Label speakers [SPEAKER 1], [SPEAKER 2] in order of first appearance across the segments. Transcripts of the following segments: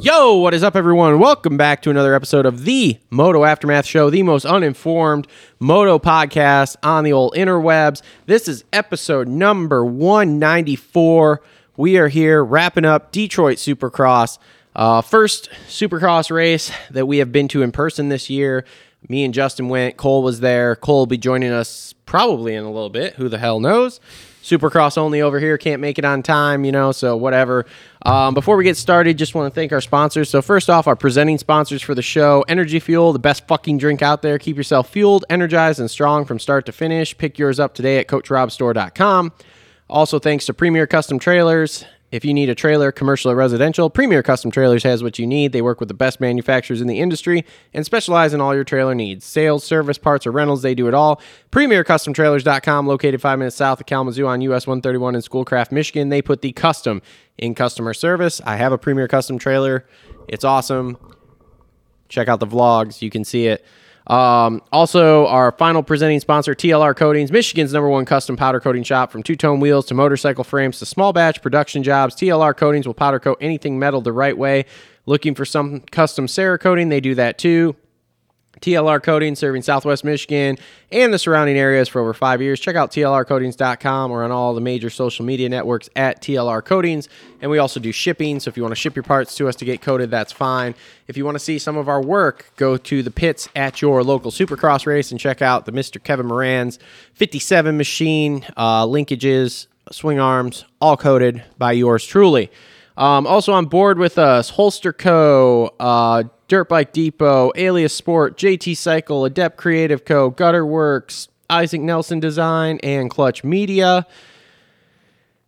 [SPEAKER 1] Yo, what is up, everyone? Welcome back to another episode of the Moto Aftermath Show, the most uninformed moto podcast on the old interwebs. This is episode number 194. We are here wrapping up Detroit Supercross, uh, first Supercross race that we have been to in person this year. Me and Justin went. Cole was there. Cole will be joining us probably in a little bit. Who the hell knows? Supercross only over here. Can't make it on time, you know, so whatever. Um, before we get started, just want to thank our sponsors. So, first off, our presenting sponsors for the show Energy Fuel, the best fucking drink out there. Keep yourself fueled, energized, and strong from start to finish. Pick yours up today at CoachRobStore.com. Also, thanks to Premier Custom Trailers. If you need a trailer, commercial or residential, Premier Custom Trailers has what you need. They work with the best manufacturers in the industry and specialize in all your trailer needs. Sales, service, parts, or rentals, they do it all. PremierCustomTrailers.com, located five minutes south of Kalamazoo on US 131 in Schoolcraft, Michigan. They put the custom in customer service. I have a Premier Custom trailer. It's awesome check out the vlogs. You can see it. Um, also, our final presenting sponsor, TLR Coatings, Michigan's number one custom powder coating shop. From two tone wheels to motorcycle frames to small batch production jobs, TLR Coatings will powder coat anything metal the right way. Looking for some custom Cera coating, they do that too. TLR Coatings serving Southwest Michigan and the surrounding areas for over five years. Check out TLRcoatings.com or on all the major social media networks at TLR Coatings. And we also do shipping. So if you want to ship your parts to us to get coated, that's fine. If you want to see some of our work, go to the pits at your local supercross race and check out the Mr. Kevin Moran's 57 machine, uh, linkages, swing arms, all coated by yours truly. Um, also on board with us, Holster Co., uh, Dirt Bike Depot, Alias Sport, JT Cycle, Adept Creative Co., Gutter Works, Isaac Nelson Design, and Clutch Media.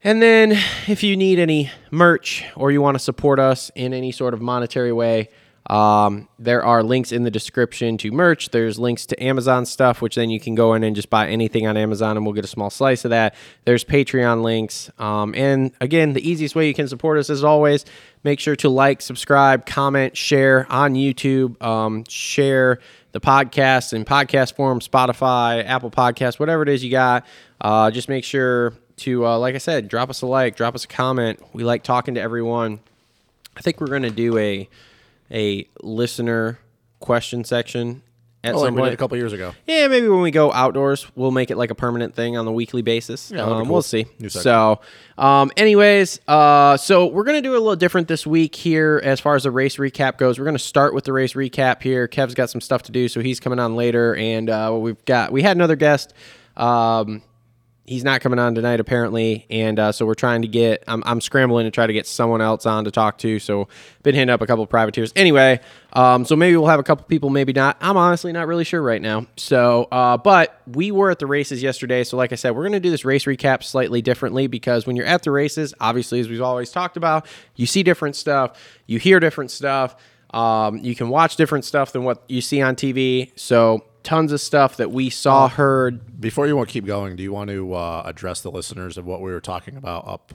[SPEAKER 1] And then if you need any merch or you want to support us in any sort of monetary way, um, there are links in the description to merch. There's links to Amazon stuff, which then you can go in and just buy anything on Amazon and we'll get a small slice of that. There's Patreon links. Um, and again, the easiest way you can support us, as always, make sure to like, subscribe, comment, share on YouTube, um, share the podcast in podcast form, Spotify, Apple Podcasts, whatever it is you got. Uh, just make sure to, uh, like I said, drop us a like, drop us a comment. We like talking to everyone. I think we're gonna do a a listener question section at
[SPEAKER 2] Oh,
[SPEAKER 1] some
[SPEAKER 2] like we
[SPEAKER 1] point.
[SPEAKER 2] did a couple years ago.
[SPEAKER 1] Yeah, maybe when we go outdoors, we'll make it like a permanent thing on the weekly basis.
[SPEAKER 2] that'd be
[SPEAKER 1] um,
[SPEAKER 2] cool.
[SPEAKER 1] We'll see.
[SPEAKER 2] New segment.
[SPEAKER 1] So, um, anyways, uh, so we're gonna do a little different this week here as far as the race recap goes. We're gonna start with the race recap here. Kev's got some stuff to do, so he's coming on later, and uh, we've got we had another guest. Um, he's not coming on tonight apparently and uh, so we're trying to get I'm, I'm scrambling to try to get someone else on to talk to so been hitting up a couple of privateers anyway um, so maybe we'll have a couple people maybe not i'm honestly not really sure right now so uh, but we were at the races yesterday so like i said we're going to do this race recap slightly differently because when you're at the races obviously as we've always talked about you see different stuff you hear different stuff um, you can watch different stuff than what you see on tv so tons of stuff that we saw heard
[SPEAKER 2] Before you want to keep going, do you want to uh, address the listeners of what we were talking about up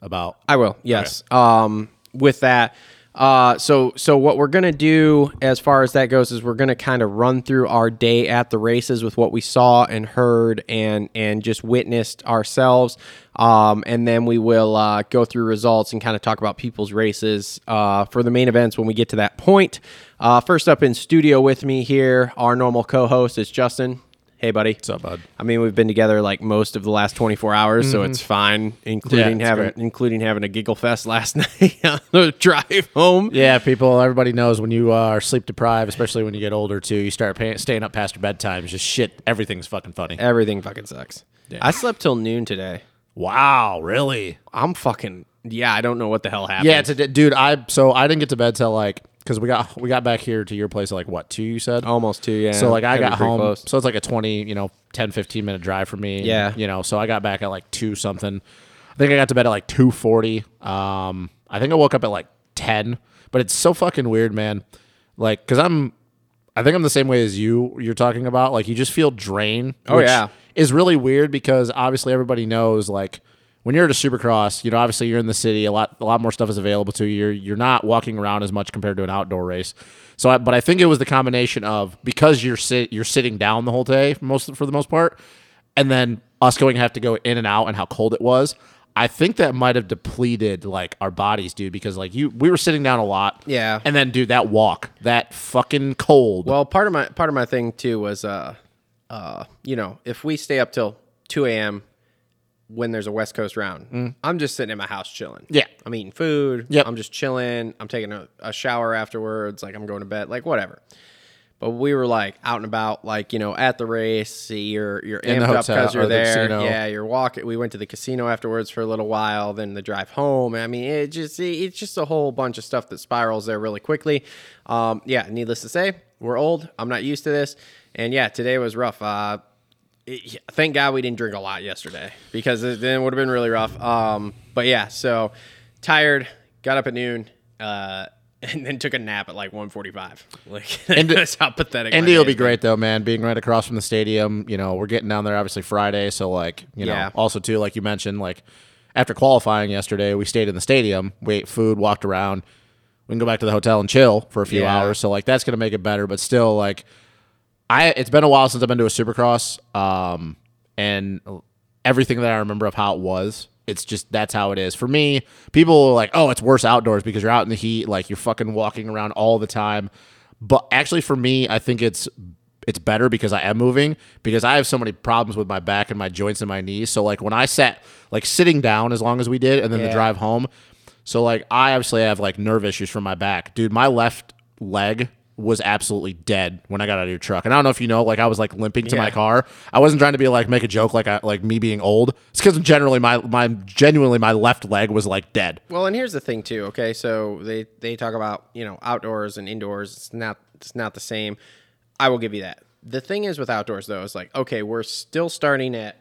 [SPEAKER 2] about?
[SPEAKER 1] I will. Yes. Um, with that, uh, so so what we're gonna do as far as that goes is we're gonna kind of run through our day at the races with what we saw and heard and and just witnessed ourselves, um, and then we will uh, go through results and kind of talk about people's races uh, for the main events when we get to that point. Uh, first up in studio with me here, our normal co-host is Justin. Hey, buddy. What's
[SPEAKER 2] up, bud? Mm-hmm.
[SPEAKER 1] I mean, we've been together like most of the last 24 hours, so it's fine, including
[SPEAKER 2] it's
[SPEAKER 1] having
[SPEAKER 2] great.
[SPEAKER 1] including having a giggle fest last night on the drive home.
[SPEAKER 2] Yeah, people. Everybody knows when you uh, are sleep deprived, especially when you get older too. You start paying, staying up past your bedtime. It's just shit. Everything's fucking funny.
[SPEAKER 1] Everything fucking sucks. I slept till noon today.
[SPEAKER 2] Wow, really?
[SPEAKER 1] I'm fucking yeah. I don't know what the hell happened.
[SPEAKER 2] Yeah, it's a, dude. I so I didn't get to bed till like because we got we got back here to your place at like what two you said
[SPEAKER 1] almost two. Yeah.
[SPEAKER 2] So like I
[SPEAKER 1] Had to be
[SPEAKER 2] got
[SPEAKER 1] pretty
[SPEAKER 2] home.
[SPEAKER 1] close.
[SPEAKER 2] So it's like a 20, you know, 10 15 minute drive for me.
[SPEAKER 1] Yeah.
[SPEAKER 2] You know, so I got back at like 2 something. I think I got to bed at like 2:40. Um, I think I woke up at like 10. But it's so fucking weird, man. Like, cause I'm, I think I'm the same way as you. You're talking about like you just feel drained.
[SPEAKER 1] Oh, yeah.
[SPEAKER 2] is really weird because obviously everybody knows like when you're at a supercross, you know, obviously you're in the city, a lot a lot more stuff is available to you. You're you're not walking around as much compared to an outdoor race. So I, but I think it was the combination of because you're sit you're sitting down the whole day for most for the most part and then us going have to go in and out and how cold it was. I think that might have depleted like our bodies, dude, because like you we were sitting down a lot.
[SPEAKER 1] Yeah.
[SPEAKER 2] And then dude, that walk, that fucking cold.
[SPEAKER 1] Well, part of my part of my thing too was, uh, uh, you know, if we stay up till two a.m. when there's a West Coast round, I'm just sitting in my house chilling.
[SPEAKER 2] Yeah.
[SPEAKER 1] I'm eating food.
[SPEAKER 2] Yep.
[SPEAKER 1] I'm just chilling. I'm taking a, a shower afterwards. Like I'm going to bed. Like whatever. But we were like out and about, like you know, at the race. See, you're you're
[SPEAKER 2] In the
[SPEAKER 1] amped up
[SPEAKER 2] hotel
[SPEAKER 1] because you're
[SPEAKER 2] or the
[SPEAKER 1] there.
[SPEAKER 2] casino.
[SPEAKER 1] Yeah, you're walking. We went to the casino afterwards for a little while. Then the drive home. I mean, it just it- it's just a whole bunch of stuff that spirals there really quickly. Um, yeah, needless to say, we're old. I'm not used to this. And yeah, today was rough. Uh, it- thank God we didn't drink a lot yesterday because it- then it would have been really rough. Um, but yeah, so tired. Got up at noon. Uh, and then took a nap at like 1:45. Like that's how pathetic. my
[SPEAKER 2] Indy will
[SPEAKER 1] day
[SPEAKER 2] be
[SPEAKER 1] has been.
[SPEAKER 2] great though, man. Being right across from the stadium, you know, we're getting down there obviously Friday, so like, you know,
[SPEAKER 1] Yeah.
[SPEAKER 2] also too, like you mentioned, like after qualifying yesterday, we stayed in the stadium, we ate food, walked around. We can go back to the hotel and chill for a few
[SPEAKER 1] Yeah.
[SPEAKER 2] hours, so like that's gonna make it better. But still, like, I it's been a while since I've been to a Supercross, um, and everything that I remember of how it was, it's just that's how it is for me. People are like, oh, it's worse outdoors because you're out in the heat, like you're fucking walking around all the time. But actually, for me, I think it's it's better because I am moving because I have so many problems with my back and my joints and my knees. So like when I sat like sitting down as long as we did, and then the
[SPEAKER 1] Yeah.
[SPEAKER 2] drive home. So like I obviously have like nerve issues from my back. Dude, my left leg was absolutely dead when I got out of your truck. And I don't know if you know, like I was like limping to
[SPEAKER 1] Yeah.
[SPEAKER 2] my car. I wasn't trying to be like make a joke like I like me being old. It's cause generally my my genuinely my left leg was like dead.
[SPEAKER 1] Well, and here's the thing too. Okay, so they they talk about you know outdoors and indoors. It's not it's not the same. I will give you that. The thing is with outdoors though is like okay, we're still starting at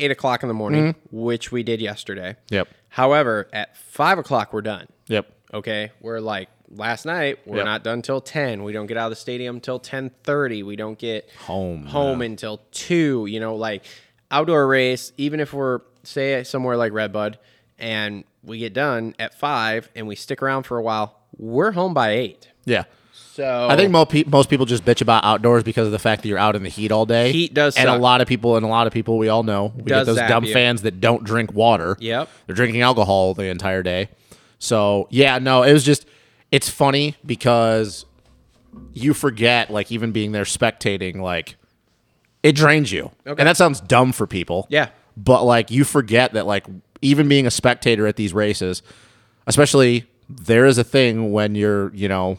[SPEAKER 1] eight o'clock in the morning, which we did yesterday.
[SPEAKER 2] Mm-hmm. Yep.
[SPEAKER 1] However, at five o'clock we're done.
[SPEAKER 2] Yep.
[SPEAKER 1] Okay, we're like last night. We're
[SPEAKER 2] Yep.
[SPEAKER 1] not done till ten. We don't get out of the stadium till ten thirty. We don't get
[SPEAKER 2] Home,
[SPEAKER 1] home until two. You know, like outdoor race. Even if we're say at somewhere like Redbud, and we get done at five, and we stick around for a while, we're home by eight.
[SPEAKER 2] Yeah.
[SPEAKER 1] So
[SPEAKER 2] I think most, pe- most people just bitch about outdoors because of the fact that you're out in the heat all day.
[SPEAKER 1] Heat does
[SPEAKER 2] and a
[SPEAKER 1] suck.
[SPEAKER 2] lot of people and a lot of people we all know we
[SPEAKER 1] Does
[SPEAKER 2] get those
[SPEAKER 1] zap
[SPEAKER 2] dumb
[SPEAKER 1] you.
[SPEAKER 2] fans that don't drink water.
[SPEAKER 1] Yep.
[SPEAKER 2] they're drinking alcohol the entire day. So yeah, no, it was just it's funny because you forget like even being there spectating like it drains you, and that sounds dumb for people.
[SPEAKER 1] Yeah.
[SPEAKER 2] but like you forget that like even being a spectator at these races, especially there is a thing when you're you know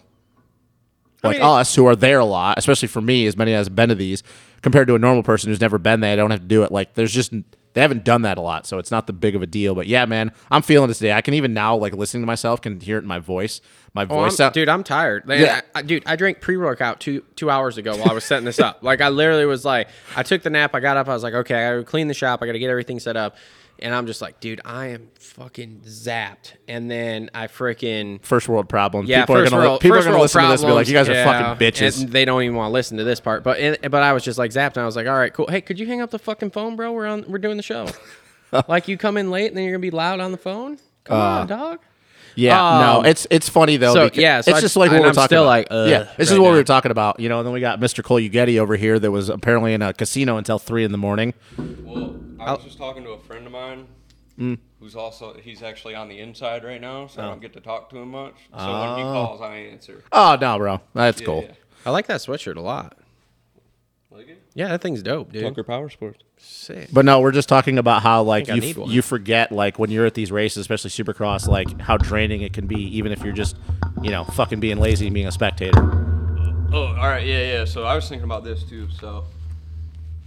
[SPEAKER 2] like
[SPEAKER 1] mean, it-
[SPEAKER 2] us who are there a lot, especially for me, as many as I've been to these, compared to a normal person who's never been there, I don't have to do it. Like there's just they haven't done that a lot, so it's not the big of a deal. But yeah, man, I'm feeling it today. I can even now, like listening to myself, can hear it in my voice. My
[SPEAKER 1] Oh, I'm-
[SPEAKER 2] voice sound,
[SPEAKER 1] dude, I'm tired. Man,
[SPEAKER 2] Yeah.
[SPEAKER 1] I- I- dude, I drank pre workout two two hours ago while I was setting this up. Like, I literally was like, I took the nap, I got up, I was like, okay, I gotta clean the shop, I gotta get everything set up, and I'm just like, dude, I am fucking zapped. And then I freaking
[SPEAKER 2] First world problem.
[SPEAKER 1] yeah,
[SPEAKER 2] people
[SPEAKER 1] first
[SPEAKER 2] are gonna li-
[SPEAKER 1] world,
[SPEAKER 2] people
[SPEAKER 1] first
[SPEAKER 2] are gonna
[SPEAKER 1] world
[SPEAKER 2] listen to this and be like, you guys
[SPEAKER 1] problems,
[SPEAKER 2] are fucking
[SPEAKER 1] yeah.
[SPEAKER 2] bitches.
[SPEAKER 1] And they don't even want to listen to this part. But and, but I was just like zapped, and I was like, all right, cool. Hey, could you hang up the fucking phone, bro? We're on, we're doing the show. like you come in late, and then you're gonna be loud on the phone. Come
[SPEAKER 2] Uh,
[SPEAKER 1] on, dog.
[SPEAKER 2] Yeah,
[SPEAKER 1] Um,
[SPEAKER 2] no, it's it's funny though.
[SPEAKER 1] so,
[SPEAKER 2] because-
[SPEAKER 1] yeah, so
[SPEAKER 2] it's
[SPEAKER 1] I-
[SPEAKER 2] just like what
[SPEAKER 1] and
[SPEAKER 2] we're
[SPEAKER 1] I'm
[SPEAKER 2] talking
[SPEAKER 1] still
[SPEAKER 2] about.
[SPEAKER 1] like, ugh,
[SPEAKER 2] yeah, this is
[SPEAKER 1] right
[SPEAKER 2] what we
[SPEAKER 1] now.
[SPEAKER 2] were talking about, you know. And then we got Mr. Cole Ugetti over here that was apparently in a casino until three in the morning.
[SPEAKER 3] Well, I was just talking to a friend of mine who's also he's actually on the inside right now, so I don't get to talk to him much. So when he calls, I answer.
[SPEAKER 2] Oh no, bro, that's cool.
[SPEAKER 3] yeah.
[SPEAKER 1] I like that sweatshirt a lot.
[SPEAKER 3] Like it?
[SPEAKER 1] Yeah, that thing's dope, dude.
[SPEAKER 3] Power Sports.
[SPEAKER 1] Sick.
[SPEAKER 2] But no, we're just talking about how like
[SPEAKER 1] I
[SPEAKER 2] you
[SPEAKER 1] need
[SPEAKER 2] f-
[SPEAKER 1] one.
[SPEAKER 2] you forget like when you're at these races, especially Supercross, like how draining it can be, even if you're just you know fucking being lazy and being a spectator.
[SPEAKER 3] Oh, all right, yeah, yeah. So I was thinking about this too. So,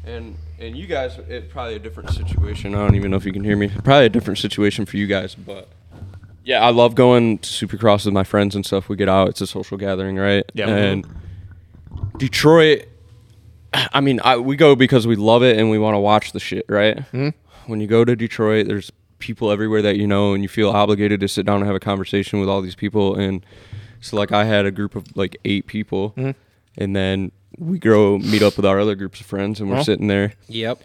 [SPEAKER 3] and and you guys, it probably a different situation. I don't even know if you can hear me. Probably a different situation for you guys, but yeah, I love going to Supercross with my friends and stuff. We get out; it's a social gathering, right?
[SPEAKER 2] Yeah.
[SPEAKER 3] And Detroit, I mean, I, we go because we love it and we want to watch the shit, right? Mm-hmm. When you go to Detroit, there's people everywhere that you know, and you feel obligated to sit down and have a conversation with all these people. And so, like, I had a group of like eight people, and then we grow meet up with our other groups of friends, and we're sitting there,
[SPEAKER 1] Yep.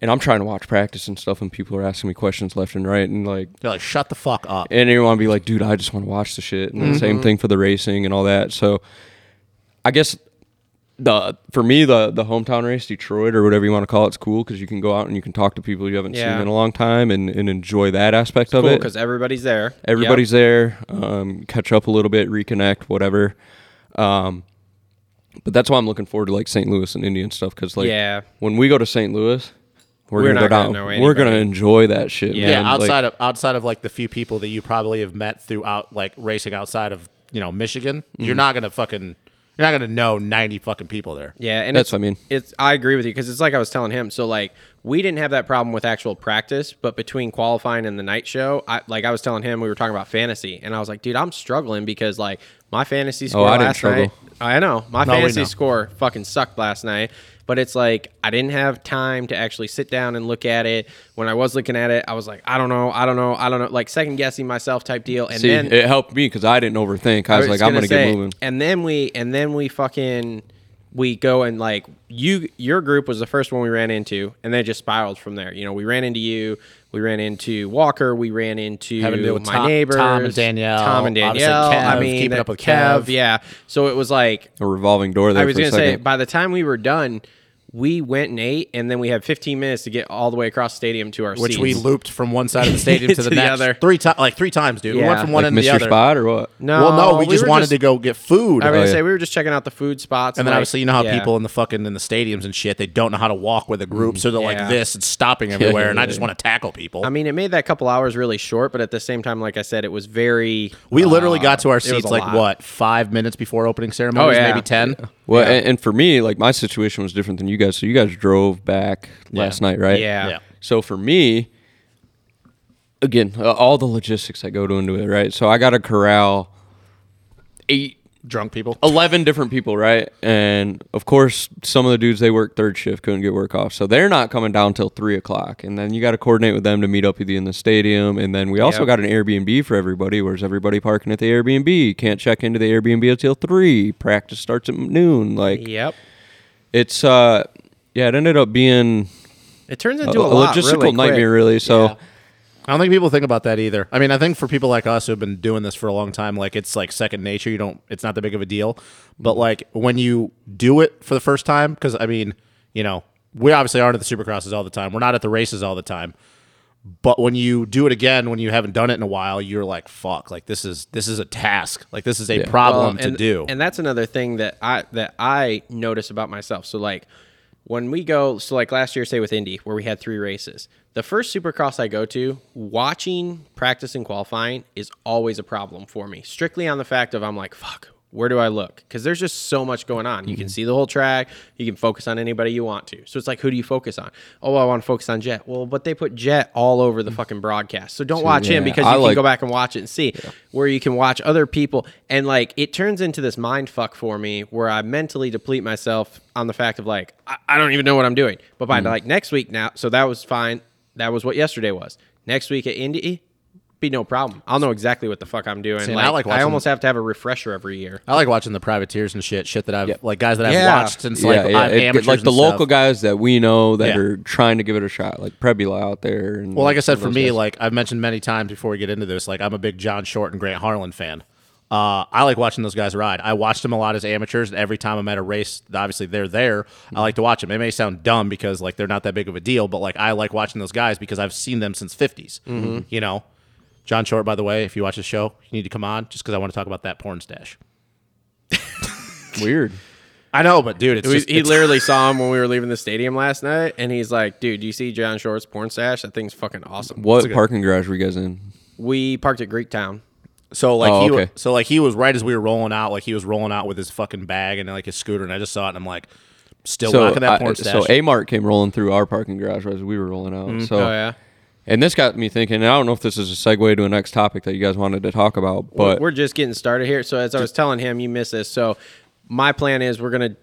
[SPEAKER 3] and I'm trying to watch practice and stuff, and people are asking me questions left and right, and like,
[SPEAKER 2] They're like, shut the fuck up.
[SPEAKER 3] and you want to be like, dude, I just want to watch the shit, and the
[SPEAKER 1] Mm-hmm.
[SPEAKER 3] same thing for the racing and all that. So, I guess the for me the the hometown race, Detroit or whatever you want to call it's cool because you can go out and you can talk to people you haven't
[SPEAKER 1] Yeah.
[SPEAKER 3] seen in a long time and and enjoy that aspect of
[SPEAKER 1] Cool,
[SPEAKER 3] it.
[SPEAKER 1] because everybody's there.
[SPEAKER 3] Everybody's there. Um, catch up a little bit, reconnect, whatever. Um, but that's why I'm looking forward to like St. Louis and Indian stuff because like
[SPEAKER 1] Yeah.
[SPEAKER 3] when we go to St. Louis. We're,
[SPEAKER 1] We're
[SPEAKER 3] gonna
[SPEAKER 1] not
[SPEAKER 3] go
[SPEAKER 1] gonna
[SPEAKER 3] down.
[SPEAKER 1] know
[SPEAKER 3] we're
[SPEAKER 1] anybody.
[SPEAKER 3] gonna enjoy that shit.
[SPEAKER 1] Yeah,
[SPEAKER 2] Yeah,
[SPEAKER 3] man. Like,
[SPEAKER 2] outside of outside of like the few people that you probably have met throughout like racing outside of you know Michigan,
[SPEAKER 1] Mm-hmm.
[SPEAKER 2] you're not gonna fucking you're not gonna know ninety fucking people there.
[SPEAKER 1] Yeah, and
[SPEAKER 3] That's
[SPEAKER 1] it's,
[SPEAKER 3] what I mean.
[SPEAKER 1] It's I agree with you because it's like I was telling him. So like we didn't have that problem with actual practice, but between qualifying and the night show, I like I was telling him we were talking about fantasy, and I was like, dude, I'm struggling because like my fantasy score
[SPEAKER 3] Oh, I didn't
[SPEAKER 1] last
[SPEAKER 3] struggle.
[SPEAKER 1] night. I know my
[SPEAKER 2] No, we
[SPEAKER 1] fantasy
[SPEAKER 2] know.
[SPEAKER 1] score fucking sucked last night, but it's like I didn't have time to actually sit down and look at it. When I was looking at it, I was like, I don't know, I don't know, I don't know, like second guessing myself type deal. And
[SPEAKER 3] See,
[SPEAKER 1] then
[SPEAKER 3] it helped me because I didn't overthink. I was, like, I'm gonna
[SPEAKER 1] say,
[SPEAKER 3] get moving.
[SPEAKER 1] And then we and then we fucking we go and like you your group was the first one we ran into and then it just spiraled from there. You know, we ran into you, we ran into Walker, we ran into
[SPEAKER 2] Having to do with
[SPEAKER 1] my
[SPEAKER 2] Tom-
[SPEAKER 1] neighbors,
[SPEAKER 2] Tom and Danielle,
[SPEAKER 1] Tom and
[SPEAKER 2] obviously
[SPEAKER 1] Danielle. I
[SPEAKER 2] Kev,
[SPEAKER 1] mean,
[SPEAKER 2] keeping
[SPEAKER 1] that-
[SPEAKER 2] up with Kev.
[SPEAKER 1] Yeah, so it was like
[SPEAKER 3] A revolving door there
[SPEAKER 1] I was
[SPEAKER 3] for a
[SPEAKER 1] gonna
[SPEAKER 3] second.
[SPEAKER 1] say by the time we were done. We went and ate, and then we had 15 minutes to get all the way across the stadium to our
[SPEAKER 2] Which
[SPEAKER 1] seats.
[SPEAKER 2] we looped from one side of the stadium to the,
[SPEAKER 1] To the
[SPEAKER 2] next
[SPEAKER 1] other.
[SPEAKER 2] three times, like three times, dude. We
[SPEAKER 1] Yeah.
[SPEAKER 2] went from one
[SPEAKER 3] like
[SPEAKER 2] end
[SPEAKER 3] Mr.
[SPEAKER 2] to the other.
[SPEAKER 3] Spot or what?
[SPEAKER 1] No,
[SPEAKER 2] well, no, we, just
[SPEAKER 1] were
[SPEAKER 2] wanted to go get food.
[SPEAKER 3] Oh,
[SPEAKER 1] I was gonna
[SPEAKER 3] yeah.
[SPEAKER 1] say we were just checking out the food spots,
[SPEAKER 2] And then
[SPEAKER 1] like,
[SPEAKER 2] obviously, you know how
[SPEAKER 1] yeah. Mm,
[SPEAKER 2] people in the fucking in the stadiums and shit, they don't know how to walk with a group, so they're
[SPEAKER 1] Yeah.
[SPEAKER 2] like this and stopping everywhere. and I just want to tackle people.
[SPEAKER 1] I mean, it made that couple hours really short, but at the same time, like I said, it was very.
[SPEAKER 2] we literally
[SPEAKER 1] uh,
[SPEAKER 2] got to our
[SPEAKER 1] it was
[SPEAKER 2] seats
[SPEAKER 1] a
[SPEAKER 2] like
[SPEAKER 1] lot.
[SPEAKER 2] what five minutes before opening ceremony,
[SPEAKER 1] Oh, yeah.
[SPEAKER 2] maybe ten.
[SPEAKER 3] Well, and, and for me, like my situation was different than you guys. So you guys drove back last night, right?
[SPEAKER 1] Yeah.
[SPEAKER 2] Yeah.
[SPEAKER 3] So for me, again, uh, all the logistics that go to into it, right? So I got to corral eight,
[SPEAKER 2] Drunk people.
[SPEAKER 3] 11 different people, right? And of course, some of the dudes they work third shift couldn't get work off, so they're not coming down till three o'clock. And then you got to coordinate with them to meet up with you in the stadium. And then we also
[SPEAKER 1] Yep.
[SPEAKER 3] got an Airbnb for everybody. Where's everybody parking at the Airbnb? Can't check into the Airbnb until three. Practice starts at noon. Like
[SPEAKER 1] Yep.
[SPEAKER 3] it's uh yeah it ended up being
[SPEAKER 1] It turns
[SPEAKER 3] a,
[SPEAKER 1] into
[SPEAKER 3] a
[SPEAKER 1] a, lot,
[SPEAKER 3] logistical
[SPEAKER 1] really
[SPEAKER 3] Uh, nightmare
[SPEAKER 1] quick.
[SPEAKER 3] really so
[SPEAKER 1] Yeah.
[SPEAKER 2] I don't think people think about that either. I mean, I think for people like us who've been doing this for a long time, like it's like second nature. You don't, it's not that big of a deal. But
[SPEAKER 3] Mm-hmm.
[SPEAKER 2] like when you do it for the first time, because I mean, you know, we obviously aren't at the supercrosses all the time. We're not at the races all the time. But when you do it again, when you haven't done it in a while, you're like, fuck, like this is this is a task. Like this is a problem
[SPEAKER 1] Well, Um, and,
[SPEAKER 2] to do.
[SPEAKER 1] And that's another thing that I that I notice about myself. So like when we go, so like last year, say with Indy, where we had three races, the first Supercross I go to, watching practice and qualifying is always a problem for me. Strictly on the fact of I'm like, fuck, where do I look? Because there's just so much going on. You
[SPEAKER 2] Mm-hmm.
[SPEAKER 1] can see the whole track. You can focus on anybody you want to. So it's like, who do you focus on? Oh, I want to focus on Jet. Well, but they put Jet all over
[SPEAKER 2] Mm.
[SPEAKER 1] the fucking broadcast. So don't watch him
[SPEAKER 3] yeah,
[SPEAKER 1] because you
[SPEAKER 3] I
[SPEAKER 1] can
[SPEAKER 3] like-
[SPEAKER 1] go back back and watch it and see where you can watch other people and like it turns into this mind fuck for me where i mentally deplete myself on the fact of like i, I don't even know what i'm doing but
[SPEAKER 2] Mm.
[SPEAKER 1] by like next week now so that was fine that was what yesterday was next week at indy eh, be no problem i'll know exactly what the fuck i'm doing
[SPEAKER 2] See, and
[SPEAKER 1] like,
[SPEAKER 2] I
[SPEAKER 1] I,
[SPEAKER 2] like watching-
[SPEAKER 1] almost have to have a refresher every year
[SPEAKER 2] I like watching the privateers and shit, shit that I've like guys that I've
[SPEAKER 1] Yeah.
[SPEAKER 2] watched since
[SPEAKER 3] yeah,
[SPEAKER 2] like
[SPEAKER 3] yeah,
[SPEAKER 2] I'm
[SPEAKER 3] it-
[SPEAKER 2] amateurs
[SPEAKER 3] like
[SPEAKER 2] and
[SPEAKER 3] the
[SPEAKER 2] stuff.
[SPEAKER 3] local guys that we know that
[SPEAKER 2] Yeah.
[SPEAKER 3] are trying to give it a shot like prebula out there and
[SPEAKER 2] Well, like I said, for me, like I've mentioned many times before we get into this, like I'm a big John Short and Grant Harlan fan. Uh, I like watching those guys ride. I watched them a lot as amateurs, and every time I'm at a race, obviously they're there. I like to watch them. It may sound dumb because like they're not that big of a deal, but like I like watching those guys because I've seen them since 50s. You know, John Short, by the way, if you watch the show, you need to come on just because I want to talk about that porn stash.
[SPEAKER 3] weird
[SPEAKER 2] I know, but dude, it's
[SPEAKER 1] We-
[SPEAKER 2] just,
[SPEAKER 1] he
[SPEAKER 2] it's-
[SPEAKER 1] literally saw him when we were leaving the stadium last night, and he's like, "Dude, do you see John Short's porn stash? That thing's fucking awesome."
[SPEAKER 3] what parking garage were you guys in
[SPEAKER 1] We parked at Greek Town.
[SPEAKER 2] So like
[SPEAKER 3] Oh,
[SPEAKER 2] he wa-
[SPEAKER 3] okay.
[SPEAKER 2] so like he was right as we were rolling out, like he was rolling out with his fucking bag and like his scooter, and I just saw it and I'm like, still rocking that
[SPEAKER 3] I-
[SPEAKER 2] porn stash.
[SPEAKER 3] so amart came rolling through our parking garage as we were rolling out so
[SPEAKER 1] Oh yeah,
[SPEAKER 3] and this got me thinking and i don't know if this is a segue to a next topic that you guys wanted to talk about but
[SPEAKER 1] we're just getting started here. So as I was telling him, you missed this. So my plan is we're gonna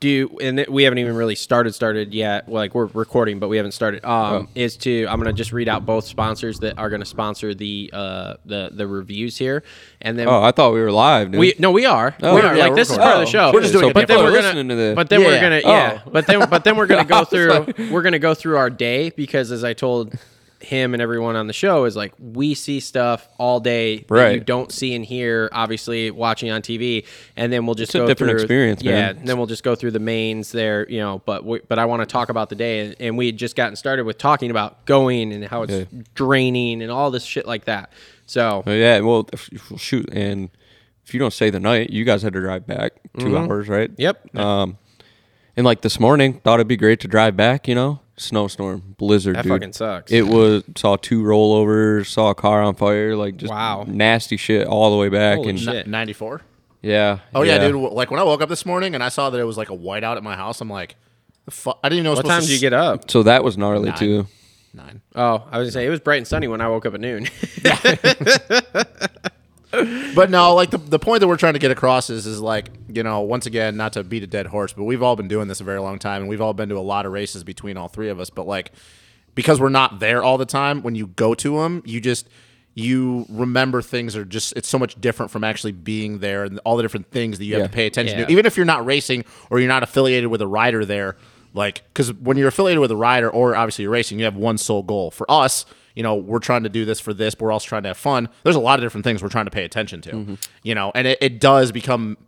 [SPEAKER 1] do you, and it- we haven't even really started started yet. Well, Like we're recording, but we haven't started. Um, Is to I'm gonna just read out both sponsors that are gonna sponsor the uh the the reviews here, and then
[SPEAKER 3] Oh, I thought we were live, dude.
[SPEAKER 1] we no we are
[SPEAKER 3] Oh,
[SPEAKER 1] we are
[SPEAKER 3] yeah,
[SPEAKER 1] like
[SPEAKER 3] we're
[SPEAKER 1] this is part of
[SPEAKER 3] recording.
[SPEAKER 1] the show.
[SPEAKER 3] Oh, We're just
[SPEAKER 2] doing so it
[SPEAKER 1] but then
[SPEAKER 3] people
[SPEAKER 1] we're
[SPEAKER 3] are
[SPEAKER 1] gonna
[SPEAKER 3] listening to this.
[SPEAKER 1] but then we're
[SPEAKER 2] Yeah.
[SPEAKER 1] gonna
[SPEAKER 3] Oh.
[SPEAKER 1] yeah. But then but then we're gonna
[SPEAKER 3] I
[SPEAKER 1] go
[SPEAKER 3] was
[SPEAKER 1] through
[SPEAKER 3] like-
[SPEAKER 1] we're gonna go through our day because as I told him and everyone on the show is like we see stuff all day that you
[SPEAKER 3] Right.
[SPEAKER 1] don't see and hear obviously watching on TV and then we'll just
[SPEAKER 3] It's a
[SPEAKER 1] go
[SPEAKER 3] different
[SPEAKER 1] through-
[SPEAKER 3] experience, man.
[SPEAKER 1] Yeah, and then we'll just go through the mains there, you know. But we, but I want to talk about the day, and, and we had just gotten started with talking about going and how it's draining and all this shit like that. So
[SPEAKER 3] Oh, yeah, well, if- well, shoot, and if you don't stay the night, you guys had to drive back 2 hours, right?
[SPEAKER 1] Mm-hmm. Yep.
[SPEAKER 3] Um, and like this morning, thought it'd be great to drive back. You know, snowstorm, blizzard.
[SPEAKER 1] That
[SPEAKER 3] dude.
[SPEAKER 1] fucking sucks.
[SPEAKER 3] It was saw two rollovers, saw a car on fire, like just
[SPEAKER 1] Wow.
[SPEAKER 3] nasty shit all the way back.
[SPEAKER 1] Holy
[SPEAKER 3] and
[SPEAKER 1] shit. Shit.
[SPEAKER 2] 94.
[SPEAKER 3] yeah,
[SPEAKER 2] Oh yeah, dude. w- Like when I woke up this morning and I saw that it was like a whiteout at my house, I'm like, the fu- I didn't even know.
[SPEAKER 1] what time did you get up?
[SPEAKER 3] So that was gnarly too.
[SPEAKER 2] Nine.
[SPEAKER 1] Oh, I was gonna say it was bright and sunny when I woke up at noon.
[SPEAKER 2] But no, like the, the point that we're trying to get across is is like, you know, once again, not to beat a dead horse, but we've all been doing this a very long time and we've all been to a lot of races between all three of us, but like because we're not there all the time, when you go to them, you just you remember things are just it's so much different from actually being there and all the different things that you
[SPEAKER 3] Yeah.
[SPEAKER 2] have to pay attention
[SPEAKER 1] Yeah.
[SPEAKER 2] to. Even if you're not racing or you're not affiliated with a rider there, like cuz when you're affiliated with a rider or obviously you're racing, you have one sole goal. For us, you know, we're trying to do this for this, but we're also trying to have fun. There's a lot of different things we're trying to pay attention to, you know, and it, it does become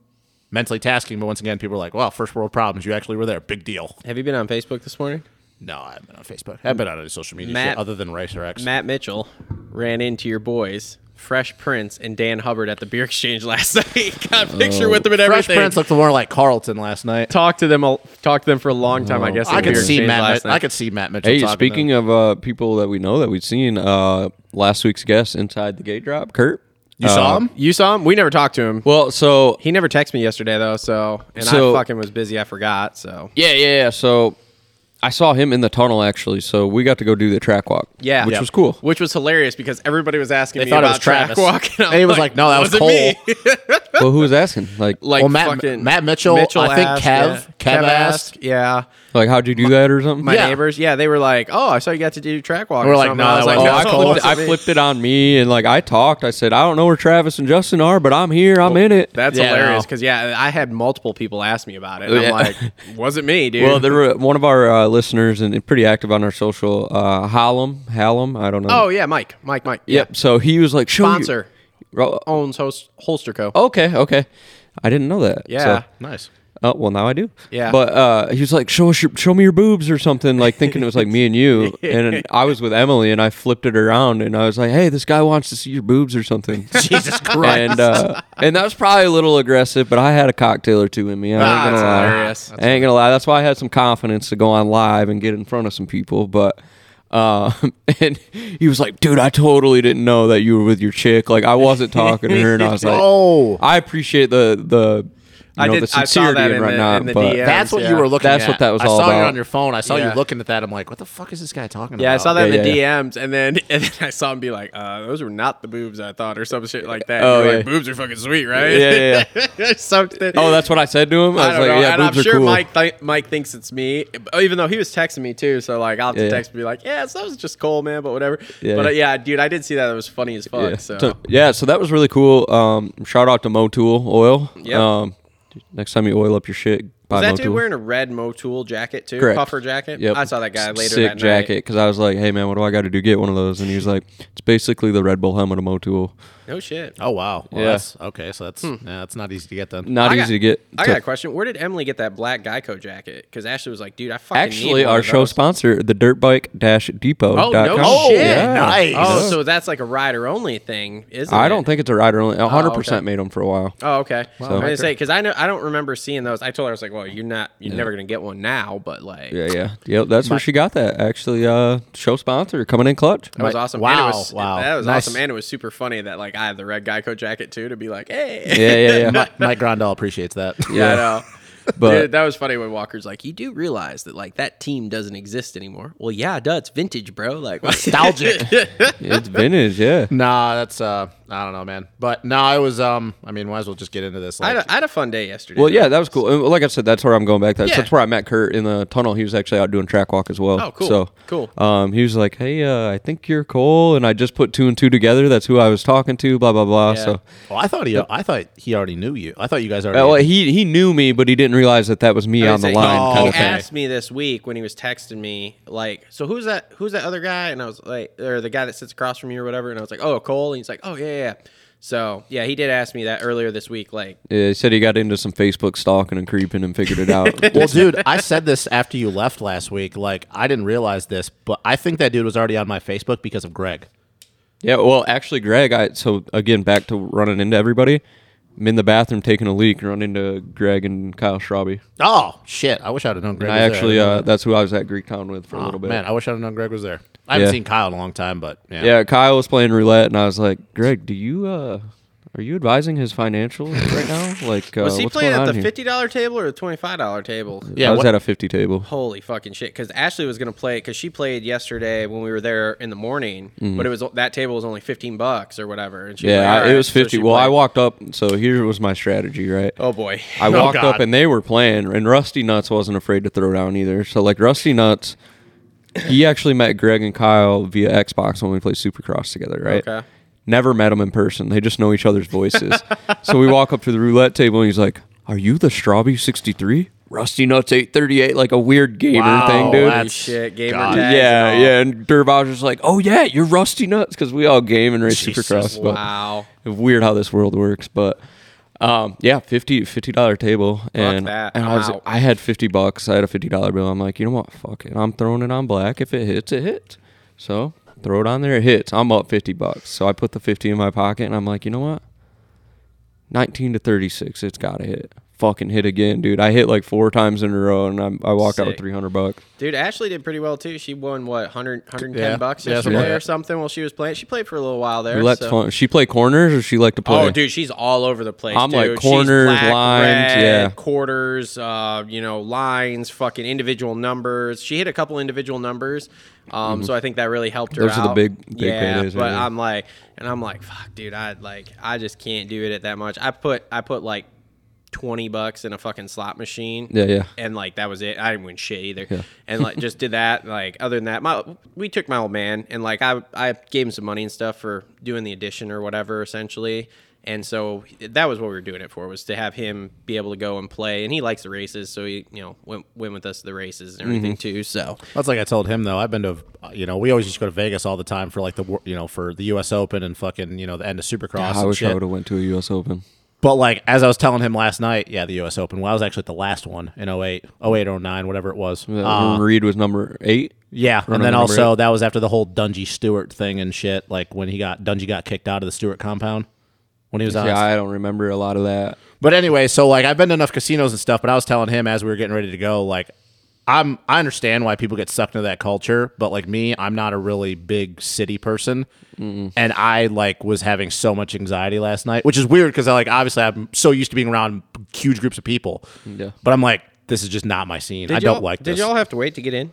[SPEAKER 2] mentally tasking. But once again, people are like, well, first world problems. You actually were there. Big deal.
[SPEAKER 1] Have you been on Facebook this morning?
[SPEAKER 2] No, I haven't been on Facebook. I haven't been on any social media
[SPEAKER 1] Matt-
[SPEAKER 2] shit other than Racer X.
[SPEAKER 1] Matt Mitchell ran into your boys, Fresh Prince and Dan Hubbard at the beer exchange last night. Got a picture with them and
[SPEAKER 2] Fresh
[SPEAKER 1] everything.
[SPEAKER 2] Prince looked more like Carlton last night.
[SPEAKER 1] talked to them, a- talked to them for a long time. I guess at
[SPEAKER 2] I
[SPEAKER 1] the
[SPEAKER 2] could
[SPEAKER 1] beer
[SPEAKER 2] see
[SPEAKER 1] exchange
[SPEAKER 2] Matt.
[SPEAKER 1] last
[SPEAKER 2] Mi-
[SPEAKER 1] night.
[SPEAKER 2] I could see Matt Mitchell.
[SPEAKER 3] Hey,
[SPEAKER 2] talking to
[SPEAKER 3] speaking
[SPEAKER 2] them.
[SPEAKER 3] of uh, people that we know that we've seen, uh, last week's guest inside the gate drop, Kurt.
[SPEAKER 2] you saw him.
[SPEAKER 1] You saw him? We never talked to him.
[SPEAKER 3] Well, so
[SPEAKER 1] he never texted me yesterday though, so and
[SPEAKER 3] So-
[SPEAKER 1] I fucking was busy. I forgot. So
[SPEAKER 3] Yeah, yeah, yeah. So I saw him in the tunnel actually. So we got to go do the track walk.
[SPEAKER 1] yeah,
[SPEAKER 3] which was cool.
[SPEAKER 1] Which was hilarious because everybody was asking
[SPEAKER 2] They
[SPEAKER 1] me
[SPEAKER 2] thought it
[SPEAKER 1] about
[SPEAKER 2] was
[SPEAKER 1] track
[SPEAKER 2] Travis.
[SPEAKER 1] walk.
[SPEAKER 2] And he was like, "No, that was
[SPEAKER 1] wasn't me."
[SPEAKER 3] well, who was asking? Like,
[SPEAKER 1] like
[SPEAKER 2] Well, Matt-
[SPEAKER 1] fucking
[SPEAKER 2] Matt Mitchell, I think Kev- Kev asked.
[SPEAKER 1] yeah.
[SPEAKER 3] like how'd you do that or something?
[SPEAKER 1] my
[SPEAKER 2] Yeah.
[SPEAKER 1] neighbors. Yeah, they were like, "Oh, I saw you got to do track walk."
[SPEAKER 2] We're
[SPEAKER 1] or
[SPEAKER 2] like,
[SPEAKER 1] something."
[SPEAKER 2] "No,
[SPEAKER 1] I was
[SPEAKER 2] that
[SPEAKER 3] Oh,
[SPEAKER 2] wasn't
[SPEAKER 3] I,
[SPEAKER 2] That's
[SPEAKER 1] "No, it
[SPEAKER 3] flipped,
[SPEAKER 1] wasn't
[SPEAKER 3] I
[SPEAKER 1] me."
[SPEAKER 3] flipped it on me and like I talked. I said, I don't know where Travis and Justin are, but I'm here. I'm in it.
[SPEAKER 1] That's
[SPEAKER 2] Yeah,
[SPEAKER 1] hilarious
[SPEAKER 2] no.
[SPEAKER 1] because yeah, I had multiple people ask me about it. And I'm
[SPEAKER 3] Yeah.
[SPEAKER 1] like, "Wasn't me, dude."
[SPEAKER 3] well, there were one of our uh, listeners and pretty active on our social, uh, Hallam. Hallam, I don't know.
[SPEAKER 1] oh yeah, Mike, Mike, Mike. Yeah.
[SPEAKER 3] yep. So he was like, show you-
[SPEAKER 1] Sponsor
[SPEAKER 3] Ro- oh,
[SPEAKER 1] owns host Holster Co.
[SPEAKER 3] okay, okay. I didn't know that.
[SPEAKER 1] yeah,
[SPEAKER 3] Oh, So-
[SPEAKER 2] Nice.
[SPEAKER 3] Oh well, now I do.
[SPEAKER 1] Yeah.
[SPEAKER 3] But uh, he was like, "Show us your, show me your boobs or something," like thinking it was like me and you. And I was with Emily, and I flipped it around, and I was like, "Hey, this guy wants to see your boobs or something."
[SPEAKER 2] Jesus Christ.
[SPEAKER 3] and uh, and that was probably a little aggressive, but I had a cocktail or two in me. I ain't
[SPEAKER 1] Ah,
[SPEAKER 3] gonna
[SPEAKER 1] that's
[SPEAKER 3] lie.
[SPEAKER 1] hilarious.
[SPEAKER 3] I ain't gonna lie. That's why I had some confidence to go on live and get in front of some people, but. Uh, and he was like, "Dude, I totally didn't know that you were with your chick. Like, I wasn't talking to her, and I was like,
[SPEAKER 2] Oh.
[SPEAKER 3] I appreciate the the." You
[SPEAKER 1] I
[SPEAKER 3] know,
[SPEAKER 1] did-
[SPEAKER 3] the
[SPEAKER 1] I saw
[SPEAKER 3] sincerity
[SPEAKER 1] that
[SPEAKER 3] and
[SPEAKER 1] in the-
[SPEAKER 3] whatnot,
[SPEAKER 1] in the
[SPEAKER 3] but
[SPEAKER 1] DM.
[SPEAKER 2] That's what
[SPEAKER 1] Yeah.
[SPEAKER 2] you were looking
[SPEAKER 3] That's
[SPEAKER 2] at.
[SPEAKER 3] what that was
[SPEAKER 2] I
[SPEAKER 3] all
[SPEAKER 2] saw you
[SPEAKER 3] about.
[SPEAKER 2] on your phone. I saw
[SPEAKER 1] Yeah.
[SPEAKER 2] you looking at that. I'm like, what the fuck is this guy talking about?
[SPEAKER 1] Yeah, I saw that
[SPEAKER 3] Yeah,
[SPEAKER 1] in the
[SPEAKER 3] yeah,
[SPEAKER 1] DMs, and then and then I saw him be like, uh, "Those were not the boobs I thought," or some shit like that.
[SPEAKER 3] Oh,
[SPEAKER 1] Oh,
[SPEAKER 3] yeah.
[SPEAKER 1] like, boobs are fucking sweet, right?
[SPEAKER 3] Yeah, yeah,
[SPEAKER 1] Something.
[SPEAKER 3] oh, that's what I said to him. I, was
[SPEAKER 1] I don't
[SPEAKER 3] like,
[SPEAKER 1] know,
[SPEAKER 3] "Yeah,
[SPEAKER 1] and I'm
[SPEAKER 3] boobs are
[SPEAKER 1] sure
[SPEAKER 3] cool."
[SPEAKER 1] Mike th- Mike thinks it's me, b- even though he was texting me too. So like, I'll have to
[SPEAKER 3] Yeah.
[SPEAKER 1] text and be like, "Yeah, so that was just Cole, man," but whatever.
[SPEAKER 3] Yeah.
[SPEAKER 1] But uh, yeah, dude, I did see that. It was funny as fuck.
[SPEAKER 3] yeah.
[SPEAKER 1] So.
[SPEAKER 3] So- yeah, so that was really cool. Um, shout out to Motul Oil.
[SPEAKER 1] Yep.
[SPEAKER 3] Um, next time you oil up your shit, buy
[SPEAKER 1] was that
[SPEAKER 3] Motul.
[SPEAKER 1] dude wearing a red Motul jacket too?
[SPEAKER 3] Correct.
[SPEAKER 1] Puffer jacket.
[SPEAKER 3] Yep.
[SPEAKER 1] I saw that guy later.
[SPEAKER 3] Sick
[SPEAKER 1] that night.
[SPEAKER 3] jacket. Because I was like, "Hey man, what do I got to do? Get one of those?" And he was like, "It's basically the Red Bull helmet of Motul.
[SPEAKER 1] No shit.
[SPEAKER 2] Oh wow. Well,
[SPEAKER 3] Yeah.
[SPEAKER 2] That's, okay, so that's yeah, that's not easy to get then.
[SPEAKER 3] Not
[SPEAKER 1] I
[SPEAKER 3] easy
[SPEAKER 1] got-
[SPEAKER 3] to get."
[SPEAKER 1] I
[SPEAKER 3] to-
[SPEAKER 1] got a question. Where did Emily get that black Geico jacket? Because Ashley was like, "Dude, I fucking
[SPEAKER 3] Actually,
[SPEAKER 1] need one
[SPEAKER 3] our
[SPEAKER 1] of
[SPEAKER 3] show
[SPEAKER 1] those.
[SPEAKER 3] sponsor, the dirtbike-depot.
[SPEAKER 1] Oh no
[SPEAKER 2] Oh,
[SPEAKER 1] shit!
[SPEAKER 2] yeah. nice.
[SPEAKER 1] Oh, so that's like a rider only thing, isn't it?
[SPEAKER 3] I don't think it's a rider only. 100%
[SPEAKER 1] Oh, okay.
[SPEAKER 3] made them for a while.
[SPEAKER 1] Oh, okay. I was
[SPEAKER 3] okay.
[SPEAKER 1] gonna say because I know I don't remember seeing those. I told her I was like, "Well, you're not, you're never gonna get one now." But like,
[SPEAKER 3] Yeah, yeah. Yep, that's where she got that. Actually, uh, show sponsor coming in clutch.
[SPEAKER 1] that was awesome. And it
[SPEAKER 2] Wow,
[SPEAKER 1] was,
[SPEAKER 2] wow.
[SPEAKER 1] That was
[SPEAKER 2] Nice.
[SPEAKER 1] awesome, and it was super funny that like I had the red Geico jacket too to be like, "Hey,
[SPEAKER 3] Yeah, yeah, yeah.
[SPEAKER 2] Mike Grondal appreciates that.
[SPEAKER 1] yeah." I know.
[SPEAKER 3] But-
[SPEAKER 1] Dude, that was funny when Walker's like, "You do realize that like that team doesn't exist anymore?" Well, yeah, it does. It's vintage, bro. Like,
[SPEAKER 2] Nostalgic.
[SPEAKER 3] It's vintage, yeah.
[SPEAKER 2] nah, that's uh I don't know, man. But no, I was. Um, I mean, might as well just get into this.
[SPEAKER 1] I
[SPEAKER 2] Like,
[SPEAKER 1] had, a, I had a fun day yesterday.
[SPEAKER 3] Well, yeah, that was cool. And like I said, that's where I'm going back. That's,
[SPEAKER 1] Yeah.
[SPEAKER 3] that's where I met Kurt in the tunnel. He was actually out doing track walk as well.
[SPEAKER 1] Oh, cool.
[SPEAKER 3] So
[SPEAKER 1] Cool.
[SPEAKER 3] Um, he was like, "Hey, uh, I think you're Cole," and I just put two and two together. That's who I was talking to. Blah blah blah. So,
[SPEAKER 2] well, oh, I thought he. I thought he already knew you. I thought you guys already.
[SPEAKER 3] Uh, well, he he knew me, but he didn't realize that that was me
[SPEAKER 1] I
[SPEAKER 3] on the
[SPEAKER 1] say-
[SPEAKER 3] line.
[SPEAKER 1] He,
[SPEAKER 2] Oh,
[SPEAKER 3] kind
[SPEAKER 1] he
[SPEAKER 3] of thing.
[SPEAKER 1] asked me this week when he was texting me, like, "So who's that? Who's that other guy?" And I was like, "Or the guy that sits across from you, or whatever." And I was like, "Oh, Cole." And he's like, "Oh, yeah, yeah." yeah." So yeah, he did ask me that earlier this week. Like,
[SPEAKER 3] Yeah, he said he got into some Facebook stalking and creeping and figured it out.
[SPEAKER 2] well, dude, I said this after you left last week. Like, I didn't realize this, but I think that dude was already on my Facebook because of Greg.
[SPEAKER 3] yeah, well, actually, Greg, I so again back to running into everybody. I'm in the bathroom taking a leak and run into Greg and Kyle Schraube.
[SPEAKER 2] Oh shit! I wish I'd have known Greg. was
[SPEAKER 3] And I
[SPEAKER 2] there.
[SPEAKER 3] actually,
[SPEAKER 2] didn't
[SPEAKER 3] uh,
[SPEAKER 2] know
[SPEAKER 3] that's who I was at Greek Town with for a
[SPEAKER 1] Oh,
[SPEAKER 2] that.
[SPEAKER 3] little bit.
[SPEAKER 2] man, I wish I'd have known Greg was there. I haven't
[SPEAKER 3] Yeah.
[SPEAKER 2] seen Kyle in a long time, but yeah.
[SPEAKER 3] Yeah, Kyle was playing roulette, and I was like, "Greg, do you uh, are you advising his financials right now? Like, uh,
[SPEAKER 1] was he
[SPEAKER 3] what's
[SPEAKER 1] playing
[SPEAKER 3] going
[SPEAKER 1] at
[SPEAKER 3] on
[SPEAKER 1] the
[SPEAKER 3] here?
[SPEAKER 1] fifty dollar table or the twenty five dollar table?
[SPEAKER 2] Yeah,
[SPEAKER 3] I was
[SPEAKER 2] what-
[SPEAKER 3] at a fifty table.
[SPEAKER 1] Holy fucking shit! Because Ashley was gonna play because she played yesterday when we were there in the morning, but it was that table was only fifteen bucks or whatever. And she was like,
[SPEAKER 3] Mm-hmm. Yeah,
[SPEAKER 1] "All
[SPEAKER 3] I,
[SPEAKER 1] right."
[SPEAKER 3] it was
[SPEAKER 1] So
[SPEAKER 3] fifty.
[SPEAKER 1] she
[SPEAKER 3] well, I
[SPEAKER 1] played.
[SPEAKER 3] walked up, so here was my strategy, right?
[SPEAKER 1] Oh boy,
[SPEAKER 3] I
[SPEAKER 2] Oh,
[SPEAKER 3] walked up
[SPEAKER 2] God.
[SPEAKER 3] and they were playing, and Rusty Nuts wasn't afraid to throw down either. So like Rusty Nuts, he actually met Greg and Kyle via Xbox when we played Supercross together, right?
[SPEAKER 1] Okay.
[SPEAKER 3] Never met him in person. They just know each other's voices. so we walk up to the roulette table, and he's like, "Are you the Strawby sixty three? Rusty Nuts eight thirty eight? Like a weird gamer
[SPEAKER 2] Wow,
[SPEAKER 3] thing, dude."
[SPEAKER 2] that's-
[SPEAKER 1] shit, gamer
[SPEAKER 2] God.
[SPEAKER 1] tags
[SPEAKER 3] yeah,
[SPEAKER 1] and all.
[SPEAKER 3] yeah, and Durbauer's just like, "Oh yeah, you're Rusty Nuts," because we all game and race
[SPEAKER 2] Jesus,
[SPEAKER 3] Supercross. But
[SPEAKER 1] Wow.
[SPEAKER 3] weird how this world works, but um, yeah, 50 dollar table, and
[SPEAKER 1] that.
[SPEAKER 3] and
[SPEAKER 1] I'm
[SPEAKER 3] I was
[SPEAKER 1] out.
[SPEAKER 3] I had fifty bucks. I had a fifty dollar bill. I'm like, you know what? Fuck it. I'm throwing it on black. If it hits, it hits. So throw it on there. It hits. I'm up fifty bucks. So I put the fifty in my pocket, and I'm like, you know what? Nineteen to thirty six. It's gotta hit. Fucking hit again, dude. I hit like four times in a row, and I, I walked out with
[SPEAKER 1] Sick.
[SPEAKER 3] three hundred bucks.
[SPEAKER 1] Dude, Ashley did pretty well too. She won what 100, 110
[SPEAKER 2] Yeah.
[SPEAKER 1] bucks
[SPEAKER 2] Yeah,
[SPEAKER 1] yesterday
[SPEAKER 2] something like
[SPEAKER 1] or
[SPEAKER 2] that.
[SPEAKER 1] something while she was playing. She played for a little while there.
[SPEAKER 3] Roulette's
[SPEAKER 1] so-
[SPEAKER 3] fun. She play corners, or she like to play.
[SPEAKER 1] Oh, dude, she's all over the place.
[SPEAKER 3] I'm like
[SPEAKER 1] dude. She's
[SPEAKER 3] corners,
[SPEAKER 1] black,
[SPEAKER 3] lines,
[SPEAKER 1] red,
[SPEAKER 3] yeah.
[SPEAKER 1] quarters, uh, you know, lines, fucking individual numbers. She hit a couple individual numbers, um, so I think that really helped her.
[SPEAKER 3] Mm-hmm. Those are the
[SPEAKER 1] out.
[SPEAKER 3] big- big
[SPEAKER 1] yeah.
[SPEAKER 3] paydays,
[SPEAKER 1] but
[SPEAKER 3] yeah.
[SPEAKER 1] I'm like, and I'm like, fuck, dude, I like, I just can't do it at that much. I put, I put like. 20 bucks in a fucking slot machine
[SPEAKER 3] Yeah, yeah.
[SPEAKER 1] and like that was it. I didn't win shit either, and like just did that. Like other than that, my we took my old man and like I I gave him some money and stuff for doing the addition or whatever essentially. And so that was what we were doing it for was to have him be able to go and play. And he likes the races, so he you know went went with us to the races and everything
[SPEAKER 2] Mm-hmm.
[SPEAKER 1] too. So
[SPEAKER 2] That's like I told him though. I've been to, you know, we always used to go to Vegas all the time for like the, wor- you know, for the U.S. Open and fucking, you know, the end of Supercross.
[SPEAKER 3] I
[SPEAKER 2] and
[SPEAKER 3] wish I
[SPEAKER 2] shit.
[SPEAKER 3] would have went to a U.S. Open.
[SPEAKER 2] But like as I was telling him last night, yeah, the U.S. Open. Well, I was actually at the last one in 08, 08, 09, whatever it was. Uh,
[SPEAKER 3] Reed was number eight.
[SPEAKER 2] yeah,
[SPEAKER 3] Runner
[SPEAKER 2] and then
[SPEAKER 3] number
[SPEAKER 2] also
[SPEAKER 3] eight.
[SPEAKER 2] that was after the whole Dungy Stewart thing and shit. Like when he got Dungy got kicked out of the Stewart compound when he was on.
[SPEAKER 3] Yeah, I don't remember a lot of that.
[SPEAKER 2] But anyway, so like I've been to enough casinos and stuff, but I was telling him as we were getting ready to go, like I'm I understand why people get sucked into that culture, but like me, I'm not a really big city person, and I like was having so much anxiety last night, which is weird because I like obviously I'm so used to being around huge groups of people, yeah. But I'm like, this is just not my scene. I don't like
[SPEAKER 1] Did
[SPEAKER 2] this.
[SPEAKER 1] y'all have to wait to get in?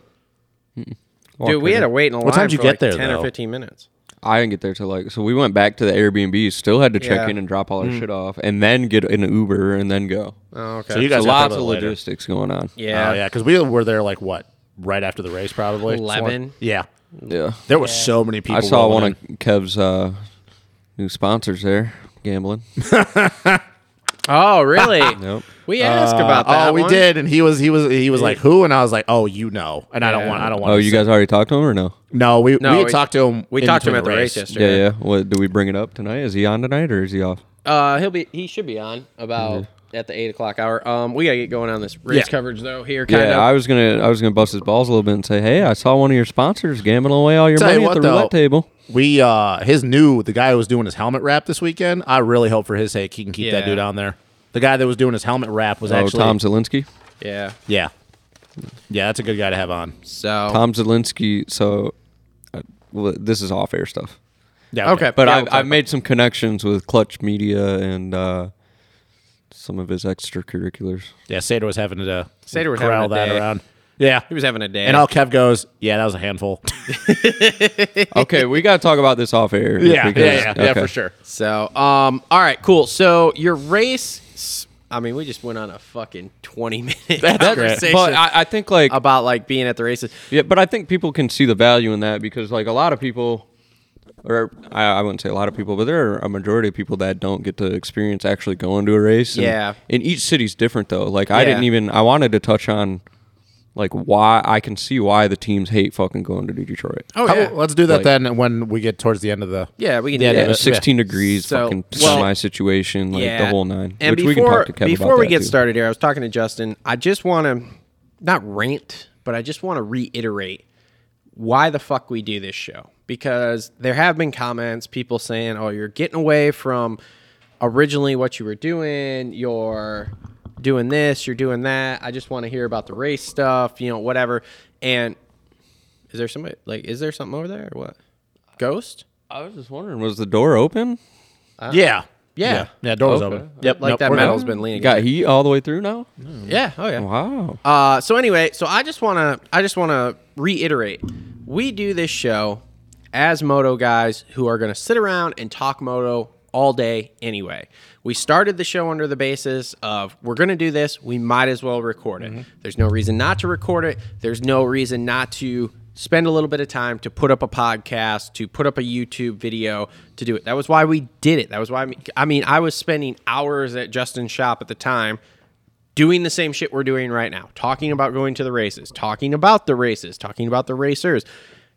[SPEAKER 1] Dude, we had to wait in a line
[SPEAKER 2] What time did you
[SPEAKER 1] for
[SPEAKER 2] get
[SPEAKER 1] like
[SPEAKER 2] there,
[SPEAKER 1] ten
[SPEAKER 2] though?
[SPEAKER 1] or fifteen minutes.
[SPEAKER 3] I didn't get there till like so we went back to the Airbnb, still had to check
[SPEAKER 1] Yeah.
[SPEAKER 3] in and drop all our shit off, and then get in an Uber and then go.
[SPEAKER 1] Oh,
[SPEAKER 2] so
[SPEAKER 1] okay.
[SPEAKER 2] Hmm. you
[SPEAKER 3] So
[SPEAKER 2] guys got there
[SPEAKER 3] lots
[SPEAKER 2] a
[SPEAKER 3] of
[SPEAKER 2] little later.
[SPEAKER 3] logistics going on.
[SPEAKER 1] yeah,
[SPEAKER 2] Oh, yeah, because we were there like what right after the race, probably
[SPEAKER 1] Eleven?
[SPEAKER 2] Yeah,
[SPEAKER 3] Yeah,
[SPEAKER 2] there were so many people.
[SPEAKER 3] I saw
[SPEAKER 2] rolling
[SPEAKER 3] one
[SPEAKER 2] in.
[SPEAKER 3] of Kev's uh, new sponsors there, gambling.
[SPEAKER 1] Oh, really?
[SPEAKER 3] Nope.
[SPEAKER 1] We asked about that.
[SPEAKER 2] Oh, we
[SPEAKER 1] one.
[SPEAKER 2] did, and he was he was he was like who, and I was like, oh, you know, and I don't want I don't want.
[SPEAKER 3] Oh,
[SPEAKER 2] to
[SPEAKER 3] you
[SPEAKER 2] say-
[SPEAKER 3] guys already talked to him or no?
[SPEAKER 2] No, we
[SPEAKER 1] No,
[SPEAKER 2] we, had
[SPEAKER 1] we-
[SPEAKER 2] talked to him.
[SPEAKER 1] We
[SPEAKER 2] in
[SPEAKER 1] talked to him
[SPEAKER 2] between the
[SPEAKER 1] at the race,
[SPEAKER 2] race.
[SPEAKER 1] yesterday.
[SPEAKER 3] Yeah, yeah. What do we bring it up tonight? Is he on tonight or is he off?
[SPEAKER 1] Uh, he'll be. He should be on about
[SPEAKER 3] Mm-hmm.
[SPEAKER 1] at the eight o'clock hour. Um, we gotta get going on this race
[SPEAKER 2] Yeah.
[SPEAKER 1] coverage though. Here,
[SPEAKER 3] Yeah,
[SPEAKER 1] kind of.
[SPEAKER 3] I was gonna I was gonna bust his balls a little bit and say, hey, I saw one of your sponsors gambling away all your
[SPEAKER 2] Tell you
[SPEAKER 3] money at
[SPEAKER 2] what,
[SPEAKER 3] the
[SPEAKER 2] though,
[SPEAKER 3] roulette table.
[SPEAKER 2] We uh his new the guy who was doing his helmet wrap this weekend. I really hope for his sake he can keep that
[SPEAKER 1] Yeah.
[SPEAKER 2] dude on there. The guy that was doing his helmet wrap was
[SPEAKER 3] Oh,
[SPEAKER 2] actually
[SPEAKER 3] Tom Zelinsky.
[SPEAKER 1] yeah.
[SPEAKER 2] Yeah, yeah, that's a good guy to have on.
[SPEAKER 1] So
[SPEAKER 3] Tom Zelinsky. So uh, well, this is off air stuff,
[SPEAKER 2] Yeah,
[SPEAKER 1] Okay.
[SPEAKER 3] but
[SPEAKER 1] Yeah,
[SPEAKER 3] I've,
[SPEAKER 1] we'll talk
[SPEAKER 3] I've made some connections with Clutch Media and uh, some of his extracurriculars.
[SPEAKER 2] yeah. Sator was having to
[SPEAKER 1] Sator was having
[SPEAKER 2] corral
[SPEAKER 1] a
[SPEAKER 2] that
[SPEAKER 1] day.
[SPEAKER 2] around. Yeah.
[SPEAKER 1] He was having a day.
[SPEAKER 2] And all Kev goes, yeah, that was a handful.
[SPEAKER 3] okay, we gotta talk about this off air. because- okay.
[SPEAKER 2] sure.
[SPEAKER 1] So, um, all right, cool. So your race. s- I mean, we just went on a fucking twenty minute
[SPEAKER 2] That's great.
[SPEAKER 1] conversation
[SPEAKER 3] But I, I think like
[SPEAKER 1] about like being at the races.
[SPEAKER 3] Yeah, but I think people can see the value in that because like a lot of people, or I, I wouldn't say a lot of people, but there are a majority of people that don't get to experience actually going to a race. And,
[SPEAKER 1] Yeah.
[SPEAKER 3] and each city's different though. Like I
[SPEAKER 1] Yeah.
[SPEAKER 3] didn't even I wanted to touch on like why I can see why the teams hate fucking going to Detroit.
[SPEAKER 1] Oh
[SPEAKER 2] How- Let's do that
[SPEAKER 3] Like-
[SPEAKER 2] then when we get towards the end of the.
[SPEAKER 1] yeah, we can
[SPEAKER 2] Yeah,
[SPEAKER 1] do
[SPEAKER 2] yeah,
[SPEAKER 1] that.
[SPEAKER 2] but-
[SPEAKER 3] Sixteen degrees,
[SPEAKER 1] So,
[SPEAKER 3] fucking
[SPEAKER 1] well-
[SPEAKER 3] semi situation, like the whole nine.
[SPEAKER 1] And
[SPEAKER 3] which
[SPEAKER 1] before,
[SPEAKER 3] we can talk to Kevin
[SPEAKER 1] before
[SPEAKER 3] about
[SPEAKER 1] we
[SPEAKER 3] that,
[SPEAKER 1] get
[SPEAKER 3] too.
[SPEAKER 1] started here, I was talking to Justin. I just want to not rant, but I just want to reiterate why the fuck we do this show because there have been comments, people saying, "Oh, you're getting away from originally what you were doing. You're doing this. You're doing that. I just want to hear about the race stuff. You know, whatever." And is there somebody like? Is there something over there or what? Ghost?
[SPEAKER 3] I was just wondering, was the door open?
[SPEAKER 2] yeah.
[SPEAKER 1] Uh, Yeah.
[SPEAKER 2] Yeah. Yeah. Doors
[SPEAKER 3] Okay.
[SPEAKER 2] open. Yep.
[SPEAKER 1] Like
[SPEAKER 2] nope,
[SPEAKER 1] that
[SPEAKER 2] we're
[SPEAKER 1] metal's
[SPEAKER 2] good.
[SPEAKER 1] been leaning.
[SPEAKER 3] It got heat all the way through now.
[SPEAKER 1] Yeah. Oh yeah.
[SPEAKER 3] Wow.
[SPEAKER 1] Uh, so anyway, so I just wanna I just wanna reiterate, we do this show as moto guys who are gonna sit around and talk moto all day anyway. We started the show under the basis of we're gonna do this, we might as well record it. There's no reason not to record it. There's no reason not to spend a little bit of time to put up a podcast, to put up a YouTube video, to do it. That was why we did it. That was why I mean, I mean I was spending hours at Justin's shop at the time doing the same shit we're doing right now, talking about going to the races, talking about the races, talking about the racers.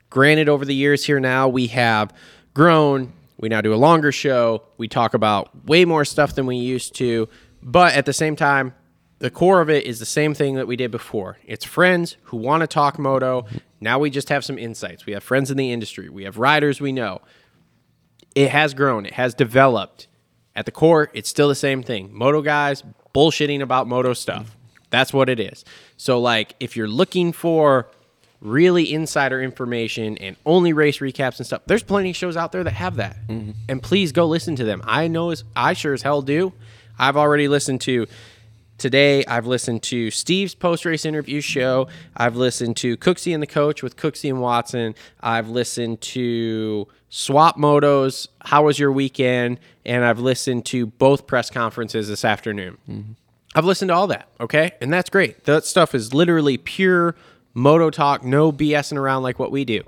[SPEAKER 1] Granted, over the years here now, we have grown. We now do a longer show. We talk about way more stuff than we used to. But at the same time, the core of it is the same thing that we did before. It's friends who want to talk moto. Now we just have some insights. We have friends in the industry, we have riders we know it has grown, it has developed. At the core, it's still the same thing. Moto guys bullshitting about moto stuff. That's what it is. So like if you're looking for really insider information and only race recaps and stuff, there's plenty of shows out there that have that. And please go listen to them. I know as I sure as hell do. I've already listened to Today, I've listened to Steve's post race interview show. I've listened to Cooksey and the Coach with Cooksey and Watson. I've listened to Swap Motos, How Was Your Weekend? And I've listened to both press conferences this afternoon. I've listened to all that, okay? And that's great. That stuff is literally pure moto talk, no BSing around like what we do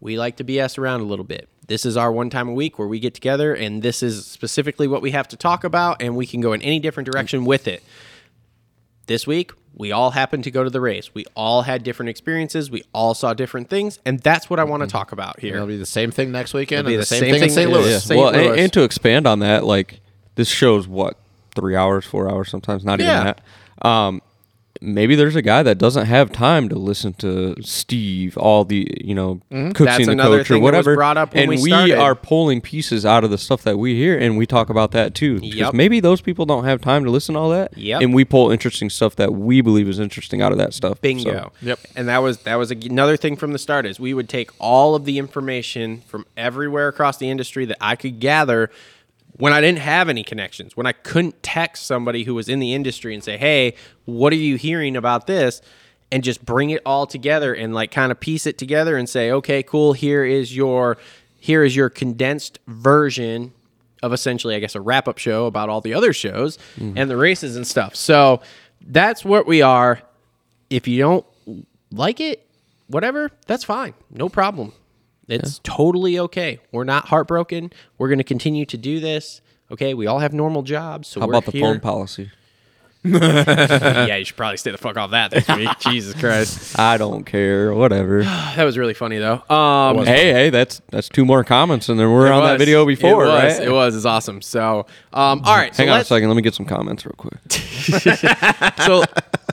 [SPEAKER 1] we like to BS around a little bit. This is our one time a week where we get together and this is specifically what we have to talk about and we can go in any different direction with it. This week, we all happened to go to the race. We all had different experiences. We all saw different things. And that's what I want to talk about
[SPEAKER 2] It'll
[SPEAKER 1] here.
[SPEAKER 2] be the same thing next weekend
[SPEAKER 1] be
[SPEAKER 2] and
[SPEAKER 1] the
[SPEAKER 2] the same
[SPEAKER 1] same
[SPEAKER 2] thing in
[SPEAKER 1] thing-
[SPEAKER 2] St.
[SPEAKER 1] yeah,
[SPEAKER 2] Louis.
[SPEAKER 1] yeah.
[SPEAKER 2] St.
[SPEAKER 3] Well,
[SPEAKER 2] Louis.
[SPEAKER 3] and, and to expand on that, like this shows what three hours, four hours, sometimes not
[SPEAKER 1] Yeah.
[SPEAKER 3] even that. Um, maybe there's a guy that doesn't have time to listen to Steve, all the you know, cooks
[SPEAKER 1] Mm-hmm. That's
[SPEAKER 3] and the
[SPEAKER 1] another
[SPEAKER 3] coach
[SPEAKER 1] thing
[SPEAKER 3] or
[SPEAKER 1] that was
[SPEAKER 3] whatever.
[SPEAKER 1] brought up when
[SPEAKER 3] and
[SPEAKER 1] we started.
[SPEAKER 3] are pulling pieces out of the stuff that we hear, and we talk about that too. 'Cause
[SPEAKER 1] Yep.
[SPEAKER 3] Maybe those people don't have time to listen to all that.
[SPEAKER 1] Yep.
[SPEAKER 3] And we pull interesting stuff that we believe is interesting out of that stuff.
[SPEAKER 1] Bingo.
[SPEAKER 3] So,
[SPEAKER 2] Yep.
[SPEAKER 1] And that was that was ag- another thing from the start is we would take all of the information from everywhere across the industry that I could gather when I didn't have any connections, when I couldn't text somebody who was in the industry and say, "Hey, what are you hearing about this?" and just bring it all together and like kind of piece it together and say, "Okay, cool, here is your here is your condensed version of essentially, I guess, a wrap up show about all the other shows and the races and stuff. So that's what we are. If you don't like it, whatever, that's fine. No problem. It's totally okay. We're not heartbroken. We're going to continue to do this. Okay. We all have normal jobs. So
[SPEAKER 3] how
[SPEAKER 1] we're
[SPEAKER 3] about the
[SPEAKER 1] here.
[SPEAKER 3] phone policy?
[SPEAKER 1] yeah, you should probably stay the fuck off that this week. Jesus Christ.
[SPEAKER 3] I don't care. Whatever.
[SPEAKER 1] That was really funny, though. Um,
[SPEAKER 3] Hey, hey, that's that's two more comments than there were on that
[SPEAKER 1] was.
[SPEAKER 3] video before,
[SPEAKER 1] it was,
[SPEAKER 3] right?
[SPEAKER 1] It was. It's awesome. So, um, all right. so
[SPEAKER 3] Hang on a
[SPEAKER 1] let's-
[SPEAKER 3] second. Let me get some comments real quick.
[SPEAKER 1] so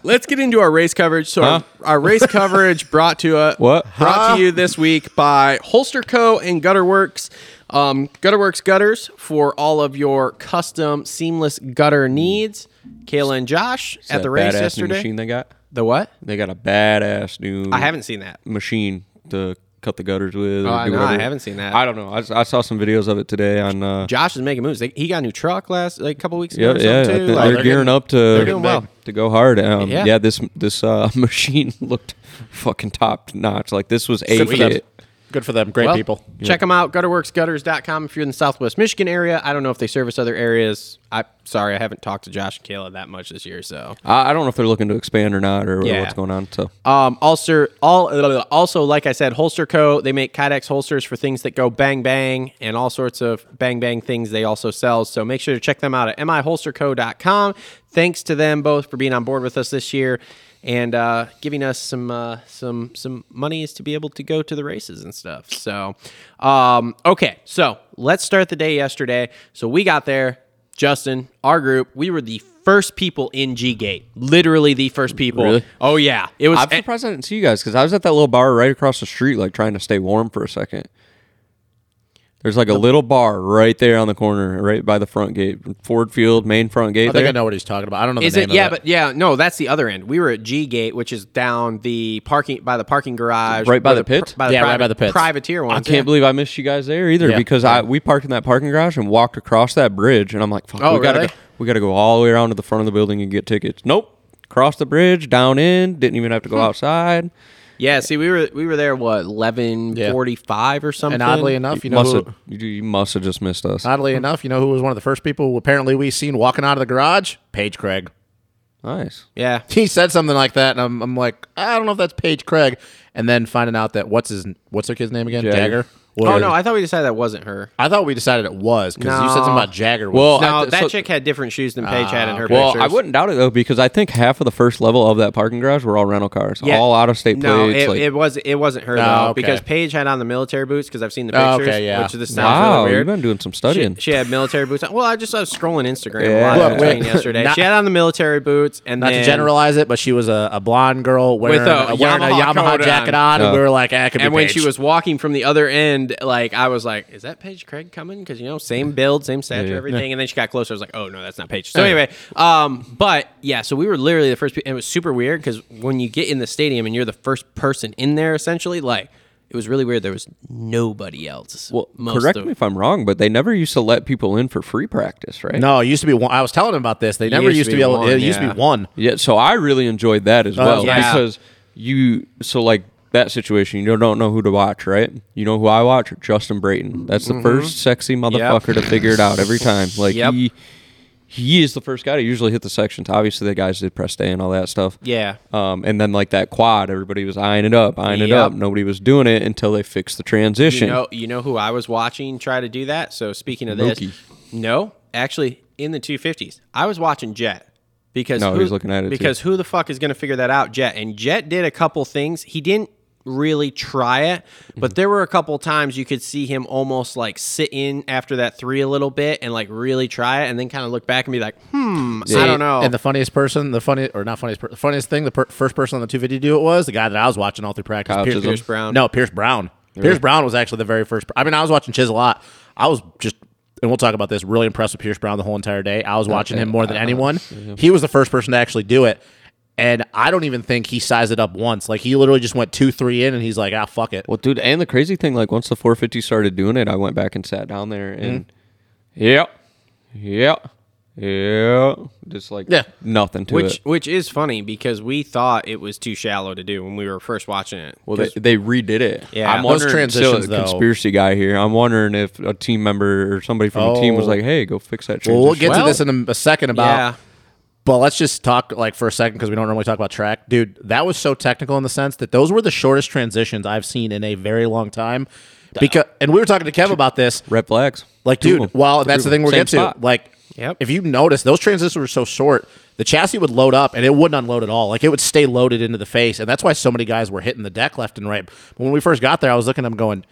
[SPEAKER 1] let's get into our race coverage. So our- our, race coverage brought to uh,
[SPEAKER 3] What?
[SPEAKER 1] brought to you this week by Holster Co. and Gutterworks. Um, Gutterworks gutters for all of your custom seamless gutter needs. Kayla and Josh at
[SPEAKER 3] That
[SPEAKER 1] the race
[SPEAKER 3] badass new
[SPEAKER 1] yesterday.
[SPEAKER 3] machine they got.
[SPEAKER 1] The what?
[SPEAKER 3] They got a badass new.
[SPEAKER 1] I haven't seen that.
[SPEAKER 3] machine. The cut the gutters with. Or
[SPEAKER 1] Oh, I
[SPEAKER 3] do
[SPEAKER 1] know. I
[SPEAKER 3] whatever.
[SPEAKER 1] haven't seen that.
[SPEAKER 3] I don't know. I, s- I saw some videos of it today on. Uh,
[SPEAKER 1] Josh is making moves. They, he got a new truck last like a couple weeks ago.
[SPEAKER 3] yeah,
[SPEAKER 1] or
[SPEAKER 3] yeah. I
[SPEAKER 1] something,
[SPEAKER 3] think
[SPEAKER 1] Too.
[SPEAKER 3] they're,
[SPEAKER 1] Like,
[SPEAKER 3] gearing up to
[SPEAKER 1] they're doing well.
[SPEAKER 3] to go hard. Um,
[SPEAKER 1] Yeah.
[SPEAKER 3] yeah. This this uh, machine looked fucking top notch. Like this was a
[SPEAKER 2] Good for them.
[SPEAKER 3] kit.
[SPEAKER 2] Good for them. Great
[SPEAKER 1] Well,
[SPEAKER 2] people.
[SPEAKER 1] Check them out. Gutterworksgutters.com if you're in the Southwest Michigan area. I don't know if they service other areas. I sorry, I haven't talked to Josh and Kayla that much this year. So
[SPEAKER 3] I, I don't know if they're looking to expand or not or
[SPEAKER 1] Yeah.
[SPEAKER 3] what's going on. So
[SPEAKER 1] um, also, all also like I said, Holster Co. They make Kydex holsters for things that go bang bang and all sorts of bang bang things. They also sell. So make sure to check them out at miholsterco.com. Thanks to them both for being on board with us this year. And uh, giving us some uh, some some monies to be able to go to the races and stuff. So, um, okay, so let's start the day yesterday. So we got there. Justin, our group, we were the first people in G Gate. Literally the first people.
[SPEAKER 3] Really?
[SPEAKER 1] Oh yeah, it was.
[SPEAKER 3] I'm surprised I didn't see you guys because I was at that little bar right across the street, like trying to stay warm for a second. There's like a little bar right there on the corner, right by the front gate, Ford Field, main front gate.
[SPEAKER 2] I think
[SPEAKER 3] there.
[SPEAKER 2] I know what he's talking about. I don't know the
[SPEAKER 1] Is
[SPEAKER 2] name
[SPEAKER 1] it?
[SPEAKER 2] of
[SPEAKER 1] Yeah,
[SPEAKER 2] it.
[SPEAKER 1] but yeah, no, that's the other end. We were at G Gate, which is down the parking by the parking garage,
[SPEAKER 3] Right by
[SPEAKER 1] where
[SPEAKER 3] the pit?
[SPEAKER 1] by the
[SPEAKER 2] Yeah, right
[SPEAKER 1] private,
[SPEAKER 2] by the pits.
[SPEAKER 1] privateer
[SPEAKER 3] I
[SPEAKER 1] ones.
[SPEAKER 3] can't
[SPEAKER 1] yeah.
[SPEAKER 3] believe I missed you guys there either
[SPEAKER 2] Yeah.
[SPEAKER 3] because I we parked in that parking garage and walked across that bridge and I'm like, fuck,
[SPEAKER 1] Oh,
[SPEAKER 3] we gotta
[SPEAKER 1] really?
[SPEAKER 3] go, we gotta go all the way around to the front of the building and get tickets. Nope, crossed the bridge, down in, didn't even have to go outside.
[SPEAKER 1] Yeah, see, we were we were there what eleven forty five or something.
[SPEAKER 2] And oddly enough, you know,
[SPEAKER 3] must
[SPEAKER 2] who,
[SPEAKER 3] have you, you must have just missed us.
[SPEAKER 2] oddly enough, you know who was one of the first people apparently we seen walking out of the garage? Paige Craig.
[SPEAKER 3] nice.
[SPEAKER 1] yeah,
[SPEAKER 2] He said something like that, and I'm, I'm like, I don't know if that's Paige Craig. And then finding out that what's his what's her kid's name again?
[SPEAKER 3] Jagger.
[SPEAKER 2] Jagger.
[SPEAKER 1] Oh
[SPEAKER 2] was-
[SPEAKER 1] no, I thought we decided that wasn't her.
[SPEAKER 2] I thought we decided it was because you said something
[SPEAKER 1] No.
[SPEAKER 2] about Jagger.
[SPEAKER 3] Well,
[SPEAKER 2] once.
[SPEAKER 3] I
[SPEAKER 1] No,
[SPEAKER 3] th-
[SPEAKER 1] that
[SPEAKER 3] so- Ah,
[SPEAKER 1] chick had different shoes than Paige had in her
[SPEAKER 3] Well,
[SPEAKER 1] pictures.
[SPEAKER 3] I wouldn't doubt it though because I think half of the first level of that parking garage were all rental cars,
[SPEAKER 1] Yeah.
[SPEAKER 3] all out of state
[SPEAKER 1] No,
[SPEAKER 3] plates.
[SPEAKER 1] it,
[SPEAKER 3] like, Ah,
[SPEAKER 1] it was it wasn't her though
[SPEAKER 2] okay.
[SPEAKER 1] because Paige had on the military boots because I've seen the
[SPEAKER 2] Oh,
[SPEAKER 1] pictures.
[SPEAKER 2] okay, yeah.
[SPEAKER 1] Which this sounds
[SPEAKER 3] wow,
[SPEAKER 1] really weird.
[SPEAKER 3] you've been doing some studying.
[SPEAKER 1] She, she had military boots. on. Well, I just I was scrolling Instagram
[SPEAKER 3] Yeah.
[SPEAKER 1] a lot in
[SPEAKER 2] Look,
[SPEAKER 1] between
[SPEAKER 2] wait.
[SPEAKER 1] yesterday.
[SPEAKER 2] Not-
[SPEAKER 1] she had on the military boots and
[SPEAKER 2] not
[SPEAKER 1] then
[SPEAKER 2] to generalize it, but she was a, a blonde girl wearing,
[SPEAKER 1] With a
[SPEAKER 2] a, wearing a
[SPEAKER 1] Yamaha
[SPEAKER 2] Yamaha
[SPEAKER 1] coat
[SPEAKER 2] jacket
[SPEAKER 1] on.
[SPEAKER 2] on, and
[SPEAKER 3] No.
[SPEAKER 2] we were like, ah, it could be
[SPEAKER 1] And when she
[SPEAKER 2] Paige.
[SPEAKER 1] was walking from the other end, like I was like, "Is that Paige Craig coming?" Because you know, same build, same stature,
[SPEAKER 3] Yeah.
[SPEAKER 1] everything. And then she got closer. I was like, "Oh no, that's not Paige." So anyway, um, but yeah, so we were literally the first. pe- And it was super weird because when you get in the stadium and you're the first person in there, essentially, like it was really weird. There was nobody else.
[SPEAKER 3] well,
[SPEAKER 1] most
[SPEAKER 3] correct
[SPEAKER 1] of-
[SPEAKER 3] me if I'm wrong, but they never used to let people in for free practice, right?
[SPEAKER 2] no, it used to be one. I was telling him about this. They never used, to be, able.
[SPEAKER 1] one,
[SPEAKER 2] it used
[SPEAKER 1] yeah.
[SPEAKER 2] to be one.
[SPEAKER 3] Yeah, so I really enjoyed that as well
[SPEAKER 1] Oh, yeah.
[SPEAKER 3] because you so like that situation, you don't know who to watch, right? You know who I watch? Justin Brayton. That's the first sexy motherfucker to figure it out every time. Like
[SPEAKER 1] Mm-hmm.
[SPEAKER 3] he
[SPEAKER 1] Yep.
[SPEAKER 3] he is the first guy to usually hit the sections. Obviously, the guys did press day and all that stuff.
[SPEAKER 1] Yeah.
[SPEAKER 3] Um, and then like that quad, everybody was eyeing it up, eyeing it
[SPEAKER 1] Yep.
[SPEAKER 3] up. Nobody was doing it until they fixed the transition.
[SPEAKER 1] You know, you know who I was watching try to do that. So speaking of this,
[SPEAKER 3] Mookie.
[SPEAKER 1] no, actually, in the two fifties, I was watching Jet because
[SPEAKER 3] No,
[SPEAKER 1] who,
[SPEAKER 3] he was looking at it, too.
[SPEAKER 1] because who the fuck is going to figure that out? Jet and Jet did a couple things. He didn't really try it,
[SPEAKER 3] Mm-hmm.
[SPEAKER 1] but there were a couple times you could see him almost like sit in after that three a little bit and like really try it, and then kind of look back and be like, hmm, I don't know.
[SPEAKER 2] And the funniest person, the funniest or not funniest, per- the funniest thing, the per- first person on the 250 to do it was the guy that I was watching all through practice.
[SPEAKER 3] Kyle Chisholm?
[SPEAKER 1] Pierce Brown.
[SPEAKER 2] No, Pierce Brown. Pierce Brown was actually the very first. per- I mean, I was watching Chiz a lot. I was just, and we'll talk about this. Really impressed with Pierce Brown the whole entire day. I was watching him more than anyone. He was the first person to actually do it. And I don't even think he sized it up once. Like he literally just went two, three in, and he's like, "Ah, fuck it."
[SPEAKER 3] Well, dude, and the crazy thing, like once the 450 started doing it, I went back and sat down there and,
[SPEAKER 2] Mm-hmm.
[SPEAKER 3] yep, yep, yep, just like
[SPEAKER 2] Yeah.
[SPEAKER 3] nothing to
[SPEAKER 1] which
[SPEAKER 3] it.
[SPEAKER 1] which is funny because we thought it was too shallow to do when we were first watching it.
[SPEAKER 3] Well, they, they redid it.
[SPEAKER 1] Yeah.
[SPEAKER 3] I'm
[SPEAKER 2] Those
[SPEAKER 3] wondering,
[SPEAKER 2] transitions,
[SPEAKER 3] so,
[SPEAKER 2] though-
[SPEAKER 3] conspiracy guy here. I'm wondering if a team member or somebody from a team was
[SPEAKER 2] Oh.
[SPEAKER 3] like, "Hey, go fix that transition."
[SPEAKER 2] Well, we'll get
[SPEAKER 1] Well-
[SPEAKER 2] to this in a, a second about
[SPEAKER 1] yeah.
[SPEAKER 2] But let's just talk like for a second because we don't normally talk about track, dude. That was so technical in the sense that those were the shortest transitions I've seen in a very long time. Because and we were talking to Kev about this,
[SPEAKER 3] Red flags,
[SPEAKER 2] like,
[SPEAKER 3] Two of
[SPEAKER 2] dude.
[SPEAKER 3] 'em.
[SPEAKER 2] Well, that's
[SPEAKER 3] Two
[SPEAKER 2] the
[SPEAKER 3] of 'em.
[SPEAKER 2] thing we're
[SPEAKER 3] Same
[SPEAKER 2] getting to.
[SPEAKER 3] spot.
[SPEAKER 2] Like,
[SPEAKER 1] Yep.
[SPEAKER 2] if you notice, those transitions were so short, the chassis would load up and it wouldn't unload at all. Like, it would stay loaded into the face, and that's why so many guys were hitting the deck left and right. But when we first got there, I was looking, at them going,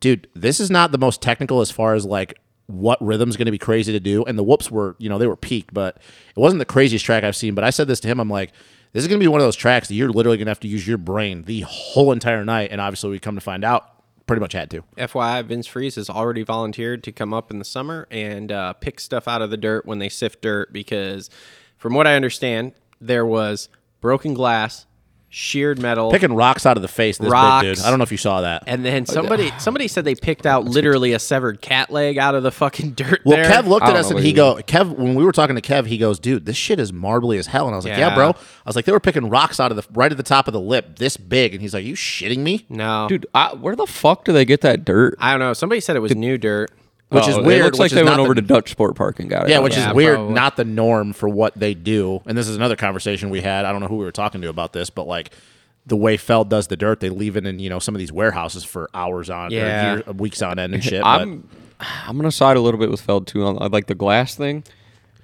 [SPEAKER 2] dude, this is not the most technical as far as like what rhythm's going to be crazy to do. And the whoops were, you know, they were peaked, but it wasn't the craziest track I've seen. But I said this to him, I'm like, this is going to be one of those tracks that you're literally going to have to use your brain the whole entire night. And obviously, we come to find out, pretty much had to.
[SPEAKER 1] FYI, Vince Freeze has already volunteered to come up in the summer and uh, pick stuff out of the dirt when they sift dirt because, from what I understand, there was broken glass, sheared metal.
[SPEAKER 2] Picking rocks out of the face. This
[SPEAKER 1] Rocks.
[SPEAKER 2] big dude. I don't know if you saw that.
[SPEAKER 1] and
[SPEAKER 3] Oh,
[SPEAKER 1] then somebody somebody said they picked out literally a severed cat leg out of the fucking dirt.
[SPEAKER 2] Well,
[SPEAKER 1] there.
[SPEAKER 2] Kev looked at
[SPEAKER 3] I don't
[SPEAKER 2] us
[SPEAKER 3] know
[SPEAKER 2] and
[SPEAKER 3] what
[SPEAKER 2] he
[SPEAKER 3] he
[SPEAKER 2] go, Kev. When we were talking to Kev, he goes, "Dude, this shit is marbly as hell." And I was like, "Yeah,
[SPEAKER 1] Yeah.
[SPEAKER 2] bro." I was like, "They were picking rocks out of the right at the top of the lip, this big." And he's like, "You shitting me?"
[SPEAKER 1] No,
[SPEAKER 3] Dude, I, where the fuck do they get that dirt?
[SPEAKER 1] I don't know. Somebody said it was new dirt.
[SPEAKER 2] Which is
[SPEAKER 3] Oh,
[SPEAKER 2] weird.
[SPEAKER 3] It looks
[SPEAKER 2] which
[SPEAKER 3] like
[SPEAKER 2] is
[SPEAKER 3] they
[SPEAKER 2] not
[SPEAKER 3] went
[SPEAKER 2] the-
[SPEAKER 3] over to Dutch Sport Park and got it.
[SPEAKER 2] Yeah, which
[SPEAKER 1] Yeah,
[SPEAKER 2] is weird,
[SPEAKER 1] probably.
[SPEAKER 2] not the norm for what they do. And this is another conversation we had. I don't know who we were talking to about this, but like the way Feld does the dirt, they leave it in you know some of these warehouses for hours on,
[SPEAKER 1] Yeah.
[SPEAKER 2] or year, weeks on end and shit. but-
[SPEAKER 3] I'm I'm gonna side a little bit with Feld too on on, like the glass thing.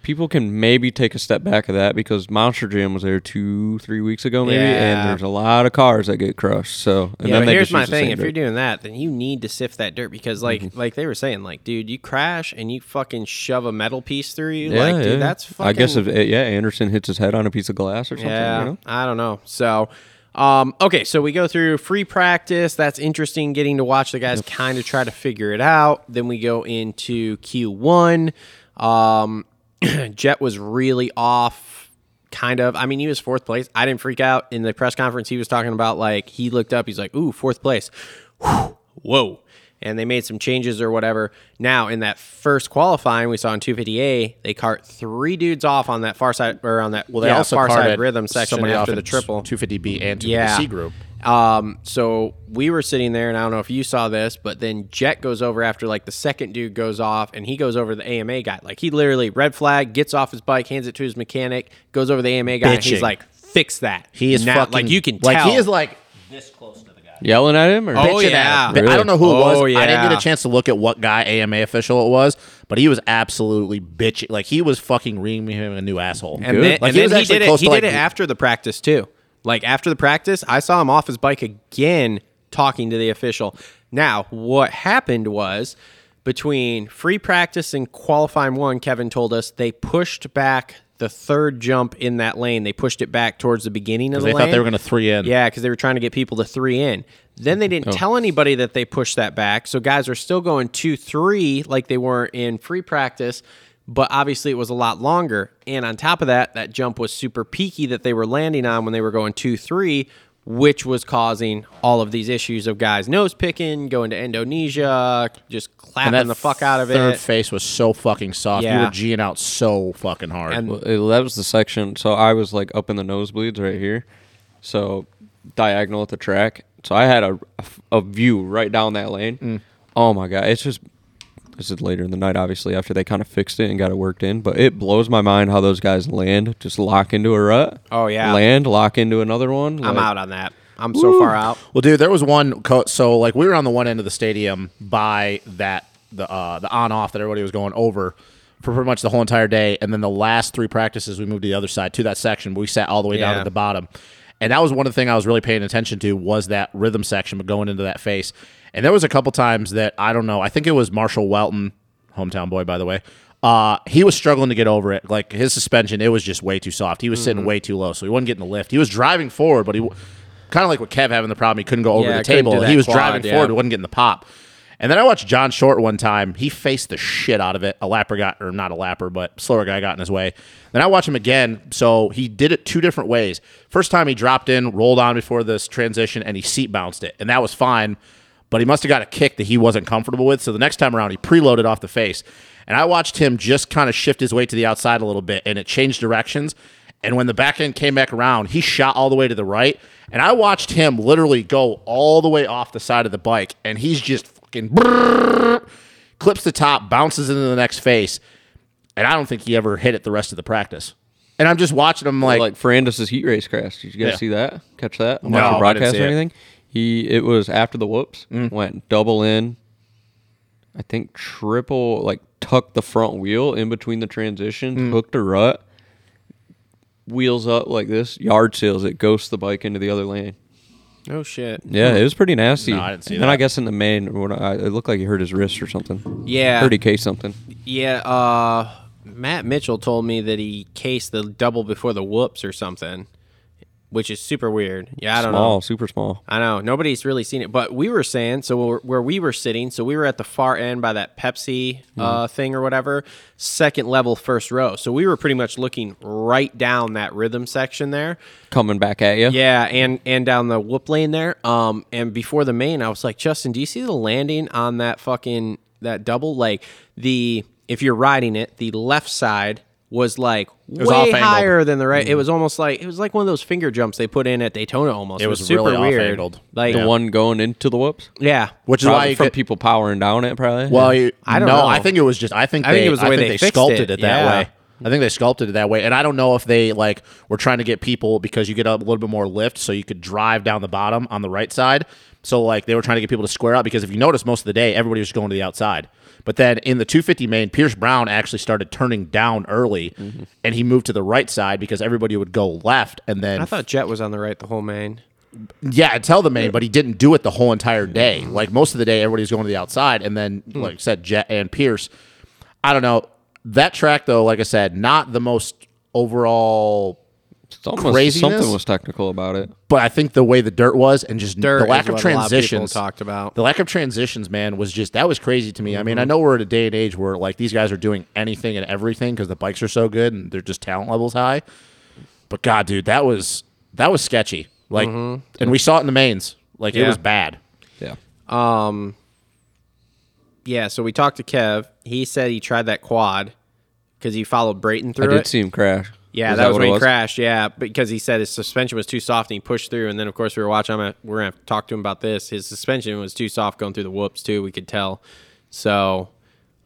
[SPEAKER 3] People can maybe take a step back of that because Monster Jam was there two, three weeks ago, maybe,
[SPEAKER 1] Yeah.
[SPEAKER 3] and there's a lot of cars that get crushed. So and
[SPEAKER 1] Yeah,
[SPEAKER 3] then
[SPEAKER 1] but
[SPEAKER 3] they
[SPEAKER 1] here's
[SPEAKER 3] just
[SPEAKER 1] my
[SPEAKER 3] use the same
[SPEAKER 1] thing.
[SPEAKER 3] dirt.
[SPEAKER 1] If
[SPEAKER 3] Mm-hmm.
[SPEAKER 1] you're doing that, then you need to sift that dirt because, like, like they were saying, like, dude, you crash and you fucking shove a metal piece through you. like, dude, that's fucking.
[SPEAKER 3] I guess if eh, yeah, Anderson hits his head on a piece of glass or something.
[SPEAKER 1] Yeah,
[SPEAKER 3] You know?
[SPEAKER 1] I don't know. So, um, okay, so we go through free practice. That's interesting, getting to watch the guys kind of try to figure it out. Then we go into Q1. Um, Jet was really off, kind of. I mean, he was fourth place. I didn't freak out. In the press conference, he was talking about, like, he looked up, he's like, ooh, fourth place. Whew, whoa. And they made some changes or whatever. Now, in that first qualifying, we saw in 250A, they cart three dudes off on that far side, or on that, well,
[SPEAKER 2] they
[SPEAKER 1] yeah,
[SPEAKER 2] also
[SPEAKER 1] far side
[SPEAKER 2] carted
[SPEAKER 1] rhythm section
[SPEAKER 2] somebody off
[SPEAKER 1] after
[SPEAKER 2] in
[SPEAKER 1] the triple.
[SPEAKER 2] 250B and 250C
[SPEAKER 1] Yeah.
[SPEAKER 2] group.
[SPEAKER 1] Um, so we were sitting there, and I don't know if you saw this, but then Jet goes over after like the second dude goes off, and he goes over the AMA guy. Like he literally red flag, gets off his bike, hands it to his mechanic, goes over the AMA guy, and
[SPEAKER 2] Bitching.
[SPEAKER 1] he's like, "Fix that."
[SPEAKER 2] He is
[SPEAKER 1] Now-
[SPEAKER 2] fucking
[SPEAKER 1] like you can
[SPEAKER 2] like
[SPEAKER 1] tell.
[SPEAKER 2] he is like
[SPEAKER 3] Yelling at him or
[SPEAKER 1] Oh,
[SPEAKER 2] bitching
[SPEAKER 1] yeah.
[SPEAKER 2] at him. I don't know who it was.
[SPEAKER 1] Oh,
[SPEAKER 2] I didn't get
[SPEAKER 1] yeah.
[SPEAKER 2] a chance to look at what guy AMA official it was, but he was absolutely bitching. Like he was fucking reaming him a new asshole.
[SPEAKER 1] and then,
[SPEAKER 2] Like,
[SPEAKER 1] and then he,
[SPEAKER 2] actually
[SPEAKER 1] did it.
[SPEAKER 2] close
[SPEAKER 1] He
[SPEAKER 2] to,
[SPEAKER 1] did
[SPEAKER 2] like,
[SPEAKER 1] it after the practice too. Like after the practice, I saw him off his bike again, talking to the official. Now, what happened was between free practice and qualifying one, Kevin told us they pushed back the third jump in that lane. They pushed it back towards the beginning of the
[SPEAKER 2] They
[SPEAKER 1] lane.
[SPEAKER 2] thought they were going to three in.
[SPEAKER 1] Yeah, because they were trying to get people to three in. Then they didn't tell anybody that they pushed that back. So guys are still going two, three like they were in free practice, but obviously it was a lot longer. And on top of that, that jump was super peaky that they were landing on when they were going two, three, which was causing all of these issues of guys nose picking, going to Indonesia, just clapping
[SPEAKER 2] And
[SPEAKER 1] the fuck out of
[SPEAKER 2] third
[SPEAKER 1] it.
[SPEAKER 2] face was so fucking soft. You
[SPEAKER 1] Yeah.
[SPEAKER 2] were G'ing out so fucking hard.
[SPEAKER 1] And-
[SPEAKER 3] Well, it- that was the section. So I was like up in the nosebleeds right here, so diagonal at the track. So I had a, a view right down that lane.
[SPEAKER 1] Mm.
[SPEAKER 3] Oh my god! It's just this is later in the night, obviously after they kind of fixed it and got it worked in. But it blows my mind how those guys land, just lock into a rut.
[SPEAKER 1] Oh, yeah.
[SPEAKER 3] land, lock into another one.
[SPEAKER 1] I'm
[SPEAKER 3] like-
[SPEAKER 1] out on that. I'm so far out.
[SPEAKER 2] well, dude, there was one. Co- so like we were on the one end of the stadium by that the uh, the on off that everybody was going over for pretty much the whole entire day, and then the last three practices we moved to the other side to that section. But we sat all the way down
[SPEAKER 1] Yeah.
[SPEAKER 2] at the bottom, and that was one of the things I was really paying attention to was that rhythm section, but going into that face. And there was a couple times that I don't know. I think it was Marshall Welton, hometown boy, by the way. Uh, he was struggling to get over it. Like his suspension, it was just way too soft. He was sitting
[SPEAKER 1] Mm-hmm.
[SPEAKER 2] way too low, so he wasn't getting the lift. He was driving forward, but he kind of like with Kev having the problem, he couldn't go over
[SPEAKER 1] Yeah,
[SPEAKER 2] the
[SPEAKER 1] couldn't do
[SPEAKER 2] table.
[SPEAKER 1] that
[SPEAKER 2] He was
[SPEAKER 1] quad,
[SPEAKER 2] driving
[SPEAKER 1] yeah.
[SPEAKER 2] forward, wasn't getting the pop. And then I watched John Short one time. He faced the shit out of it. A lapper got, or not a lapper, but slower guy got in his way. Then I watched him again. So he did it two different ways. First time he dropped in, rolled on before this transition, and he seat bounced it. And that was fine, but he must have got a kick that he wasn't comfortable with. So the next time around, he preloaded off the face. And I watched him just kind of shift his weight to the outside a little bit, and it changed directions. And when the back end came back around, he shot all the way to the right. And I watched him literally go all the way off the side of the bike. And he's just fucking brrrr, clips the top, bounces into the next face. And I don't think he ever hit it the rest of the practice. And I'm just watching him like,
[SPEAKER 3] like Ferrandis's heat race crash. Did you guys
[SPEAKER 2] Yeah.
[SPEAKER 3] see that? Catch that?
[SPEAKER 2] No, I
[SPEAKER 3] Watch
[SPEAKER 2] didn't
[SPEAKER 3] the broadcast
[SPEAKER 2] see
[SPEAKER 3] or
[SPEAKER 2] it.
[SPEAKER 3] anything? He it was after the whoops went double in. I think triple like tucked the front wheel in between the transitions, hooked a rut, wheels up like this, yard sales it, ghosts the bike into the other lane.
[SPEAKER 1] No shit.
[SPEAKER 3] Yeah, it was pretty nasty.
[SPEAKER 2] No, I didn't see
[SPEAKER 3] and then I
[SPEAKER 2] that.
[SPEAKER 3] guess in the main, when I, it looked like he hurt his wrist or something.
[SPEAKER 1] Yeah.
[SPEAKER 3] 30k something.
[SPEAKER 1] Yeah, uh, Matt Mitchell told me that he cased the double before the whoops or something, which is super weird. Yeah, I don't know.
[SPEAKER 3] Small, super small.
[SPEAKER 1] I know nobody's really seen it, but we were saying so where, where we were sitting. So we were at the far end by that Pepsi uh, thing or whatever, second level, first row. So we were pretty much looking right down that rhythm section there.
[SPEAKER 3] Coming back at you.
[SPEAKER 1] Yeah, and and down the whoop lane there. Um, and before the main, I was like, Justin, do you see the landing on that fucking that double? Like the if you're riding it, the left side was like
[SPEAKER 2] was
[SPEAKER 1] way
[SPEAKER 2] off-angled. Mm-hmm.
[SPEAKER 1] higher than the right. It was almost like it was like one of those finger jumps they put in at Daytona. Almost it,
[SPEAKER 2] was
[SPEAKER 1] super
[SPEAKER 2] really
[SPEAKER 1] weird.
[SPEAKER 2] off-angled.
[SPEAKER 1] Like
[SPEAKER 2] The
[SPEAKER 3] The one going into the whoops.
[SPEAKER 1] yeah,
[SPEAKER 2] Which is why
[SPEAKER 3] Probably
[SPEAKER 2] you
[SPEAKER 3] from
[SPEAKER 2] get-
[SPEAKER 3] people powering down it, probably.
[SPEAKER 2] Well, you,
[SPEAKER 1] I
[SPEAKER 2] I
[SPEAKER 1] don't
[SPEAKER 2] don't no,
[SPEAKER 1] know.
[SPEAKER 2] I think it was just. I think
[SPEAKER 1] I think
[SPEAKER 2] they,
[SPEAKER 1] it was the
[SPEAKER 2] I
[SPEAKER 1] way
[SPEAKER 2] think
[SPEAKER 1] they
[SPEAKER 2] they,
[SPEAKER 1] fixed
[SPEAKER 2] sculpted
[SPEAKER 1] it,
[SPEAKER 2] it, that
[SPEAKER 1] yeah.
[SPEAKER 2] way. I think they sculpted it that way, and I don't know if they like were trying to get people because you get up a little bit more lift, so you could drive down the bottom on the right side. So like they were trying to get people to square up because if you notice, most of the day everybody was going to the outside. But then in the 250 main, Pierce Brown actually started turning down early,
[SPEAKER 1] Mm-hmm.
[SPEAKER 2] and he moved to the right side because everybody would go left, and then
[SPEAKER 1] I thought Jet was on the right the whole main.
[SPEAKER 2] yeah, until the main, but he didn't do it the whole entire day.
[SPEAKER 1] Mm-hmm.
[SPEAKER 2] Like most of the day, everybody was going to the outside, and then
[SPEAKER 1] Mm.
[SPEAKER 2] like I said, Jet and Pierce. I don't know that track though. Like I said, not the most overall,
[SPEAKER 3] It's almost
[SPEAKER 2] craziness?
[SPEAKER 3] something was technical about it.
[SPEAKER 2] but I think the way the dirt was and just
[SPEAKER 1] Dirt
[SPEAKER 2] the lack
[SPEAKER 1] is
[SPEAKER 2] of
[SPEAKER 1] what a lot of people
[SPEAKER 2] transitions
[SPEAKER 1] talked about.
[SPEAKER 2] The lack of transitions, man, was just that was crazy to me. I
[SPEAKER 1] Mm-hmm.
[SPEAKER 2] mean, I know we're at a day and age where like these guys are doing anything and everything because the bikes are so good and they're just talent levels high. But God, dude, that was that was sketchy. Like, and we saw it in the mains. Like
[SPEAKER 1] Mm-hmm. Yeah.
[SPEAKER 2] it was bad.
[SPEAKER 3] Yeah.
[SPEAKER 1] Yeah, so we talked to Kev. He said he tried that quad because he followed Brayton
[SPEAKER 3] I
[SPEAKER 1] through
[SPEAKER 3] did
[SPEAKER 1] it.
[SPEAKER 3] see him crash.
[SPEAKER 1] Yeah,
[SPEAKER 3] Is
[SPEAKER 1] that, was
[SPEAKER 3] what
[SPEAKER 1] when
[SPEAKER 3] it
[SPEAKER 1] he crashed. Yeah, because he said his suspension was too soft and he pushed through. And then, of course, we were watching. I'm gonna, we're gonna have to talk to him about this. His suspension was too soft going through the whoops too. We could tell. So,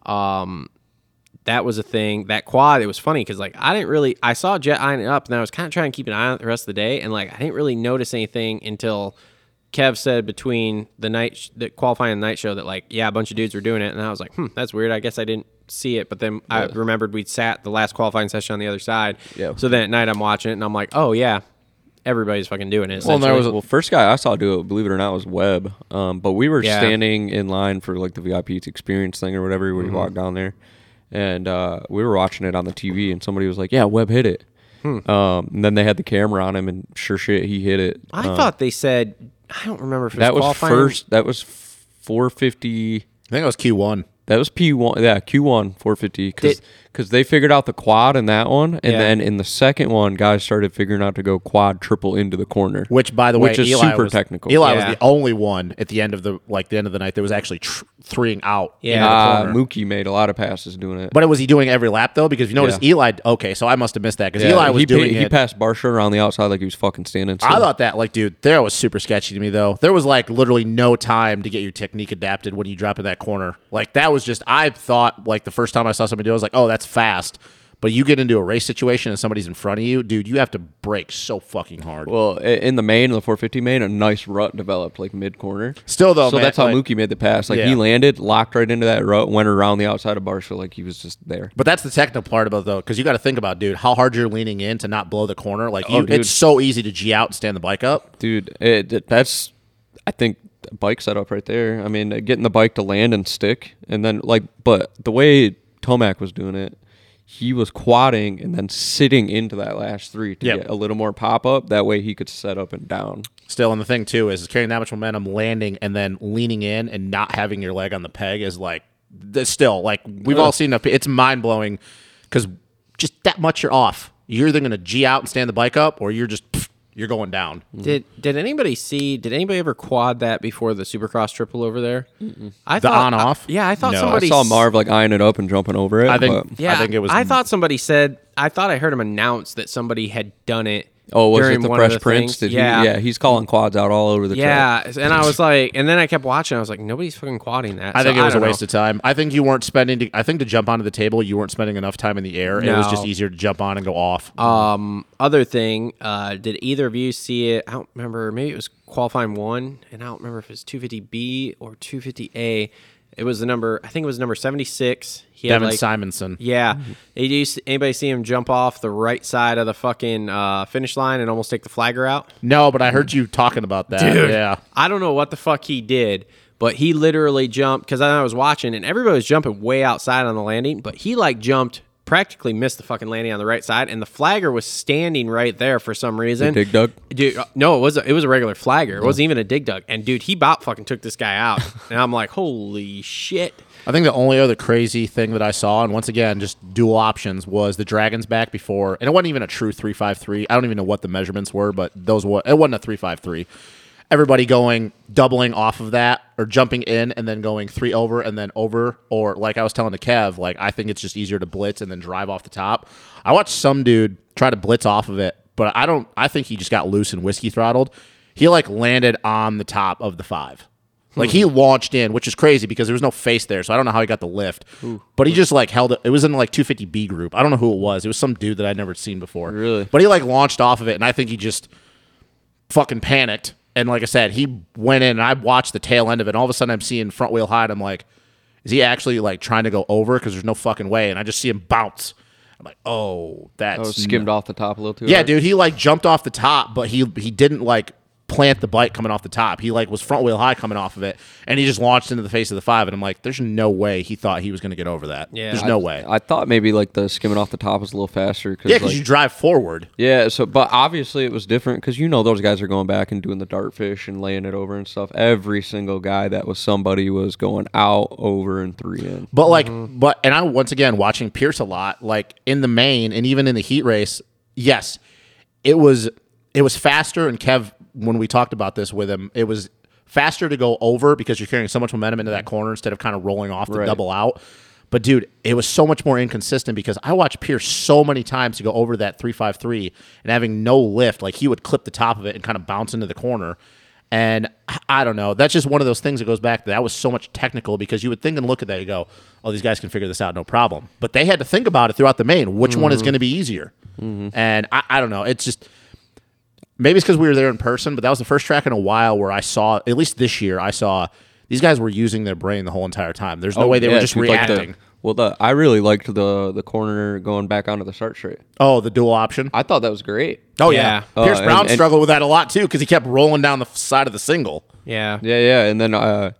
[SPEAKER 1] um, that was a thing. That quad, it was funny because like I didn't really. I saw Jet eyeing it up, and I was kind of trying to keep an eye on it the rest of the day, and like I didn't really notice anything until. Kev said between the night sh- the qualifying and the night show that like yeah a bunch of dudes were doing it and I was like hmm that's weird I guess I didn't see it but then I remembered we'd sat the last qualifying session on the other side
[SPEAKER 3] Yeah.
[SPEAKER 1] so then at night I'm watching it and I'm like oh yeah everybody's fucking doing it
[SPEAKER 3] Well, there was
[SPEAKER 1] essentially.
[SPEAKER 3] well, first guy I saw do it, believe it or not, was Webb. Um, but we were
[SPEAKER 1] Yeah.
[SPEAKER 3] standing in line for like the VIP experience thing or whatever
[SPEAKER 1] Mm-hmm.
[SPEAKER 3] when you walked down there, and uh, we were watching it on the TV, and somebody was like, "Yeah, Webb hit it."
[SPEAKER 1] Hmm.
[SPEAKER 3] Um, and then they had the camera on him, and sure shit, he hit it.
[SPEAKER 1] I
[SPEAKER 3] Um,
[SPEAKER 1] thought they said I don't remember if it was
[SPEAKER 3] that was
[SPEAKER 1] qualifying.
[SPEAKER 3] first. That was four fifty.
[SPEAKER 2] I think it was Q one.
[SPEAKER 3] That was P one, yeah, Q one four fifty,
[SPEAKER 1] Did-
[SPEAKER 3] because they figured out the quad in that one, and
[SPEAKER 1] Yeah.
[SPEAKER 3] then in the second one, guys started figuring out to go quad triple into the corner,
[SPEAKER 2] Which, by the way,
[SPEAKER 3] which is
[SPEAKER 2] Eli
[SPEAKER 3] super
[SPEAKER 2] was,
[SPEAKER 3] technical.
[SPEAKER 2] Eli
[SPEAKER 1] Yeah.
[SPEAKER 2] was the only one at the end of the like the end of the night that was actually tr- threeing out.
[SPEAKER 1] Yeah.
[SPEAKER 2] into the
[SPEAKER 3] uh,
[SPEAKER 2] corner.
[SPEAKER 3] Mookie made a lot of passes doing it.
[SPEAKER 2] But was he doing every lap though? Because if you notice,
[SPEAKER 3] Yeah.
[SPEAKER 2] Eli. Okay, so I must have missed that because
[SPEAKER 3] Yeah,
[SPEAKER 2] Eli was
[SPEAKER 3] he, pa-
[SPEAKER 2] doing
[SPEAKER 3] he
[SPEAKER 2] it.
[SPEAKER 3] passed Barsha around the outside like he was fucking standing. still.
[SPEAKER 2] I thought that, like, dude, that was super sketchy to me, though. There was, like, literally no time to get your technique adapted when you drop in that corner. Like, that was just, I thought, like, the first time I saw somebody do it, I was like, oh, that's fast. But you get into a race situation and somebody's in front of you, dude, you have to brake so fucking hard.
[SPEAKER 3] Well, i- in the main, in the 450 main, a nice rut developed like mid corner.
[SPEAKER 2] Still, though,
[SPEAKER 3] so
[SPEAKER 2] man,
[SPEAKER 3] that's how
[SPEAKER 2] like-
[SPEAKER 3] Mookie made the pass. Like
[SPEAKER 2] Yeah.
[SPEAKER 3] he landed, locked right into that rut, went around the outside of Barsha like he was just there.
[SPEAKER 2] But that's the technical part about though, because you got to think about, dude, how hard you're leaning in to not blow the corner. Like,
[SPEAKER 3] Oh,
[SPEAKER 2] you,
[SPEAKER 3] dude.
[SPEAKER 2] it's so easy to g out and stand the bike up.
[SPEAKER 3] Dude, it, it- that's I think a bike setup right there. I mean, uh, getting the bike to land and stick, and then like, but the way Tomac was doing it. He was quadding and then sitting into that last three to
[SPEAKER 2] Yep.
[SPEAKER 3] get a little more pop up. That way he could set up and down.
[SPEAKER 2] Still, and the thing too is carrying that much momentum, landing and then leaning in and not having your leg on the peg is like th- still like we've all seen enough. It's mind blowing because just that much you're off. You're either gonna g out and stand the bike up, or you're just pff, you're going down.
[SPEAKER 1] Did did anybody see? Did anybody ever quad that before the Supercross triple over there? I
[SPEAKER 2] The
[SPEAKER 1] thought,
[SPEAKER 2] on-off?
[SPEAKER 1] yeah, I thought
[SPEAKER 2] No, I
[SPEAKER 1] somebody
[SPEAKER 3] I saw
[SPEAKER 1] s-
[SPEAKER 3] Marv like eyeing it up and jumping over it.
[SPEAKER 2] I think
[SPEAKER 3] but-
[SPEAKER 1] Yeah,
[SPEAKER 2] I think it was.
[SPEAKER 1] I thought somebody said. I thought I heard him announce that somebody had done it.
[SPEAKER 3] Oh, was
[SPEAKER 1] during
[SPEAKER 3] it the
[SPEAKER 1] one of
[SPEAKER 3] Fresh Prince? Did
[SPEAKER 1] things.
[SPEAKER 3] He, yeah, he's calling quads out all over the track.
[SPEAKER 1] Yeah, and I was like, and then I kept watching. I was like, nobody's fucking quadding that.
[SPEAKER 2] I think
[SPEAKER 1] so
[SPEAKER 2] it was a
[SPEAKER 1] don't
[SPEAKER 2] waste
[SPEAKER 1] know.
[SPEAKER 2] of time. I think you weren't spending. To, I think to jump onto the table, you weren't spending enough time in the air. It was
[SPEAKER 1] No.
[SPEAKER 2] just easier to jump on and go off.
[SPEAKER 1] Um, other thing, uh, did either of you see it? I don't remember. Maybe it was qualifying one, and I don't remember if it was 250B or 250A. It was the number. I think it was number 76. He had,
[SPEAKER 2] Devin
[SPEAKER 1] like-
[SPEAKER 2] Simonson.
[SPEAKER 1] Yeah. Did you s- anybody see him jump off the right side of the fucking uh, finish line and almost take the flagger out?
[SPEAKER 2] No, but I heard you talking about that. Yeah.
[SPEAKER 1] I don't know what the fuck he did, but he literally jumped because I was watching and everybody was jumping way outside on the landing, but he like jumped practically missed the fucking landing on the right side, and the flagger was standing right there for some reason.
[SPEAKER 3] dig dug?
[SPEAKER 1] dude. uh, No, it was a, it was a regular flagger. It wasn't even a dig dug. And dude, he bop fucking took this guy out, and I'm like, holy shit.
[SPEAKER 2] I think the only other crazy thing that I saw, and once again, just dual options, was the Dragon's back before, and it wasn't even a true three five three. I don't even know what the measurements were, but those were it wasn't a three five three. Everybody going doubling off of that, or jumping in and then going three over and then over, or like I was telling to Kev, like I think it's just easier to blitz and then drive off the top. I watched some dude try to blitz off of it, but I don't. I think he just got loose and whiskey throttled. He like landed on the top of the five. Like he launched in, which is crazy because there was no face there, so I don't know how he got the lift. But he just like held it. It was in like 250B group. I don't know who it was. It was some dude that I'd never seen before.
[SPEAKER 3] Really?
[SPEAKER 2] But he like launched off of it, and I think he just fucking panicked. And like I said, he went in, and I watched the tail end of it. And all of a sudden, I'm seeing front wheel high, and I'm like, is he actually like trying to go over? Because there's no fucking way. And I just see him bounce. I'm like, oh, that's
[SPEAKER 3] Oh, skimmed off the top a little too.
[SPEAKER 2] yeah,
[SPEAKER 3] hard.
[SPEAKER 2] dude, he like jumped off the top, but he he didn't like plant the bike coming off the top. He like was front wheel high coming off of it, and he just launched into the face of the five. And I'm like, there's no way he thought he was gonna get over that.
[SPEAKER 1] Yeah.
[SPEAKER 2] there's no way.
[SPEAKER 3] I thought maybe like the skimming off the top was a little faster. Cause,
[SPEAKER 2] yeah, because
[SPEAKER 3] like-
[SPEAKER 2] you drive forward.
[SPEAKER 3] Yeah, so but obviously it was different because you know those guys are going back and doing the dart fish and laying it over and stuff. Every single guy that was somebody was going out over and three in.
[SPEAKER 2] But like, but and I once again watching Pierce a lot, like in the main and even in the heat race. Yes, it was it was faster. And Kev, when we talked about this with him, it was faster to go over because you're carrying so much momentum into that corner instead of kind of rolling off the
[SPEAKER 3] Right.
[SPEAKER 2] double out. But dude, it was so much more inconsistent because I watched Pierce so many times to go over that three five three and having no lift, like he would clip the top of it and kind of bounce into the corner. And I- I don't know. That's just one of those things that goes back. to That was so much technical because you would think and look at that, you go, "Oh, these guys can figure this out, no problem." But they had to think about it throughout the main. Which one
[SPEAKER 1] Mm-hmm.
[SPEAKER 2] is going to be easier? And I, I don't know. It's just maybe it's because we were there in person, but that was the first track in a while where I saw, at least this year, I saw these guys were using their brain the whole entire time.
[SPEAKER 1] Oh,
[SPEAKER 2] There's no way they
[SPEAKER 3] Yeah,
[SPEAKER 2] were just
[SPEAKER 3] dude, like the-
[SPEAKER 2] reacting.
[SPEAKER 3] well, the I really liked the the corner going back onto the start straight.
[SPEAKER 2] oh, the dual option.
[SPEAKER 3] I thought that was great.
[SPEAKER 2] oh
[SPEAKER 1] Uh, yeah. Uh,
[SPEAKER 2] yeah,
[SPEAKER 3] Oh,
[SPEAKER 2] Pierce
[SPEAKER 3] and-
[SPEAKER 2] Brown
[SPEAKER 3] and-
[SPEAKER 2] struggled with that a lot too because he kept rolling down the f- side of the single.
[SPEAKER 1] Yeah.
[SPEAKER 3] Yeah, yeah, and then uh,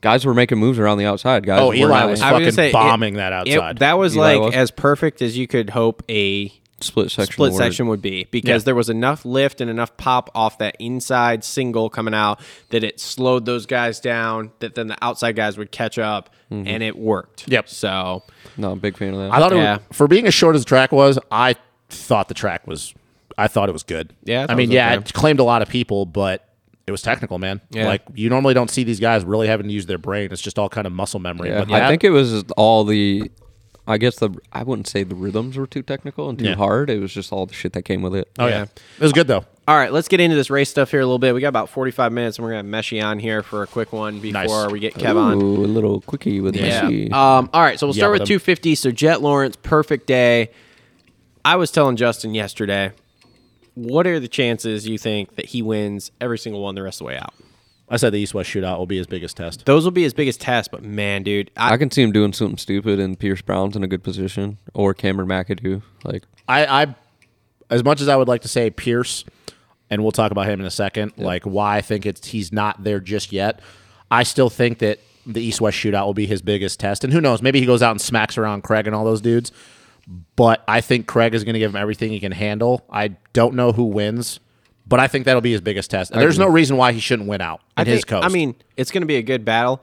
[SPEAKER 3] guys were making moves around the outside. Guys,
[SPEAKER 2] Oh,
[SPEAKER 3] were
[SPEAKER 2] Eli
[SPEAKER 3] not
[SPEAKER 2] was
[SPEAKER 3] in
[SPEAKER 1] I was
[SPEAKER 2] fucking
[SPEAKER 1] gonna say, it-
[SPEAKER 2] bombing that
[SPEAKER 1] It-
[SPEAKER 2] outside.
[SPEAKER 1] that was
[SPEAKER 3] Eli
[SPEAKER 1] like
[SPEAKER 3] was-
[SPEAKER 1] as perfect as you could hope a
[SPEAKER 3] split section.
[SPEAKER 1] split
[SPEAKER 3] word.
[SPEAKER 1] section would be because
[SPEAKER 2] Yeah.
[SPEAKER 1] there was enough lift and enough pop off that inside single coming out that it slowed those guys down that then the outside guys would catch up and it worked.
[SPEAKER 2] Mm-hmm. Yep.
[SPEAKER 1] So
[SPEAKER 3] No, I'm a big fan of that.
[SPEAKER 2] I thought
[SPEAKER 1] Yeah.
[SPEAKER 2] it was, for being as short as the track was, I thought the track was, I thought it was good.
[SPEAKER 1] Yeah, I
[SPEAKER 2] I,
[SPEAKER 1] thought it
[SPEAKER 2] mean,
[SPEAKER 1] was
[SPEAKER 2] yeah,
[SPEAKER 1] okay.
[SPEAKER 2] it claimed a lot of people, but it was technical, man. Like you normally don't see these guys really having to use their brain. It's just all kind of muscle memory.
[SPEAKER 3] Yeah,
[SPEAKER 2] but
[SPEAKER 3] I think it was just all the. I guess the I wouldn't say the rhythms were too technical and too
[SPEAKER 2] Yeah.
[SPEAKER 3] hard. It was just all the shit that came with it.
[SPEAKER 2] Oh yeah, it was good though.
[SPEAKER 1] all right, let's get into this race stuff here a little bit. We got about forty five minutes and we're gonna have Meshy on here for a quick one before
[SPEAKER 2] Nice.
[SPEAKER 1] we get Kev on.
[SPEAKER 3] Ooh, a little quickie with
[SPEAKER 1] Yeah.
[SPEAKER 3] Messi.
[SPEAKER 1] Um, all right, so we'll
[SPEAKER 2] Yeah,
[SPEAKER 1] start
[SPEAKER 2] with
[SPEAKER 1] with
[SPEAKER 2] him.
[SPEAKER 1] 250. So Jet Lawrence, perfect day. I was telling Justin yesterday, what are the chances you think that he wins every single one the rest of the way out?
[SPEAKER 2] I said the East West shootout will be his biggest test.
[SPEAKER 1] Those will be his biggest test, but man, dude, I,
[SPEAKER 3] I can see him doing something stupid, and Pierce Brown's in a good position, or Cameron McAdoo. Like,
[SPEAKER 2] I, I as much as I would like to say Pierce, and we'll talk about him in a second, like why I think it's he's not there just yet. I still think that the East West shootout will be his biggest test. And who knows, maybe he goes out and smacks around Craig and all those dudes. But I think Craig is gonna give him everything he can handle. I don't know who wins, but I think that'll be his biggest test. And there's no reason why he shouldn't win out in
[SPEAKER 1] I,
[SPEAKER 2] his
[SPEAKER 1] think,
[SPEAKER 2] coast.
[SPEAKER 1] I mean, it's going to be a good battle,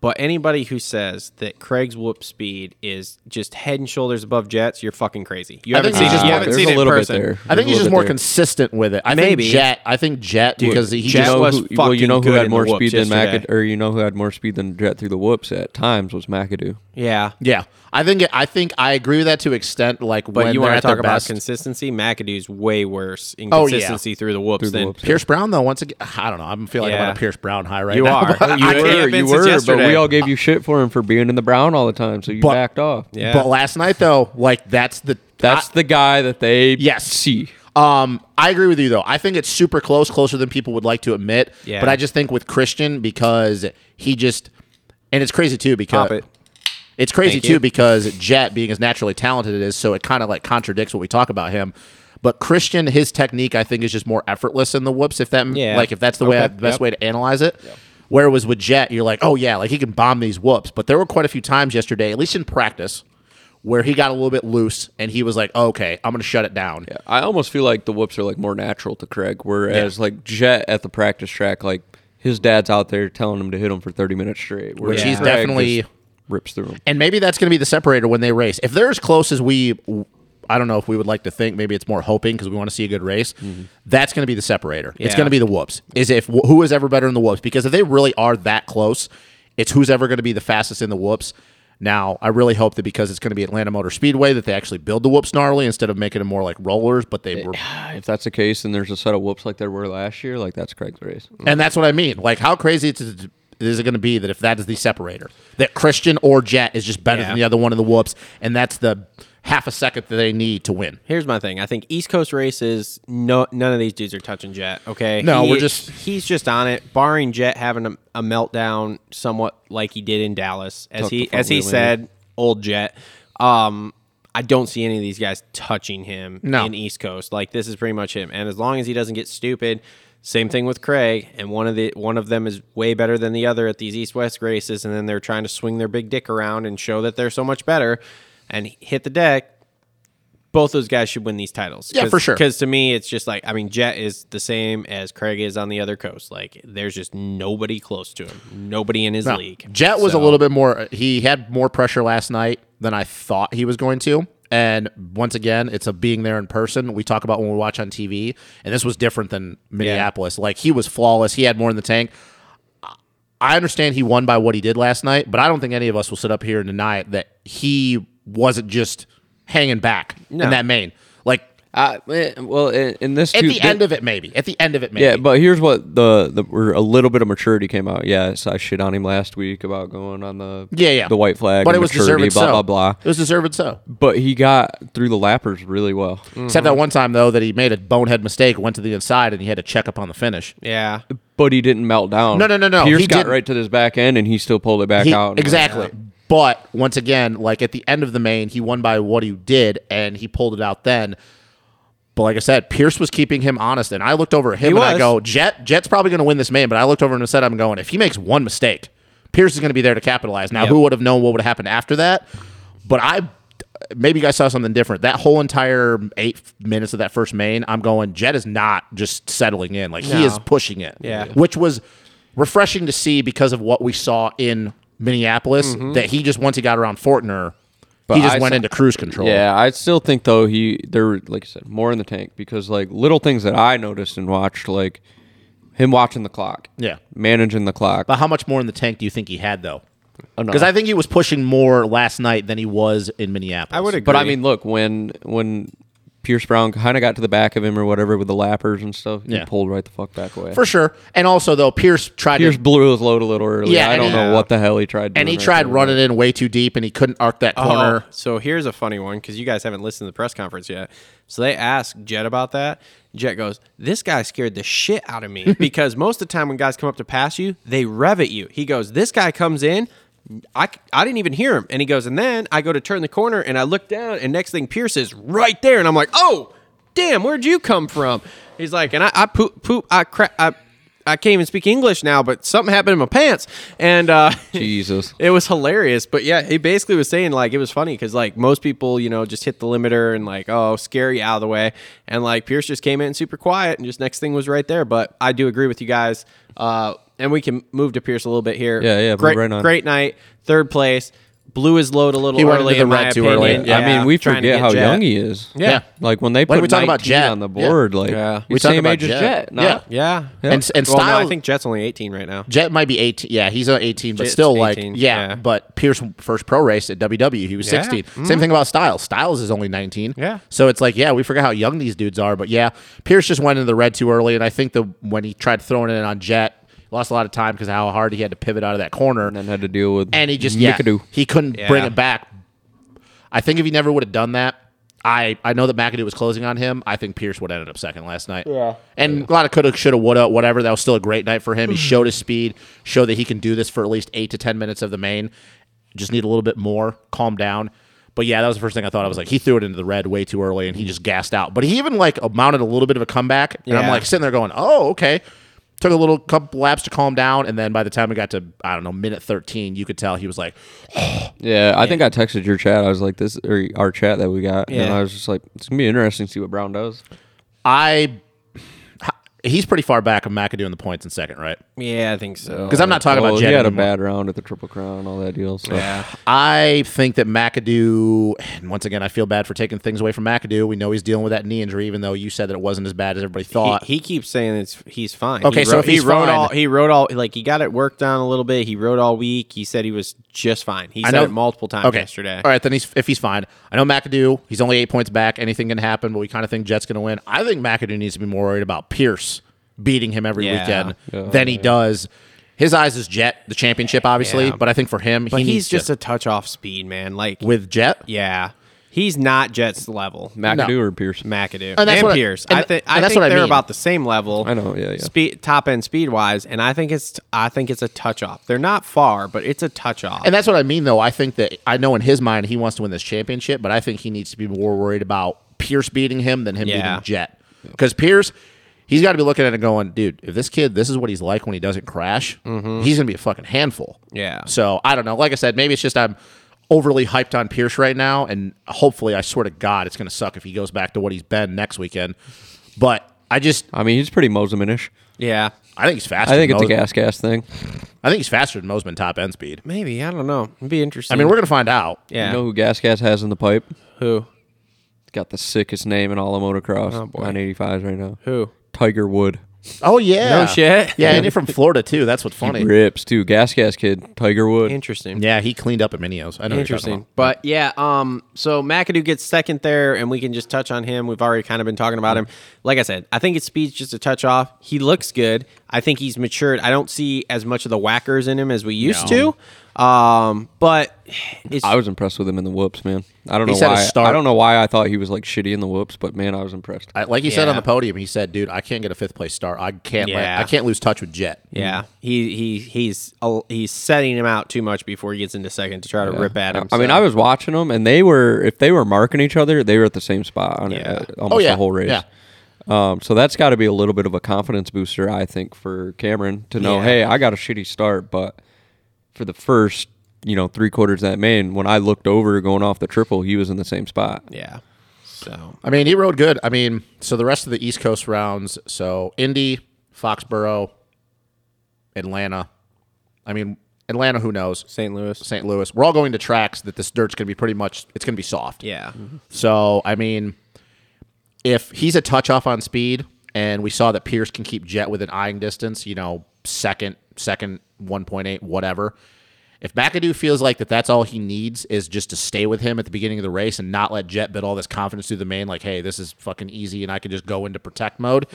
[SPEAKER 1] but anybody who says that Craig's whoop speed is just head and shoulders above Jet's, you're fucking crazy. You
[SPEAKER 2] I
[SPEAKER 1] haven't
[SPEAKER 2] think he's
[SPEAKER 1] seen,
[SPEAKER 2] just
[SPEAKER 1] you
[SPEAKER 2] more-
[SPEAKER 1] haven't
[SPEAKER 3] there's a
[SPEAKER 1] seen it in
[SPEAKER 3] little bit
[SPEAKER 1] person.
[SPEAKER 3] there.
[SPEAKER 2] I think
[SPEAKER 3] There's
[SPEAKER 2] he's
[SPEAKER 3] a
[SPEAKER 2] just
[SPEAKER 3] little
[SPEAKER 2] more
[SPEAKER 3] bit
[SPEAKER 2] consistent with it. I
[SPEAKER 1] Maybe.
[SPEAKER 2] think Jet. I think Jet because he
[SPEAKER 1] Jet
[SPEAKER 2] just
[SPEAKER 1] was
[SPEAKER 3] who- well, you
[SPEAKER 1] fucking
[SPEAKER 3] know who
[SPEAKER 1] good
[SPEAKER 3] had
[SPEAKER 1] in
[SPEAKER 3] more
[SPEAKER 1] the
[SPEAKER 3] speed
[SPEAKER 1] whoops
[SPEAKER 3] than McAdoo,
[SPEAKER 1] yesterday.
[SPEAKER 3] or you know who had more speed than Jet through the whoops at times was McAdoo.
[SPEAKER 1] Yeah.
[SPEAKER 2] Yeah, I think I think I agree with that to extent. Like,
[SPEAKER 1] But
[SPEAKER 2] when they're
[SPEAKER 1] you want to
[SPEAKER 2] at their
[SPEAKER 1] talk about
[SPEAKER 2] best.
[SPEAKER 1] consistency? McAdoo's way worse in
[SPEAKER 2] Oh, yeah.
[SPEAKER 1] consistency through the whoops
[SPEAKER 3] the
[SPEAKER 1] than
[SPEAKER 3] whoops.
[SPEAKER 2] Pierce Brown though? Once again, I don't know. I'm feeling like I'm
[SPEAKER 1] Yeah.
[SPEAKER 2] on a Pierce Brown high right
[SPEAKER 1] You
[SPEAKER 2] now.
[SPEAKER 1] are.
[SPEAKER 2] but
[SPEAKER 1] You
[SPEAKER 2] I
[SPEAKER 1] were.
[SPEAKER 2] can't-
[SPEAKER 1] have been since yesterday.
[SPEAKER 3] but we all gave you shit for him for being in the brown all the time, so you
[SPEAKER 2] But-
[SPEAKER 3] backed off.
[SPEAKER 1] Yeah.
[SPEAKER 2] But last night though, like that's the
[SPEAKER 3] that's the guy that they
[SPEAKER 2] Yes.
[SPEAKER 3] see.
[SPEAKER 2] Um, I agree with you though. I think it's super close, closer than people would like to admit.
[SPEAKER 1] Yeah.
[SPEAKER 2] But I just think with Christian because he just, and it's crazy too because
[SPEAKER 1] Pop it.
[SPEAKER 2] it's crazy
[SPEAKER 1] Thank
[SPEAKER 2] too
[SPEAKER 1] you.
[SPEAKER 2] because Jet being as naturally talented it is, so it kind of like contradicts what we talk about him. But Christian, his technique I think is just more effortless in the whoops. If that
[SPEAKER 1] Yeah.
[SPEAKER 2] like if that's the way
[SPEAKER 1] Okay.
[SPEAKER 2] the best
[SPEAKER 1] Yep.
[SPEAKER 2] way to analyze it. Where it was with Jet, you're like, oh yeah, like he can bomb these whoops. But there were quite a few times yesterday, at least in practice, where he got a little bit loose and he was like, okay, I'm going to shut it down.
[SPEAKER 3] Yeah, I almost feel like the whoops are like more natural to Craig, whereas like Jet at the practice track, like his dad's out there telling him to hit him for thirty minutes straight, whereas
[SPEAKER 2] he's
[SPEAKER 3] Craig
[SPEAKER 2] definitely-
[SPEAKER 3] just rips through him.
[SPEAKER 2] And maybe that's going to be the separator when they race. If they're as close as we, I don't know if we would like to think. Maybe it's more hoping because we want to see a good race. That's going to be the separator. It's
[SPEAKER 1] Yeah.
[SPEAKER 2] going to be the whoops. Is if wh- who is ever better in the whoops? Because if they really are that close, it's who's ever going to be the fastest in the whoops. Now, I really hope that because it's going to be Atlanta Motor Speedway that they actually build the whoops gnarly instead of making them more like rollers. But they were
[SPEAKER 3] If that's the case, and there's a set of whoops like there were last year, like that's Craig's race.
[SPEAKER 2] And that's what I mean. Like, how crazy it's, is it going to be that if that is the separator, that Christian or Jet is just better
[SPEAKER 1] Yeah.
[SPEAKER 2] than the other one in the whoops, and that's the half a second that they need to win?
[SPEAKER 1] Here's my thing. I think East Coast races, no, none of these dudes are touching Jet. Okay,
[SPEAKER 2] No,
[SPEAKER 1] He-
[SPEAKER 2] we're just-
[SPEAKER 1] he's just on it. Barring Jet having a, a meltdown, somewhat like he did in Dallas, as
[SPEAKER 3] Tuck the
[SPEAKER 1] he
[SPEAKER 3] front
[SPEAKER 1] as he
[SPEAKER 3] wheel in.
[SPEAKER 1] said, old Jet. Um, I don't see any of these guys touching him
[SPEAKER 2] No.
[SPEAKER 1] in East Coast. Like this is pretty much him. And as long as he doesn't get stupid, same thing with Craig. And one of the one of them is way better than the other at these East West races. And then they're trying to swing their big dick around and show that they're so much better, and hit the deck both those guys should win these titles.
[SPEAKER 2] Yeah, for sure.
[SPEAKER 1] Because to me, it's just like I mean, Jet is the same as Craig is on the other coast. Like, there's just nobody close to him. Nobody in his
[SPEAKER 2] No.
[SPEAKER 1] league.
[SPEAKER 2] Jet was a
[SPEAKER 1] So-
[SPEAKER 2] little bit more. uh, He had more pressure last night than I thought he was going to. And once again, it's a being there in person. We talk about when we watch on TV, and this was different than Minneapolis. Like he was flawless. He had more in the tank. I understand he won by what he did last night, but I don't think any of us will sit up here and deny it that he wasn't just hanging back
[SPEAKER 1] No.
[SPEAKER 2] in that main. Like
[SPEAKER 3] Uh, eh, well, in, in this
[SPEAKER 2] at
[SPEAKER 3] too,
[SPEAKER 2] the
[SPEAKER 3] thi-
[SPEAKER 2] end of it, maybe. At the end of it, maybe.
[SPEAKER 3] Yeah, but here's what the, the where a little bit of maturity came out. Yeah, so I shit on him last week about going on the
[SPEAKER 2] yeah, yeah.
[SPEAKER 3] the white flag.
[SPEAKER 2] But
[SPEAKER 3] and
[SPEAKER 2] it was
[SPEAKER 3] maturity,
[SPEAKER 2] deserved.
[SPEAKER 3] blah
[SPEAKER 2] so.
[SPEAKER 3] blah blah.
[SPEAKER 2] It was deserved. So
[SPEAKER 3] But he got through the lappers really well.
[SPEAKER 2] Except that one time though that he made a bonehead mistake, went to the inside, and he had to check up on the finish.
[SPEAKER 1] Yeah.
[SPEAKER 3] But he didn't melt down.
[SPEAKER 2] No, no, no, no,
[SPEAKER 3] Pierce
[SPEAKER 2] he
[SPEAKER 3] got
[SPEAKER 2] didn't.
[SPEAKER 3] right to this back end, and he still pulled it back
[SPEAKER 2] He-
[SPEAKER 3] out. and-
[SPEAKER 2] exactly. But once again, like at the end of the main, he won by what he did, and he pulled it out then. But like I said, Pierce was keeping him honest, and I looked over at him
[SPEAKER 1] He
[SPEAKER 2] and I
[SPEAKER 1] was.
[SPEAKER 2] go, Jet, Jet's probably going to win this main. But I looked over and said, I'm going. If he makes one mistake, Pierce is going to be there to capitalize. Now, who would have known what would have happened after that? But I, maybe you guys saw something different. That whole entire eight minutes of that first main, I'm going. Jet is not just settling in; like he is pushing it.
[SPEAKER 1] Yeah.
[SPEAKER 2] which was refreshing to see because of what we saw in Minneapolis. That he just once he got around Fortner, he just
[SPEAKER 3] Mm-hmm. I
[SPEAKER 2] went
[SPEAKER 3] saw-
[SPEAKER 2] into cruise control.
[SPEAKER 3] Yeah, I still think though he there were, like I said more in the tank because like little things that I noticed and watched like him watching the clock,
[SPEAKER 2] yeah.
[SPEAKER 3] managing the clock.
[SPEAKER 2] But how much more in the tank do you think he had
[SPEAKER 3] Uh-huh.
[SPEAKER 2] though?
[SPEAKER 3] Enough.
[SPEAKER 2] Because I think he was pushing more last night than he was in Minneapolis.
[SPEAKER 1] I would agree.
[SPEAKER 3] But I mean, look when when Pierce Brown kind of got to the back of him or whatever with the lappers and stuff, he
[SPEAKER 2] Yeah.
[SPEAKER 3] pulled right the fuck back away.
[SPEAKER 2] for sure. And also though, Pierce tried
[SPEAKER 3] Pierce
[SPEAKER 2] to,
[SPEAKER 3] blew his load a little early.
[SPEAKER 2] Yeah,
[SPEAKER 3] Yeah, I
[SPEAKER 2] and
[SPEAKER 3] don't
[SPEAKER 2] he-
[SPEAKER 3] know what the hell he tried. Doing
[SPEAKER 2] and he
[SPEAKER 3] right
[SPEAKER 2] tried
[SPEAKER 3] there.
[SPEAKER 2] running in way too deep, and he couldn't arc that corner.
[SPEAKER 1] Oh, so here's a funny one because you guys haven't listened to the press conference yet. So they asked Jet about that. Jet goes, "This guy scared the shit out of me because most of the time when guys come up to pass you, they rev at you." He goes, "This guy comes in." I, I didn't even hear him. And he goes, and then I go to turn the corner and I look down, and next thing Pierce is right there. And I'm like, oh, damn, where'd you come from? He's like, and I, I poop, poop, I crap, I, I can't even speak English now, but something happened in my pants. And uh,
[SPEAKER 3] Jesus.
[SPEAKER 1] it was hilarious, but yeah, he basically was saying like it was funny because like most people, you know, just hit the limiter and like oh scary out of the way, and like Pierce just came in super quiet and just next thing was right there. But I do agree with you guys, uh, and we can move to Pierce a little bit here.
[SPEAKER 3] Yeah, yeah, move
[SPEAKER 1] great,
[SPEAKER 3] right on.
[SPEAKER 1] great night, third place, blew his load a little
[SPEAKER 2] He went
[SPEAKER 1] early.
[SPEAKER 2] into the
[SPEAKER 1] in my
[SPEAKER 2] red too
[SPEAKER 1] opinion.
[SPEAKER 2] early.
[SPEAKER 3] I mean, we
[SPEAKER 1] trying to
[SPEAKER 3] forget
[SPEAKER 1] get
[SPEAKER 3] how
[SPEAKER 1] Jet.
[SPEAKER 3] young he is.
[SPEAKER 1] Yeah. Yeah.
[SPEAKER 3] Like when they put
[SPEAKER 2] Like we talk about
[SPEAKER 3] 19
[SPEAKER 2] Jet.
[SPEAKER 3] on the board, like
[SPEAKER 1] Yeah.
[SPEAKER 3] we
[SPEAKER 2] We talk
[SPEAKER 3] same
[SPEAKER 2] about
[SPEAKER 3] age as
[SPEAKER 2] Jet.
[SPEAKER 3] Jet. nah.
[SPEAKER 2] Yeah.
[SPEAKER 1] Yeah,
[SPEAKER 2] And, and
[SPEAKER 1] Well, no,
[SPEAKER 2] style,
[SPEAKER 1] I think Jet's only 18 right now.
[SPEAKER 2] Jet might be 18. Yeah, he's uh, 18, but
[SPEAKER 1] Jet's
[SPEAKER 2] still
[SPEAKER 1] 18,
[SPEAKER 2] like, yeah,
[SPEAKER 1] yeah.
[SPEAKER 2] But Pierce first pro race at WW, he was
[SPEAKER 1] Yeah. Mm.
[SPEAKER 2] 16. Same thing about Styles. Styles is only 19.
[SPEAKER 1] Yeah.
[SPEAKER 2] So it's like, yeah, we forget how young these dudes are. But yeah, Pierce just went into the red too early. And I think the when he tried throwing it in on Jet, lost a lot of time because how hard he had to pivot out of that corner.
[SPEAKER 3] And then had to deal with
[SPEAKER 2] and he just yeah,
[SPEAKER 3] McAdoo.
[SPEAKER 2] he couldn't bring
[SPEAKER 1] Yeah.
[SPEAKER 2] it back. I think if he never would have done that, I I know that McAdoo was closing on him. I think Pierce would have ended up second last night. Yeah, and a lot of coulda, shoulda, woulda, whatever. That was still a great night for him. He showed his speed, showed that he can do this for at least eight to ten minutes of the main. Just need a little bit more, calm down. But yeah, that was the first thing I thought. I was like, he threw it into the red way too early, and he just gassed out. But he even like mounted a little bit of a comeback, and I'm
[SPEAKER 1] Yeah.
[SPEAKER 2] like sitting there going, oh okay. Took a little couple laps to calm down, and then by the time we got to I don't know minute thirteen, you could tell he was like,
[SPEAKER 3] Yeah, I think I texted your chat. I was like, this or our chat that we got, and
[SPEAKER 1] Yeah.
[SPEAKER 3] I was just like, it's gonna be interesting to see what Brown does.
[SPEAKER 2] I. He's pretty far back of McAdoo in the points in second, right?
[SPEAKER 1] Yeah, I think so.
[SPEAKER 2] Because I'm not talking about
[SPEAKER 3] he
[SPEAKER 2] Jed
[SPEAKER 3] had a
[SPEAKER 2] anymore.
[SPEAKER 3] bad round at the Triple Crown and all that deal. So. Yeah,
[SPEAKER 2] I think that McAdoo, and once again, I feel bad for taking things away from McAdoo. We know he's dealing with that knee injury, even though you said that it wasn't as bad as everybody thought.
[SPEAKER 1] He, he keeps saying it's he's fine.
[SPEAKER 2] Okay,
[SPEAKER 1] he
[SPEAKER 2] so
[SPEAKER 1] wrote-
[SPEAKER 2] if he's
[SPEAKER 1] he wrote
[SPEAKER 2] fine-
[SPEAKER 1] all he wrote all like he got it worked down a little bit. He wrote all week. He said he was just fine. He
[SPEAKER 2] I
[SPEAKER 1] said
[SPEAKER 2] know-
[SPEAKER 1] it multiple times
[SPEAKER 2] okay.
[SPEAKER 1] yesterday.
[SPEAKER 2] All right, then he's if he's fine. I know McAdoo, he's only eight points back. Anything can happen, but we kind of think Jet's going to win. I think McAdoo needs to be more worried about Pierce beating him every
[SPEAKER 1] Yeah.
[SPEAKER 2] weekend than he does. His eyes is Jet, the championship, obviously,
[SPEAKER 1] Yeah.
[SPEAKER 2] but I think for him,
[SPEAKER 1] But
[SPEAKER 2] he
[SPEAKER 1] he's
[SPEAKER 2] needs
[SPEAKER 1] just
[SPEAKER 2] to,
[SPEAKER 1] a touch off speed, man. Like
[SPEAKER 2] with Jet.
[SPEAKER 1] yeah, he's not Jets level.
[SPEAKER 3] McAdoo or Pierce?
[SPEAKER 1] McAdoo
[SPEAKER 2] And
[SPEAKER 1] and,
[SPEAKER 2] that's what I-
[SPEAKER 1] Pierce.
[SPEAKER 2] and-
[SPEAKER 1] I, think I
[SPEAKER 2] and that's
[SPEAKER 1] think
[SPEAKER 2] what I
[SPEAKER 1] they're
[SPEAKER 2] mean.
[SPEAKER 1] about the same level.
[SPEAKER 3] I know, yeah, yeah.
[SPEAKER 1] Speed, top end speed wise, and I think it's I think it's a touch off. They're not far, but it's a touch off.
[SPEAKER 2] And that's what I mean, though. I think that I know in his mind he wants to win this championship, but I think he needs to be more worried about Pierce beating him than him
[SPEAKER 1] Yeah.
[SPEAKER 2] beating Jet. Because Pierce, he's got to be looking at it going, dude, if this kid, this is what he's like when he doesn't crash,
[SPEAKER 3] Mm-hmm.
[SPEAKER 2] he's going to be a fucking handful.
[SPEAKER 1] Yeah.
[SPEAKER 2] So I don't know. Like I said, maybe it's just I'm overly hyped on Pierce right now. And hopefully, I swear to God, it's going to suck if he goes back to what he's been next weekend. But I just,
[SPEAKER 3] I mean, he's pretty Mosemanish.
[SPEAKER 1] yeah,
[SPEAKER 2] I think he's faster.
[SPEAKER 3] I think it's
[SPEAKER 2] than
[SPEAKER 3] a
[SPEAKER 2] Mos-
[SPEAKER 3] gas gas thing.
[SPEAKER 2] I think he's faster than Mosman top end speed.
[SPEAKER 1] maybe I don't know. It'd be interesting.
[SPEAKER 2] I mean, we're going to find out.
[SPEAKER 1] yeah.
[SPEAKER 3] You know who gas gas has in the pipe?
[SPEAKER 1] who
[SPEAKER 3] Got the sickest name in all of motocross.
[SPEAKER 1] Oh, boy.
[SPEAKER 3] 985s right now.
[SPEAKER 1] who
[SPEAKER 3] Tiger Wood.
[SPEAKER 2] Oh yeah,
[SPEAKER 1] No shit.
[SPEAKER 2] Yeah, and you're from Florida too. That's what's funny.
[SPEAKER 3] Rips too. Gas gas kid. Tiger Wood.
[SPEAKER 1] interesting.
[SPEAKER 2] yeah, he cleaned up at Minio's. I know.
[SPEAKER 1] Interesting, but yeah. Um, so McAdoo gets second there, and we can just touch on him. We've already kind of been talking about him. Like I said, I think his speed's just a touch off. He looks good. I think he's matured. I don't see as much of the whackers in him as we used to. Um, but it's
[SPEAKER 3] I was impressed with him in the whoops, man. I don't
[SPEAKER 2] He's
[SPEAKER 3] know
[SPEAKER 2] had a
[SPEAKER 3] why.
[SPEAKER 2] start.
[SPEAKER 3] I don't know why I thought he was like shitty in the whoops, but man, I was impressed.
[SPEAKER 2] I, like he said
[SPEAKER 1] Yeah.
[SPEAKER 2] on the podium, he said, "Dude, I can't get a fifth place start. I can't.
[SPEAKER 1] Yeah.
[SPEAKER 2] Let, I can't lose touch with Jet."
[SPEAKER 1] yeah. He he he's a- he's setting him out too much before he gets into second to try to rip at him.
[SPEAKER 3] I mean,
[SPEAKER 1] so.
[SPEAKER 3] I was watching them, and they were if they were marking each other, they were at the same spot on
[SPEAKER 1] Yeah.
[SPEAKER 3] uh, almost
[SPEAKER 2] Oh, yeah.
[SPEAKER 3] the whole race.
[SPEAKER 2] Yeah.
[SPEAKER 3] Um, so that's got to be a little bit of a confidence booster, I think, for Cameron to know,
[SPEAKER 1] Yeah.
[SPEAKER 3] hey, I got a shitty start, but for the first, you know, three quarters of that main, when I looked over going off the triple, he was in the same spot.
[SPEAKER 1] yeah. So
[SPEAKER 2] I mean, he rode good. I mean, so the rest of the East Coast rounds, so Indy, Foxborough, Atlanta. I mean, Atlanta. Who knows?
[SPEAKER 1] St. Louis.
[SPEAKER 2] St. Louis. We're all going to tracks that this dirt's going to be pretty much. It's going to be soft.
[SPEAKER 1] Yeah.
[SPEAKER 2] So I mean, if he's a touch off on speed, and we saw that Pierce can keep Jet within eyeing distance, you know, second, second, one point eight, whatever. If McAdoo feels like that, that's all he needs is just to stay with him at the beginning of the race and not let Jet build all this confidence through the main. Like, hey, this is fucking easy, and I can just go into protect mode.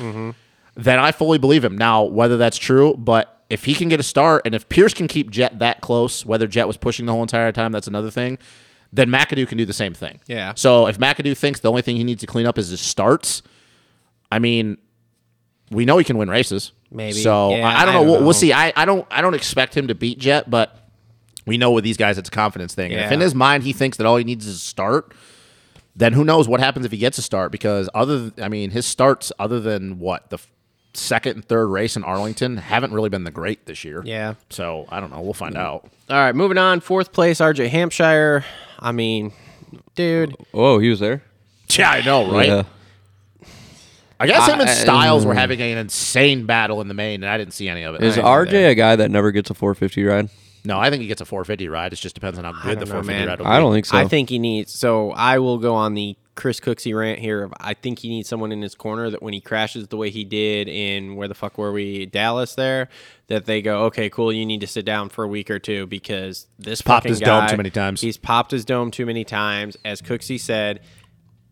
[SPEAKER 2] Then I fully believe him. Now, whether that's true, but if he can get a start and if Pierce can keep Jet that close, whether Jet was pushing the whole entire time, that's another thing. Then McAdoo can do the same thing.
[SPEAKER 1] Yeah.
[SPEAKER 2] So if McAdoo thinks the only thing he needs to clean up is his starts, I mean, we know he can win races.
[SPEAKER 1] Maybe.
[SPEAKER 2] So
[SPEAKER 1] Yeah,
[SPEAKER 2] I, I don't know.
[SPEAKER 1] I don't
[SPEAKER 2] We'll,
[SPEAKER 1] know.
[SPEAKER 2] we'll see. I, I don't I don't expect him to beat Jet, but we know with these guys it's a confidence thing. And if
[SPEAKER 1] Yeah.
[SPEAKER 2] in his mind he thinks that all he needs is a start, then who knows what happens if he gets a start? Because other, th- I mean, his starts other than what the f- second and third race in Arlington haven't really been the great this year.
[SPEAKER 1] Yeah. Mm.
[SPEAKER 2] So I don't know. We'll find out.
[SPEAKER 1] All right, moving on. Fourth place, RJ Hampshire. I mean, dude.
[SPEAKER 3] Oh, he was there.
[SPEAKER 2] Yeah, I know, right?
[SPEAKER 3] Yeah.
[SPEAKER 2] I guess him and
[SPEAKER 3] I- mm.
[SPEAKER 2] Styles were having an insane battle in the main, and I didn't see any of it.
[SPEAKER 3] Is
[SPEAKER 2] I ain't
[SPEAKER 3] RJ
[SPEAKER 2] there.
[SPEAKER 3] a guy that never gets a 450 ride?
[SPEAKER 2] No, I think he gets a 450 ride. It just depends on how good the
[SPEAKER 1] don't know,
[SPEAKER 2] 450
[SPEAKER 1] man.
[SPEAKER 2] ride will be.
[SPEAKER 3] I don't think so.
[SPEAKER 1] I think he needs. So I will go on the Chris Cooksey rant here. Of I think he needs someone in his corner that when he crashes the way he did in where the fuck were we Dallas there, that they go, okay, cool, you need to sit down for a week or two because this
[SPEAKER 2] Popped
[SPEAKER 1] fucking
[SPEAKER 2] his dome
[SPEAKER 1] guy-
[SPEAKER 2] too many times.
[SPEAKER 1] He's popped his dome too many times. As Cooksey said,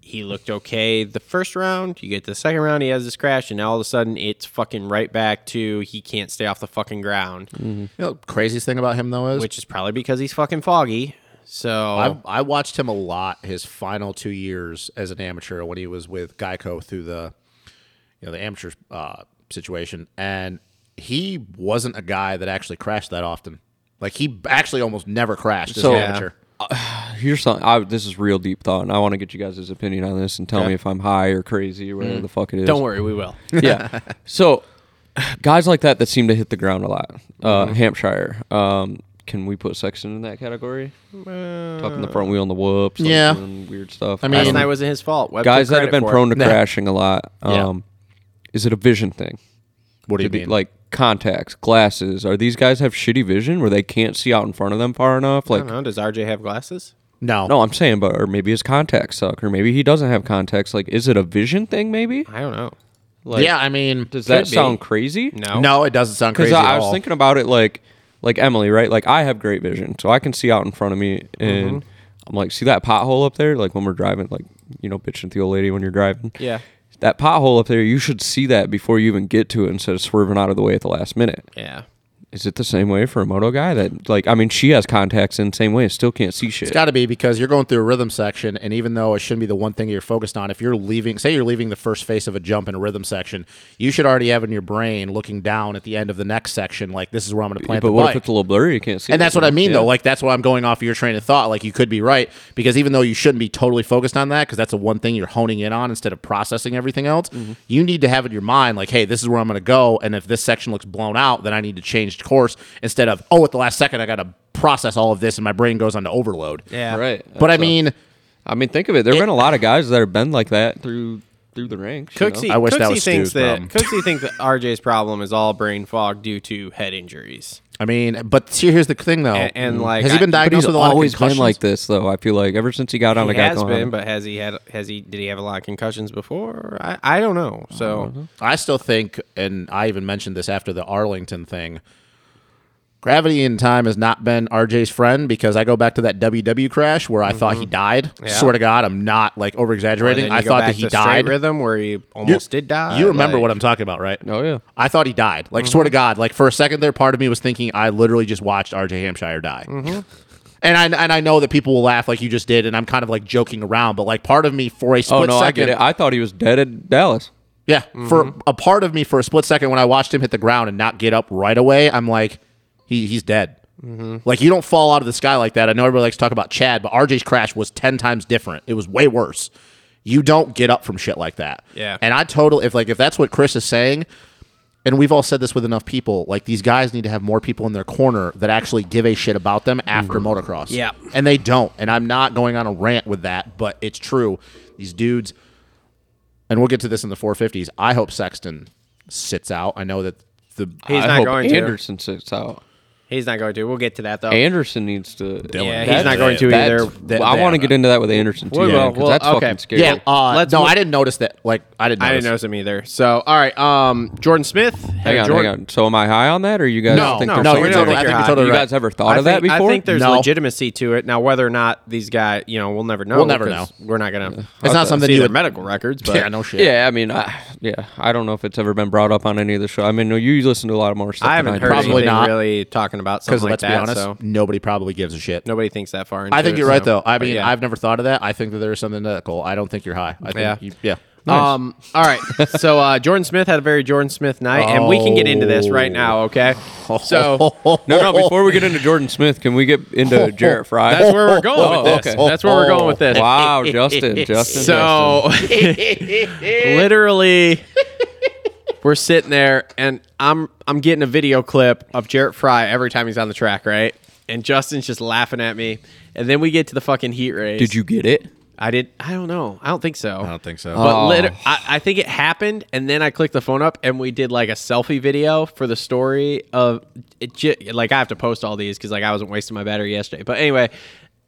[SPEAKER 1] he looked okay the first round. You get to the second round, he has this crash, and now all of a sudden it's fucking right back to he can't stay off the fucking ground,
[SPEAKER 2] You know, craziest thing about him though is
[SPEAKER 1] which is probably because he's fucking foggy. So
[SPEAKER 2] I,
[SPEAKER 3] Oh.
[SPEAKER 2] I watched him a lot his final two years as an amateur when he was with Geico through the you know the amateur uh, situation, and he wasn't a guy that actually crashed that often. Like he b- actually almost never crashed as
[SPEAKER 3] So-
[SPEAKER 2] an
[SPEAKER 3] Yeah.
[SPEAKER 2] amateur.
[SPEAKER 3] Here's something. I, this is real deep thought, and I want to get you guys' opinion
[SPEAKER 2] Mm.
[SPEAKER 3] on this and tell me if I'm high or crazy or whatever the fuck it is.
[SPEAKER 1] don't worry, we will.
[SPEAKER 3] yeah. So guys like that that seem to hit the ground a lot. Uh,
[SPEAKER 2] Mm-hmm.
[SPEAKER 3] Hampshire. Um, can we put Sexton in that category? Tucking the front wheel on the whoops. like
[SPEAKER 2] Uh, yeah.
[SPEAKER 3] doing weird stuff.
[SPEAKER 2] I
[SPEAKER 3] I
[SPEAKER 2] mean-
[SPEAKER 1] Last
[SPEAKER 3] mean,
[SPEAKER 1] night wasn't his fault. Webb
[SPEAKER 3] guys
[SPEAKER 1] took
[SPEAKER 3] that have
[SPEAKER 1] credit
[SPEAKER 3] been
[SPEAKER 1] for it.
[SPEAKER 3] prone to
[SPEAKER 2] Yeah.
[SPEAKER 3] crashing a lot.
[SPEAKER 2] Yeah.
[SPEAKER 3] Um, Is it a vision thing?
[SPEAKER 2] What do you
[SPEAKER 3] Did the-
[SPEAKER 2] mean?
[SPEAKER 3] like contacts, glasses? Are these guys have shitty vision where they can't see out in front of them far enough?
[SPEAKER 1] I
[SPEAKER 3] Like,
[SPEAKER 1] don't know. Does RJ have glasses?
[SPEAKER 2] no,
[SPEAKER 3] no, I'm saying, but or maybe his contacts suck, or maybe he doesn't have contacts. Like, is it a vision thing? Maybe.
[SPEAKER 1] I don't know.
[SPEAKER 3] Like,
[SPEAKER 2] yeah, I mean,
[SPEAKER 3] Does that
[SPEAKER 1] be.
[SPEAKER 3] sound crazy?
[SPEAKER 1] No.
[SPEAKER 2] No, it doesn't sound
[SPEAKER 3] Because
[SPEAKER 2] crazy.
[SPEAKER 3] I, I
[SPEAKER 2] at
[SPEAKER 3] was
[SPEAKER 2] all.
[SPEAKER 3] thinking about it like like Emily, right? Like I have great vision, so I can see out in front of me, and
[SPEAKER 2] Mm-hmm.
[SPEAKER 3] I'm like, see that pothole up there? Like when we're driving, like you know, bitching at the old lady when you're driving.
[SPEAKER 1] Yeah.
[SPEAKER 3] That pothole up there, you should see that before you even get to it, instead of swerving out of the way at the last minute.
[SPEAKER 1] Yeah.
[SPEAKER 3] Is it the same way for a moto guy? That like, I mean, she has contacts in the same way, and still can't see shit.
[SPEAKER 2] It's got to be because you're going through a rhythm section, and even though it shouldn't be the one thing you're focused on, if you're leaving, say you're leaving the first face of a jump in a rhythm section, you should already have in your brain looking down at the end of the next section, like this is where I'm going to plant
[SPEAKER 3] but
[SPEAKER 2] the
[SPEAKER 3] what
[SPEAKER 2] bike.
[SPEAKER 3] if it's a little blurry? You can't see.
[SPEAKER 2] and
[SPEAKER 3] it,
[SPEAKER 2] that's
[SPEAKER 3] you
[SPEAKER 2] what I
[SPEAKER 3] know?
[SPEAKER 2] mean, though.
[SPEAKER 3] Yeah.
[SPEAKER 2] Like that's why I'm going off of your train of thought. Like you could be right because even though you shouldn't be totally focused on that, because that's the one thing you're honing in on instead of processing everything else,
[SPEAKER 3] Mm-hmm.
[SPEAKER 2] you need to have in your mind like, hey, this is where I'm going to go, and if this section looks blown out, then I need to change course instead of oh, at the last second I got to process all of this, and my brain goes on to overload.
[SPEAKER 1] Yeah.
[SPEAKER 3] right.
[SPEAKER 2] But I
[SPEAKER 3] That's a-
[SPEAKER 2] mean,
[SPEAKER 3] I mean, think of it. There've been a lot of guys that have been like that through through the ranks. you know?
[SPEAKER 1] Cooksey,
[SPEAKER 2] I wish that
[SPEAKER 1] Cooksey
[SPEAKER 2] was
[SPEAKER 1] thinks
[SPEAKER 2] Stu's problem.
[SPEAKER 1] that Cooksey thinks that RJ's problem is all brain fog due to head injuries.
[SPEAKER 2] I mean, but see, here's the thing, though.
[SPEAKER 1] And- and, like,
[SPEAKER 2] has he
[SPEAKER 1] I-
[SPEAKER 2] been
[SPEAKER 1] but
[SPEAKER 2] diagnosed with a lot
[SPEAKER 3] always
[SPEAKER 2] of
[SPEAKER 3] been
[SPEAKER 2] concussions?
[SPEAKER 3] like this though. I feel like ever since he got on,
[SPEAKER 1] He
[SPEAKER 3] a guy
[SPEAKER 1] has
[SPEAKER 3] going on-
[SPEAKER 1] been, but has he had has he did he have a lot of concussions before? I, I don't know. So
[SPEAKER 2] I still think, and I even mentioned this after the Arlington thing. Gravity in time has not been RJ's friend because I go back to that WW crash where I thought he died.
[SPEAKER 1] Mm-hmm. Yeah.
[SPEAKER 2] Swear to God, I'm not like over
[SPEAKER 1] And
[SPEAKER 2] exaggerating.
[SPEAKER 1] then you
[SPEAKER 2] I
[SPEAKER 1] go
[SPEAKER 2] thought
[SPEAKER 1] back
[SPEAKER 2] that he
[SPEAKER 1] to straight
[SPEAKER 2] died.
[SPEAKER 1] rhythm where he almost did die.
[SPEAKER 2] You remember
[SPEAKER 1] like- Mm-hmm.
[SPEAKER 2] what I'm talking about, right?
[SPEAKER 3] Oh yeah,
[SPEAKER 2] I thought he died. Like, swear to God, like for a second there, part of me was thinking I literally just watched RJ Hampshire die.
[SPEAKER 1] Mm-hmm.
[SPEAKER 2] And I and I know that people will laugh like you just did, and I'm kind of like joking around, but like part of me for a split
[SPEAKER 3] oh no, I
[SPEAKER 2] second,
[SPEAKER 3] get it. I thought he was dead at Dallas.
[SPEAKER 2] yeah, for
[SPEAKER 1] Mm-hmm.
[SPEAKER 2] a part of me for a split second when I watched him hit the ground and not get up right away, I'm like, he he's dead.
[SPEAKER 1] Mm-hmm.
[SPEAKER 2] Like you don't fall out of the sky like that. I know everybody likes to talk about Chad, but RJ's crash was ten times different. It was way worse. You don't get up from shit like that.
[SPEAKER 1] Yeah.
[SPEAKER 2] And I total if like if that's what Chris is saying, and we've all said this with enough people, like these guys need to have more people in their corner that actually give a shit about them after motocross.
[SPEAKER 1] Mm-hmm. Yeah.
[SPEAKER 2] And they don't. And I'm not going on a rant with that, but it's true. These dudes and we'll get to this in the 450s. I hope Sexton sits out. I know that the
[SPEAKER 1] He's
[SPEAKER 3] I
[SPEAKER 1] not
[SPEAKER 3] hope
[SPEAKER 1] going
[SPEAKER 3] Anderson sits out.
[SPEAKER 1] to. He's not going to. We'll get to that though.
[SPEAKER 3] Anderson needs to.
[SPEAKER 1] yeah, he's
[SPEAKER 3] That's-
[SPEAKER 1] not going to
[SPEAKER 3] that's-
[SPEAKER 1] either.
[SPEAKER 2] that-
[SPEAKER 3] I want to
[SPEAKER 2] that-
[SPEAKER 3] get into that with Anderson too.
[SPEAKER 1] Well,
[SPEAKER 3] man, 'cause
[SPEAKER 1] well,
[SPEAKER 3] that's
[SPEAKER 1] okay.
[SPEAKER 3] fucking scary.
[SPEAKER 2] yeah. Uh,
[SPEAKER 1] Let's
[SPEAKER 2] no,
[SPEAKER 1] mo-
[SPEAKER 2] I didn't notice that. Like I didn't. Notice.
[SPEAKER 1] I didn't notice him either. So all right, um, Jordan Smith.
[SPEAKER 3] hang on, hang on. So am I high on that, or you guys
[SPEAKER 2] No,
[SPEAKER 3] think
[SPEAKER 2] Oh. no, no,
[SPEAKER 3] there's
[SPEAKER 2] you're
[SPEAKER 3] something
[SPEAKER 2] totally-
[SPEAKER 3] there?
[SPEAKER 2] I think you're
[SPEAKER 3] You
[SPEAKER 2] totally
[SPEAKER 3] guys
[SPEAKER 2] right.
[SPEAKER 3] ever thought of that
[SPEAKER 1] think,
[SPEAKER 3] before?
[SPEAKER 1] I think there's
[SPEAKER 2] No.
[SPEAKER 1] legitimacy to it. Now, whether or not these guys, you know, we'll never know.
[SPEAKER 2] We'll never
[SPEAKER 1] 'cause We're not gonna.
[SPEAKER 2] It's not something
[SPEAKER 1] see
[SPEAKER 2] you
[SPEAKER 1] their
[SPEAKER 2] would-
[SPEAKER 1] medical records, but
[SPEAKER 2] Yeah. No shit.
[SPEAKER 3] yeah, I mean, I, yeah, I don't know if it's ever been brought up on any of the show. I mean, no, you listen to a lot of more stuff.
[SPEAKER 1] I
[SPEAKER 3] than
[SPEAKER 1] haven't
[SPEAKER 3] do.
[SPEAKER 1] heard
[SPEAKER 2] Probably
[SPEAKER 1] anything
[SPEAKER 2] not.
[SPEAKER 1] really talking about
[SPEAKER 2] Because
[SPEAKER 1] something like
[SPEAKER 2] let's
[SPEAKER 1] that.
[SPEAKER 2] be honest,
[SPEAKER 1] so
[SPEAKER 2] nobody probably gives a shit.
[SPEAKER 1] nobody thinks that far. Into
[SPEAKER 2] I think
[SPEAKER 1] it,
[SPEAKER 2] you're right
[SPEAKER 1] so-
[SPEAKER 2] though. I
[SPEAKER 1] but
[SPEAKER 2] mean,
[SPEAKER 1] yeah.
[SPEAKER 2] I've never thought of that. I think that there is something medical. I don't think you're high. I think
[SPEAKER 1] Yeah.
[SPEAKER 2] You, yeah.
[SPEAKER 1] Um. All right. so uh, Jordan Smith had a very Jordan Smith night, and we can get into this right now. Okay. So
[SPEAKER 3] No, no. Before we get into Jordan Smith, can we get into Jarrett Fry?
[SPEAKER 1] that's where we're
[SPEAKER 2] Oh,
[SPEAKER 1] going with this. That's where we're going with this.
[SPEAKER 3] Wow, Justin, Justin.
[SPEAKER 1] So literally we're sitting there and I'm I'm getting a video clip of Jarrett Fry every time he's on the track, right? And Justin's just laughing at me. And then we get to the fucking heat race.
[SPEAKER 3] did you get it?
[SPEAKER 1] I did I don't know. I don't think so.
[SPEAKER 2] I don't think so.
[SPEAKER 1] But
[SPEAKER 3] Oh.
[SPEAKER 1] liter- I, I think it happened, and then I clicked the phone up, and we did like a selfie video for the story of it. J- like I have to post all these because like I wasn't wasting my battery yesterday. But anyway,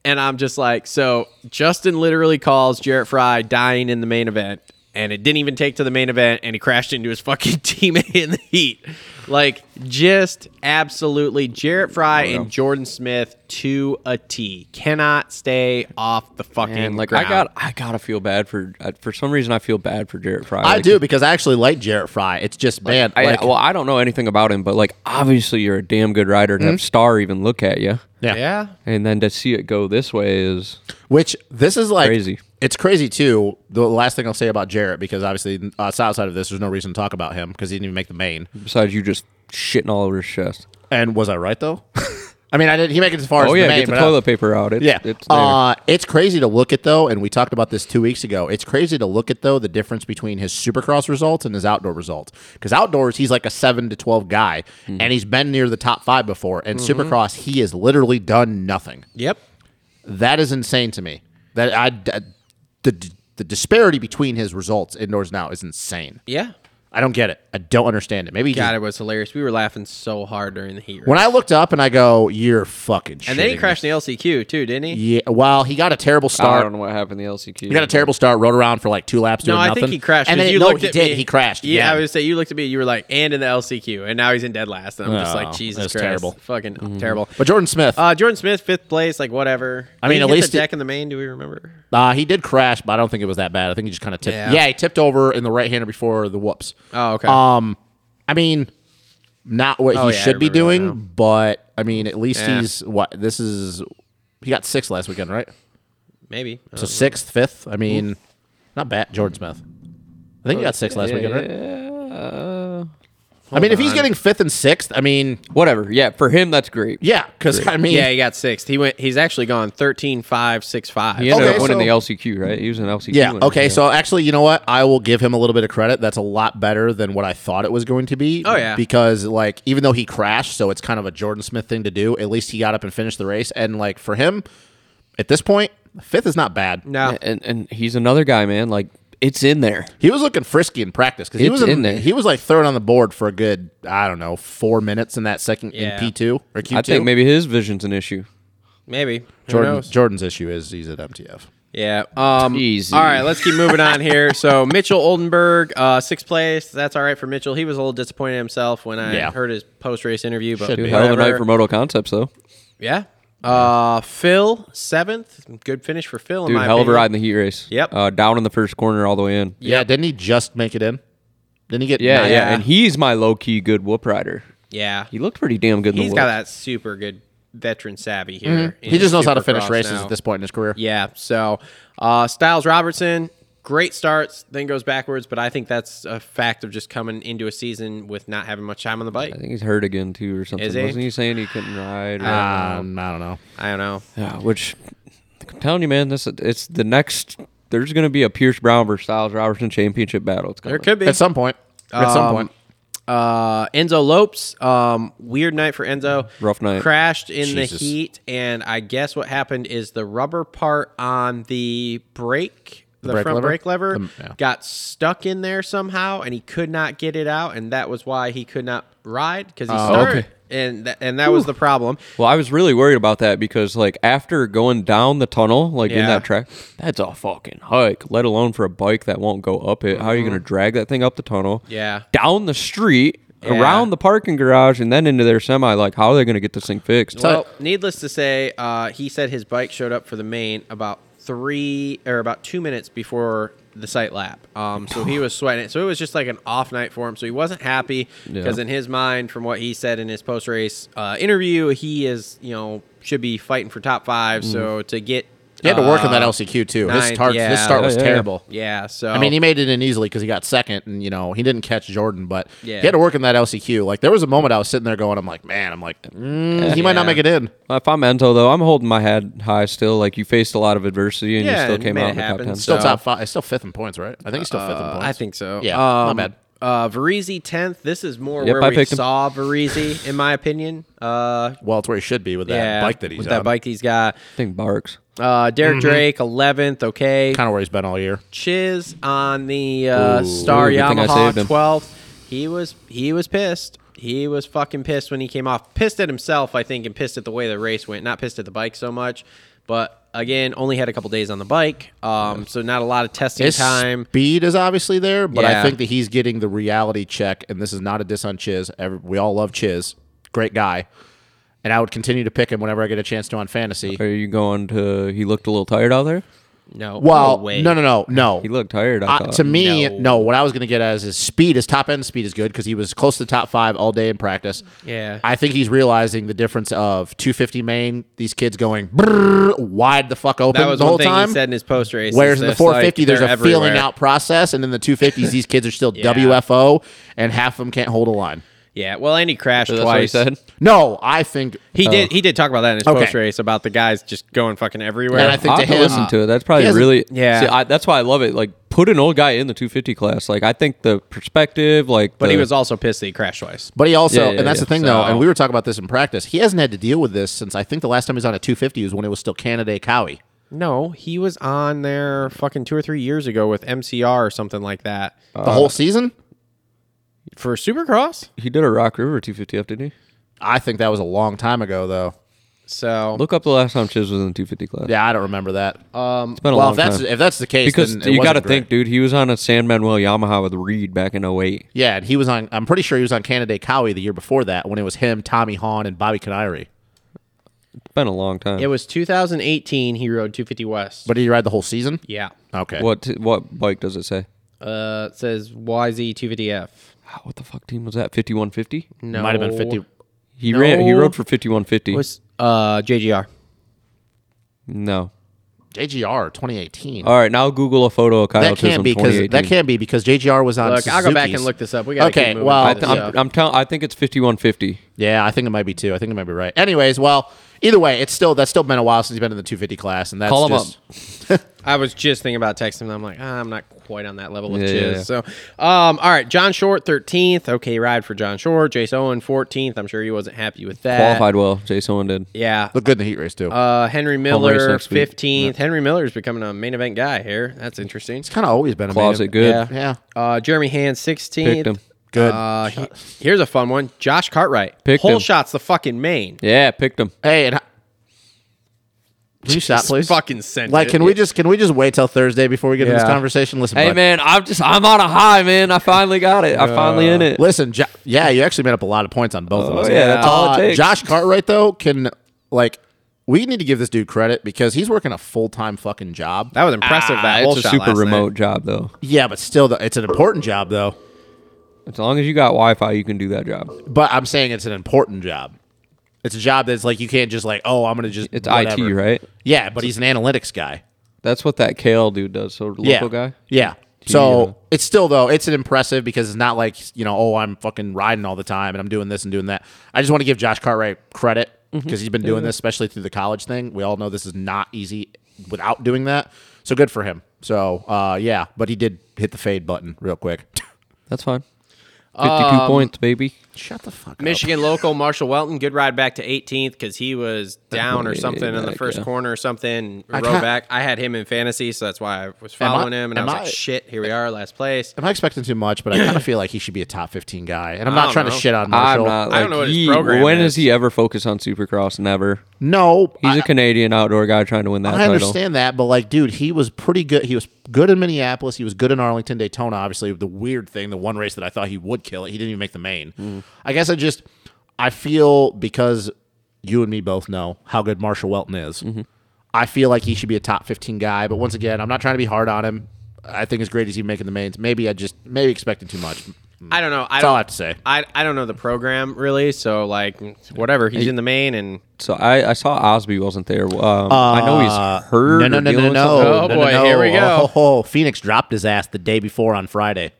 [SPEAKER 1] and I'm just like, so Justin literally calls Jarrett Fry dying in the main event, and it didn't even take to the main event, and he crashed into his fucking teammate in the heat. Like just absolutely Jarrett Fry and Jordan Smith to a T. Cannot stay off the fucking
[SPEAKER 3] And like
[SPEAKER 1] ground.
[SPEAKER 3] I got, I gotta feel bad for. I, for some reason, I feel bad for Jarrett Fry.
[SPEAKER 2] I
[SPEAKER 3] Like,
[SPEAKER 2] do because I actually like Jarrett Fry. It's just man,
[SPEAKER 3] I,
[SPEAKER 2] like,
[SPEAKER 3] well, I don't know anything about him, but like obviously you're a damn good rider to have Star even look at you,
[SPEAKER 2] yeah.
[SPEAKER 1] yeah.
[SPEAKER 3] and then to see it go this way is
[SPEAKER 2] Which this is like
[SPEAKER 3] Crazy.
[SPEAKER 2] It's crazy too. The last thing I'll say about Jarrett because obviously uh, outside of this, there's no reason to talk about him because he didn't even make the main.
[SPEAKER 3] besides you just shitting all over his chest.
[SPEAKER 2] And was I right though? I mean, I didn't. He make it as far as
[SPEAKER 3] Oh yeah,
[SPEAKER 2] the main,
[SPEAKER 3] get the
[SPEAKER 2] but I-
[SPEAKER 3] toilet paper out. It's,
[SPEAKER 2] yeah,
[SPEAKER 3] it's there.
[SPEAKER 2] uh, it's crazy to look at though, and we talked about this two weeks ago. It's crazy to look at though the difference between his Supercross results and his outdoor results. Because outdoors, he's like a seven to twelve guy,
[SPEAKER 3] Hmm.
[SPEAKER 2] and he's been near the top five before. And
[SPEAKER 3] Mm-hmm.
[SPEAKER 2] Supercross, he has literally done nothing.
[SPEAKER 1] Yep.
[SPEAKER 2] That is insane to me. That I the the disparity between his results indoors now is insane.
[SPEAKER 1] Yeah.
[SPEAKER 2] I don't get it. I don't understand it. Maybe he
[SPEAKER 1] God,
[SPEAKER 2] just
[SPEAKER 1] it was hilarious. We were laughing so hard during the heat.
[SPEAKER 2] When
[SPEAKER 1] race.
[SPEAKER 2] I looked up and I go, "You're fucking,"
[SPEAKER 1] and then he
[SPEAKER 2] shitting
[SPEAKER 1] crashed
[SPEAKER 2] me."
[SPEAKER 1] in the LCQ too, didn't he?
[SPEAKER 2] Yeah, well, he got a terrible
[SPEAKER 3] I
[SPEAKER 2] start.
[SPEAKER 3] don't know what happened to the LCQ.
[SPEAKER 2] He got a terrible start, rode around for like two laps.
[SPEAKER 1] No,
[SPEAKER 2] doing
[SPEAKER 1] I
[SPEAKER 2] nothing.
[SPEAKER 1] think he crashed.
[SPEAKER 2] And
[SPEAKER 1] 'cause
[SPEAKER 2] then
[SPEAKER 1] you
[SPEAKER 2] no,
[SPEAKER 1] looked
[SPEAKER 2] he
[SPEAKER 1] at
[SPEAKER 2] did.
[SPEAKER 1] Me.
[SPEAKER 2] He crashed.
[SPEAKER 1] Yeah,
[SPEAKER 2] again.
[SPEAKER 1] I would say you looked at me. You were like, and in the LCQ, and now he's in dead last. And I'm just
[SPEAKER 2] Oh,
[SPEAKER 1] like, Jesus
[SPEAKER 2] that's
[SPEAKER 1] Christ,
[SPEAKER 2] terrible. Mm-hmm.
[SPEAKER 1] fucking terrible.
[SPEAKER 2] But Jordan Smith, uh,
[SPEAKER 1] Uh, Jordan Smith, fifth place, like whatever.
[SPEAKER 2] I mean,
[SPEAKER 1] Did he
[SPEAKER 2] at
[SPEAKER 1] get
[SPEAKER 2] least
[SPEAKER 1] the
[SPEAKER 2] it-
[SPEAKER 1] deck in the main. Do we remember?
[SPEAKER 2] uh, he did crash, but I don't think it was that bad. I think he just kind of tipped.
[SPEAKER 1] Yeah.
[SPEAKER 2] Yeah. he tipped over in the right hander before the whoops.
[SPEAKER 1] Oh, okay.
[SPEAKER 2] Um, I mean, not what
[SPEAKER 1] Oh,
[SPEAKER 2] he
[SPEAKER 1] yeah, I
[SPEAKER 2] should be
[SPEAKER 1] remember that
[SPEAKER 2] doing, but I mean, at least
[SPEAKER 1] Yeah.
[SPEAKER 2] he's what this is. He got sixth last weekend, right?
[SPEAKER 1] Maybe. Uh, I
[SPEAKER 2] So
[SPEAKER 1] don't
[SPEAKER 2] sixth, fifth. I mean, not bad. Jordan Smith. I think he got sixth last weekend, right? I mean, if he's
[SPEAKER 1] on.
[SPEAKER 2] getting fifth and sixth, I mean,
[SPEAKER 3] Whatever. Yeah, for him that's great.
[SPEAKER 2] yeah, because I
[SPEAKER 1] know.
[SPEAKER 2] mean,
[SPEAKER 1] yeah, he got sixth. He went. He's actually gone 13, 5, 6, 5.
[SPEAKER 3] He ended
[SPEAKER 2] Okay,
[SPEAKER 3] up winning
[SPEAKER 2] so-
[SPEAKER 3] the LCQ, right? He was an LCQ.
[SPEAKER 2] Yeah.
[SPEAKER 3] winner.
[SPEAKER 2] Okay. So actually, you know what? I will give him a little bit of credit. That's a lot better than what I thought it was going to be.
[SPEAKER 1] Oh, yeah.
[SPEAKER 2] Because like, even though he crashed, so it's kind of a Jordan Smith thing to do. At least he got up and finished the race. And like for him, at this point, fifth is not bad.
[SPEAKER 1] No.
[SPEAKER 3] and and he's another guy, man. Like it's in there.
[SPEAKER 2] He was looking frisky in practice because he
[SPEAKER 3] It's
[SPEAKER 2] was in,
[SPEAKER 3] in there.
[SPEAKER 2] He was like third on the board for a good I don't know four minutes in that second
[SPEAKER 1] Yeah.
[SPEAKER 2] in P two or Q two.
[SPEAKER 3] I think maybe his vision's an issue.
[SPEAKER 1] Maybe. Who
[SPEAKER 2] Jordan,
[SPEAKER 1] knows?
[SPEAKER 2] Jordan's issue is he's at MTF.
[SPEAKER 1] Yeah. Um,
[SPEAKER 3] Easy.
[SPEAKER 1] All right, let's keep moving on here. So Mitchell Oldenburg, uh, sixth place. That's all right for Mitchell. He was a little disappointed in himself when I
[SPEAKER 2] Yeah.
[SPEAKER 1] heard his post race interview, but
[SPEAKER 2] Should be.
[SPEAKER 3] Dude, hell of a
[SPEAKER 1] whatever.
[SPEAKER 3] night for Moto Concepts, though.
[SPEAKER 1] yeah. Uh, Phil seventh. Good finish for Phil. in
[SPEAKER 3] Dude,
[SPEAKER 1] my
[SPEAKER 3] hell of a
[SPEAKER 1] opinion.
[SPEAKER 3] ride in the heat race.
[SPEAKER 1] Yep.
[SPEAKER 3] Uh, down in the first corner all the way in.
[SPEAKER 2] Yeah. Didn't he just make it in? Didn't he get?
[SPEAKER 3] Yeah, yeah.
[SPEAKER 2] nine-
[SPEAKER 3] And he's my low key good whoop rider.
[SPEAKER 1] Yeah,
[SPEAKER 3] He looked pretty damn good in
[SPEAKER 1] he's
[SPEAKER 3] the
[SPEAKER 1] got
[SPEAKER 3] whoop.
[SPEAKER 1] that super good veteran savvy here. in
[SPEAKER 2] He just knows how to finish
[SPEAKER 1] Supercross
[SPEAKER 2] races
[SPEAKER 1] now.
[SPEAKER 2] at this point in his career.
[SPEAKER 1] Yeah. So uh, Styles Robertson, great starts, then goes backwards, but I think that's a fact of just coming into a season with not having much time on the bike.
[SPEAKER 3] I think he's hurt again, too, or something.
[SPEAKER 1] Is he?
[SPEAKER 3] Wasn't he saying he couldn't ride? Or,
[SPEAKER 2] Um, I don't know.
[SPEAKER 1] I don't know.
[SPEAKER 3] yeah, which, I'm telling you, man, this it's the next. There's going to be a Pierce Brown versus Styles Robertson championship battle. It's
[SPEAKER 1] There
[SPEAKER 3] coming.
[SPEAKER 1] could be.
[SPEAKER 2] At some point. At
[SPEAKER 1] Um,
[SPEAKER 2] some point.
[SPEAKER 1] Uh, Enzo Lopes, um, weird night for Enzo.
[SPEAKER 3] Rough night.
[SPEAKER 1] Crashed in
[SPEAKER 2] Jesus.
[SPEAKER 1] the heat, and I guess what happened is the rubber part on the brake, the,
[SPEAKER 2] brake
[SPEAKER 1] front
[SPEAKER 2] lever?
[SPEAKER 1] brake lever,
[SPEAKER 2] The- yeah.
[SPEAKER 1] got stuck in there somehow, and he could not get it out, and that was why he could not ride because he started,
[SPEAKER 3] okay.
[SPEAKER 1] and tha- and that was the problem.
[SPEAKER 3] Well, I was really worried about that because, like, after going down the tunnel, like in
[SPEAKER 1] Yeah.
[SPEAKER 3] that track, that's a fucking hike. Let alone for a bike that won't go up it. How are you going to drag that thing up the tunnel?
[SPEAKER 1] Yeah.
[SPEAKER 3] Down the street,
[SPEAKER 1] Yeah.
[SPEAKER 3] around the parking garage, and then into their semi. Like, how are they going to get this thing fixed?
[SPEAKER 1] Well, needless to say, uh, he said his bike showed up for the main about three or about two minutes before the site lap. Um, so he was sweating it. So it was just like an off night for him. So he wasn't happy because in his mind, from what he said in his post race uh, interview, he is you know should be fighting for top five. So to get
[SPEAKER 2] Mm. He had to work on that
[SPEAKER 1] uh,
[SPEAKER 2] LCQ too.
[SPEAKER 1] ninth,
[SPEAKER 2] his start,
[SPEAKER 1] yeah.
[SPEAKER 2] his start was
[SPEAKER 3] Yeah, yeah.
[SPEAKER 2] terrible.
[SPEAKER 1] uh, Yeah. So
[SPEAKER 2] I mean, he made it in easily because he got second, and you know he didn't catch Jordan, but
[SPEAKER 1] Yeah.
[SPEAKER 2] he had to work in that LCQ. Like there was a moment I was sitting there going, "I'm like, man, I'm like, mm, he might not
[SPEAKER 1] Yeah.
[SPEAKER 2] make it in."
[SPEAKER 3] if I'm Ento though, I'm holding my head high still. Like, you faced a lot of adversity and
[SPEAKER 1] Yeah,
[SPEAKER 3] you still
[SPEAKER 1] and
[SPEAKER 3] came
[SPEAKER 1] made
[SPEAKER 3] out
[SPEAKER 1] it
[SPEAKER 3] in the
[SPEAKER 1] happen.
[SPEAKER 3] top ten.
[SPEAKER 2] Still
[SPEAKER 1] No.
[SPEAKER 2] top five, he's still fifth in points, right? I think he's still fifth in points.
[SPEAKER 1] Uh, I think so.
[SPEAKER 2] Yeah, not
[SPEAKER 1] Um,
[SPEAKER 2] bad.
[SPEAKER 1] Uh, Varese tenth. This is more
[SPEAKER 3] Yep,
[SPEAKER 1] where
[SPEAKER 3] I
[SPEAKER 1] we
[SPEAKER 3] picked him.
[SPEAKER 1] saw Varese, in my opinion. Uh,
[SPEAKER 2] Well, it's where he should be with that
[SPEAKER 1] yeah,
[SPEAKER 2] bike that he's
[SPEAKER 1] with
[SPEAKER 2] on.
[SPEAKER 1] that bike he's got.
[SPEAKER 3] I think Barks.
[SPEAKER 1] Uh, Derek
[SPEAKER 2] Mm-hmm.
[SPEAKER 1] Drake, eleventh. Okay,
[SPEAKER 2] Kind of where he's been all year.
[SPEAKER 1] Chiz on the uh,
[SPEAKER 2] Ooh.
[SPEAKER 1] Star
[SPEAKER 3] Ooh, good thing I saved
[SPEAKER 1] Yamaha,
[SPEAKER 3] him.
[SPEAKER 1] twelfth. He was he was pissed. He was fucking pissed when he came off. Pissed at himself, I think, and pissed at the way the race went. Not pissed at the bike so much, but again, only had a couple days on the bike, um, so not a lot of testing
[SPEAKER 2] His
[SPEAKER 1] time.
[SPEAKER 2] speed is obviously there, but
[SPEAKER 1] Yeah.
[SPEAKER 2] I think that he's getting the reality check. And this is not a diss on Chiz. Every, we all love Chiz, great guy, and I would continue to pick him whenever I get a chance to on fantasy.
[SPEAKER 3] Are you going to? He looked a little tired out there.
[SPEAKER 1] No,
[SPEAKER 2] Well,
[SPEAKER 1] no,
[SPEAKER 2] no,
[SPEAKER 1] way.
[SPEAKER 2] no, no, no.
[SPEAKER 3] He looked tired. I
[SPEAKER 2] Uh,
[SPEAKER 3] thought.
[SPEAKER 2] to me,
[SPEAKER 1] No.
[SPEAKER 2] no. What I was going to get at is his speed, his top end speed is good because he was close to the top five all day in practice.
[SPEAKER 1] Yeah.
[SPEAKER 2] I think he's realizing the difference of 250 main, these kids going brrr, wide the fuck open
[SPEAKER 1] that was
[SPEAKER 2] the
[SPEAKER 1] one
[SPEAKER 2] whole
[SPEAKER 1] thing
[SPEAKER 2] time.
[SPEAKER 1] he said in his post race.
[SPEAKER 2] Whereas in the 450, there's a feeling out process, and in the 250s, these kids are still WFO, and half of them can't hold a line.
[SPEAKER 1] Yeah, well, and he crashed
[SPEAKER 3] That's what he
[SPEAKER 1] twice.
[SPEAKER 3] said.
[SPEAKER 2] No, I think
[SPEAKER 1] He
[SPEAKER 2] Oh.
[SPEAKER 1] did. He did talk about that in his
[SPEAKER 2] Okay.
[SPEAKER 1] post race about the guys just going fucking everywhere.
[SPEAKER 2] And I think-
[SPEAKER 3] I
[SPEAKER 2] to
[SPEAKER 3] have to
[SPEAKER 2] him,
[SPEAKER 3] listen to it. That's probably
[SPEAKER 2] he hasn't-
[SPEAKER 3] really
[SPEAKER 1] Yeah.
[SPEAKER 3] See, I, that's why I love it. Like, put an old guy in the 250 class. Like, I think the perspective, like,
[SPEAKER 1] but he
[SPEAKER 3] the-
[SPEAKER 1] was also pissed that he crashed twice.
[SPEAKER 2] But he also,
[SPEAKER 3] Yeah, yeah,
[SPEAKER 2] and that's the
[SPEAKER 3] yeah.
[SPEAKER 2] thing though,
[SPEAKER 1] So-
[SPEAKER 2] and we were talking about this in practice. He hasn't had to deal with this since I think the last time he was on a 250 was when it was still Canada Cowie.
[SPEAKER 1] No, he was on there fucking two or three years ago with MCR or something like that
[SPEAKER 2] The
[SPEAKER 3] Uh,
[SPEAKER 2] whole season?
[SPEAKER 1] for Supercross.
[SPEAKER 3] he did a Rock River 250 up, didn't he?
[SPEAKER 2] I think that was a long time ago though.
[SPEAKER 1] So
[SPEAKER 3] Look up the last time Chiz was in the 250 class.
[SPEAKER 2] Yeah, I don't remember that.
[SPEAKER 1] um,
[SPEAKER 3] It's been a
[SPEAKER 2] well,
[SPEAKER 3] long
[SPEAKER 2] if that's
[SPEAKER 3] time.
[SPEAKER 2] if that's the case,
[SPEAKER 3] because
[SPEAKER 2] then it
[SPEAKER 3] you got to
[SPEAKER 2] wasn't great.
[SPEAKER 3] think, dude. He was on a San Manuel Yamaha with Reed back in 08.
[SPEAKER 2] Yeah, and he was on. I'm pretty sure he was on Canada Day Cowie the year before that when it was him, Tommy Hahn, and Bobby Canary.
[SPEAKER 3] It's been a long time.
[SPEAKER 1] it was 2018. He rode 250 West.
[SPEAKER 2] But did he ride the whole season?
[SPEAKER 1] yeah,
[SPEAKER 2] Okay.
[SPEAKER 3] what what bike does it say?
[SPEAKER 1] uh, it says YZ 250F.
[SPEAKER 3] Ah, What the fuck team was that? 5150.
[SPEAKER 1] No,
[SPEAKER 2] Might have been 50.
[SPEAKER 3] He ran. He
[SPEAKER 1] No.
[SPEAKER 3] rode for 5150.
[SPEAKER 1] Was uh, JGR?
[SPEAKER 3] no.
[SPEAKER 2] JGR 2018.
[SPEAKER 3] All right, now Google a photo of Kyle
[SPEAKER 2] that
[SPEAKER 3] Chisholm
[SPEAKER 2] can't be because
[SPEAKER 3] 2018.
[SPEAKER 2] that can't be because JGR was on.
[SPEAKER 1] Look, I'll go back and
[SPEAKER 2] Suzuki's.
[SPEAKER 1] look this up. We gotta
[SPEAKER 2] okay.
[SPEAKER 1] keep moving
[SPEAKER 2] well,
[SPEAKER 3] I
[SPEAKER 1] on
[SPEAKER 3] th-
[SPEAKER 1] this.
[SPEAKER 2] yeah.
[SPEAKER 3] I'm, I'm telling. I think it's 5150.
[SPEAKER 2] Yeah, I think it might be two. I think it might be right. Anyways, well, either way, it's still that's still been a while since he's been in the 250 class, and that's
[SPEAKER 3] Call him
[SPEAKER 2] just, uh,
[SPEAKER 1] I was just thinking about texting them. I'm like, ah, I'm not quite on that level of
[SPEAKER 3] Yeah,
[SPEAKER 1] chiz.
[SPEAKER 3] yeah.
[SPEAKER 1] So, um, all right, John Short, 13th. Okay, ride for John Short. Jace Owen, 14th. I'm sure he wasn't happy with that.
[SPEAKER 3] Qualified well. Jason Owen did.
[SPEAKER 1] Yeah.
[SPEAKER 2] Look good in the heat race too.
[SPEAKER 1] Uh, Henry
[SPEAKER 3] race
[SPEAKER 1] Miller,
[SPEAKER 3] next week.
[SPEAKER 1] 15th. Henry Miller's becoming a main event guy here. That's interesting.
[SPEAKER 2] it's kind of always been a
[SPEAKER 3] Closet
[SPEAKER 2] man-
[SPEAKER 3] good.
[SPEAKER 1] Yeah.
[SPEAKER 2] Yeah,
[SPEAKER 1] Uh, Jeremy Hand, 16th.
[SPEAKER 3] Picked him.
[SPEAKER 2] good.
[SPEAKER 1] Uh, he- here's a fun one. Josh Cartwright.
[SPEAKER 3] Picked
[SPEAKER 1] Whole
[SPEAKER 3] him.
[SPEAKER 1] shot's the fucking main.
[SPEAKER 3] Yeah, picked him.
[SPEAKER 2] hey, and, can you stop,
[SPEAKER 1] Just
[SPEAKER 2] please?
[SPEAKER 1] Fucking send
[SPEAKER 2] Like,
[SPEAKER 1] it.
[SPEAKER 2] can we just can we just wait till Thursday before we get into this
[SPEAKER 1] Yeah.
[SPEAKER 2] conversation? Listen,
[SPEAKER 3] Hey
[SPEAKER 2] bud.
[SPEAKER 3] man, I'm just I'm on a high, man. I finally got it. I'm finally in it.
[SPEAKER 2] Listen, jo- yeah, you actually made up a lot of points on both of
[SPEAKER 3] Oh,
[SPEAKER 2] us. Uh,
[SPEAKER 3] yeah, that's all it takes.
[SPEAKER 2] Josh Cartwright though can like we need to give this dude credit because he's working a full time fucking job.
[SPEAKER 1] That was impressive.
[SPEAKER 3] Ah,
[SPEAKER 1] that whole
[SPEAKER 3] it's a
[SPEAKER 1] shot
[SPEAKER 3] super
[SPEAKER 1] last night.
[SPEAKER 3] remote job though.
[SPEAKER 2] Yeah, but still, the, it's an important job though.
[SPEAKER 3] As long as you got Wi-Fi, you can do that job.
[SPEAKER 2] But I'm saying it's an important job. It's a job that's like you can't just like oh I'm gonna just
[SPEAKER 3] It's
[SPEAKER 2] whatever.
[SPEAKER 3] IT, right?
[SPEAKER 2] Yeah, but he's an analytics guy.
[SPEAKER 3] That's what that Kale dude does. So local
[SPEAKER 2] yeah.
[SPEAKER 3] guy.
[SPEAKER 2] Yeah. So it's still though it's an impressive because it's not like you know oh I'm fucking riding all the time and I'm doing this and doing that. I just want to give Josh Cartwright credit because he's been doing this especially through the college thing. We all know this is not easy without doing that. So good for him. So uh, yeah, but he did hit the fade button real quick.
[SPEAKER 3] That's fine. Fifty-two points, baby.
[SPEAKER 2] Shut the fuck up.
[SPEAKER 1] Michigan local Marshall Welton, good ride back to 18th because he was down or
[SPEAKER 3] Yeah,
[SPEAKER 1] something in the
[SPEAKER 3] like,
[SPEAKER 1] first
[SPEAKER 3] yeah.
[SPEAKER 1] corner or something.
[SPEAKER 2] I
[SPEAKER 1] rode
[SPEAKER 2] can't-
[SPEAKER 1] back. I had him in fantasy, so that's why I was
[SPEAKER 2] Am I-
[SPEAKER 1] following him. And I
[SPEAKER 2] am
[SPEAKER 1] was
[SPEAKER 2] I-
[SPEAKER 1] like, shit, here we are, last place.
[SPEAKER 2] I'm not expecting too much, but I kind of feel like he should be a top 15 guy. And I'm not
[SPEAKER 1] don't
[SPEAKER 2] trying
[SPEAKER 1] know.
[SPEAKER 2] to shit on
[SPEAKER 3] I'm
[SPEAKER 2] Marshall.
[SPEAKER 3] not. Like,
[SPEAKER 1] I don't know what his
[SPEAKER 3] he,
[SPEAKER 1] program
[SPEAKER 3] When
[SPEAKER 1] is.
[SPEAKER 3] does he ever focus on Supercross? Never.
[SPEAKER 2] No,
[SPEAKER 3] He's
[SPEAKER 2] I-
[SPEAKER 3] a Canadian outdoor guy trying to win that
[SPEAKER 2] I
[SPEAKER 3] title.
[SPEAKER 2] understand that, but like, dude, he was pretty good. He was good in Minneapolis. He was good in Arlington, Daytona. Obviously, the weird thing, the one race that I thought he would kill it, he didn't even make the main. I guess I just, I feel because you and me both know how good Marshall Welton is. I feel like he should be a top fifteen guy. But once again, I'm not trying to be hard on him. I think it's great he's even making the mains. Maybe I just maybe expecting too much.
[SPEAKER 1] I don't know. I
[SPEAKER 2] That's all
[SPEAKER 1] don't,
[SPEAKER 2] I have to say.
[SPEAKER 1] I, I don't know the program really, so like whatever. He's in the main, and
[SPEAKER 3] So I, I saw Osby wasn't there. Um, I know he's hurt.
[SPEAKER 2] Uh, No, no, no, no,
[SPEAKER 3] or
[SPEAKER 2] no,
[SPEAKER 3] dealing with something.
[SPEAKER 2] no.
[SPEAKER 1] Oh,
[SPEAKER 2] no,
[SPEAKER 1] boy,
[SPEAKER 2] no.
[SPEAKER 1] here we go.
[SPEAKER 2] Oh, ho, ho. Phoenix dropped his ass the day before on Friday.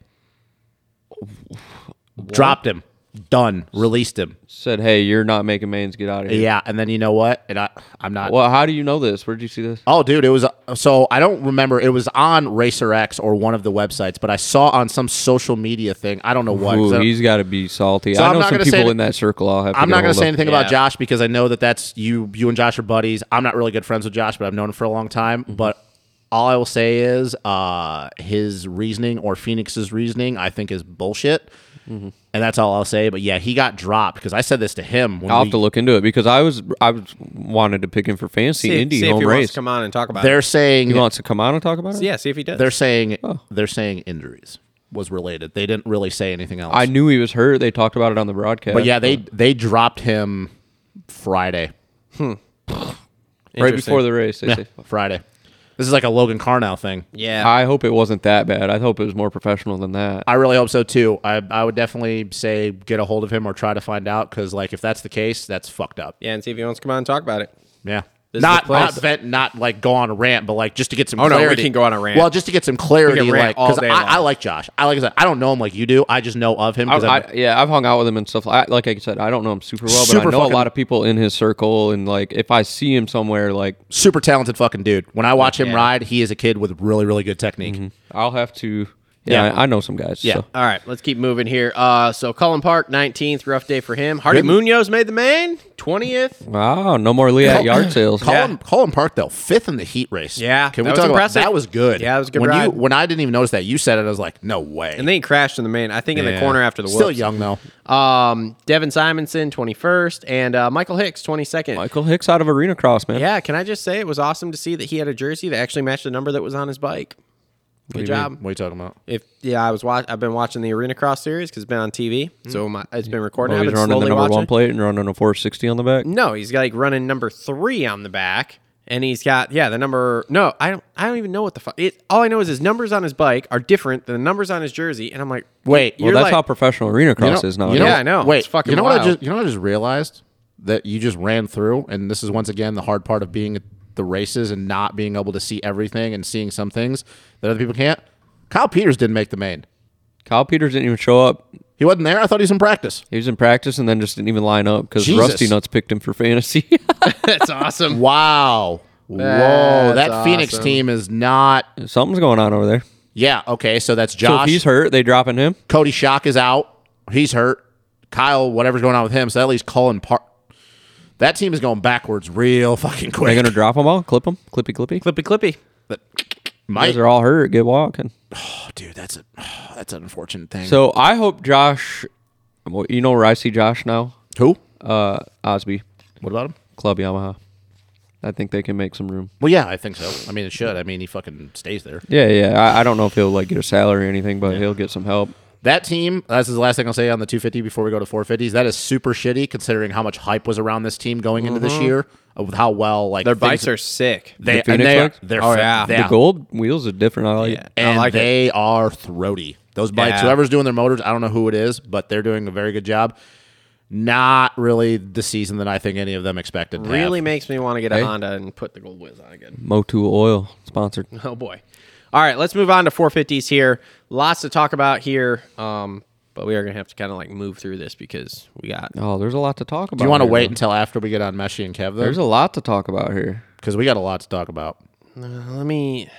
[SPEAKER 2] Dropped him. Done. Released him.
[SPEAKER 3] Said, hey, you're not making mains. Get out of here.
[SPEAKER 2] Yeah, and then you know what? And I, I'm not.
[SPEAKER 3] Well, how do you know this? Where did you see this?
[SPEAKER 2] Oh, dude, it was so I don't remember. It was on Racer X or one of the websites, but I saw on some social media thing. I don't know what. 'cause I
[SPEAKER 3] Ooh,
[SPEAKER 2] don't-
[SPEAKER 3] he's got to be salty.
[SPEAKER 2] Oh, So
[SPEAKER 3] I
[SPEAKER 2] I'm
[SPEAKER 3] know
[SPEAKER 2] not
[SPEAKER 3] some
[SPEAKER 2] gonna say
[SPEAKER 3] people
[SPEAKER 2] any-
[SPEAKER 3] in that circle. I'll have. To
[SPEAKER 2] I'm not
[SPEAKER 3] get
[SPEAKER 2] going
[SPEAKER 3] ahold
[SPEAKER 2] to say
[SPEAKER 3] of.
[SPEAKER 2] anything
[SPEAKER 1] Yeah.
[SPEAKER 2] about Josh because I know that that's you. You and Josh are buddies. I'm not really good friends with Josh, but I've known him for a long time.
[SPEAKER 3] Mm-hmm.
[SPEAKER 2] But all I will say is uh, his reasoning or Phoenix's reasoning, I think, is bullshit.
[SPEAKER 3] Mm-hmm.
[SPEAKER 2] And that's all I'll say. But yeah, he got dropped because I said this to him. When
[SPEAKER 3] I'll
[SPEAKER 2] we,
[SPEAKER 3] have to look into it because I was I was wanted to pick him for fancy
[SPEAKER 1] see,
[SPEAKER 3] indie
[SPEAKER 1] see if
[SPEAKER 3] home
[SPEAKER 1] he
[SPEAKER 3] race.
[SPEAKER 1] wants to come on and talk about
[SPEAKER 2] They're
[SPEAKER 1] it.
[SPEAKER 2] saying
[SPEAKER 3] he wants to come on and talk about it.
[SPEAKER 1] Yeah, see if he does.
[SPEAKER 2] they're saying
[SPEAKER 3] Oh.
[SPEAKER 2] they're saying injuries was related. They didn't really say anything else.
[SPEAKER 3] I knew Oh. he was hurt. They talked about it on the broadcast.
[SPEAKER 2] but yeah, they they dropped him Friday.
[SPEAKER 3] right
[SPEAKER 1] Interesting.
[SPEAKER 3] before the race. They
[SPEAKER 2] Yeah,
[SPEAKER 3] say,
[SPEAKER 2] Friday. This is like a Logan Carnell thing.
[SPEAKER 1] yeah.
[SPEAKER 3] I hope it wasn't that bad. I hope it was more professional than that.
[SPEAKER 2] I really hope so too. I, I would definitely say get a hold of him or try to find out because like if that's the case, that's fucked up.
[SPEAKER 1] yeah, and see if he wants to come on and talk about it.
[SPEAKER 2] Yeah.
[SPEAKER 1] This is
[SPEAKER 2] not
[SPEAKER 1] the place.
[SPEAKER 2] not vent, not like go on a rant, but like just to get some.
[SPEAKER 1] Oh, no, we
[SPEAKER 2] clarity.
[SPEAKER 1] can go on a rant.
[SPEAKER 2] Well, just to get some clarity,
[SPEAKER 1] We can rant
[SPEAKER 2] like
[SPEAKER 1] all
[SPEAKER 2] because
[SPEAKER 1] day
[SPEAKER 2] I,
[SPEAKER 1] long.
[SPEAKER 2] I like Josh. I like I said, I don't know him like you do. I just know of him
[SPEAKER 3] I,
[SPEAKER 2] because I,
[SPEAKER 3] I- yeah, I've hung out with him and stuff. I, like I said, I don't know him super well, but I
[SPEAKER 2] Super
[SPEAKER 3] know
[SPEAKER 2] fucking-
[SPEAKER 3] a lot of people in his circle, and like if I see him somewhere, like
[SPEAKER 2] super talented fucking dude. When I watch him ride, he is a kid with really really good technique.
[SPEAKER 1] Mm-hmm.
[SPEAKER 3] I'll have to. Yeah,
[SPEAKER 2] Yeah.
[SPEAKER 3] I, I know some guys.
[SPEAKER 2] Yeah.
[SPEAKER 3] so.
[SPEAKER 1] All right, let's keep moving here. Uh, so Cullen Park, 19th, rough day for him. Hardy Munoz made the main, 20th.
[SPEAKER 3] Wow, no more Lee at yard sales.
[SPEAKER 2] Colin, Colin Park though, fifth in the heat race.
[SPEAKER 1] Yeah,
[SPEAKER 2] can we
[SPEAKER 1] that was
[SPEAKER 2] talk about
[SPEAKER 1] impressive.
[SPEAKER 2] that? Was good.
[SPEAKER 1] Yeah, that was a good
[SPEAKER 2] When you
[SPEAKER 1] ride.
[SPEAKER 2] when I didn't even notice that you said it, I was like, no way.
[SPEAKER 1] And then he crashed in the main, I think in the corner after the whoops.
[SPEAKER 2] still young though.
[SPEAKER 1] Um, Devin Simonson, 21st, and uh, Michael Hicks, 22nd.
[SPEAKER 3] Michael Hicks out of Arena Cross, man.
[SPEAKER 1] Yeah, can I just say it was awesome to see that he had a jersey that actually matched the number that was on his bike. Good job.
[SPEAKER 2] What are you talking about?
[SPEAKER 1] If yeah, I was watch. I've been watching the Arena Cross series because it's been on TV, so my, it's been recorded.
[SPEAKER 3] Mm-hmm. Oh,
[SPEAKER 1] I've
[SPEAKER 3] he's
[SPEAKER 1] been
[SPEAKER 3] running the
[SPEAKER 1] slowly
[SPEAKER 3] number one
[SPEAKER 1] watching.
[SPEAKER 3] plate and running a 460 on the back.
[SPEAKER 1] No, he's like running number three on the back, and he's got yeah the number. No, I don't. I don't even know what the fuck. It, all I know is his numbers on his bike are different than the numbers on his jersey, and I'm like,
[SPEAKER 2] Wait,
[SPEAKER 1] you're
[SPEAKER 3] well, that's
[SPEAKER 1] like-
[SPEAKER 3] how professional Arena
[SPEAKER 2] You
[SPEAKER 3] Cross
[SPEAKER 2] know-
[SPEAKER 3] is now.
[SPEAKER 2] you know-
[SPEAKER 1] Yeah, I know.
[SPEAKER 2] Wait,
[SPEAKER 1] It's fucking
[SPEAKER 2] you know what I
[SPEAKER 1] wild.
[SPEAKER 2] just you know what I just realized that you just ran through, and this is once again the hard part of being at the races and not being able to see everything and seeing some things that other people can't. Kyle Peters didn't make the main.
[SPEAKER 3] Kyle Peters didn't even show up.
[SPEAKER 2] He wasn't there. I thought he was in practice.
[SPEAKER 3] He was in practice and then just didn't even line up because
[SPEAKER 2] Jesus.
[SPEAKER 3] Rusty Nuts picked him for fantasy.
[SPEAKER 1] that's awesome.
[SPEAKER 2] Wow. Whoa,
[SPEAKER 1] That's
[SPEAKER 2] that Phoenix
[SPEAKER 1] awesome.
[SPEAKER 2] team is not.
[SPEAKER 3] Something's going on over there.
[SPEAKER 2] Yeah, okay, so that's
[SPEAKER 3] So if
[SPEAKER 2] Josh.
[SPEAKER 3] he's hurt, they dropping him.
[SPEAKER 2] Cody Shock is out. He's hurt. Kyle, whatever's going on with him. So that leaves Colin Park. That team is going backwards real fucking quick.
[SPEAKER 3] They're gonna drop them all, clip them, clippy clippy.
[SPEAKER 1] Clippy, clippy.
[SPEAKER 2] Mike,
[SPEAKER 3] Guys are all hurt. Get walking.
[SPEAKER 2] dude, that's a that's an unfortunate thing.
[SPEAKER 3] So I hope Josh. well, You know where I see Josh now?
[SPEAKER 2] who?
[SPEAKER 3] Uh, Osby
[SPEAKER 2] What about him?
[SPEAKER 3] Club Yamaha. I think they can make some room.
[SPEAKER 2] Well, yeah, I think so. I mean, it should. I mean, he fucking stays there.
[SPEAKER 3] Yeah, yeah. I, I don't know if he'll like get a salary or anything, but he'll get some help.
[SPEAKER 2] That team. That's the last thing I'll say on the 250 before we go to 450s. That is super shitty considering how much hype was around this team going into this year of how well like
[SPEAKER 1] Their
[SPEAKER 2] things-
[SPEAKER 1] bikes are sick.
[SPEAKER 2] They,
[SPEAKER 3] The Phoenix
[SPEAKER 2] and they are,
[SPEAKER 3] bikes?
[SPEAKER 2] they're
[SPEAKER 1] Oh,
[SPEAKER 2] fa-
[SPEAKER 1] yeah.
[SPEAKER 2] they
[SPEAKER 1] The
[SPEAKER 2] are-
[SPEAKER 3] The gold wheels are different. I like. it.
[SPEAKER 2] and
[SPEAKER 1] like it.
[SPEAKER 2] they are throaty. Those bikes,
[SPEAKER 1] Yeah.
[SPEAKER 2] whoever's doing their motors, I don't know who it is, but they're doing a very good job. Not really the season that I think any of them expected. to have.
[SPEAKER 1] Really makes me want to get a
[SPEAKER 3] Hey.
[SPEAKER 1] Honda and put the gold wheels on again.
[SPEAKER 3] Motul Oil sponsored.
[SPEAKER 1] Oh boy. All right, let's move on to 450s here. Lots to talk about here, um, but we are gonna have to kind of like move through this because we got
[SPEAKER 3] Oh, there's a lot to talk about.
[SPEAKER 2] Do you want to
[SPEAKER 3] here,
[SPEAKER 2] wait
[SPEAKER 3] though.
[SPEAKER 2] until after we get on Meshi and Kev
[SPEAKER 3] There's
[SPEAKER 2] though?
[SPEAKER 3] a lot to talk about here.
[SPEAKER 2] Because we got a lot to talk about.
[SPEAKER 1] let me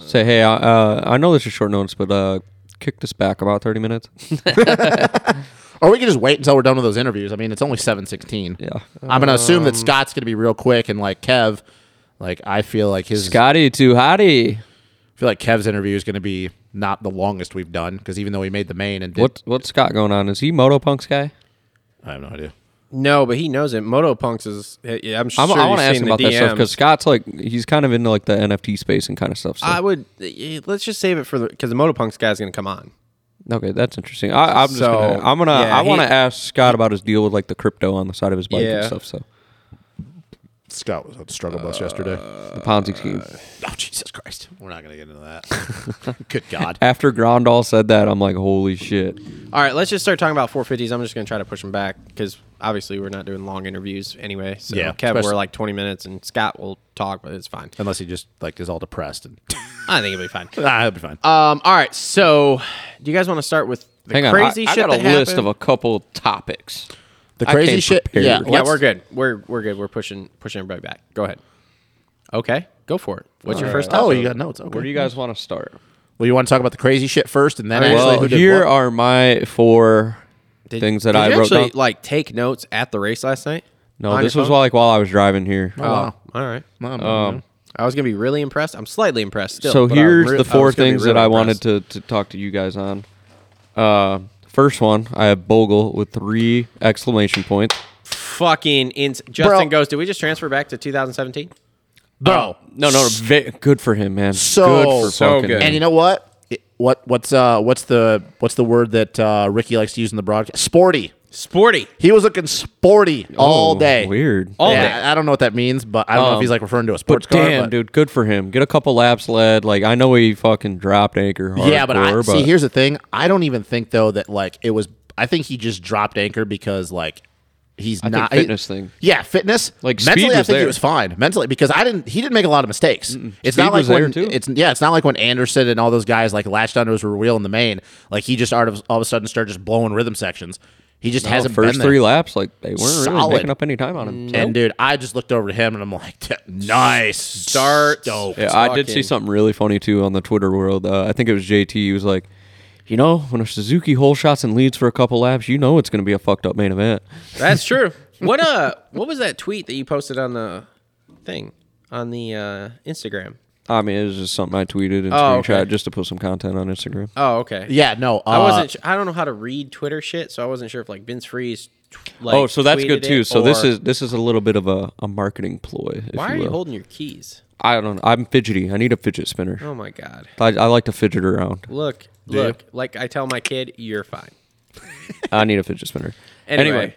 [SPEAKER 3] Say, hey, I- uh, I know this is short notice, but uh, kick this back about 30 minutes.
[SPEAKER 2] Or we can just wait until we're done with those interviews. I mean, it's only seven sixteen.
[SPEAKER 3] Yeah.
[SPEAKER 2] I'm gonna assume
[SPEAKER 1] Um,
[SPEAKER 2] that Scott's gonna be real quick and like Kev, like I feel like his
[SPEAKER 3] Scotty to Hottie.
[SPEAKER 2] I feel like Kev's interview is gonna be not the longest we've done because even though he made the main and did,
[SPEAKER 3] What what's Scott going on? Is he Moto Punk's guy?
[SPEAKER 2] I have no idea.
[SPEAKER 1] No, but he knows it. Moto Punks is. yeah, I'm sure.
[SPEAKER 3] I'm, I want to ask him about
[SPEAKER 1] that
[SPEAKER 3] that stuff because Scott's like he's kind of into like the NFT space and kind of stuff. So.
[SPEAKER 1] I would. eh, Let's just save it for the because the Moto Punks guy's gonna come on.
[SPEAKER 3] okay, that's interesting. I, I'm just
[SPEAKER 1] So,
[SPEAKER 3] gonna I'm gonna
[SPEAKER 1] yeah,
[SPEAKER 3] I want to
[SPEAKER 1] he-
[SPEAKER 3] ask Scott about his deal with like the crypto on the side of his bike and
[SPEAKER 1] Yeah.
[SPEAKER 3] stuff. So
[SPEAKER 2] Scott was on the struggle bus yesterday.
[SPEAKER 3] the
[SPEAKER 1] Uh,
[SPEAKER 3] Ponzi scheme.
[SPEAKER 2] Oh Jesus Christ! We're not gonna get into that. Good God!
[SPEAKER 3] After Grandal said that, I'm like, holy shit.
[SPEAKER 1] All right, let's just start talking about 450s. I'm just gonna try to push them back because obviously we're not doing long interviews anyway. So
[SPEAKER 2] Yeah,
[SPEAKER 1] Kev, we're
[SPEAKER 2] especially-
[SPEAKER 1] like 20 minutes, and Scott will talk, but it's fine.
[SPEAKER 2] Unless he just like is all depressed and
[SPEAKER 1] I think it'll be fine.
[SPEAKER 2] ah, it'll be fine.
[SPEAKER 3] Uh,
[SPEAKER 1] Um. All right. So, do you guys want to start with the
[SPEAKER 3] Hang on,
[SPEAKER 1] crazy
[SPEAKER 3] I,
[SPEAKER 1] shit
[SPEAKER 3] I got a
[SPEAKER 1] that
[SPEAKER 3] list of a
[SPEAKER 1] happened?
[SPEAKER 3] couple topics.
[SPEAKER 2] the
[SPEAKER 3] I
[SPEAKER 2] crazy
[SPEAKER 3] came
[SPEAKER 2] shit.
[SPEAKER 3] prepared.
[SPEAKER 2] Yeah,
[SPEAKER 3] Yeah,
[SPEAKER 1] Yeah,
[SPEAKER 2] let's-
[SPEAKER 1] we're good. We're we're good. We're pushing pushing everybody back. Go ahead. Okay, go for it. What's your first?
[SPEAKER 2] Oh,
[SPEAKER 1] topic?
[SPEAKER 2] you got notes. Okay.
[SPEAKER 3] Where do you guys want to start?
[SPEAKER 2] well, you want to talk about the crazy shit first, and then actually
[SPEAKER 3] Well,
[SPEAKER 2] who did
[SPEAKER 3] here
[SPEAKER 2] what?
[SPEAKER 3] are my four
[SPEAKER 1] Did-
[SPEAKER 3] Oh, things that
[SPEAKER 1] did
[SPEAKER 3] I
[SPEAKER 1] you
[SPEAKER 3] wrote
[SPEAKER 1] actually,
[SPEAKER 3] down.
[SPEAKER 1] Like take notes at the race last night.
[SPEAKER 3] No,
[SPEAKER 1] on
[SPEAKER 3] this
[SPEAKER 1] your
[SPEAKER 3] was
[SPEAKER 1] phone?
[SPEAKER 3] like while I was driving here.
[SPEAKER 1] Oh,
[SPEAKER 2] Wow.
[SPEAKER 1] all right.
[SPEAKER 2] Mom,
[SPEAKER 3] Um,
[SPEAKER 1] I was gonna be really impressed. I'm slightly impressed still.
[SPEAKER 3] so
[SPEAKER 1] but I
[SPEAKER 3] here's
[SPEAKER 1] re-
[SPEAKER 3] the
[SPEAKER 1] I
[SPEAKER 3] four
[SPEAKER 1] was gonna be
[SPEAKER 3] things
[SPEAKER 1] really
[SPEAKER 3] that I wanted
[SPEAKER 1] impressed.
[SPEAKER 3] to, to talk to you guys on. Uh, first one, I have Bogle with three exclamation points.
[SPEAKER 1] fucking. Ins- Justin goes. Did we just transfer back to 2017?
[SPEAKER 2] bro.
[SPEAKER 3] No, no, ve- good for him, man.
[SPEAKER 2] So-
[SPEAKER 3] good for
[SPEAKER 2] so
[SPEAKER 3] fucking
[SPEAKER 1] good.
[SPEAKER 3] him.
[SPEAKER 2] And you know what? It- what what's uh what's the what's the word that uh, Ricky likes to use in the broadcast? Sporty.
[SPEAKER 1] Sporty.
[SPEAKER 2] He was looking sporty all
[SPEAKER 3] Oh,
[SPEAKER 2] day.
[SPEAKER 3] Weird.
[SPEAKER 1] All
[SPEAKER 2] yeah,
[SPEAKER 1] day.
[SPEAKER 2] I don't know what that means, but I don't know if
[SPEAKER 3] Um,
[SPEAKER 2] he's like referring to a sports
[SPEAKER 3] But
[SPEAKER 2] car.
[SPEAKER 3] damn,
[SPEAKER 2] but-
[SPEAKER 3] dude, good for him. Get a couple laps led. Like I know he fucking dropped anchor. Hardcore,
[SPEAKER 2] Yeah, but I,
[SPEAKER 3] but
[SPEAKER 2] see, here's the thing. I don't even think though that like it was. I think he just dropped anchor because like he's
[SPEAKER 3] I think
[SPEAKER 2] not
[SPEAKER 3] fitness thing.
[SPEAKER 2] Yeah, fitness.
[SPEAKER 3] Like, speed
[SPEAKER 2] mentally, I
[SPEAKER 3] was
[SPEAKER 2] think he
[SPEAKER 3] there.
[SPEAKER 2] was fine mentally because I didn't. He didn't make a lot of mistakes. It's
[SPEAKER 3] Speed
[SPEAKER 2] not like
[SPEAKER 3] was
[SPEAKER 2] when
[SPEAKER 3] there, too.
[SPEAKER 2] it's yeah. It's not like when Anderson and all those guys like latched onto his rear wheel in the main. Like he just all of, all of a sudden started just blowing rhythm sections. He just hasn't
[SPEAKER 3] first
[SPEAKER 2] been there.
[SPEAKER 3] three laps, like they weren't
[SPEAKER 2] Solid.
[SPEAKER 3] really making up any time on him.
[SPEAKER 2] And dude, I just looked over to him and I'm like, nice start. Dope.
[SPEAKER 3] Yeah, I did see
[SPEAKER 1] talking.
[SPEAKER 3] something really funny too on the Twitter world. Uh, I think it was JT. He was like, you know, when a Suzuki hole shots and leads for a couple laps, you know it's going to be a fucked up main event.
[SPEAKER 1] That's true. what uh what was that tweet that you posted on the thing? On the uh Instagram.
[SPEAKER 3] I mean, it was just something I tweeted and
[SPEAKER 1] Oh,
[SPEAKER 3] screenshot
[SPEAKER 1] okay.
[SPEAKER 3] just to put some content on Instagram.
[SPEAKER 1] Oh, okay.
[SPEAKER 2] Yeah, no, uh,
[SPEAKER 1] I wasn't su- I don't know how to read Twitter shit, so I wasn't sure if like Vince Freeze t- like,
[SPEAKER 3] oh, so that's good
[SPEAKER 1] tweeted
[SPEAKER 3] too.
[SPEAKER 1] it,
[SPEAKER 3] So this
[SPEAKER 1] or-
[SPEAKER 3] is this is a little bit of a, a marketing ploy. If
[SPEAKER 1] Why are you
[SPEAKER 3] will.
[SPEAKER 1] holding your keys?
[SPEAKER 3] I don't. know. I'm fidgety. I need a fidget spinner.
[SPEAKER 1] Oh my god.
[SPEAKER 3] I, I like to fidget around.
[SPEAKER 1] Look, look, like I tell my kid, you're fine.
[SPEAKER 3] I need a fidget spinner.
[SPEAKER 1] Anyway.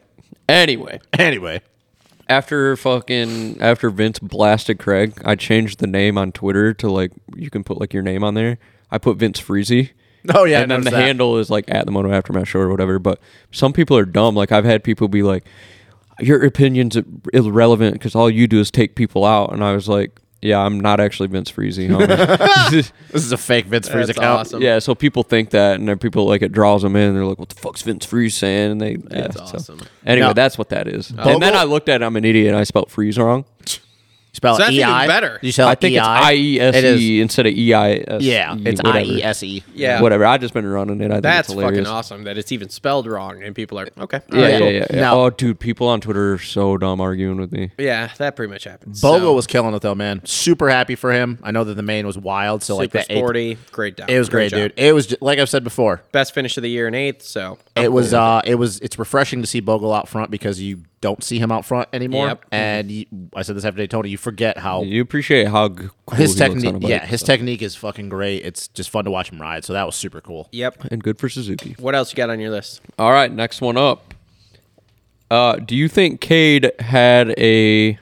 [SPEAKER 3] Anyway.
[SPEAKER 2] Anyway,
[SPEAKER 3] after fucking after Vince blasted Craig, I changed the name on Twitter to like you can put like your name on there. I put Vince Freezy.
[SPEAKER 2] Oh, yeah, I
[SPEAKER 3] and then the
[SPEAKER 2] noticed that.
[SPEAKER 3] handle is like at the Moto Aftermath Show or whatever. But some people are dumb. Like I've had people be like, "Your opinion's irrelevant because all you do is take people out," and I was like, "Yeah, I'm not actually Vince Freezy." homie."
[SPEAKER 2] this is a fake Vince Freeze
[SPEAKER 1] That's
[SPEAKER 2] account.
[SPEAKER 1] awesome.
[SPEAKER 3] yeah, so people think that, and then people like it draws them in. They're like, "What the fuck's Vince Freeze saying?" And they that's
[SPEAKER 1] awesome.
[SPEAKER 3] Anyway,
[SPEAKER 2] No.
[SPEAKER 3] that's what that is. and then I looked at it, I'm an idiot. and I spelled Freeze wrong.
[SPEAKER 2] Spell
[SPEAKER 1] So that's
[SPEAKER 2] E
[SPEAKER 1] even
[SPEAKER 2] I.
[SPEAKER 1] better.
[SPEAKER 2] You spell
[SPEAKER 3] I think it's I E
[SPEAKER 2] It
[SPEAKER 3] S
[SPEAKER 2] is.
[SPEAKER 3] E instead of E I S.
[SPEAKER 2] Yeah, it's I E S E.
[SPEAKER 1] Yeah.
[SPEAKER 3] Whatever. I just been running it. I think
[SPEAKER 1] That's
[SPEAKER 3] it's hilarious.
[SPEAKER 1] fucking awesome that it's even spelled wrong and people are okay. all
[SPEAKER 3] Yeah,
[SPEAKER 1] right,
[SPEAKER 3] yeah,
[SPEAKER 1] cool.
[SPEAKER 3] yeah, yeah.
[SPEAKER 2] Now-
[SPEAKER 3] Oh, dude, people on Twitter are so dumb arguing with me.
[SPEAKER 1] Yeah, that pretty much happens.
[SPEAKER 2] Bogo
[SPEAKER 1] So,
[SPEAKER 2] was killing it though, man. Super happy for him. I know that the main was wild, so like
[SPEAKER 1] super
[SPEAKER 2] that eighth-
[SPEAKER 1] sporty, great job.
[SPEAKER 2] it was great,
[SPEAKER 1] job.
[SPEAKER 2] dude. It was j- like I've said before.
[SPEAKER 1] Best finish of the year in eighth, so
[SPEAKER 2] It was uh, it was it's refreshing to see Bogle out front because you don't see him out front anymore.
[SPEAKER 1] Yep.
[SPEAKER 2] And you, I said this after Daytona, you forget how
[SPEAKER 3] You appreciate how g- cool
[SPEAKER 2] his
[SPEAKER 3] he looks on a
[SPEAKER 2] technique.
[SPEAKER 3] bike,
[SPEAKER 2] Yeah, his
[SPEAKER 3] so.
[SPEAKER 2] technique is fucking great. It's just fun to watch him ride. So that was super cool.
[SPEAKER 1] Yep.
[SPEAKER 3] and good for Suzuki.
[SPEAKER 1] What else you got on your list?
[SPEAKER 3] All right, next one up. Uh, do you think Cade had a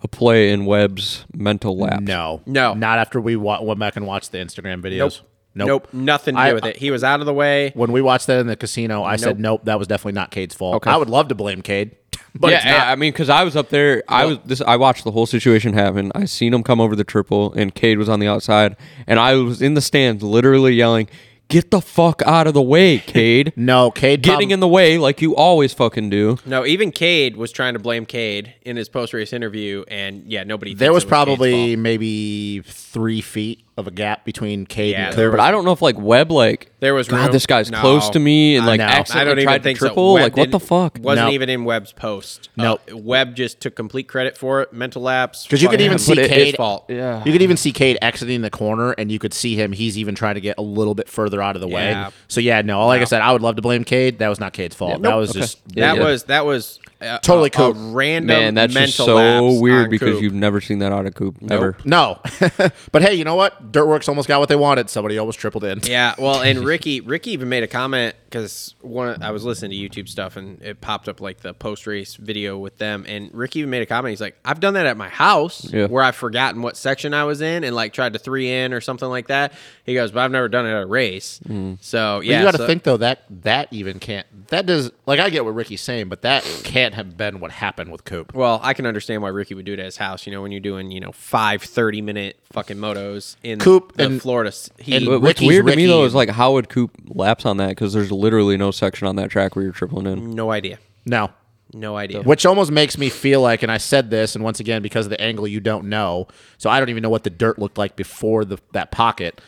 [SPEAKER 3] a play in Webb's mental lapse?
[SPEAKER 2] No,
[SPEAKER 1] No.
[SPEAKER 2] not after we wa- went back and watched the Instagram videos.
[SPEAKER 1] Nothing to do
[SPEAKER 2] I-
[SPEAKER 1] with it. He was out of the way.
[SPEAKER 2] When we watched that in the casino, I said nope. That was definitely not Cade's fault. I would love to blame Cade, but
[SPEAKER 3] yeah,
[SPEAKER 2] it's not.
[SPEAKER 3] I mean, because I was up there. I was this. I watched the whole situation happen. I seen him come over the triple, and Cade was on the outside, and I was in the stands, literally yelling, "Get the fuck out of the way, Cade!
[SPEAKER 2] no, Cade
[SPEAKER 3] Getting in the way like you always fucking do."
[SPEAKER 1] No, even Cade was trying to blame Cade in his post race interview, and yeah, nobody.
[SPEAKER 2] There
[SPEAKER 1] thinks
[SPEAKER 2] was
[SPEAKER 1] it
[SPEAKER 2] probably
[SPEAKER 1] Cade's fault.
[SPEAKER 2] maybe three feet of a gap between Cade
[SPEAKER 1] Yeah,
[SPEAKER 2] and
[SPEAKER 1] there
[SPEAKER 2] Clear.
[SPEAKER 3] But I don't know if like Webb like
[SPEAKER 1] There was
[SPEAKER 3] God,
[SPEAKER 1] room.
[SPEAKER 3] this guy's
[SPEAKER 1] No.
[SPEAKER 3] close to me, and
[SPEAKER 2] I
[SPEAKER 3] like
[SPEAKER 2] know.
[SPEAKER 1] I don't
[SPEAKER 3] accidentally
[SPEAKER 1] even
[SPEAKER 3] tried to
[SPEAKER 1] think so.
[SPEAKER 3] triple.
[SPEAKER 1] Webb
[SPEAKER 3] Like what the
[SPEAKER 1] didn't-
[SPEAKER 3] fuck?
[SPEAKER 1] Wasn't
[SPEAKER 2] No.
[SPEAKER 1] even in Webb's post.
[SPEAKER 2] Nope.
[SPEAKER 1] Uh, Webb just took complete credit for it. Mental lapse.
[SPEAKER 2] 'Cause you could
[SPEAKER 1] Fucking
[SPEAKER 2] even
[SPEAKER 1] him.
[SPEAKER 2] see
[SPEAKER 1] But it-
[SPEAKER 2] Cade-
[SPEAKER 1] his fault.
[SPEAKER 3] Yeah.
[SPEAKER 2] You could even see Cade exiting the corner, and you could see him. He's even trying to get a little bit further out of the way.
[SPEAKER 1] Yeah.
[SPEAKER 2] So yeah, no. Like I said, I would love to blame Cade. That was not Cade's fault. That was just
[SPEAKER 1] That
[SPEAKER 3] Yeah.
[SPEAKER 1] was that was a,
[SPEAKER 2] Totally
[SPEAKER 1] a-
[SPEAKER 2] cool.
[SPEAKER 1] a random
[SPEAKER 3] Man, that's
[SPEAKER 1] mental
[SPEAKER 3] just so
[SPEAKER 1] lapse
[SPEAKER 3] weird
[SPEAKER 1] on
[SPEAKER 3] because
[SPEAKER 1] Coop.
[SPEAKER 3] you've never seen that out of Coop ever.
[SPEAKER 2] no. but hey, you know what? Dirtworks almost got what they wanted. Somebody almost tripled in.
[SPEAKER 1] Yeah, well, and Ricky, Ricky even made a comment because one, I was listening to YouTube stuff and it popped up like the post race video with them, and Ricky even made a comment. He's like, "I've done that at my house
[SPEAKER 3] Yeah.
[SPEAKER 1] where I've forgotten what section I was in and like tried to three in or something like that." He goes, "But I've never done it at a race."
[SPEAKER 3] Mm.
[SPEAKER 1] So
[SPEAKER 2] But
[SPEAKER 1] yeah,
[SPEAKER 2] you got to
[SPEAKER 1] so-
[SPEAKER 2] think though that that even can't. That does like I get what Ricky's saying, but that can't have been what happened with Coop.
[SPEAKER 1] Well, I can understand why Ricky would do it at his house. You know, when you're doing you know five 30 minute fucking motos in
[SPEAKER 2] Coop
[SPEAKER 1] the
[SPEAKER 2] and-
[SPEAKER 1] Florida, s- he
[SPEAKER 2] and
[SPEAKER 3] But what's
[SPEAKER 2] Ricky's
[SPEAKER 3] weird to me
[SPEAKER 2] Ricky
[SPEAKER 3] though
[SPEAKER 2] and-
[SPEAKER 3] is like how would Coop lapse on that because there's literally no section on that track where you're tripling in.
[SPEAKER 1] no idea,
[SPEAKER 2] No,
[SPEAKER 1] no idea.
[SPEAKER 2] Which almost makes me feel like, and I said this, and once again, because of the angle, you don't know. So I don't even know what the dirt looked like before the, that pocket.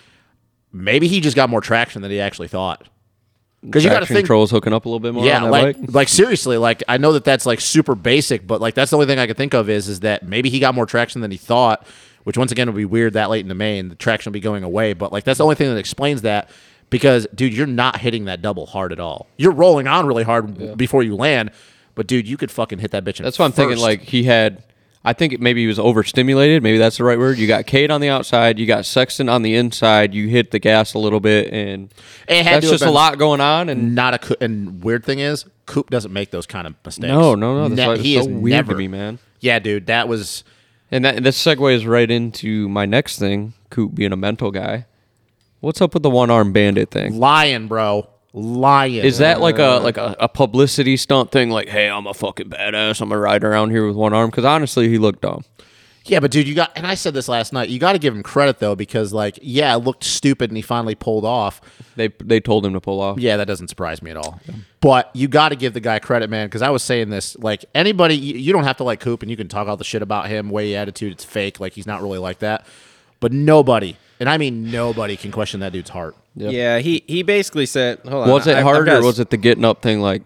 [SPEAKER 2] Maybe he just got more traction than he actually thought. Because you got to
[SPEAKER 3] Traction
[SPEAKER 2] think,
[SPEAKER 3] controls hooking up a little bit more.
[SPEAKER 2] yeah,
[SPEAKER 3] on that
[SPEAKER 2] like,
[SPEAKER 3] bike.
[SPEAKER 2] like seriously, like I know that that's like super basic, but like that's the only thing I could think of is is that maybe he got more traction than he thought, which once again would be weird that late in the main, the traction would be going away. But like that's the only thing that explains that. Because dude, you're not hitting that double hard at all. You're rolling on really hard before you land, but dude, you could fucking hit that bitch. In
[SPEAKER 3] That's what I'm thinking.
[SPEAKER 2] first.
[SPEAKER 3] Like he had, I think it- maybe he was overstimulated. Maybe that's the right word. You got Cade on the outside. You got Sexton on the inside. You hit the gas a little bit, and
[SPEAKER 2] It had to
[SPEAKER 3] that's
[SPEAKER 2] have
[SPEAKER 3] just a
[SPEAKER 2] been-
[SPEAKER 3] lot going on. And
[SPEAKER 2] not a co- and weird thing is Coop doesn't make those kind of mistakes.
[SPEAKER 3] no, no, no. That's
[SPEAKER 2] Ne-
[SPEAKER 3] why it's
[SPEAKER 2] he
[SPEAKER 3] so
[SPEAKER 2] is
[SPEAKER 3] weird
[SPEAKER 2] never.
[SPEAKER 3] to me, man.
[SPEAKER 2] Yeah, dude, that was
[SPEAKER 3] And that this segues right into my next thing. Coop being a mental guy. What's up with the one arm bandit thing?
[SPEAKER 2] lying, bro. lion.
[SPEAKER 3] Is that like a like a, a publicity stunt thing? Like, hey, I'm a fucking badass. I'm gonna ride around here with one arm. Because honestly, he looked dumb.
[SPEAKER 2] Yeah, but dude, you got and I said this last night. You got to give him credit though, because like, yeah, it looked stupid, and he finally pulled off.
[SPEAKER 3] They they told him to pull off.
[SPEAKER 2] Yeah, that doesn't surprise me at all. But you got to give the guy credit, man, because I was saying this. Like anybody, you, you don't have to like Coop, and you can talk all the shit about him, way he attitude, it's fake. Like he's not really like that. But nobody, and I mean nobody, can question that dude's heart.
[SPEAKER 1] Yeah, he he basically said, "Hold on,
[SPEAKER 3] Was it
[SPEAKER 1] I- I've
[SPEAKER 3] hard
[SPEAKER 1] got
[SPEAKER 3] or
[SPEAKER 1] a-
[SPEAKER 3] was it the getting up thing? Like,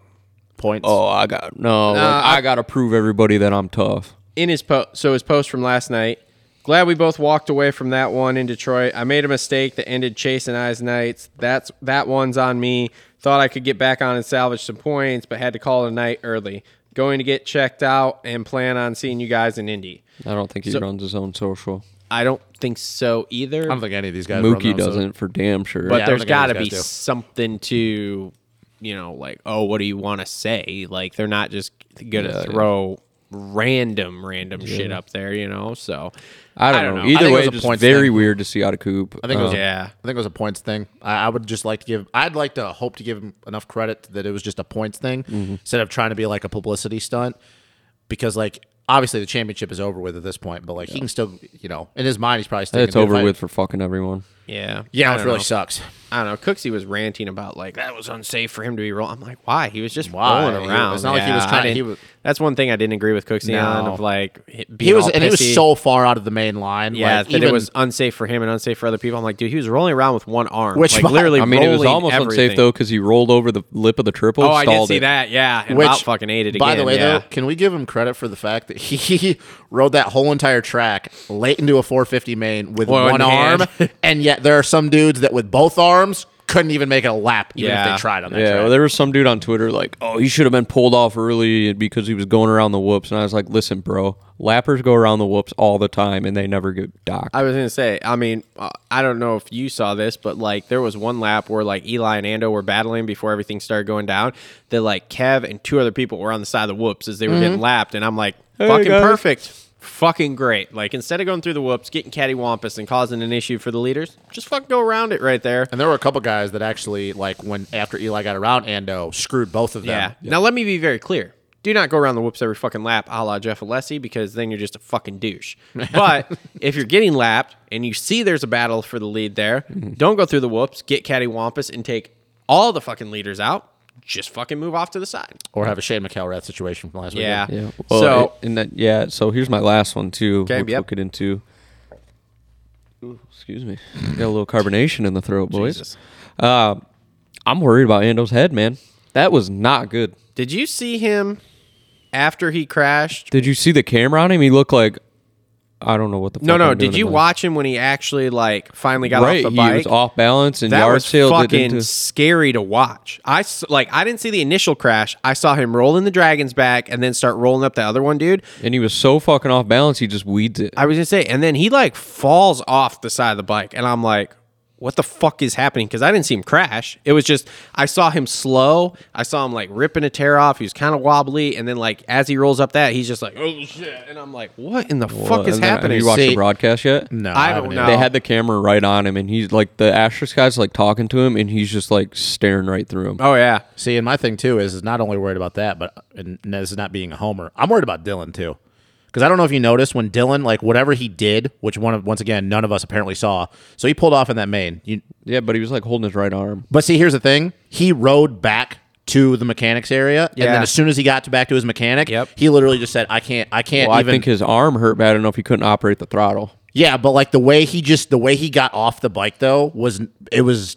[SPEAKER 2] Points.
[SPEAKER 3] oh, I got no. like, I, got to prove everybody that I'm tough.
[SPEAKER 1] in his post so his post from last night glad we both walked away from that one in detroit i made a mistake that ended chase and i's nights that's that one's on me thought i could get back on and salvage some points but had to call it a night early going to get checked out and plan on seeing you guys in indy
[SPEAKER 3] I don't think he runs his own social.
[SPEAKER 1] i don't think so either
[SPEAKER 2] I don't think any of these guys. run their
[SPEAKER 3] Mookie
[SPEAKER 2] own social-
[SPEAKER 3] doesn't for damn sure.
[SPEAKER 1] but
[SPEAKER 2] Yeah, I don't
[SPEAKER 1] there's
[SPEAKER 2] think any
[SPEAKER 1] got
[SPEAKER 2] of
[SPEAKER 1] to
[SPEAKER 2] those
[SPEAKER 1] be
[SPEAKER 2] guys do.
[SPEAKER 1] something to you know like oh what do you want to say like they're not just gonna
[SPEAKER 3] Yeah, yeah.
[SPEAKER 1] throw random random shit up there you know so
[SPEAKER 3] I don't, know.
[SPEAKER 2] I
[SPEAKER 3] Either
[SPEAKER 2] think it
[SPEAKER 3] way,
[SPEAKER 2] was a
[SPEAKER 3] it's
[SPEAKER 2] points
[SPEAKER 3] very
[SPEAKER 2] thing.
[SPEAKER 3] weird to see out of Coop. Uh,
[SPEAKER 2] I think it was.
[SPEAKER 3] Uh-huh.
[SPEAKER 1] yeah
[SPEAKER 2] I think it was a points thing. I, I would just like to give. I'd like to hope to give him enough credit that it was just a points thing
[SPEAKER 3] Mm-hmm.
[SPEAKER 2] instead of trying to be like a publicity stunt. Because like obviously the championship is over with at this point, but like he can still, you know, in his mind he's probably still.
[SPEAKER 3] it's over with for fucking everyone.
[SPEAKER 1] Yeah.
[SPEAKER 2] Yeah,
[SPEAKER 1] I
[SPEAKER 2] which
[SPEAKER 1] don't
[SPEAKER 2] really
[SPEAKER 1] know.
[SPEAKER 2] sucks.
[SPEAKER 1] I don't know. Cooksey was ranting about like that was unsafe for him to be rolling. I'm like, why? He was just
[SPEAKER 2] Why?
[SPEAKER 1] rolling
[SPEAKER 2] He-
[SPEAKER 1] around.
[SPEAKER 2] it's not like he was
[SPEAKER 1] I
[SPEAKER 2] trying-
[SPEAKER 1] didn't-
[SPEAKER 2] he was-
[SPEAKER 1] that's one thing I didn't agree with Cooksey on.
[SPEAKER 2] No.
[SPEAKER 1] Of like h- being
[SPEAKER 2] He was,
[SPEAKER 1] all
[SPEAKER 2] and he was
[SPEAKER 1] pissy.
[SPEAKER 2] so far out of the main line.
[SPEAKER 1] yeah
[SPEAKER 2] like,
[SPEAKER 1] that it was unsafe for him and unsafe for other people. I'm like, dude, he was rolling around with one arm,
[SPEAKER 2] Which
[SPEAKER 1] like
[SPEAKER 2] one?
[SPEAKER 1] literally.
[SPEAKER 3] I mean, it was
[SPEAKER 1] rolling
[SPEAKER 3] almost unsafe
[SPEAKER 1] everything.
[SPEAKER 3] though because he rolled over the lip of the triple.
[SPEAKER 1] Oh, I did
[SPEAKER 3] stalled
[SPEAKER 1] see
[SPEAKER 3] it.
[SPEAKER 1] that. Yeah, and
[SPEAKER 2] Which
[SPEAKER 1] Bob fucking ate it again.
[SPEAKER 2] By the way,
[SPEAKER 1] yeah.
[SPEAKER 2] though, can we give him credit for the fact that he rode that whole entire track late into a 450 main with
[SPEAKER 1] One
[SPEAKER 2] one, arm,
[SPEAKER 1] hand.
[SPEAKER 2] and yet there are some dudes that with both arms couldn't even make it a lap, even if
[SPEAKER 1] Yeah.
[SPEAKER 2] they tried on that
[SPEAKER 3] Yeah,
[SPEAKER 2] track.
[SPEAKER 3] well, there was some dude on Twitter like, "Oh, he should have been pulled off early because he was going around the whoops." And I was like, "Listen, bro, lappers go around the whoops all the time, and they never get docked."
[SPEAKER 1] I was gonna say, I mean, uh, I don't know if you saw this, but like there was one lap where like Eli and Ando were battling before everything started going down. That like Kev and two other people were on the side of the whoops as they were getting lapped, and I'm like, fucking
[SPEAKER 3] guys.
[SPEAKER 1] perfect, fucking great. Like instead of going through the whoops, getting cattywampus and causing an issue for the leaders, just fucking go around it right there.
[SPEAKER 2] And there were a couple guys that actually, like, when after Eli got around Ando, screwed both of them.
[SPEAKER 1] Yeah. Now let me be very clear. Do not go around the whoops every fucking lap, a la Jeff Alessi, because then you're just a fucking douche. But if you're getting lapped and you see there's a battle for the lead there,
[SPEAKER 3] Mm-hmm.
[SPEAKER 1] don't go through the whoops. Get cattywampus and take all the fucking leaders out. Just fucking move off to the side.
[SPEAKER 2] Or have a Shane McElrath situation from last week.
[SPEAKER 1] Yeah.
[SPEAKER 3] Oh, yeah. Well,
[SPEAKER 1] so
[SPEAKER 3] it- and that, yeah. So here's my last one too,
[SPEAKER 1] Okay,
[SPEAKER 3] which
[SPEAKER 1] yep.
[SPEAKER 3] we'll get into. Ooh, excuse me, got a little carbonation in the throat, boys.
[SPEAKER 1] Jesus.
[SPEAKER 3] Uh, I'm worried about Ando's head, man. That was not good.
[SPEAKER 1] did you see him after he crashed?
[SPEAKER 3] Did you see the camera on him? He looked like I don't know what the.
[SPEAKER 1] No,
[SPEAKER 3] fuck
[SPEAKER 1] no.
[SPEAKER 3] I'm
[SPEAKER 1] Did
[SPEAKER 3] doing
[SPEAKER 1] you
[SPEAKER 3] about-
[SPEAKER 1] watch him when he actually like finally got
[SPEAKER 3] Right,
[SPEAKER 1] off the
[SPEAKER 3] he
[SPEAKER 1] bike?
[SPEAKER 3] was off balance and
[SPEAKER 1] that
[SPEAKER 3] yard
[SPEAKER 1] was
[SPEAKER 3] sailed it
[SPEAKER 1] fucking
[SPEAKER 3] into.
[SPEAKER 1] scary to watch. I s- like I didn't see the initial crash. I saw him roll in the dragon's back and then start rolling up the other one, dude.
[SPEAKER 3] And he was so fucking off balance, he just weeds it.
[SPEAKER 1] I was gonna say, and then he like falls off the side of the bike, and I'm like, what the fuck is happening? Because I didn't see him crash. It was just I saw him slow. I saw him like ripping a tear off. He was kind of wobbly, and then like as he rolls up that, he's just like, oh shit, and I'm like, what in the fuck is
[SPEAKER 3] And then-
[SPEAKER 1] happening?
[SPEAKER 3] Have you watched
[SPEAKER 2] See-
[SPEAKER 3] the broadcast yet?
[SPEAKER 2] No,
[SPEAKER 1] I
[SPEAKER 2] I,
[SPEAKER 1] don't
[SPEAKER 2] haven't
[SPEAKER 1] know.
[SPEAKER 2] either.
[SPEAKER 3] They had the camera right on him, and he's like the asterisk guy's like talking to him, and he's just like staring right through him.
[SPEAKER 1] oh yeah,
[SPEAKER 2] See, and my thing too is, is not only worried about that, but and this is not being a homer. I'm worried about Dylan too, because I don't know if you noticed when Dylan, like whatever he did, which one of once again none of us apparently saw. So he pulled off in that main. You,
[SPEAKER 3] Yeah, but he was like holding his right arm.
[SPEAKER 2] but see, here's the thing: he rode back to the mechanics area, and
[SPEAKER 1] Yeah.
[SPEAKER 2] then as soon as he got to back to his mechanic,
[SPEAKER 1] Yep.
[SPEAKER 2] he literally just said, "I can't, I can't
[SPEAKER 3] Well, I
[SPEAKER 2] even."
[SPEAKER 3] think his arm hurt bad enough he couldn't operate the throttle.
[SPEAKER 2] yeah, but like the way he just the way he got off the bike though was it was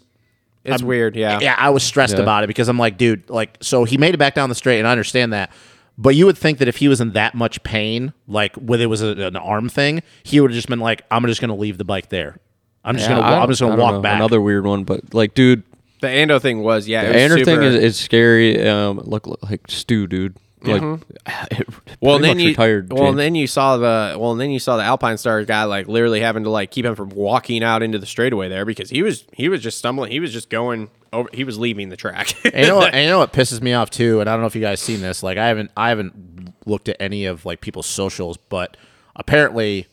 [SPEAKER 1] it's weird. Yeah,
[SPEAKER 2] yeah, I was stressed
[SPEAKER 3] Yeah.
[SPEAKER 2] about it because I'm like, dude, like, so he made it back down the straight, and I understand that. But you would think that if he was in that much pain, like whether it was a, an arm thing, he would have just been like, I'm just gonna leave the bike there. I'm just gonna,
[SPEAKER 3] I
[SPEAKER 2] wa-
[SPEAKER 3] don't-
[SPEAKER 2] I'm just
[SPEAKER 3] I
[SPEAKER 2] gonna
[SPEAKER 3] don't
[SPEAKER 2] walk
[SPEAKER 3] know.
[SPEAKER 2] back.
[SPEAKER 3] Another weird one, but like, dude,
[SPEAKER 1] The Ando thing was yeah.
[SPEAKER 3] the
[SPEAKER 1] it was
[SPEAKER 3] Ander thing
[SPEAKER 1] super-
[SPEAKER 3] is, is scary. Um, look, look like Stu, dude. Like, it
[SPEAKER 1] Mm-hmm. Well,
[SPEAKER 3] pretty
[SPEAKER 1] then
[SPEAKER 3] much
[SPEAKER 1] you
[SPEAKER 3] retired.
[SPEAKER 1] well,
[SPEAKER 3] James.
[SPEAKER 1] then you saw the well, then you saw the Alpine Star guy like literally having to like keep him from walking out into the straightaway there because he was he was just stumbling, he was just going over, he was leaving the track.
[SPEAKER 2] and you know what, and you know what pisses me off too, and I don't know if you guys seen this. Like I haven't I haven't looked at any of like people's socials, but apparently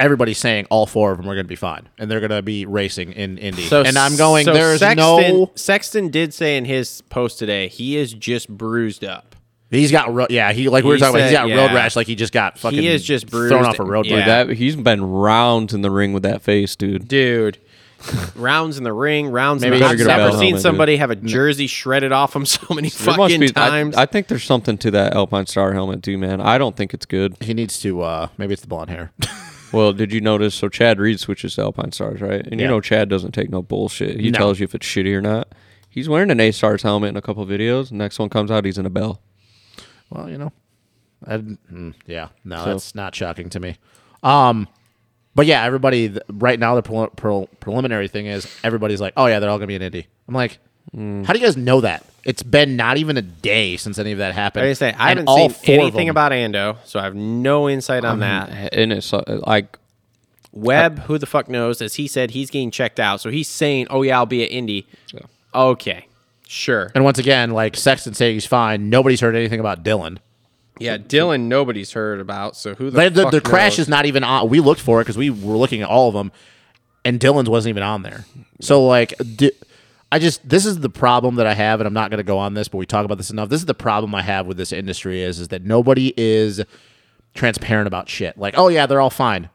[SPEAKER 2] everybody's saying all four of them are going to be fine, and they're going to be racing in Indy.
[SPEAKER 1] So
[SPEAKER 2] and I'm going.
[SPEAKER 1] so
[SPEAKER 2] there's
[SPEAKER 1] Sexton,
[SPEAKER 2] no.
[SPEAKER 1] Sexton did say in his post today he is just bruised up.
[SPEAKER 2] He's got. ro- Yeah, he like we were
[SPEAKER 1] He
[SPEAKER 2] talking about. He's
[SPEAKER 1] said-
[SPEAKER 2] got road
[SPEAKER 1] yeah.
[SPEAKER 2] rash. Like he just got fucking.
[SPEAKER 1] is just
[SPEAKER 2] thrown
[SPEAKER 1] bruised.
[SPEAKER 2] off a road.
[SPEAKER 1] Yeah.
[SPEAKER 2] bike.
[SPEAKER 3] That he's been rounds in the ring with that face, dude.
[SPEAKER 1] dude. rounds in the ring, rounds.
[SPEAKER 2] Maybe
[SPEAKER 1] in the
[SPEAKER 2] he
[SPEAKER 1] I've
[SPEAKER 2] should get a
[SPEAKER 1] never
[SPEAKER 2] belt
[SPEAKER 1] seen
[SPEAKER 3] helmet,
[SPEAKER 1] somebody have a
[SPEAKER 2] Mm.
[SPEAKER 1] jersey shredded off him so many
[SPEAKER 3] There must
[SPEAKER 1] fucking
[SPEAKER 3] be- I-
[SPEAKER 1] times.
[SPEAKER 3] I, think there's something to that Alpine Star helmet too, man. I don't think it's good.
[SPEAKER 2] He needs to. uh Maybe it's the blonde hair.
[SPEAKER 3] Well, did you notice? So Chad Reed switches to Alpine Stars, right? And
[SPEAKER 2] Yeah.
[SPEAKER 3] you know Chad doesn't take no bullshit. He
[SPEAKER 2] No.
[SPEAKER 3] tells you if it's shitty or not. He's wearing an A Stars helmet in a couple videos. Next one comes out, he's in a bell.
[SPEAKER 2] well, you know. I, mm, yeah. No, that's not shocking to me. Um. But yeah, everybody th- right now the prel- prel- preliminary thing is everybody's like, oh yeah, they're all going to be in Indy. I'm like,
[SPEAKER 1] Hmm.
[SPEAKER 2] how do you guys know that? It's been not even a day since any of that happened.
[SPEAKER 1] I didn't say I
[SPEAKER 2] And
[SPEAKER 1] haven't
[SPEAKER 2] all
[SPEAKER 1] seen
[SPEAKER 2] four of
[SPEAKER 1] anything
[SPEAKER 2] them-
[SPEAKER 1] about Ando, so I have no insight on that.
[SPEAKER 3] And it's uh, like
[SPEAKER 1] Webb, who the fuck knows? As he said, he's getting checked out, so he's saying, "Oh yeah, I'll be at Indy." Okay, sure.
[SPEAKER 2] And once again, like Sexton saying he's fine. Nobody's heard anything about Dylan.
[SPEAKER 1] Yeah, Dylan, nobody's heard about. So who the
[SPEAKER 2] The, the,
[SPEAKER 1] fuck
[SPEAKER 2] the crash
[SPEAKER 1] knows?
[SPEAKER 2] is not even on. We looked for it because we were looking at all of them, and Dylan's wasn't even on there. So like, di- I just this is the problem that I have, and I'm not going to go on this, but we talk about this enough. This is the problem I have with this industry is is that nobody is transparent about shit. Like, oh yeah, they're all fine.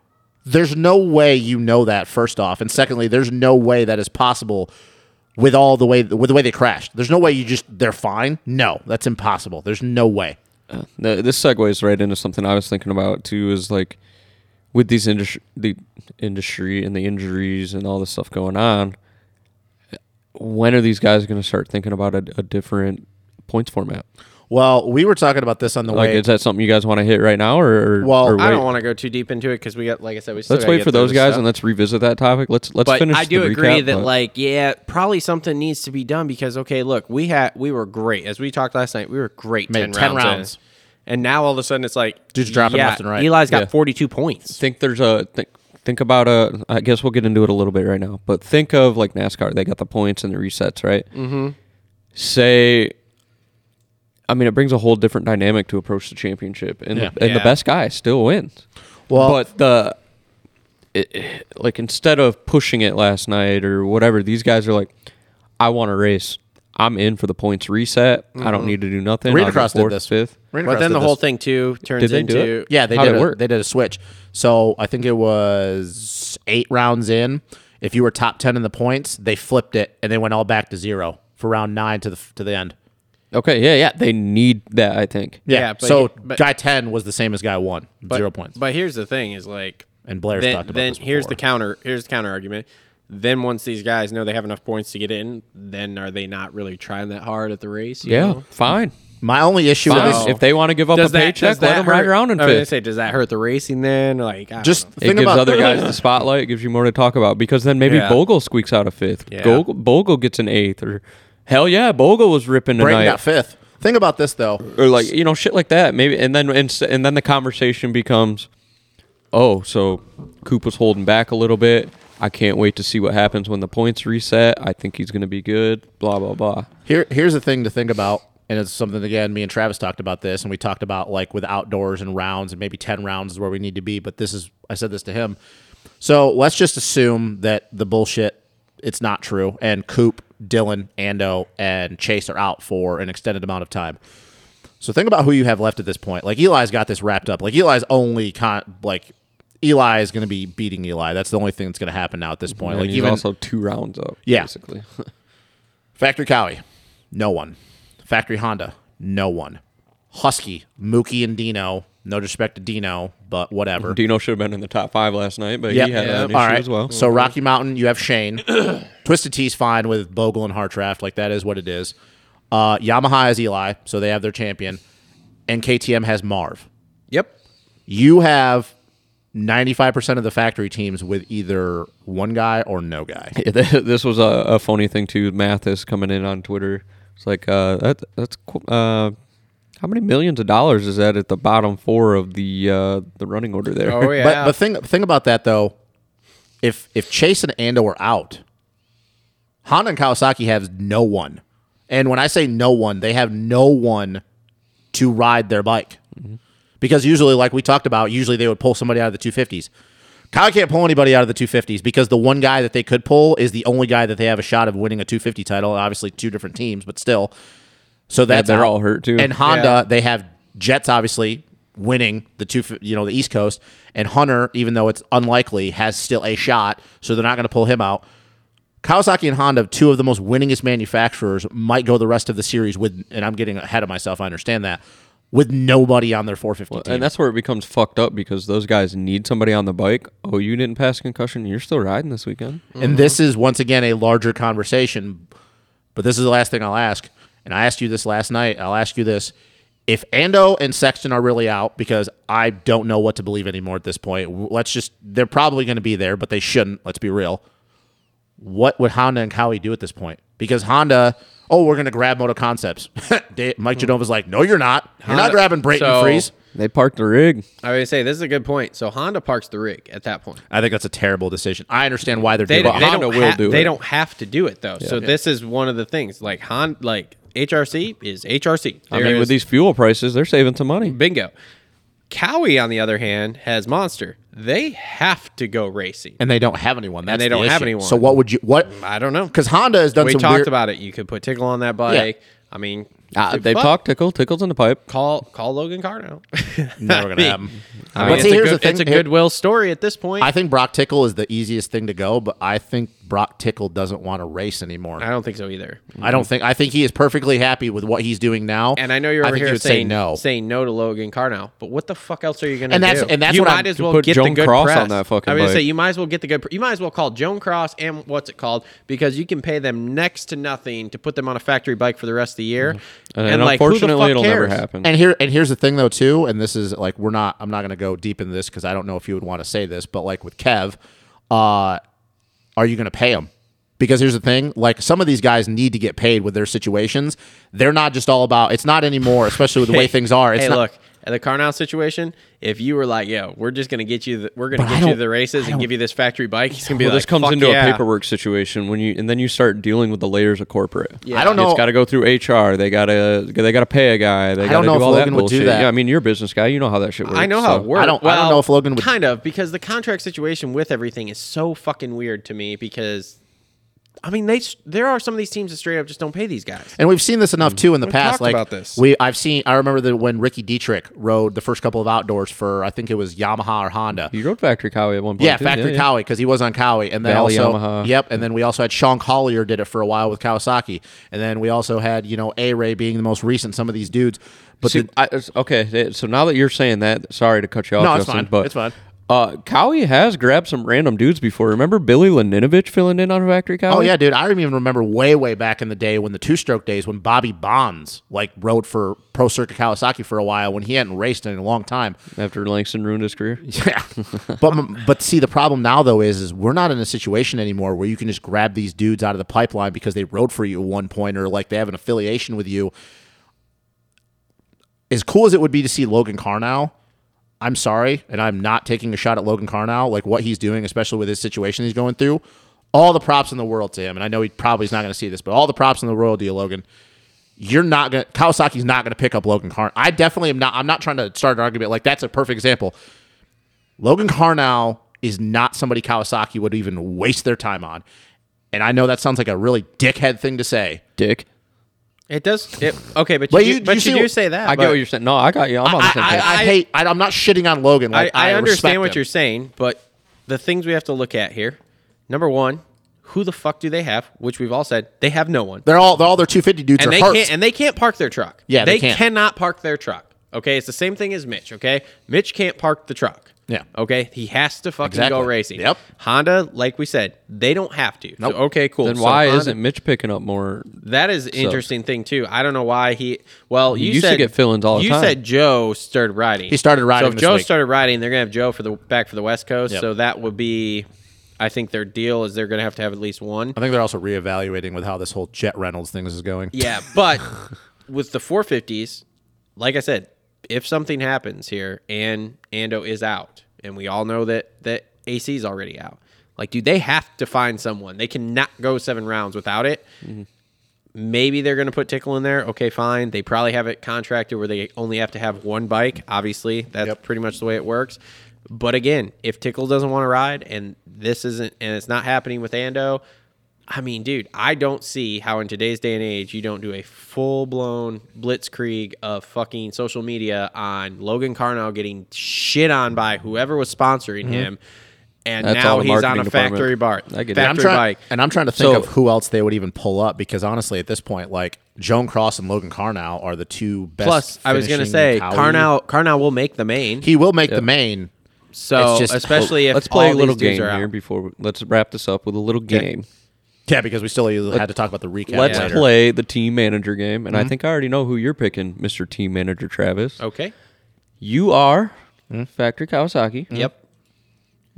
[SPEAKER 2] There's no way you know that first off, and secondly, there's no way that is possible with all the way with the way they crashed. There's no way you just they're fine. No, that's impossible. There's no way.
[SPEAKER 3] th- this segues right into something I was thinking about too. Is like with these industry, the industry and the injuries and all this stuff going on. When are these guys going to start thinking about a, a different points format?
[SPEAKER 2] Well, we were talking about this on the
[SPEAKER 3] Like,
[SPEAKER 2] way.
[SPEAKER 3] is that something you guys want to hit right now, or or-
[SPEAKER 2] Well,
[SPEAKER 3] or
[SPEAKER 1] I
[SPEAKER 3] wait?
[SPEAKER 1] don't want to go too deep into it because we got, like I said, we still
[SPEAKER 3] Let's
[SPEAKER 1] gotta
[SPEAKER 3] wait
[SPEAKER 1] get
[SPEAKER 3] for
[SPEAKER 1] through
[SPEAKER 3] those
[SPEAKER 1] this
[SPEAKER 3] guys
[SPEAKER 1] stuff.
[SPEAKER 3] and let's revisit that topic. Let's let's
[SPEAKER 1] but
[SPEAKER 3] finish.
[SPEAKER 1] I do
[SPEAKER 3] the
[SPEAKER 1] agree
[SPEAKER 3] recap,
[SPEAKER 1] that
[SPEAKER 3] but-
[SPEAKER 1] like yeah, probably something needs to be done because okay, look, we had we were great as we talked last night. We were great
[SPEAKER 2] Made
[SPEAKER 1] ten,
[SPEAKER 2] 10
[SPEAKER 1] rounds, in.
[SPEAKER 2] rounds.
[SPEAKER 1] and now all of a sudden it's like
[SPEAKER 2] Dude's dropping left and right.
[SPEAKER 1] Eli's got
[SPEAKER 3] Yeah.
[SPEAKER 1] forty two points.
[SPEAKER 3] think there's a think think about a. I guess we'll get into it a little bit right now, but think of like NASCAR. They got the points and the resets, right? Mm-hmm. Say, I mean, it brings a whole different dynamic to approach the championship, and
[SPEAKER 2] Yeah.
[SPEAKER 3] the, and
[SPEAKER 1] Yeah.
[SPEAKER 3] the best guy still wins.
[SPEAKER 2] Well-
[SPEAKER 3] but the it, like instead of pushing it last night or whatever, these guys are like, I want to race. I'm in for the points reset. I
[SPEAKER 1] Mm-hmm.
[SPEAKER 3] don't need to do nothing. I'll
[SPEAKER 2] Arena
[SPEAKER 3] go
[SPEAKER 2] Cross did
[SPEAKER 3] fourth,
[SPEAKER 2] this.
[SPEAKER 3] fifth.
[SPEAKER 2] Arena
[SPEAKER 1] But
[SPEAKER 2] Cross
[SPEAKER 1] then
[SPEAKER 2] did
[SPEAKER 1] the whole
[SPEAKER 2] this.
[SPEAKER 1] thing too turns
[SPEAKER 3] Did they do
[SPEAKER 1] into
[SPEAKER 3] it?
[SPEAKER 2] Yeah, they
[SPEAKER 3] How'd
[SPEAKER 2] did
[SPEAKER 3] it
[SPEAKER 2] a,
[SPEAKER 3] work?
[SPEAKER 2] They did a switch. So I think it was eight rounds in. If you were top ten in the points, they flipped it and they went all back to zero for round nine to the to the end.
[SPEAKER 3] Okay, yeah, yeah. They need that, I think.
[SPEAKER 2] Yeah.
[SPEAKER 1] Yeah, but-
[SPEAKER 2] so
[SPEAKER 1] but-
[SPEAKER 2] guy ten was the same as guy one,
[SPEAKER 1] But-
[SPEAKER 2] zero points.
[SPEAKER 1] But here's the thing: is like,
[SPEAKER 2] And Blair's
[SPEAKER 1] then,
[SPEAKER 2] talked about
[SPEAKER 1] then
[SPEAKER 2] this
[SPEAKER 1] here's the
[SPEAKER 2] before.
[SPEAKER 1] counter. Here's the counter argument. Then once these guys know they have enough points to get in, then are they not really trying that hard at the race? you
[SPEAKER 3] Yeah,
[SPEAKER 1] know?
[SPEAKER 3] fine.
[SPEAKER 2] My only issue
[SPEAKER 3] Fine.
[SPEAKER 2] is
[SPEAKER 3] If they want to give up
[SPEAKER 1] Does
[SPEAKER 3] a
[SPEAKER 1] that,
[SPEAKER 3] paycheck,
[SPEAKER 1] does
[SPEAKER 3] let
[SPEAKER 1] that
[SPEAKER 3] them ride
[SPEAKER 1] hurt-
[SPEAKER 3] around in
[SPEAKER 1] I was gonna
[SPEAKER 3] fifth.
[SPEAKER 1] say, does that hurt the racing then? Like, I don't
[SPEAKER 2] just
[SPEAKER 1] know.
[SPEAKER 2] think
[SPEAKER 3] it gives
[SPEAKER 2] about
[SPEAKER 3] other guys the spotlight. It gives you more to talk about because then maybe
[SPEAKER 1] Yeah.
[SPEAKER 3] Bogle squeaks out a fifth.
[SPEAKER 1] Yeah.
[SPEAKER 3] Bogle, Bogle gets an eighth, or hell yeah, Bogle was ripping
[SPEAKER 2] Brayton
[SPEAKER 3] tonight,
[SPEAKER 2] got fifth. Think about this though.
[SPEAKER 3] or like you know shit like that. Maybe and then and, and then the conversation becomes, oh, so Coop was holding back a little bit. I can't wait to see what happens when the points reset. I think he's going to be good. Blah blah blah.
[SPEAKER 2] Here, here's the thing to think about, and it's something again. Me and Travis talked about this, and we talked about like with outdoors and rounds, and maybe ten rounds is where we need to be. But this is, I said this to him. So let's just assume that the bullshit, it's not true, and Coop, Dylan, Ando, and Chase are out for an extended amount of time. So think about who you have left at this point. Like Eli's got this wrapped up. Like Eli's only con like. Eli is going to be beating Eli. That's the only thing that's going to happen now at this point.
[SPEAKER 3] Mhm. And
[SPEAKER 2] like
[SPEAKER 3] he's
[SPEAKER 2] even
[SPEAKER 3] also two rounds up.
[SPEAKER 2] Yeah.
[SPEAKER 3] basically.
[SPEAKER 2] Factory Cowie, no one. Factory Honda, no one. Husky, Mookie and Dino. No disrespect to Dino, but whatever.
[SPEAKER 3] Dino should have been in the top five last night, but
[SPEAKER 2] Yep.
[SPEAKER 3] he had an issue
[SPEAKER 2] All right.
[SPEAKER 3] as well.
[SPEAKER 2] So Rocky Mountain, you have Shane. Twisted Tea's fine with Bogle and Hartraft. Like that is what it is. Uh, Yamaha is Eli, so they have their champion. And KTM has Marv.
[SPEAKER 1] yep.
[SPEAKER 2] You have 95% of the factory teams with either one guy or no guy.
[SPEAKER 3] Yeah, th- this was a, a funny thing too. Mathis coming in on Twitter. It's like uh, that, that's qu- uh, how many millions of dollars is that at the bottom four of the uh, the running order there?
[SPEAKER 1] Oh yeah.
[SPEAKER 2] But but think think about that though. If if Chase and Ando are out, Honda and Kawasaki have no one. And when I say no one, they have no one to ride their bike. Because usually, like we talked about, usually they would pull somebody out of the 250s. Kyle can't pull anybody out of the 250s because the one guy that they could pull is the only guy that they have a shot of winning a 250 title. Obviously, two different teams, but still. So that's
[SPEAKER 3] they're all hurt, too.
[SPEAKER 2] And Honda, they have Jets obviously winning the two, you know, the East Coast, and Hunter, even though it's unlikely, has still a shot. So they're not going to pull him out. Kawasaki and Honda, two of the most winningest manufacturers, might go the rest of the series with, and I'm getting ahead of myself. I understand that with nobody on their 450 team.
[SPEAKER 3] And that's where it becomes fucked up because those guys need somebody on the bike. Oh, you didn't pass concussion. You're still riding this weekend.
[SPEAKER 1] Mm-hmm.
[SPEAKER 2] And this is once again a larger conversation, but this is the last thing I'll ask. And I asked you this last night. I'll ask you this. If Ando and Sexton are really out, because I don't know what to believe anymore at this point, w- let's just, they're probably going to be there, but they shouldn't. Let's be real. What would Honda and Cowie do at this point? Because Honda, oh, we're going to grab Moto Concepts. Da- Mike Genova's like, no, you're not. You're not
[SPEAKER 1] Hmm. Honda-
[SPEAKER 2] grabbing Brayton
[SPEAKER 1] so-
[SPEAKER 2] Freeze.
[SPEAKER 3] They parked the rig.
[SPEAKER 1] I was gonna say this is a good point. So Honda parks the rig at that point.
[SPEAKER 2] I think that's a terrible decision. I understand why they're
[SPEAKER 1] They,
[SPEAKER 2] doing it.
[SPEAKER 1] don't- they
[SPEAKER 3] Honda
[SPEAKER 1] don't
[SPEAKER 3] will
[SPEAKER 1] ha-
[SPEAKER 3] do
[SPEAKER 1] They
[SPEAKER 3] it.
[SPEAKER 1] don't have to do it though. So this is one of the things. Like Honda, like HRC is HRC.
[SPEAKER 3] I
[SPEAKER 1] There
[SPEAKER 3] mean,
[SPEAKER 1] is-
[SPEAKER 3] with these fuel prices, they're saving some money.
[SPEAKER 1] bingo. Cowie, on the other hand, has Monster. They have to go racing.
[SPEAKER 2] and they don't have anyone. That's
[SPEAKER 1] they don't
[SPEAKER 2] the
[SPEAKER 1] have
[SPEAKER 2] issue.
[SPEAKER 1] anyone. Mm,
[SPEAKER 2] So what would you, what?
[SPEAKER 1] I don't know.
[SPEAKER 2] Because Honda has done
[SPEAKER 1] we
[SPEAKER 2] some
[SPEAKER 1] talked
[SPEAKER 2] weird, Ah,
[SPEAKER 1] about it. You could put Tickle on that bike. I mean,
[SPEAKER 3] Uh,
[SPEAKER 1] dude,
[SPEAKER 3] they
[SPEAKER 1] fuck.
[SPEAKER 3] talked tickle. Tickle's in the pipe.
[SPEAKER 1] Call call Logan Carno.
[SPEAKER 2] Never gonna happen. But
[SPEAKER 1] I mean,
[SPEAKER 2] see,
[SPEAKER 1] it's, a
[SPEAKER 2] here's
[SPEAKER 1] good,
[SPEAKER 2] the
[SPEAKER 1] it's a
[SPEAKER 2] thing. Here-
[SPEAKER 1] goodwill story at this point.
[SPEAKER 2] I
[SPEAKER 1] I,
[SPEAKER 2] think Brock Tickle is the easiest thing to go, but I think Brock Tickle doesn't want to race anymore. I don't,
[SPEAKER 1] don't think so either.
[SPEAKER 2] think. I think he is perfectly happy with what he's doing now.
[SPEAKER 1] And I know you're over
[SPEAKER 2] think
[SPEAKER 1] here
[SPEAKER 2] he
[SPEAKER 1] saying
[SPEAKER 2] would say no.
[SPEAKER 1] saying no to Logan Carnow, but what the fuck else are you going to
[SPEAKER 2] And
[SPEAKER 1] do?
[SPEAKER 2] that's- and that's
[SPEAKER 1] you
[SPEAKER 2] what
[SPEAKER 1] might
[SPEAKER 2] I'm-
[SPEAKER 1] as
[SPEAKER 2] You
[SPEAKER 1] well
[SPEAKER 3] put
[SPEAKER 1] get
[SPEAKER 3] Joan
[SPEAKER 1] the good
[SPEAKER 3] Cross
[SPEAKER 1] press
[SPEAKER 3] on that fucking
[SPEAKER 1] I was gonna
[SPEAKER 3] bike.
[SPEAKER 1] say you might as well get the good. pr- You might as well call Joan Cross and what's it called because you can pay them next to nothing to put them on a factory bike for the rest of the year.
[SPEAKER 3] And,
[SPEAKER 2] Mm-hmm.
[SPEAKER 1] And, like, who the
[SPEAKER 3] unfortunately,
[SPEAKER 1] fuck
[SPEAKER 3] it'll never
[SPEAKER 1] cares?
[SPEAKER 3] happen.
[SPEAKER 2] and here and here's the thing though too, and this is like we're not. I'm not going to go deep into this because I don't know if you would want to say this, but like with Kev, uh, are you going to pay him? Because here's the thing, like some of these guys need to get paid with their situations. They're not just all about. It's not anymore, especially with the way things are. It's
[SPEAKER 1] hey,
[SPEAKER 2] not,
[SPEAKER 1] look at the Carnow situation. If you were like, "Yo, we're just gonna get you, the, we're gonna
[SPEAKER 2] But I
[SPEAKER 1] get you to
[SPEAKER 2] don't-
[SPEAKER 1] the races
[SPEAKER 2] I
[SPEAKER 1] and
[SPEAKER 2] don't-
[SPEAKER 1] give you this factory bike," he's gonna be
[SPEAKER 3] well,
[SPEAKER 1] like,
[SPEAKER 3] this comes
[SPEAKER 1] "Fuck
[SPEAKER 3] into
[SPEAKER 1] yeah."
[SPEAKER 3] a paperwork situation when you and then you start dealing with the layers of corporate. Yeah,
[SPEAKER 2] I don't know-
[SPEAKER 3] It's got to go through HR. They gotta they gotta pay a guy. They
[SPEAKER 2] don't
[SPEAKER 3] gotta
[SPEAKER 2] know
[SPEAKER 3] do
[SPEAKER 2] if
[SPEAKER 3] all that
[SPEAKER 2] Logan would do
[SPEAKER 3] bullshit.
[SPEAKER 2] that.
[SPEAKER 3] Yeah, I mean you're a business guy. You know how that shit works.
[SPEAKER 1] I know how
[SPEAKER 3] so-
[SPEAKER 1] it works.
[SPEAKER 2] I don't- I don't know if Logan would-
[SPEAKER 1] Kind of because the contract situation with everything is so fucking weird to me because. I mean, they there are some of these teams that straight up just don't pay these guys.
[SPEAKER 2] And we've seen this enough too in the past.
[SPEAKER 1] talked
[SPEAKER 2] like
[SPEAKER 1] about this.
[SPEAKER 2] we, I've seen. I remember that when Ricky Dietrich rode the first couple of outdoors for I think it was Yamaha or Honda.
[SPEAKER 3] You rode factory Cowie at one point.
[SPEAKER 2] Yeah,
[SPEAKER 3] too.
[SPEAKER 2] Factory Cowie because he was on Cowie, and then
[SPEAKER 3] Valley
[SPEAKER 2] also
[SPEAKER 3] Yamaha.
[SPEAKER 2] yep, and then we also had Sean Collier did it for a while with Kawasaki, and then we also had you know A Ray being the most recent. Some of these dudes, but
[SPEAKER 3] See,
[SPEAKER 2] the,
[SPEAKER 3] I, it's- okay, th- so now that you're saying that, sorry to cut you off.
[SPEAKER 2] No, it's
[SPEAKER 3] Justin,
[SPEAKER 2] fine.
[SPEAKER 3] But
[SPEAKER 2] It's fine.
[SPEAKER 3] Uh, Cowie has grabbed some random dudes before. Remember Billy Leninovich filling in on Factory Cowie?
[SPEAKER 2] Oh yeah, dude! I even remember way, way back in the day when the two-stroke days, when Bobby Bonds like rode for Pro Circuit Kawasaki for a while, when he hadn't raced in a long time.
[SPEAKER 3] After Langston ruined his career.
[SPEAKER 2] Yeah, but but see, the problem now though is is we're not in a situation anymore where you can just grab these dudes out of the pipeline because they rode for you at one point or like they have an affiliation with you. As cool as it would be to see Logan Carnow, I'm sorry, and I'm not taking a shot at Logan Carnow, like what he's doing, especially with his situation he's going through. All the props in the world to him, and I know he probably is not going to see this, but all the props in the world to you, Logan you're not gonna Kawasaki's not gonna pick up Logan Carn. I definitely am not. I'm not trying to start an argument. Like that's a perfect example. Logan Carnow is not somebody Kawasaki would even waste their time on. And I know that sounds like a really dickhead thing to say.
[SPEAKER 3] Dick.
[SPEAKER 1] It does. It, okay, but you,
[SPEAKER 2] But
[SPEAKER 1] do-
[SPEAKER 2] you-
[SPEAKER 1] but
[SPEAKER 2] you
[SPEAKER 1] you,
[SPEAKER 2] see
[SPEAKER 1] do
[SPEAKER 2] what-
[SPEAKER 1] say that.
[SPEAKER 3] I
[SPEAKER 1] but
[SPEAKER 3] get what you're saying. No, I got you. I'm on the
[SPEAKER 2] I,
[SPEAKER 3] same page.
[SPEAKER 2] I,
[SPEAKER 1] I-
[SPEAKER 2] I hate. I, I'm not shitting on Logan.
[SPEAKER 1] I,
[SPEAKER 2] Like,
[SPEAKER 1] I understand what you're
[SPEAKER 2] saying.
[SPEAKER 1] saying, but the things we have to look at here. Number one, who the fuck do they have? Which we've all said they have no one.
[SPEAKER 2] They're all. They're all their 250 dudes
[SPEAKER 1] and
[SPEAKER 2] are
[SPEAKER 1] they
[SPEAKER 2] hurt.
[SPEAKER 1] can't and they can't park their truck.
[SPEAKER 2] Yeah, they
[SPEAKER 1] they,
[SPEAKER 2] can't.
[SPEAKER 1] cannot park their truck. Okay, it's the same thing as Mitch. Okay, Mitch can't park the truck.
[SPEAKER 2] Yeah.
[SPEAKER 1] Okay, he has to fucking go
[SPEAKER 2] Exactly.
[SPEAKER 1] racing.
[SPEAKER 2] Yep.
[SPEAKER 1] Honda, like we said, they don't have to. So, okay, cool.
[SPEAKER 3] Then
[SPEAKER 1] So
[SPEAKER 3] why
[SPEAKER 1] Honda-
[SPEAKER 3] isn't Mitch picking up more?
[SPEAKER 1] that is an interesting thing too? I don't know why he. Well, you
[SPEAKER 3] used to
[SPEAKER 1] said
[SPEAKER 3] get fill-ins all the
[SPEAKER 1] you
[SPEAKER 3] time.
[SPEAKER 1] said Joe started riding.
[SPEAKER 2] He started riding
[SPEAKER 1] So if
[SPEAKER 2] this
[SPEAKER 1] Joe
[SPEAKER 2] week.
[SPEAKER 1] started riding, they're gonna have Joe for the back for the West Coast.
[SPEAKER 2] Yep.
[SPEAKER 1] So that would be, I think their deal is they're gonna have to have at least one.
[SPEAKER 2] I think they're also reevaluating with how this whole Jet Reynolds thing is going.
[SPEAKER 1] Yeah, but with the 450s, like I said, if something happens here and Ando is out, and we all know that that AC's already out, like, dude, they have to find someone. They cannot go seven rounds without it. Maybe they're going to put Tickle in there. Okay, fine. They probably have it contracted where they only have to have one bike. Obviously, that's pretty much the way it works. But again, if Tickle doesn't want to ride and this isn't and it's not happening with Ando, I mean, dude, I don't see how in today's day and age you don't do a full blown blitzkrieg of fucking social media on Logan Carnell getting shit on by whoever was sponsoring him. And
[SPEAKER 3] Mm-hmm. That's all
[SPEAKER 1] now
[SPEAKER 3] the
[SPEAKER 1] he's on a
[SPEAKER 3] marketing department.
[SPEAKER 1] factory bar.
[SPEAKER 3] I get it.
[SPEAKER 1] factory
[SPEAKER 3] And
[SPEAKER 2] I'm trying,
[SPEAKER 1] bike.
[SPEAKER 2] and I'm trying to think
[SPEAKER 3] So-
[SPEAKER 2] of who else they would even pull up because honestly, at this point, like Joan Cross and Logan Carnow are the two best.
[SPEAKER 1] Plus, I was gonna
[SPEAKER 2] finishing
[SPEAKER 1] say
[SPEAKER 2] Cowie.
[SPEAKER 1] Carnow Carnow will make the main.
[SPEAKER 2] He will make the main.
[SPEAKER 1] so
[SPEAKER 2] it's just- oh,
[SPEAKER 1] especially if
[SPEAKER 3] let's play
[SPEAKER 1] all
[SPEAKER 3] a little
[SPEAKER 1] these dudes
[SPEAKER 3] game
[SPEAKER 1] are out.
[SPEAKER 3] here before we, let's wrap this up with a little game.
[SPEAKER 2] Yeah, because we still had to talk about the recap.
[SPEAKER 3] Let's
[SPEAKER 2] later.
[SPEAKER 3] play the team manager game,
[SPEAKER 1] Mm-hmm.
[SPEAKER 3] and I think I already know who you're picking, Mr. Team Manager Travis.
[SPEAKER 1] Okay.
[SPEAKER 2] Mm-hmm.
[SPEAKER 3] You are Factory Kawasaki.
[SPEAKER 1] Yep.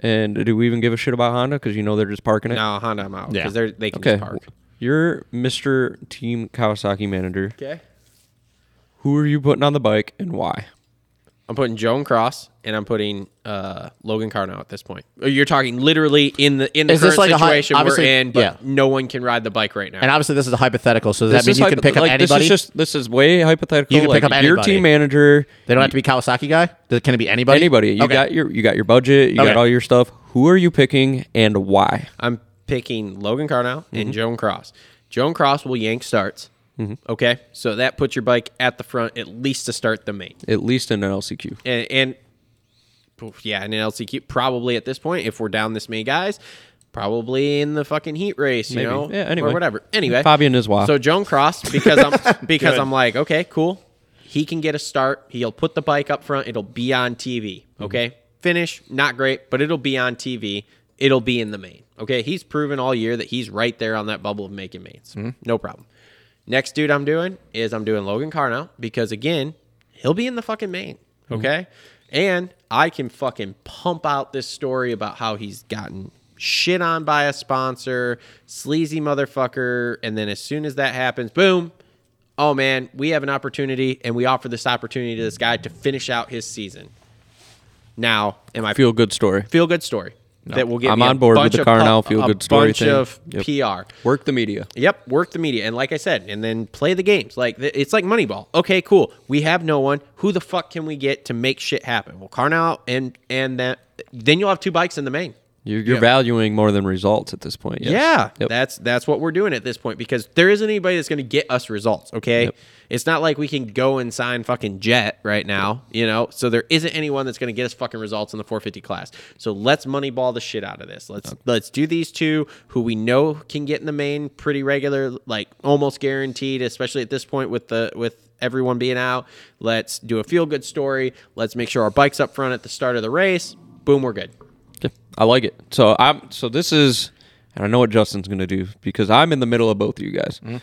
[SPEAKER 3] And do we even give a shit about Honda? Because you know they're just parking it.
[SPEAKER 1] No, Honda, I'm out
[SPEAKER 2] Yeah.
[SPEAKER 1] because they're they can
[SPEAKER 3] Okay.
[SPEAKER 1] just park.
[SPEAKER 3] You're Mr. Team Kawasaki Manager.
[SPEAKER 1] Okay.
[SPEAKER 3] Who are you putting on the bike and why?
[SPEAKER 1] I'm putting Joan Cross and I'm putting uh, Logan Carno at this point. Uh, You're talking literally in the in the
[SPEAKER 2] Is this
[SPEAKER 1] current
[SPEAKER 2] like a hy-
[SPEAKER 1] situation we're
[SPEAKER 2] obviously-
[SPEAKER 1] in, but
[SPEAKER 2] yeah.
[SPEAKER 1] no one can ride the bike right now.
[SPEAKER 2] And obviously, this is a hypothetical, so does that mean
[SPEAKER 3] is
[SPEAKER 2] you
[SPEAKER 3] hypo-
[SPEAKER 2] can pick up
[SPEAKER 3] like,
[SPEAKER 2] anybody?
[SPEAKER 3] This is just this is way hypothetical.
[SPEAKER 2] You can pick
[SPEAKER 3] Like,
[SPEAKER 2] up
[SPEAKER 3] Your
[SPEAKER 2] anybody.
[SPEAKER 3] team manager,
[SPEAKER 2] they don't have to be Kawasaki guy. Does- Can it be anybody?
[SPEAKER 3] anybody. You
[SPEAKER 2] Okay.
[SPEAKER 3] got your you got your budget. You got
[SPEAKER 2] Okay.
[SPEAKER 3] all your stuff. Who are you picking and why?
[SPEAKER 1] I'm picking Logan Carnow
[SPEAKER 2] Mm-hmm.
[SPEAKER 1] and Joan Cross. Joan Cross will yank starts. Okay, so that puts your bike at the front at least to start the main.
[SPEAKER 3] At least in an LCQ.
[SPEAKER 1] and, and oof, yeah, and an LCQ probably at this point, if we're down this many guys, probably in the fucking heat race, you
[SPEAKER 3] Maybe.
[SPEAKER 1] know,
[SPEAKER 3] Yeah, anyway.
[SPEAKER 1] or whatever. Anyway,
[SPEAKER 3] Fabian is wild.
[SPEAKER 1] So Joan Cross because I'm because I'm like, okay, cool. He can get a start. He'll put the bike up front. It'll be on TV.
[SPEAKER 3] Mm-hmm.
[SPEAKER 1] Okay, finish not great, but it'll be on TV. It'll be in the main. Okay, he's proven all year that he's right there on that bubble of making mains.
[SPEAKER 3] Mm-hmm.
[SPEAKER 1] No problem. Next dude I'm doing is I'm doing Logan Carnow because again, he'll be in the fucking main.
[SPEAKER 3] Mm-hmm.
[SPEAKER 1] Okay. And I can fucking pump out this story about how he's gotten shit on by a sponsor, sleazy motherfucker. And then as soon as that happens, boom. Oh man, we have an opportunity and we offer this opportunity to this guy to finish out his season. Now, am I
[SPEAKER 3] Feel good story.
[SPEAKER 1] feel good story that will get
[SPEAKER 3] I'm
[SPEAKER 1] me
[SPEAKER 3] on
[SPEAKER 1] a
[SPEAKER 3] board with
[SPEAKER 1] bunch
[SPEAKER 3] the
[SPEAKER 1] of pu-
[SPEAKER 3] Carnell feel
[SPEAKER 1] a
[SPEAKER 3] good story
[SPEAKER 1] bunch
[SPEAKER 3] thing.
[SPEAKER 1] of
[SPEAKER 3] Yep.
[SPEAKER 1] PR.
[SPEAKER 3] Work the media.
[SPEAKER 1] Yep, work the media, and like I said, and then play the games. Like th- it's like Moneyball. Okay, cool. We have no one. Who the fuck can we get to make shit happen? Well, Carnell and and that then you'll have two bikes in the main.
[SPEAKER 3] You're, you're valuing more than results at this point. yes.
[SPEAKER 1] Yeah,
[SPEAKER 3] Yep.
[SPEAKER 1] that's that's what we're doing at this point because there isn't anybody that's going to get us results. Okay,
[SPEAKER 3] Yep.
[SPEAKER 1] it's not like we can go and sign fucking Jet right now, you know. So there isn't anyone that's going to get us fucking results in the 450 class. So let's moneyball the shit out of this. Let's let's do these two who we know can get in the main pretty regular, like almost guaranteed, especially at this point with the with everyone being out. Let's do a feel good story. Let's make sure our bikes up front at the start of the race. Boom, we're good.
[SPEAKER 3] Yeah, I like it. So I'm so this is and I know what Justin's gonna do because I'm in the middle of both of you guys.
[SPEAKER 2] Mm-hmm.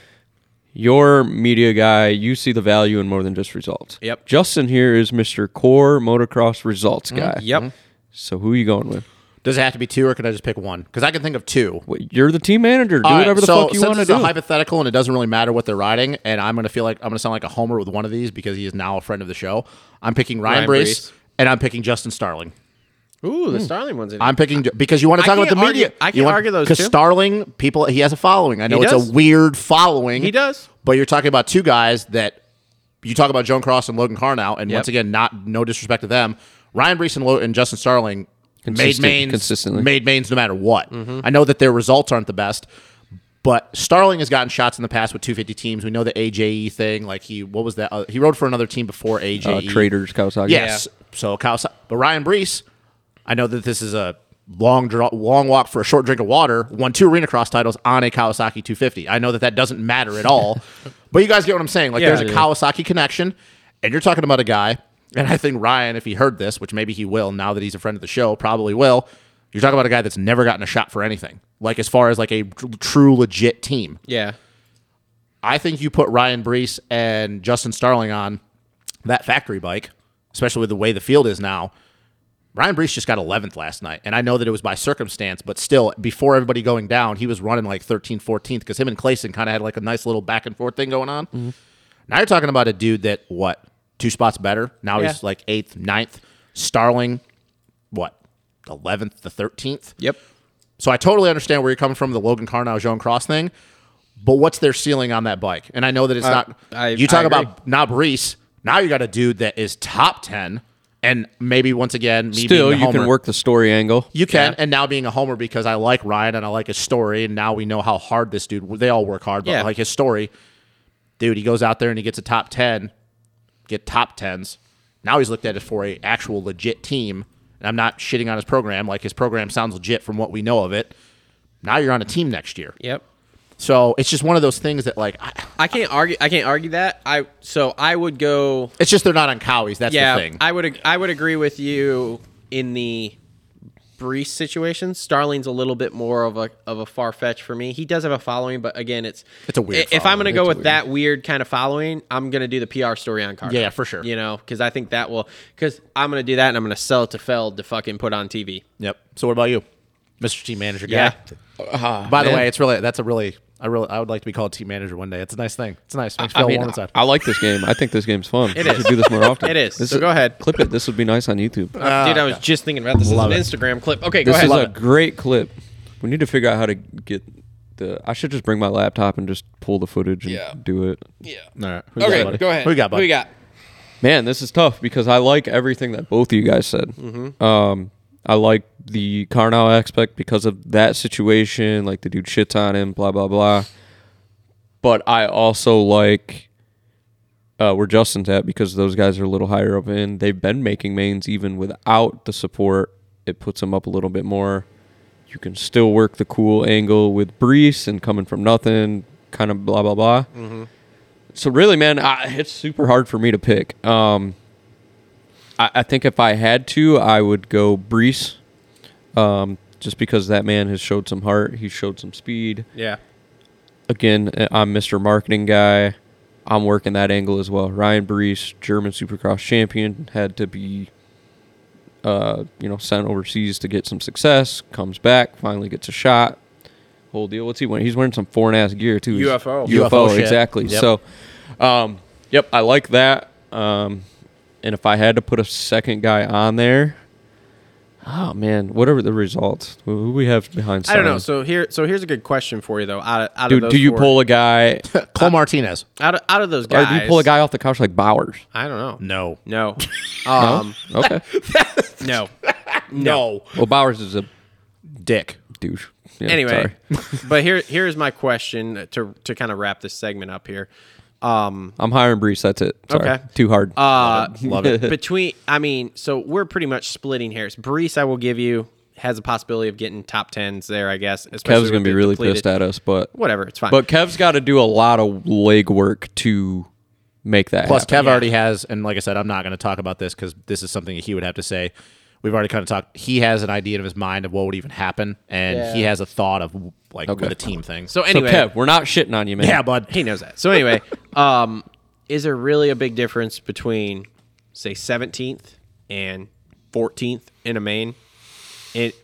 [SPEAKER 3] You're media guy, you see the value in more than just results.
[SPEAKER 1] Yep.
[SPEAKER 3] Justin here is Mr. Core Motocross Results
[SPEAKER 2] Mm-hmm.
[SPEAKER 3] guy.
[SPEAKER 1] Yep.
[SPEAKER 3] So who you going with?
[SPEAKER 2] Does it have to be two, or can I just pick one? Because I can think of two.
[SPEAKER 3] Wait, You're the team manager. Do
[SPEAKER 2] All right,
[SPEAKER 3] whatever the
[SPEAKER 2] so
[SPEAKER 3] fuck you
[SPEAKER 2] since
[SPEAKER 3] want to
[SPEAKER 2] it's a
[SPEAKER 3] do.
[SPEAKER 2] hypothetical, and it doesn't really matter what they're riding. And I'm gonna feel like I'm gonna sound like a homer with one of these because he is now a friend of the show. I'm picking Ryan,
[SPEAKER 1] Ryan
[SPEAKER 2] Brace,
[SPEAKER 1] Brace.
[SPEAKER 2] and I'm picking Justin Starling.
[SPEAKER 1] Ooh, the Starling one's in.
[SPEAKER 2] I'm picking because you want to
[SPEAKER 1] I
[SPEAKER 2] talk about the
[SPEAKER 1] can't argue-
[SPEAKER 2] media.
[SPEAKER 1] I
[SPEAKER 2] You
[SPEAKER 1] can't
[SPEAKER 2] want-
[SPEAKER 1] argue those two.
[SPEAKER 2] Starling people, he has a following. I know
[SPEAKER 1] He
[SPEAKER 2] it's
[SPEAKER 1] does.
[SPEAKER 2] a weird following.
[SPEAKER 1] He does.
[SPEAKER 2] but you're talking about two guys that you talk about Joan Cross and Logan Carnow, and
[SPEAKER 1] Yep.
[SPEAKER 2] once again, not no disrespect to them. Ryan Brees and, Lo- and Justin Starling made
[SPEAKER 3] Consistent-
[SPEAKER 2] mains
[SPEAKER 3] consistently.
[SPEAKER 2] made mains no matter what.
[SPEAKER 1] Mm-hmm.
[SPEAKER 2] I know that their results aren't the best, but Starling has gotten shots in the past with 250 teams. We know the AJE thing. Like he, what was that? Uh, he rode for another team before E. AJE.
[SPEAKER 3] uh, traders Kawasaki.
[SPEAKER 2] Yes. So Kawasaki, but Ryan Brees, I know that this is a long draw, long walk for a short drink of water. Won two arena cross titles on a Kawasaki 250. I know that that doesn't matter at all, but you guys get what I'm saying. Like
[SPEAKER 1] Yeah.
[SPEAKER 2] there's a Kawasaki connection, and you're talking about a guy. And I think Ryan, if he heard this, which maybe he will now that he's a friend of the show, probably will. You're talking about a guy that's never gotten a shot for anything, like as far as like a tr- true legit team.
[SPEAKER 1] yeah.
[SPEAKER 2] I think you put Ryan Brees and Justin Starling on that factory bike, especially with the way the field is now. Ryan Brees just got 11th last night, and I know that it was by circumstance, but still, before everybody going down, he was running like 13th, 14th because him and Clayson kind of had like a nice little back and forth thing going on. Now you're talking about a dude that, what, two spots better? Now
[SPEAKER 1] Yeah.
[SPEAKER 2] he's like 8th, 9th. Starling, what, 11th, the 13th?
[SPEAKER 1] Yep.
[SPEAKER 2] So I totally understand where you're coming from, the Logan Carnow Joan Cross thing. But what's their ceiling on that bike? And I know that it's not.
[SPEAKER 1] I-
[SPEAKER 2] you talk
[SPEAKER 1] I agree.
[SPEAKER 2] about Knob Reese. Now you got a dude that is top ten And maybe once again, me
[SPEAKER 3] Still,
[SPEAKER 2] being the
[SPEAKER 3] you can
[SPEAKER 2] homer-
[SPEAKER 3] work the story angle.
[SPEAKER 2] You can, and now being a homer because I like Ryan and I like his story, and now we know how hard this dude. They all work hard, but
[SPEAKER 1] Yeah.
[SPEAKER 2] I like his story, dude, he goes out there and he gets a top ten, get top tens. Now he's looked at it for a actual legit team, and I'm not shitting on his program. Like his program sounds legit from what we know of it. Now you're on a team next year,
[SPEAKER 1] Yep.
[SPEAKER 2] so it's just one of those things that like, I,
[SPEAKER 1] I can't argue. I can't argue that. I so I would go.
[SPEAKER 2] it's just they're not on cowies. That's
[SPEAKER 1] yeah,
[SPEAKER 2] the thing.
[SPEAKER 1] I would. ag- I would agree with you in the Brees situation. Starling's a little bit more of a of a far fetch for me. He does have a following, but again, it's
[SPEAKER 2] It's a weird
[SPEAKER 1] i- If I'm going to
[SPEAKER 2] following.
[SPEAKER 1] go
[SPEAKER 2] It's
[SPEAKER 1] with
[SPEAKER 2] weird.
[SPEAKER 1] that weird kind of following, I'm going to do the PR story on Carter.
[SPEAKER 2] Yeah, for sure.
[SPEAKER 1] You know, because I think that will. Because I'm going to do that, and I'm going to sell it to Feld to fucking put on TV.
[SPEAKER 2] Yep. So what about you, Mr. Team Manager? Guy?
[SPEAKER 1] Yeah.
[SPEAKER 4] Uh-huh.
[SPEAKER 2] By the
[SPEAKER 3] man.
[SPEAKER 2] way, it's really that's a really I really I would like to be called team manager one day. It's a nice thing. It's nice. Makes you
[SPEAKER 3] I,
[SPEAKER 2] feel
[SPEAKER 3] mean,
[SPEAKER 2] warm inside.
[SPEAKER 3] I like this game. I think this game's fun.
[SPEAKER 1] It
[SPEAKER 3] I
[SPEAKER 1] is.
[SPEAKER 3] should do this more often.
[SPEAKER 1] It is.
[SPEAKER 3] This
[SPEAKER 1] So go ahead.
[SPEAKER 3] Clip it. This would be nice on YouTube.
[SPEAKER 1] Uh, Dude, I was just thinking about this as an
[SPEAKER 2] Uh, Love it.
[SPEAKER 1] Instagram clip. Okay, go
[SPEAKER 3] this
[SPEAKER 1] ahead.
[SPEAKER 3] is a great clip. We need to figure out how to get the. I should just bring my laptop and just pull the footage and
[SPEAKER 4] Yeah.
[SPEAKER 3] do it.
[SPEAKER 2] All right.
[SPEAKER 4] Okay, go ahead.
[SPEAKER 2] Who you got, buddy?
[SPEAKER 4] Who you got?
[SPEAKER 3] Man, this is tough because I like everything that both of you guys said. Um, I like the Carnal aspect because of that situation, like the dude shits on him, blah blah blah. But I also like uh, where Justin's at because those guys are a little higher up in. They've been making mains even without the support. It puts them up a little bit more. You can still work the cool angle with Brees and coming from nothing, kind of blah blah blah so really, man, I, it's super hard for me to pick. Um, I, I think if I had to, I would go Brees, um, just because that man has showed some heart. He showed some speed.
[SPEAKER 1] Yeah.
[SPEAKER 3] Again, uh, I'm Mr. Marketing guy. I'm working that angle as well. Ryan Brees, German Supercross champion, had to be, uh, you know, sent overseas to get some success. Comes back, finally gets a shot. Whole deal. What's he wearing? He's wearing some foreign ass gear too. He's-
[SPEAKER 1] UFO.
[SPEAKER 2] UFO
[SPEAKER 3] UFO,
[SPEAKER 2] shit.
[SPEAKER 3] exactly.
[SPEAKER 2] Yep.
[SPEAKER 3] So, um, yep, I like that. Um, and if I had to put a second guy on there, oh man, what are the results? Who who we have behind?
[SPEAKER 1] I don't know.
[SPEAKER 3] Simon?
[SPEAKER 1] So here, so here's a good question for you though. Out of, out of
[SPEAKER 3] Dude,
[SPEAKER 1] those
[SPEAKER 3] do you
[SPEAKER 1] four-
[SPEAKER 3] pull a guy?
[SPEAKER 2] Cole Martinez.
[SPEAKER 1] out of, out of those
[SPEAKER 3] Or
[SPEAKER 1] guys?
[SPEAKER 3] do you pull a guy off the couch like Bowers?
[SPEAKER 1] I don't know.
[SPEAKER 2] No.
[SPEAKER 1] No. Um,
[SPEAKER 3] Okay.
[SPEAKER 1] no.
[SPEAKER 2] No.
[SPEAKER 3] well, Bowers is a
[SPEAKER 2] Dick.
[SPEAKER 3] douche. Yeah,
[SPEAKER 1] Anyway,
[SPEAKER 3] sorry.
[SPEAKER 1] but here here is my question to to kind of wrap this segment up here. Um,
[SPEAKER 3] I'm hiring Brees. That's it. Sorry.
[SPEAKER 1] Okay.
[SPEAKER 3] Too hard.
[SPEAKER 1] uh,
[SPEAKER 2] Love it.
[SPEAKER 1] between I mean, so we're pretty much splitting hairs. Brees, I will give you has a possibility of getting top tens there, I guess.
[SPEAKER 3] Kev's gonna be really pissed
[SPEAKER 1] at.
[SPEAKER 3] at us, but
[SPEAKER 1] Whatever, it's fine.
[SPEAKER 3] but Kev's got to do a lot of legwork to make that.
[SPEAKER 2] Plus,
[SPEAKER 3] happen.
[SPEAKER 2] Kev already has, and like I said, I'm not going to talk about this because this is something that he would have to say. We've already kind of talked. He has an idea in his mind of what would even happen, and he has a thought of like
[SPEAKER 3] Okay.
[SPEAKER 2] what a team thing.
[SPEAKER 1] so anyway,
[SPEAKER 3] so Kev, we're not shitting on you, man.
[SPEAKER 2] yeah, bud.
[SPEAKER 1] Uh, he knows that. So anyway, um, is there really a big difference between say 17th and 14th in a main? It,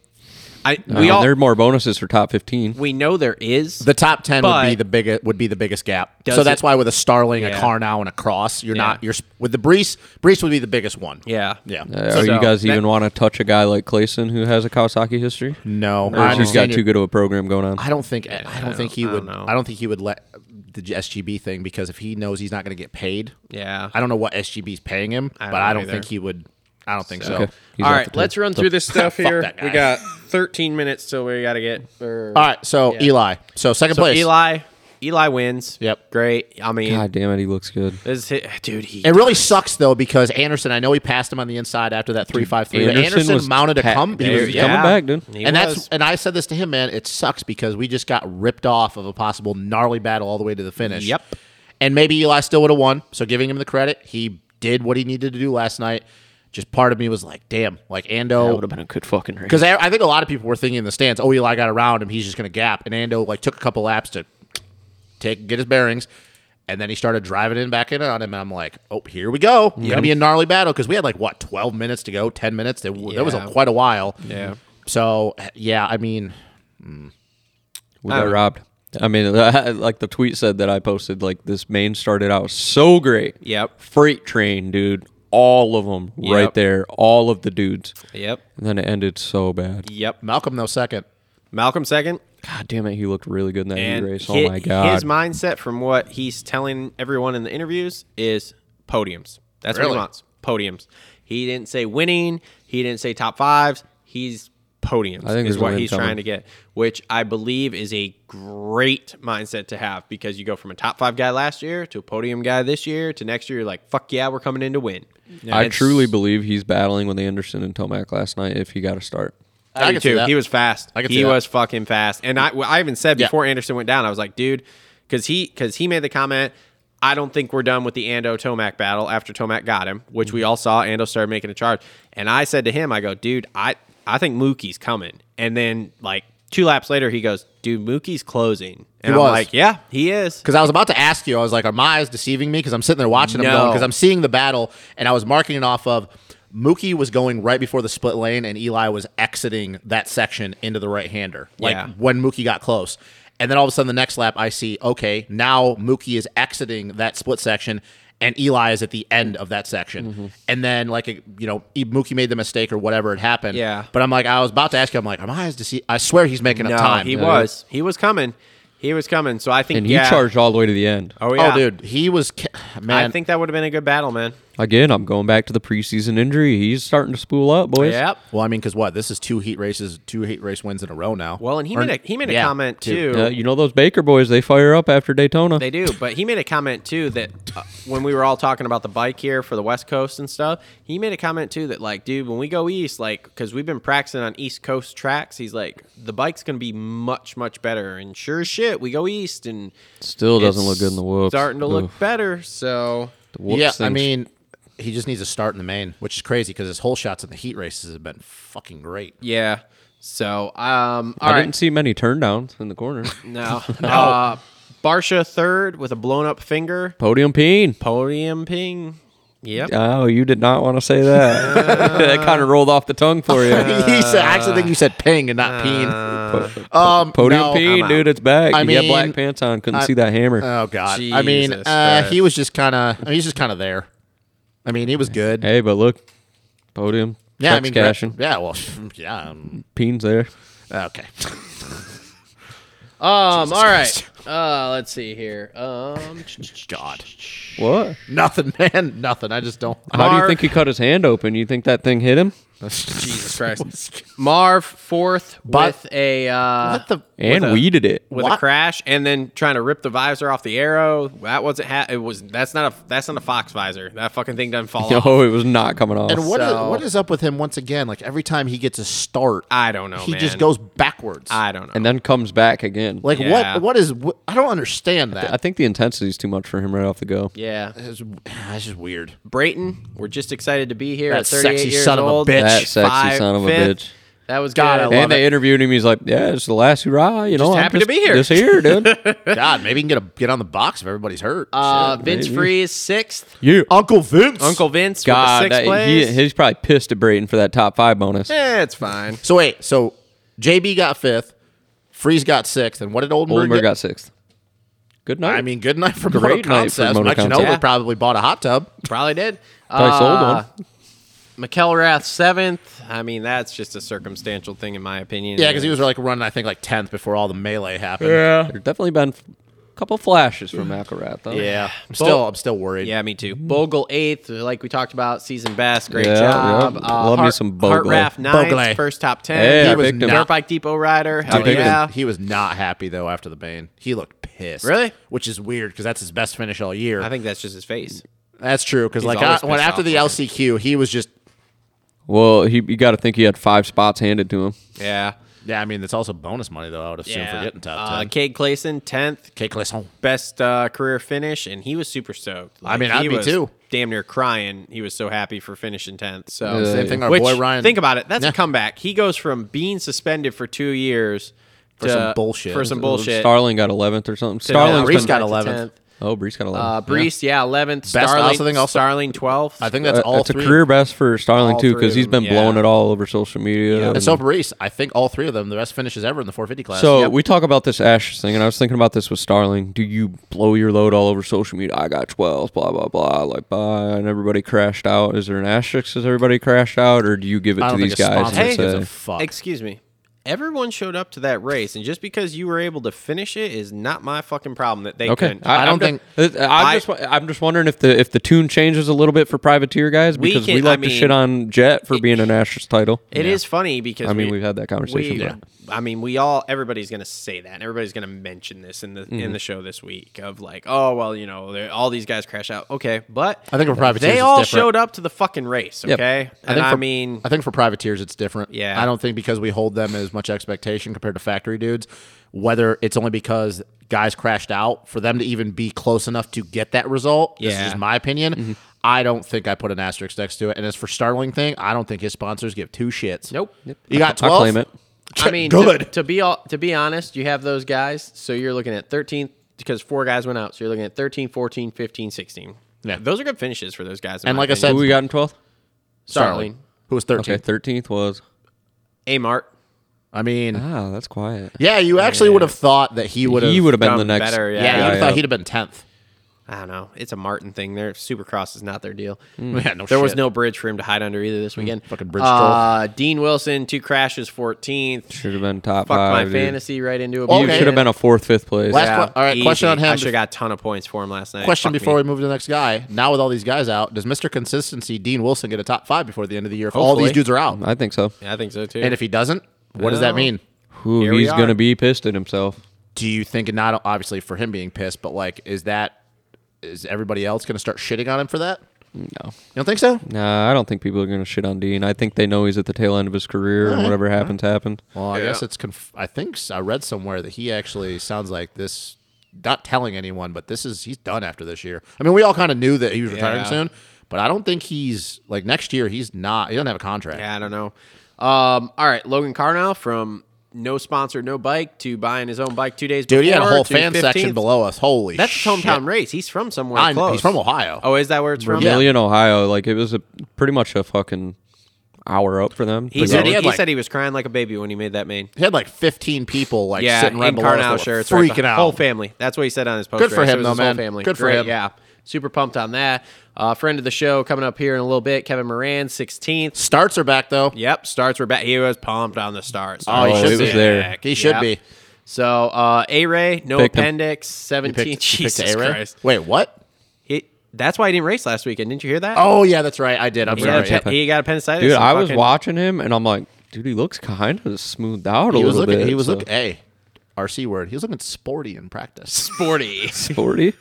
[SPEAKER 1] I we
[SPEAKER 3] Uh,
[SPEAKER 1] all
[SPEAKER 3] there are more bonuses for top 15.
[SPEAKER 1] we know there is.
[SPEAKER 2] The top ten would
[SPEAKER 1] But-
[SPEAKER 2] be the biggest would be the biggest gap.
[SPEAKER 1] Does
[SPEAKER 2] So that's
[SPEAKER 1] it-
[SPEAKER 2] why with a Starling,
[SPEAKER 1] Yeah.
[SPEAKER 2] a Carnow, and a Cross, you're
[SPEAKER 1] Yeah.
[SPEAKER 2] not you're sp- with the Brees. Brees would be the biggest one.
[SPEAKER 1] yeah,
[SPEAKER 2] yeah.
[SPEAKER 3] Uh,
[SPEAKER 1] So-
[SPEAKER 3] are you guys
[SPEAKER 1] that-
[SPEAKER 3] even want to touch a guy like Clayson who has a Kawasaki history?
[SPEAKER 2] No,
[SPEAKER 3] Or
[SPEAKER 2] I
[SPEAKER 3] he's got
[SPEAKER 2] understand
[SPEAKER 3] too
[SPEAKER 2] your-
[SPEAKER 3] good of a program going on.
[SPEAKER 2] I don't think I don't, think he
[SPEAKER 1] I
[SPEAKER 2] would.
[SPEAKER 1] don't know.
[SPEAKER 2] I don't think he would let the SGB thing because if he knows he's not going to get paid,
[SPEAKER 1] Yeah.
[SPEAKER 2] I don't know what SGB's paying him,
[SPEAKER 1] don't
[SPEAKER 2] but I
[SPEAKER 1] know
[SPEAKER 2] don't think
[SPEAKER 1] either.
[SPEAKER 2] he would. I don't think so.
[SPEAKER 3] Okay. He's
[SPEAKER 1] All
[SPEAKER 3] off
[SPEAKER 1] right,
[SPEAKER 3] the
[SPEAKER 1] let's
[SPEAKER 3] table.
[SPEAKER 1] run through this stuff here.
[SPEAKER 2] that guy.
[SPEAKER 1] We got 13 minutes till we got to get. Or,
[SPEAKER 2] All right, so
[SPEAKER 1] Yeah.
[SPEAKER 2] Eli, so second
[SPEAKER 1] so
[SPEAKER 2] place,
[SPEAKER 1] Eli, Eli wins.
[SPEAKER 2] Yep.
[SPEAKER 1] great. I mean,
[SPEAKER 3] God damn it, he looks good.
[SPEAKER 1] this is hi- dude. He
[SPEAKER 2] It really sucks though because Anderson. I know he passed him on the inside after that three five three. Anderson,
[SPEAKER 3] Anderson was
[SPEAKER 2] mounted a
[SPEAKER 3] pa-
[SPEAKER 2] comeback.
[SPEAKER 3] he was coming back, dude.
[SPEAKER 1] He
[SPEAKER 2] and
[SPEAKER 1] was.
[SPEAKER 2] that's and I said this to him, man. It sucks because we just got ripped off of a possible gnarly battle all the way to the finish.
[SPEAKER 1] Yep.
[SPEAKER 2] And maybe Eli still would have won. So giving him the credit, he did what he needed to do last night. Just part of me was like, damn, like Ando
[SPEAKER 3] been a good fucking race.
[SPEAKER 2] because I, I think a lot of people were thinking in the stands, oh, Eli got around him, he's just gonna gap. And Ando like took a couple laps to take get his bearings, and then he started driving in back in on him. And I'm like, oh, here we go, gonna be a gnarly battle because we had like what 12 minutes to go, 10 minutes. There, there was a,
[SPEAKER 1] Yeah.
[SPEAKER 2] quite a while.
[SPEAKER 1] Yeah.
[SPEAKER 2] So yeah, I mean,
[SPEAKER 3] We got robbed. I mean, like the tweet said that I posted, like this main started out so great.
[SPEAKER 1] Yep.
[SPEAKER 3] Freight train, dude. All of them
[SPEAKER 1] Yep.
[SPEAKER 3] right there. All of the dudes.
[SPEAKER 1] Yep.
[SPEAKER 3] And then it ended so bad.
[SPEAKER 1] Yep.
[SPEAKER 2] Malcolm though second.
[SPEAKER 1] Malcolm second.
[SPEAKER 3] God damn it, he looked really good in that heat
[SPEAKER 1] And
[SPEAKER 3] race.
[SPEAKER 1] hi-
[SPEAKER 3] oh my god.
[SPEAKER 1] his mindset from what he's telling everyone in the interviews is podiums. That's what
[SPEAKER 2] Really?
[SPEAKER 1] he wants. podiums. He didn't say winning. He didn't say top fives. He's podiums
[SPEAKER 3] I think there's
[SPEAKER 1] is
[SPEAKER 3] a
[SPEAKER 1] what
[SPEAKER 3] win
[SPEAKER 1] he's
[SPEAKER 3] coming.
[SPEAKER 1] trying to get, which I believe is a great mindset to have because you go from a top five guy last year to a podium guy this year to next year. You're like, fuck yeah, we're coming in to win.
[SPEAKER 3] I truly believe he's battling with Anderson and Tomac last night if he got a start.
[SPEAKER 2] I
[SPEAKER 1] I
[SPEAKER 2] can
[SPEAKER 1] do
[SPEAKER 2] see
[SPEAKER 1] too.
[SPEAKER 2] that.
[SPEAKER 1] He was fast.
[SPEAKER 2] I can
[SPEAKER 1] he
[SPEAKER 2] see that.
[SPEAKER 1] was fucking fast. And I, I even said
[SPEAKER 2] Yeah.
[SPEAKER 1] before Anderson went down, I was like, dude, because he because he made the comment, I don't think we're done with the Ando Tomac battle after Tomac got him, which
[SPEAKER 2] Mm-hmm.
[SPEAKER 1] we all saw. Ando started making a charge, and I said to him, I go, dude, I I think Mookie's coming. And then like two laps later, he goes, dude, Mookie's closing. And I'm
[SPEAKER 2] was.
[SPEAKER 1] like, yeah, he is.
[SPEAKER 2] Because I was about to ask you, I was like, are my eyes deceiving me? Because I'm sitting there watching them
[SPEAKER 1] No.
[SPEAKER 2] because I'm seeing the battle, and I was marking it off of Mookie was going right before the split lane, and Eli was exiting that section into the right hander, like
[SPEAKER 1] Yeah.
[SPEAKER 2] when Mookie got close. And then all of a sudden, the next lap, I see, okay, now Mookie is exiting that split section, and Eli is at the end of that section.
[SPEAKER 1] Mm-hmm.
[SPEAKER 2] And then, like, you know, e, Mookie made the mistake or whatever had happened.
[SPEAKER 1] Yeah.
[SPEAKER 2] But I'm like, I was about to ask you, I'm like, am I eyes deceiving? I swear he's making
[SPEAKER 1] No,
[SPEAKER 2] up time.
[SPEAKER 1] he was. He was coming. He was coming. So I think
[SPEAKER 3] And he
[SPEAKER 1] yeah.
[SPEAKER 3] charged all the way to the end.
[SPEAKER 1] Oh yeah,
[SPEAKER 2] Oh, dude, he was, ca- man.
[SPEAKER 1] I think that would have been a good battle, man.
[SPEAKER 3] Again, I'm going back to the preseason injury. He's starting to spool up, boys.
[SPEAKER 1] Yep.
[SPEAKER 2] Well, I mean, because what? This is two heat races, two heat race wins in a row now.
[SPEAKER 1] Well, and he
[SPEAKER 2] Or-
[SPEAKER 1] made a he made a
[SPEAKER 2] yeah,
[SPEAKER 1] comment
[SPEAKER 2] two.
[SPEAKER 1] too.
[SPEAKER 3] Uh, you know those Baker boys, they fire up after Daytona.
[SPEAKER 1] They do, but he made a comment too that uh, when we were all talking about the bike here for the West Coast and stuff, he made a comment too that like, dude, when we go east, like, because we've been practicing on East Coast tracks, he's like, the bike's gonna be much much better, and sure as shit, we go east and
[SPEAKER 3] Still doesn't
[SPEAKER 1] it's
[SPEAKER 3] look good in the whoops.
[SPEAKER 1] starting to look
[SPEAKER 3] Oof.
[SPEAKER 1] better. So
[SPEAKER 3] The whoops
[SPEAKER 2] yeah, I
[SPEAKER 3] thing's-
[SPEAKER 2] mean, he just needs to start in the main, which is crazy because his whole shots in the heat races have been fucking great.
[SPEAKER 1] yeah, so um, all
[SPEAKER 3] I
[SPEAKER 1] right.
[SPEAKER 3] didn't see many turndowns in the corner.
[SPEAKER 1] no, uh, Barsha third with a blown up finger,
[SPEAKER 3] Podium peen.
[SPEAKER 1] podium ping. Yep.
[SPEAKER 3] Oh, you did not want to say that. that kind of rolled off the tongue for you.
[SPEAKER 2] he said, I actually think you said ping and not
[SPEAKER 1] Uh,
[SPEAKER 2] peen. Um,
[SPEAKER 3] Podium
[SPEAKER 2] no, I'm
[SPEAKER 3] peen,
[SPEAKER 2] out.
[SPEAKER 3] dude, it's back.
[SPEAKER 2] I
[SPEAKER 3] you got
[SPEAKER 2] mean,
[SPEAKER 3] black pants on. Couldn't
[SPEAKER 2] I-
[SPEAKER 3] see that hammer.
[SPEAKER 2] Oh god. I mean,
[SPEAKER 1] Jesus
[SPEAKER 2] uh,
[SPEAKER 1] Christ.
[SPEAKER 2] he was just kind of. I mean, he's just kind of there. I mean, he was good.
[SPEAKER 3] hey, but look, podium.
[SPEAKER 2] yeah, I
[SPEAKER 3] Chuck's
[SPEAKER 2] mean, gra-
[SPEAKER 3] cashing.
[SPEAKER 2] yeah. Well, yeah. um,
[SPEAKER 3] Peen's there.
[SPEAKER 2] Okay.
[SPEAKER 1] Um. all right. Uh. Let's see here. Um.
[SPEAKER 2] God,
[SPEAKER 3] What?
[SPEAKER 2] nothing, man, nothing. I just don't.
[SPEAKER 3] How do you
[SPEAKER 1] Marv-
[SPEAKER 3] think he cut his hand open? You think that thing hit him?
[SPEAKER 1] Jesus Christ. Marv fourth
[SPEAKER 2] But-
[SPEAKER 1] with a uh,
[SPEAKER 2] What the?
[SPEAKER 3] And
[SPEAKER 1] a-
[SPEAKER 3] weeded it.
[SPEAKER 1] with a
[SPEAKER 2] What?
[SPEAKER 1] crash, and then trying to rip the visor off the arrow. That wasn't. Ha- it was. That's not a. That's not a fox visor. That fucking thing doesn't fall off.
[SPEAKER 3] No, Oh, it was not coming off.
[SPEAKER 2] And what is-
[SPEAKER 1] So-
[SPEAKER 2] what is up with him once again? Like every time he gets a start,
[SPEAKER 1] I don't know.
[SPEAKER 2] he
[SPEAKER 1] man.
[SPEAKER 2] just goes backwards.
[SPEAKER 1] I don't know.
[SPEAKER 3] and then comes back again.
[SPEAKER 2] like
[SPEAKER 1] Yeah.
[SPEAKER 2] what? What is? What, I don't understand that.
[SPEAKER 3] I think the intensity's too much for him right off the go.
[SPEAKER 1] yeah,
[SPEAKER 2] It's- that's just weird.
[SPEAKER 1] Brayton. We're just excited to be here.
[SPEAKER 2] That
[SPEAKER 1] at 38
[SPEAKER 2] sexy
[SPEAKER 1] years
[SPEAKER 2] son of a
[SPEAKER 1] old.
[SPEAKER 2] bitch.
[SPEAKER 3] That sexy son of a
[SPEAKER 1] fifth.
[SPEAKER 3] bitch.
[SPEAKER 1] That was
[SPEAKER 2] God,
[SPEAKER 1] God.
[SPEAKER 2] I
[SPEAKER 1] Good. Uh,
[SPEAKER 2] love
[SPEAKER 3] And they interviewed him. He's like, "Yeah, it's the last hurrah." You know, I'm
[SPEAKER 1] happy to be here."
[SPEAKER 3] Just here, dude.
[SPEAKER 2] God, maybe he can get a get on the box if everybody's hurt.
[SPEAKER 1] uh,
[SPEAKER 2] Shit.
[SPEAKER 1] Vince Freeze sixth.
[SPEAKER 3] you,
[SPEAKER 2] Uncle Vince.
[SPEAKER 1] Uncle Vince
[SPEAKER 3] God,
[SPEAKER 1] with a sixth
[SPEAKER 3] that, he,
[SPEAKER 1] place.
[SPEAKER 3] he's probably pissed at Brayton for that top five bonus.
[SPEAKER 1] Eh, it's fine.
[SPEAKER 2] So wait, so JB got fifth, Freeze got sixth, and what did Oldenburg,
[SPEAKER 3] Oldenburg
[SPEAKER 2] get?
[SPEAKER 3] got sixth. Good night.
[SPEAKER 2] I mean, good night for
[SPEAKER 3] Great
[SPEAKER 2] Great
[SPEAKER 3] night for
[SPEAKER 2] Concepts.
[SPEAKER 3] Mono
[SPEAKER 2] Mike
[SPEAKER 3] Concepts.
[SPEAKER 2] Ginobili
[SPEAKER 1] Yeah.
[SPEAKER 2] probably bought a hot tub.
[SPEAKER 1] Probably did. Uh,
[SPEAKER 3] Probably sold one.
[SPEAKER 1] McElrath seventh. I mean, that's just a circumstantial thing, in my opinion.
[SPEAKER 2] Yeah, because he was like running, I think, like tenth before all the melee happened.
[SPEAKER 3] There's definitely been a couple flashes from McElrath, though.
[SPEAKER 2] Yeah. I'm still, I'm still worried.
[SPEAKER 1] Yeah, me too.
[SPEAKER 2] Mm-hmm.
[SPEAKER 1] Bogle eighth, like we talked about, season best. Great
[SPEAKER 3] Yeah,
[SPEAKER 1] job. Uh,
[SPEAKER 3] yeah. Love me some Bogle.
[SPEAKER 1] Hartraff ninth,
[SPEAKER 2] Bogle.
[SPEAKER 1] first top ten.
[SPEAKER 3] Hey,
[SPEAKER 1] he
[SPEAKER 3] I
[SPEAKER 1] was
[SPEAKER 3] picked him.
[SPEAKER 1] dirt bike depot rider. Hell
[SPEAKER 2] Dude, he,
[SPEAKER 1] yeah.
[SPEAKER 2] was, he was not happy though after the Bane. He looked pissed.
[SPEAKER 1] Really?
[SPEAKER 2] Which is weird because that's his best finish all year.
[SPEAKER 1] I think that's just his face.
[SPEAKER 2] that's true because like
[SPEAKER 1] always
[SPEAKER 2] I, when
[SPEAKER 1] pissed
[SPEAKER 2] after
[SPEAKER 1] off
[SPEAKER 2] the
[SPEAKER 1] looking.
[SPEAKER 2] LCQ, he was just
[SPEAKER 3] Well, he you got to think he had five spots handed to him.
[SPEAKER 1] Yeah.
[SPEAKER 2] yeah. I mean, that's also bonus money though. I would assume for getting top
[SPEAKER 1] Uh,
[SPEAKER 2] ten.
[SPEAKER 1] Cade Clayson tenth,
[SPEAKER 2] K. Clisson.
[SPEAKER 1] best uh, career finish, and he was super stoked. Like,
[SPEAKER 2] mean, I'd
[SPEAKER 1] he
[SPEAKER 2] be
[SPEAKER 1] was
[SPEAKER 2] too.
[SPEAKER 1] Damn near crying. He was so happy for finishing tenth. So
[SPEAKER 2] Same thing. Our
[SPEAKER 1] Which,
[SPEAKER 2] boy Ryan.
[SPEAKER 1] Think about it. That's
[SPEAKER 2] Yeah.
[SPEAKER 1] a comeback. He goes from being suspended for two years for
[SPEAKER 2] some bullshit.
[SPEAKER 1] For some bullshit.
[SPEAKER 3] Starling got 11th or something.
[SPEAKER 1] to now
[SPEAKER 3] Starling's
[SPEAKER 2] Brees
[SPEAKER 3] been,
[SPEAKER 1] coming
[SPEAKER 2] got
[SPEAKER 1] back to
[SPEAKER 2] 11th.
[SPEAKER 1] 10th.
[SPEAKER 3] Oh, Brees got 11th.
[SPEAKER 1] Uh, Brees, yeah, eleventh.
[SPEAKER 2] Best- I
[SPEAKER 1] Starling,
[SPEAKER 2] also think also-
[SPEAKER 1] Starling twelfth.
[SPEAKER 2] I think that's
[SPEAKER 3] Uh,
[SPEAKER 2] all
[SPEAKER 3] that's
[SPEAKER 2] three.
[SPEAKER 3] a career best for Starling
[SPEAKER 1] All
[SPEAKER 3] too, because
[SPEAKER 1] three
[SPEAKER 3] he's
[SPEAKER 1] of them,
[SPEAKER 3] been blowing
[SPEAKER 1] yeah.
[SPEAKER 3] it all over social media.
[SPEAKER 2] And
[SPEAKER 3] and-
[SPEAKER 2] so Reese, I think all three of them the best finishes ever in the 450 class.
[SPEAKER 3] so
[SPEAKER 2] Yep.
[SPEAKER 3] we talk about this Ashes thing, and I was thinking about this with Starling. Do you blow your load all over social media? I got 12, blah blah blah, like blah, and everybody crashed out. Is there an asterisk? Is everybody crashed out, or do you give it
[SPEAKER 2] I
[SPEAKER 3] to
[SPEAKER 2] don't
[SPEAKER 3] these
[SPEAKER 2] think a
[SPEAKER 3] guys?
[SPEAKER 2] sponsor
[SPEAKER 3] and
[SPEAKER 2] gives a
[SPEAKER 3] say-
[SPEAKER 2] fuck.
[SPEAKER 1] Excuse me. everyone showed up to that race, and just because you were able to finish it is not my fucking problem that they
[SPEAKER 3] Okay,
[SPEAKER 1] couldn't.
[SPEAKER 2] I don't
[SPEAKER 3] I'm
[SPEAKER 2] think-
[SPEAKER 3] just, I'm
[SPEAKER 1] I-
[SPEAKER 3] just. I'm just wondering if the if the tune changes a little bit for privateer guys
[SPEAKER 1] We
[SPEAKER 3] because we,
[SPEAKER 1] can- I
[SPEAKER 3] like to
[SPEAKER 1] mean-
[SPEAKER 3] shit on Jet for being a national title.
[SPEAKER 1] It is funny because
[SPEAKER 3] I mean,
[SPEAKER 1] we,
[SPEAKER 3] we've had that conversation,
[SPEAKER 1] we-
[SPEAKER 3] yeah.
[SPEAKER 1] I mean, we all everybody's going to say that, and everybody's going to mention this in the
[SPEAKER 2] Mm-hmm.
[SPEAKER 1] in the show this week of like, oh well, you know, they're- all these guys crash out. Okay, but
[SPEAKER 2] I think for privateers,
[SPEAKER 1] they
[SPEAKER 2] it's
[SPEAKER 1] all
[SPEAKER 2] different.
[SPEAKER 1] showed up to the fucking race. Okay, and I,
[SPEAKER 2] think for,
[SPEAKER 1] mean,
[SPEAKER 2] I think for privateers it's different.
[SPEAKER 1] Yeah.
[SPEAKER 2] I don't think because we hold them as much expectation compared to factory dudes, whether it's only because guys crashed out for them to even be close enough to get that result. This
[SPEAKER 1] Yeah. Mm-hmm.
[SPEAKER 2] is just my opinion. I don't think I put an asterisk next to it. And as for Starling thing, I don't think his sponsors give two shits.
[SPEAKER 1] Nope. Yep.
[SPEAKER 2] You got
[SPEAKER 3] I
[SPEAKER 2] twelve.
[SPEAKER 3] claim it.
[SPEAKER 1] I mean,
[SPEAKER 2] good.
[SPEAKER 1] To, to be all, to be honest, you have those guys, so you're looking at 13 because four guys went out, so you're looking at 13, 14, 15, 16.
[SPEAKER 2] Yeah.
[SPEAKER 1] those are good finishes for those guys. in
[SPEAKER 2] And
[SPEAKER 1] my
[SPEAKER 2] like I
[SPEAKER 1] opinion.
[SPEAKER 2] said,
[SPEAKER 3] Who we got in twelfth?
[SPEAKER 2] Starling,
[SPEAKER 1] Starling.
[SPEAKER 2] who was thirteen.
[SPEAKER 3] Okay, thirteenth was.
[SPEAKER 1] Amart
[SPEAKER 2] I mean,
[SPEAKER 1] Uh,
[SPEAKER 3] Wow, that's quiet.
[SPEAKER 2] yeah, you actually would have thought that he would have.
[SPEAKER 3] He would have been the
[SPEAKER 1] done
[SPEAKER 3] next.
[SPEAKER 1] better,
[SPEAKER 2] Yeah,
[SPEAKER 1] yeah,
[SPEAKER 2] you would have
[SPEAKER 3] guy
[SPEAKER 2] thought
[SPEAKER 3] up.
[SPEAKER 2] he'd have been tenth.
[SPEAKER 1] I don't know. It's a Martin thing. Their Supercross is not their deal.
[SPEAKER 2] Mm. Yeah, no
[SPEAKER 1] there was
[SPEAKER 2] shit. Mm,
[SPEAKER 1] no bridge for him to hide under either this weekend.
[SPEAKER 2] fucking bridge
[SPEAKER 1] Uh, Dean Wilson, two crashes, 14th.
[SPEAKER 3] should have been top
[SPEAKER 1] Fucked my
[SPEAKER 3] five. dude.
[SPEAKER 1] fantasy right into it.
[SPEAKER 2] Well,
[SPEAKER 3] You
[SPEAKER 2] Okay.
[SPEAKER 3] should have been a fourth, fifth place.
[SPEAKER 2] Last- que- all right, question on him
[SPEAKER 1] I should
[SPEAKER 2] bef-
[SPEAKER 1] have got a ton of points for him last night.
[SPEAKER 2] Question
[SPEAKER 1] Fuck me.
[SPEAKER 2] before we move to the next guy. Now with all these guys out, does Mr. Consistency Dean Wilson get a top five before the end of the year if all
[SPEAKER 1] Hopefully.
[SPEAKER 2] these dudes are out?
[SPEAKER 3] I think so.
[SPEAKER 1] Yeah, I think so too.
[SPEAKER 2] And if he doesn't, what does that mean?
[SPEAKER 3] Who
[SPEAKER 1] Here we
[SPEAKER 3] he's
[SPEAKER 1] are.
[SPEAKER 3] gonna be pissed at himself.
[SPEAKER 2] Do you think not obviously for him being pissed, but like is that is everybody else gonna start shitting on him for that? No. You don't think so?
[SPEAKER 3] Nah, I don't think people are gonna shit on Dean. I think they know he's at the tail end of his career, and whatever happens, happened.
[SPEAKER 2] Well, I guess it's conf- I think s- I read somewhere that he actually sounds like this not telling anyone, but this is he's done after this year. I mean, we all kind of knew that he was retiring
[SPEAKER 1] Yeah.
[SPEAKER 2] soon, but I don't think he's like next year he's not he doesn't have a contract.
[SPEAKER 1] yeah, I don't know. Um, all right, Logan Carnell from no sponsor, no bike to buying his own bike two days before.
[SPEAKER 2] Dude, he had a whole
[SPEAKER 1] to
[SPEAKER 2] fan
[SPEAKER 1] 15th.
[SPEAKER 2] section below us. Holy
[SPEAKER 1] That's his
[SPEAKER 2] shit.
[SPEAKER 1] hometown race. He's from somewhere
[SPEAKER 2] I know.
[SPEAKER 1] close.
[SPEAKER 2] He's from Ohio.
[SPEAKER 1] Oh, is that where it's from?
[SPEAKER 2] Yeah.
[SPEAKER 3] Vermillion, Ohio. Like it was a pretty much a fucking hour up for them.
[SPEAKER 1] He said he,
[SPEAKER 2] he had, like-
[SPEAKER 1] said he was crying like a baby when he made that main.
[SPEAKER 2] He had like 15 people like
[SPEAKER 1] yeah,
[SPEAKER 2] sitting right
[SPEAKER 1] in
[SPEAKER 2] below us
[SPEAKER 1] Carnow
[SPEAKER 2] that were
[SPEAKER 1] shirts, right,
[SPEAKER 2] freaking
[SPEAKER 1] the
[SPEAKER 2] out.
[SPEAKER 1] Whole family. That's what he said on his post.
[SPEAKER 2] Good for
[SPEAKER 1] race. It
[SPEAKER 2] him,
[SPEAKER 1] was
[SPEAKER 2] though,
[SPEAKER 1] his whole
[SPEAKER 2] man.
[SPEAKER 1] Family.
[SPEAKER 2] Good for
[SPEAKER 1] Great,
[SPEAKER 2] him.
[SPEAKER 1] Yeah, super pumped on that. Uh, friend of the show coming up here in a little bit. Kevin Moran, sixteenth.
[SPEAKER 2] Starts are back though.
[SPEAKER 1] Yep, starts were back. He was pumped on the starts.
[SPEAKER 2] Oh, he
[SPEAKER 1] Starts
[SPEAKER 2] should
[SPEAKER 1] were
[SPEAKER 2] be.
[SPEAKER 1] sick.
[SPEAKER 3] there.
[SPEAKER 2] He should
[SPEAKER 1] Yep.
[SPEAKER 2] be.
[SPEAKER 1] So uh, A Ray, no
[SPEAKER 3] Picked him.
[SPEAKER 1] appendix,
[SPEAKER 2] He
[SPEAKER 1] seventeen.
[SPEAKER 2] picked, he picked
[SPEAKER 1] Jesus
[SPEAKER 2] A-Ray.
[SPEAKER 1] Christ.
[SPEAKER 2] Wait, what?
[SPEAKER 1] He, that's why he didn't race last weekend. Didn't you hear that?
[SPEAKER 2] Oh yeah, that's right. I did. I'm
[SPEAKER 1] he,
[SPEAKER 2] sorry.
[SPEAKER 1] got, appe- he got appendicitis.
[SPEAKER 3] Dude,
[SPEAKER 1] and
[SPEAKER 3] I was
[SPEAKER 1] fucking-
[SPEAKER 3] watching him, and I'm like, dude, he looks kind of smoothed out a
[SPEAKER 2] He was
[SPEAKER 3] little
[SPEAKER 2] looking.
[SPEAKER 3] bit.
[SPEAKER 2] he was
[SPEAKER 3] so-
[SPEAKER 2] looking. Hey, RC word. He was looking sporty in practice.
[SPEAKER 1] sporty.
[SPEAKER 3] sporty.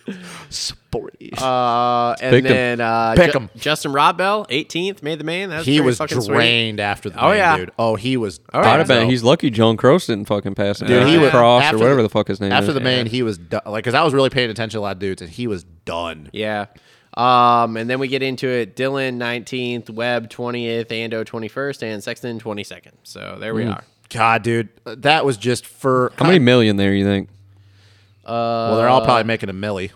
[SPEAKER 2] sporty.
[SPEAKER 1] Uh, and
[SPEAKER 3] Pick 'em.
[SPEAKER 1] then uh,
[SPEAKER 2] Pick
[SPEAKER 1] Ju-
[SPEAKER 2] 'em.
[SPEAKER 1] Justin Robbell, 18th, made the main. That was
[SPEAKER 2] he
[SPEAKER 1] pretty
[SPEAKER 2] was
[SPEAKER 1] fucking
[SPEAKER 2] drained
[SPEAKER 1] sweet.
[SPEAKER 2] after the.
[SPEAKER 1] Oh,
[SPEAKER 2] main,
[SPEAKER 1] yeah.
[SPEAKER 2] dude. Oh, he was.
[SPEAKER 1] All right.
[SPEAKER 3] I'd have been.
[SPEAKER 2] So-
[SPEAKER 3] He's lucky Joan Cross didn't fucking pass him.
[SPEAKER 2] Dude, he was
[SPEAKER 3] Cross
[SPEAKER 2] after
[SPEAKER 3] or whatever the, fuck his name
[SPEAKER 2] After
[SPEAKER 3] is.
[SPEAKER 2] the main, he was do- like, because I was really paying attention to a lot of dudes, and he was done.
[SPEAKER 1] Yeah. Um, and then we get into it. Dylan, 19th, Webb, 20th, Ando, 21st, and Sexton, 22nd. So there
[SPEAKER 2] Hmm.
[SPEAKER 1] we are.
[SPEAKER 2] God, dude, that was just for Uh,
[SPEAKER 3] How many million there? You think?
[SPEAKER 2] Well, they're all probably making a milli.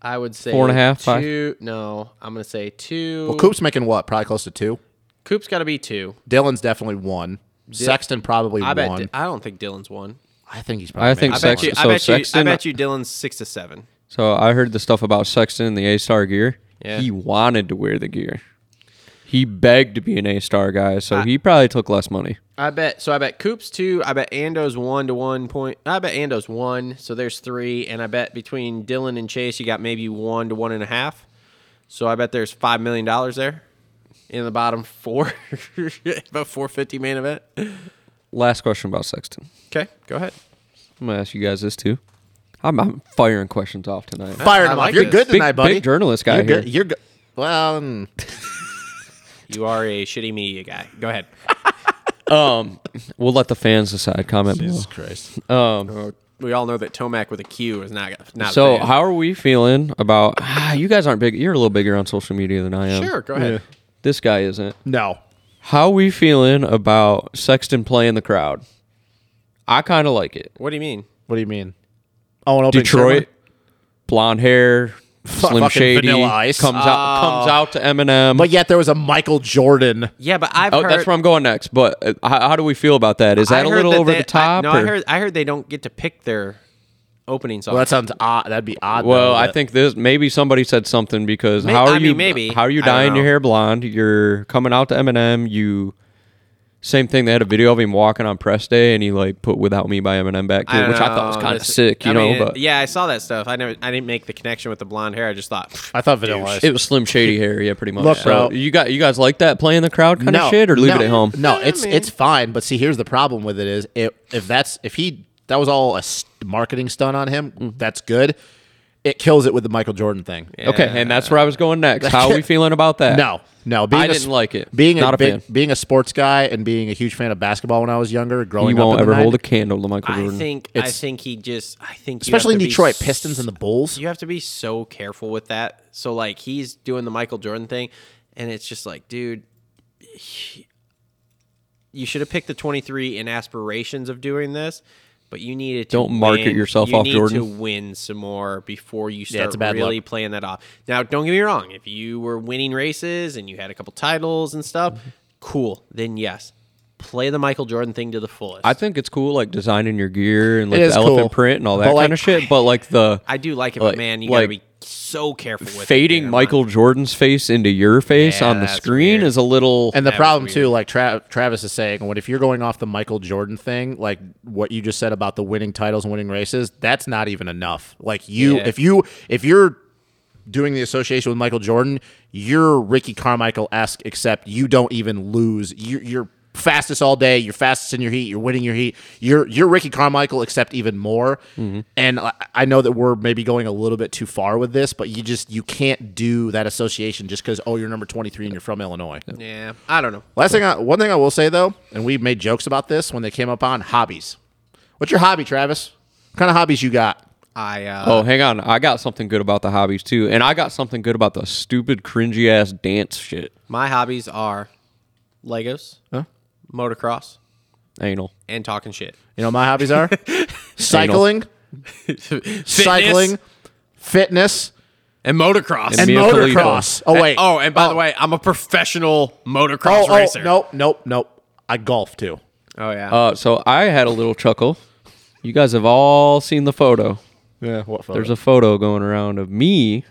[SPEAKER 1] I would say
[SPEAKER 3] Four and a half, five?
[SPEAKER 1] two. No, I'm going to say two.
[SPEAKER 2] Well, Coop's making what? Probably close to two.
[SPEAKER 1] Coop's got to be two.
[SPEAKER 2] Dylan's definitely one. Sexton probably
[SPEAKER 1] I bet.
[SPEAKER 2] one.
[SPEAKER 1] Di- I don't think Dylan's one.
[SPEAKER 2] I think he's probably.
[SPEAKER 3] I think
[SPEAKER 1] I
[SPEAKER 2] making
[SPEAKER 1] bet you.
[SPEAKER 3] Sexton.
[SPEAKER 1] I
[SPEAKER 3] So
[SPEAKER 1] bet you. I
[SPEAKER 3] Sexton. uh,
[SPEAKER 1] bet you. Dylan's six to seven.
[SPEAKER 3] So I heard the stuff about Sexton and the A Star gear.
[SPEAKER 1] Yeah.
[SPEAKER 3] He wanted to wear the gear. He begged to be an A Star guy, so he probably took less money.
[SPEAKER 1] I bet so. I bet Coop's two. I bet Ando's one to one point. I bet Ando's one. So there's three, and I bet between Dylan and Chase, you got maybe one to one and a half. So I bet there's five million dollars there in the bottom four, about four fifty main event.
[SPEAKER 3] Last question about Sexton.
[SPEAKER 1] Okay, go ahead.
[SPEAKER 3] I'm gonna ask you guys this too. I'm, I'm firing questions off tonight.
[SPEAKER 2] one. fired
[SPEAKER 1] I
[SPEAKER 2] him
[SPEAKER 1] like
[SPEAKER 2] off. You're
[SPEAKER 1] this.
[SPEAKER 2] good
[SPEAKER 3] Big-
[SPEAKER 2] tonight, buddy.
[SPEAKER 3] big journalist guy
[SPEAKER 2] You're good.
[SPEAKER 3] here.
[SPEAKER 2] You're good. Well, mm,
[SPEAKER 1] You are a shitty media guy. Go ahead.
[SPEAKER 3] We'll let the fans decide. Comment below.
[SPEAKER 2] Christ.
[SPEAKER 1] We all know that Tomac with a Q is not not. a
[SPEAKER 3] So,
[SPEAKER 1] fan.
[SPEAKER 3] how are we feeling about? Ah, you guys aren't big. You're a little bigger on social media than I am.
[SPEAKER 1] Sure, go ahead.
[SPEAKER 3] This guy isn't.
[SPEAKER 2] No.
[SPEAKER 3] How we feeling about Sexton playing the crowd? I kind of like it.
[SPEAKER 1] What do you mean?
[SPEAKER 2] What do you mean? Oh, an opening
[SPEAKER 3] Detroit,
[SPEAKER 2] ceremony?
[SPEAKER 3] blonde hair, slim
[SPEAKER 2] fucking
[SPEAKER 3] shady,
[SPEAKER 2] Vanilla Ice.
[SPEAKER 3] comes
[SPEAKER 1] Oh.
[SPEAKER 3] out comes out to Eminem.
[SPEAKER 2] But yet there was a Michael Jordan.
[SPEAKER 1] Yeah, but I've
[SPEAKER 3] oh,
[SPEAKER 1] heard.
[SPEAKER 3] that's where I'm going next. But uh, how, how do we feel about that? Is that
[SPEAKER 1] I
[SPEAKER 3] a
[SPEAKER 1] heard
[SPEAKER 3] little over
[SPEAKER 1] they-
[SPEAKER 3] the top?
[SPEAKER 1] I, no, I
[SPEAKER 3] or-
[SPEAKER 1] heard. I heard they don't get to pick their opening song.
[SPEAKER 2] Well, that sounds odd. That'd be odd.
[SPEAKER 3] Well,
[SPEAKER 2] though,
[SPEAKER 3] I
[SPEAKER 2] that-
[SPEAKER 3] think this maybe somebody said something because
[SPEAKER 1] May-
[SPEAKER 3] how are
[SPEAKER 1] I
[SPEAKER 3] you
[SPEAKER 1] mean, maybe.
[SPEAKER 3] how are you
[SPEAKER 1] I don't
[SPEAKER 3] dyeing your
[SPEAKER 1] know.
[SPEAKER 3] hair blonde? You're coming out to Eminem. You Same thing. They had a video of him walking on press day, and he like put "Without Me" by Eminem back to it,
[SPEAKER 1] don't
[SPEAKER 3] which I thought was
[SPEAKER 1] know.
[SPEAKER 3] kind of
[SPEAKER 1] That's-
[SPEAKER 3] sick, you
[SPEAKER 1] I
[SPEAKER 3] know.
[SPEAKER 1] mean, it-
[SPEAKER 3] but
[SPEAKER 1] yeah, I saw that stuff. I never, I didn't make the connection with the blonde hair. I just thought, "Pfft,
[SPEAKER 2] I thought Vanilla Ice.
[SPEAKER 3] it was Slim Shady hair, yeah, pretty much.
[SPEAKER 2] Look,
[SPEAKER 3] so
[SPEAKER 2] bro.
[SPEAKER 3] you got you guys like that playing the crowd kind of shit, or leave
[SPEAKER 2] no,
[SPEAKER 3] it at home?
[SPEAKER 2] No, it's it's fine. But see, here's the problem with it is it, if that's if he that was all a s- marketing stunt on him,
[SPEAKER 3] Mm-hmm.
[SPEAKER 2] that's good. It kills it with the Michael Jordan thing.
[SPEAKER 3] Okay, and that's where I was going next. How are we feeling about that?
[SPEAKER 2] No, no.
[SPEAKER 3] I
[SPEAKER 2] a
[SPEAKER 3] didn't
[SPEAKER 2] s-
[SPEAKER 3] like it.
[SPEAKER 2] Being a,
[SPEAKER 3] Not a
[SPEAKER 2] big,
[SPEAKER 3] fan.
[SPEAKER 2] being a sports guy and being a huge fan of basketball when I was younger, growing
[SPEAKER 3] you
[SPEAKER 2] up.
[SPEAKER 3] won't
[SPEAKER 2] in the
[SPEAKER 3] ever hold a
[SPEAKER 2] 90s
[SPEAKER 3] candle to Michael
[SPEAKER 1] I
[SPEAKER 3] Jordan.
[SPEAKER 1] think, I
[SPEAKER 2] It's-
[SPEAKER 1] think he just, I think, you have
[SPEAKER 2] especially in
[SPEAKER 1] to be
[SPEAKER 2] Detroit
[SPEAKER 1] s-
[SPEAKER 2] Pistons and the Bulls.
[SPEAKER 1] You have to be so careful with that. So like, he's doing the Michael Jordan thing, and it's just like, dude, you should have picked the 23 in aspirations of doing this. But you needed to
[SPEAKER 3] Don't market
[SPEAKER 1] win-
[SPEAKER 3] yourself
[SPEAKER 1] you
[SPEAKER 3] off
[SPEAKER 1] need
[SPEAKER 3] Jordan.
[SPEAKER 1] to win some more before you
[SPEAKER 2] Yeah,
[SPEAKER 1] start
[SPEAKER 2] it's a bad
[SPEAKER 1] really
[SPEAKER 2] look.
[SPEAKER 1] playing that off. Now, don't get me wrong. If you were winning races and you had a couple titles and stuff,
[SPEAKER 3] Mm-hmm.
[SPEAKER 1] cool. Then yes, play the Michael Jordan thing to the fullest.
[SPEAKER 3] I think it's cool, like designing your gear and like
[SPEAKER 2] It
[SPEAKER 3] the
[SPEAKER 2] is
[SPEAKER 3] elephant
[SPEAKER 2] cool.
[SPEAKER 3] print and all that
[SPEAKER 2] But, like,
[SPEAKER 3] kind of shit. But like the
[SPEAKER 1] I do like it,
[SPEAKER 3] Like-
[SPEAKER 1] but man, you
[SPEAKER 3] like,
[SPEAKER 1] gotta be so careful with it,
[SPEAKER 3] fading
[SPEAKER 1] man.
[SPEAKER 3] Michael Jordan's face into your face
[SPEAKER 1] Yeah,
[SPEAKER 3] on the
[SPEAKER 1] that's
[SPEAKER 3] screen
[SPEAKER 1] weird.
[SPEAKER 3] is a little.
[SPEAKER 2] And the
[SPEAKER 1] That was
[SPEAKER 2] problem too,
[SPEAKER 1] weird.
[SPEAKER 2] like Tra- Travis is saying, what if you're going off the Michael Jordan thing, like what you just said about the winning titles and winning races, that's not even enough. Like you,
[SPEAKER 1] Yeah.
[SPEAKER 2] if you, if you're doing the association with Michael Jordan, you're Ricky Carmichael esque, except you don't even lose. You, you're fastest all day. You're fastest in your heat. You're winning your heat. You're you're Ricky Carmichael, except even more.
[SPEAKER 1] Mm-hmm.
[SPEAKER 2] And I, I know that we're maybe going a little bit too far with this, but you just you can't do that association just because oh you're number twenty three and you're from Illinois.
[SPEAKER 1] Yeah, I don't know.
[SPEAKER 2] Last thing, I, one thing I will say though, and we made jokes about this when they came up on hobbies. What's your hobby, Travis? What kind of hobbies you got?
[SPEAKER 1] I uh,
[SPEAKER 3] Oh, hang on. I got something good about the hobbies too, and I got something good about the stupid, cringy ass dance shit.
[SPEAKER 1] my hobbies are Legos, motocross,
[SPEAKER 3] Anal.
[SPEAKER 1] and talking shit.
[SPEAKER 2] You know, what my hobbies are cycling, cycling, fitness,
[SPEAKER 1] and motocross
[SPEAKER 2] and
[SPEAKER 3] Mia Khalifa.
[SPEAKER 2] motocross. Oh wait.
[SPEAKER 1] Oh, and by the way, I'm a professional
[SPEAKER 2] oh,
[SPEAKER 1] motocross
[SPEAKER 2] oh,
[SPEAKER 1] racer.
[SPEAKER 2] nope, nope, nope. I golf too.
[SPEAKER 1] Oh yeah.
[SPEAKER 3] Uh, so I had a little chuckle. You guys have all seen the photo.
[SPEAKER 2] Yeah, what?
[SPEAKER 3] There's a photo going around of me,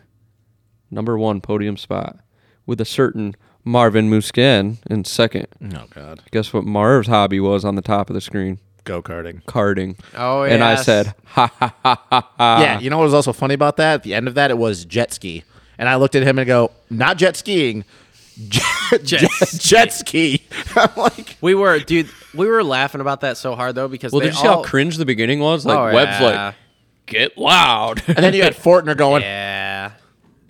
[SPEAKER 3] number one podium spot, with a certain Marvin Musquin in second.
[SPEAKER 1] Mm.
[SPEAKER 2] oh god,
[SPEAKER 3] Guess what Marv's hobby was on the top of the screen?
[SPEAKER 2] go karting.
[SPEAKER 3] Carding.
[SPEAKER 1] Oh,
[SPEAKER 3] And I
[SPEAKER 1] yes.
[SPEAKER 3] said,
[SPEAKER 2] yeah, you know what was also funny about that? At the end of that, it was jet ski, and I looked at him and go, "Not jet skiing, jet jet, jet ski." I'm like,
[SPEAKER 1] we were, dude, we were laughing about that so hard though because
[SPEAKER 3] Well,
[SPEAKER 1] they
[SPEAKER 3] did you see how
[SPEAKER 1] all-
[SPEAKER 3] cringe the beginning was? Like,
[SPEAKER 1] Oh,
[SPEAKER 3] Webb's
[SPEAKER 1] yeah.
[SPEAKER 3] like, get loud.
[SPEAKER 2] and then you had Fortner going,
[SPEAKER 1] yeah.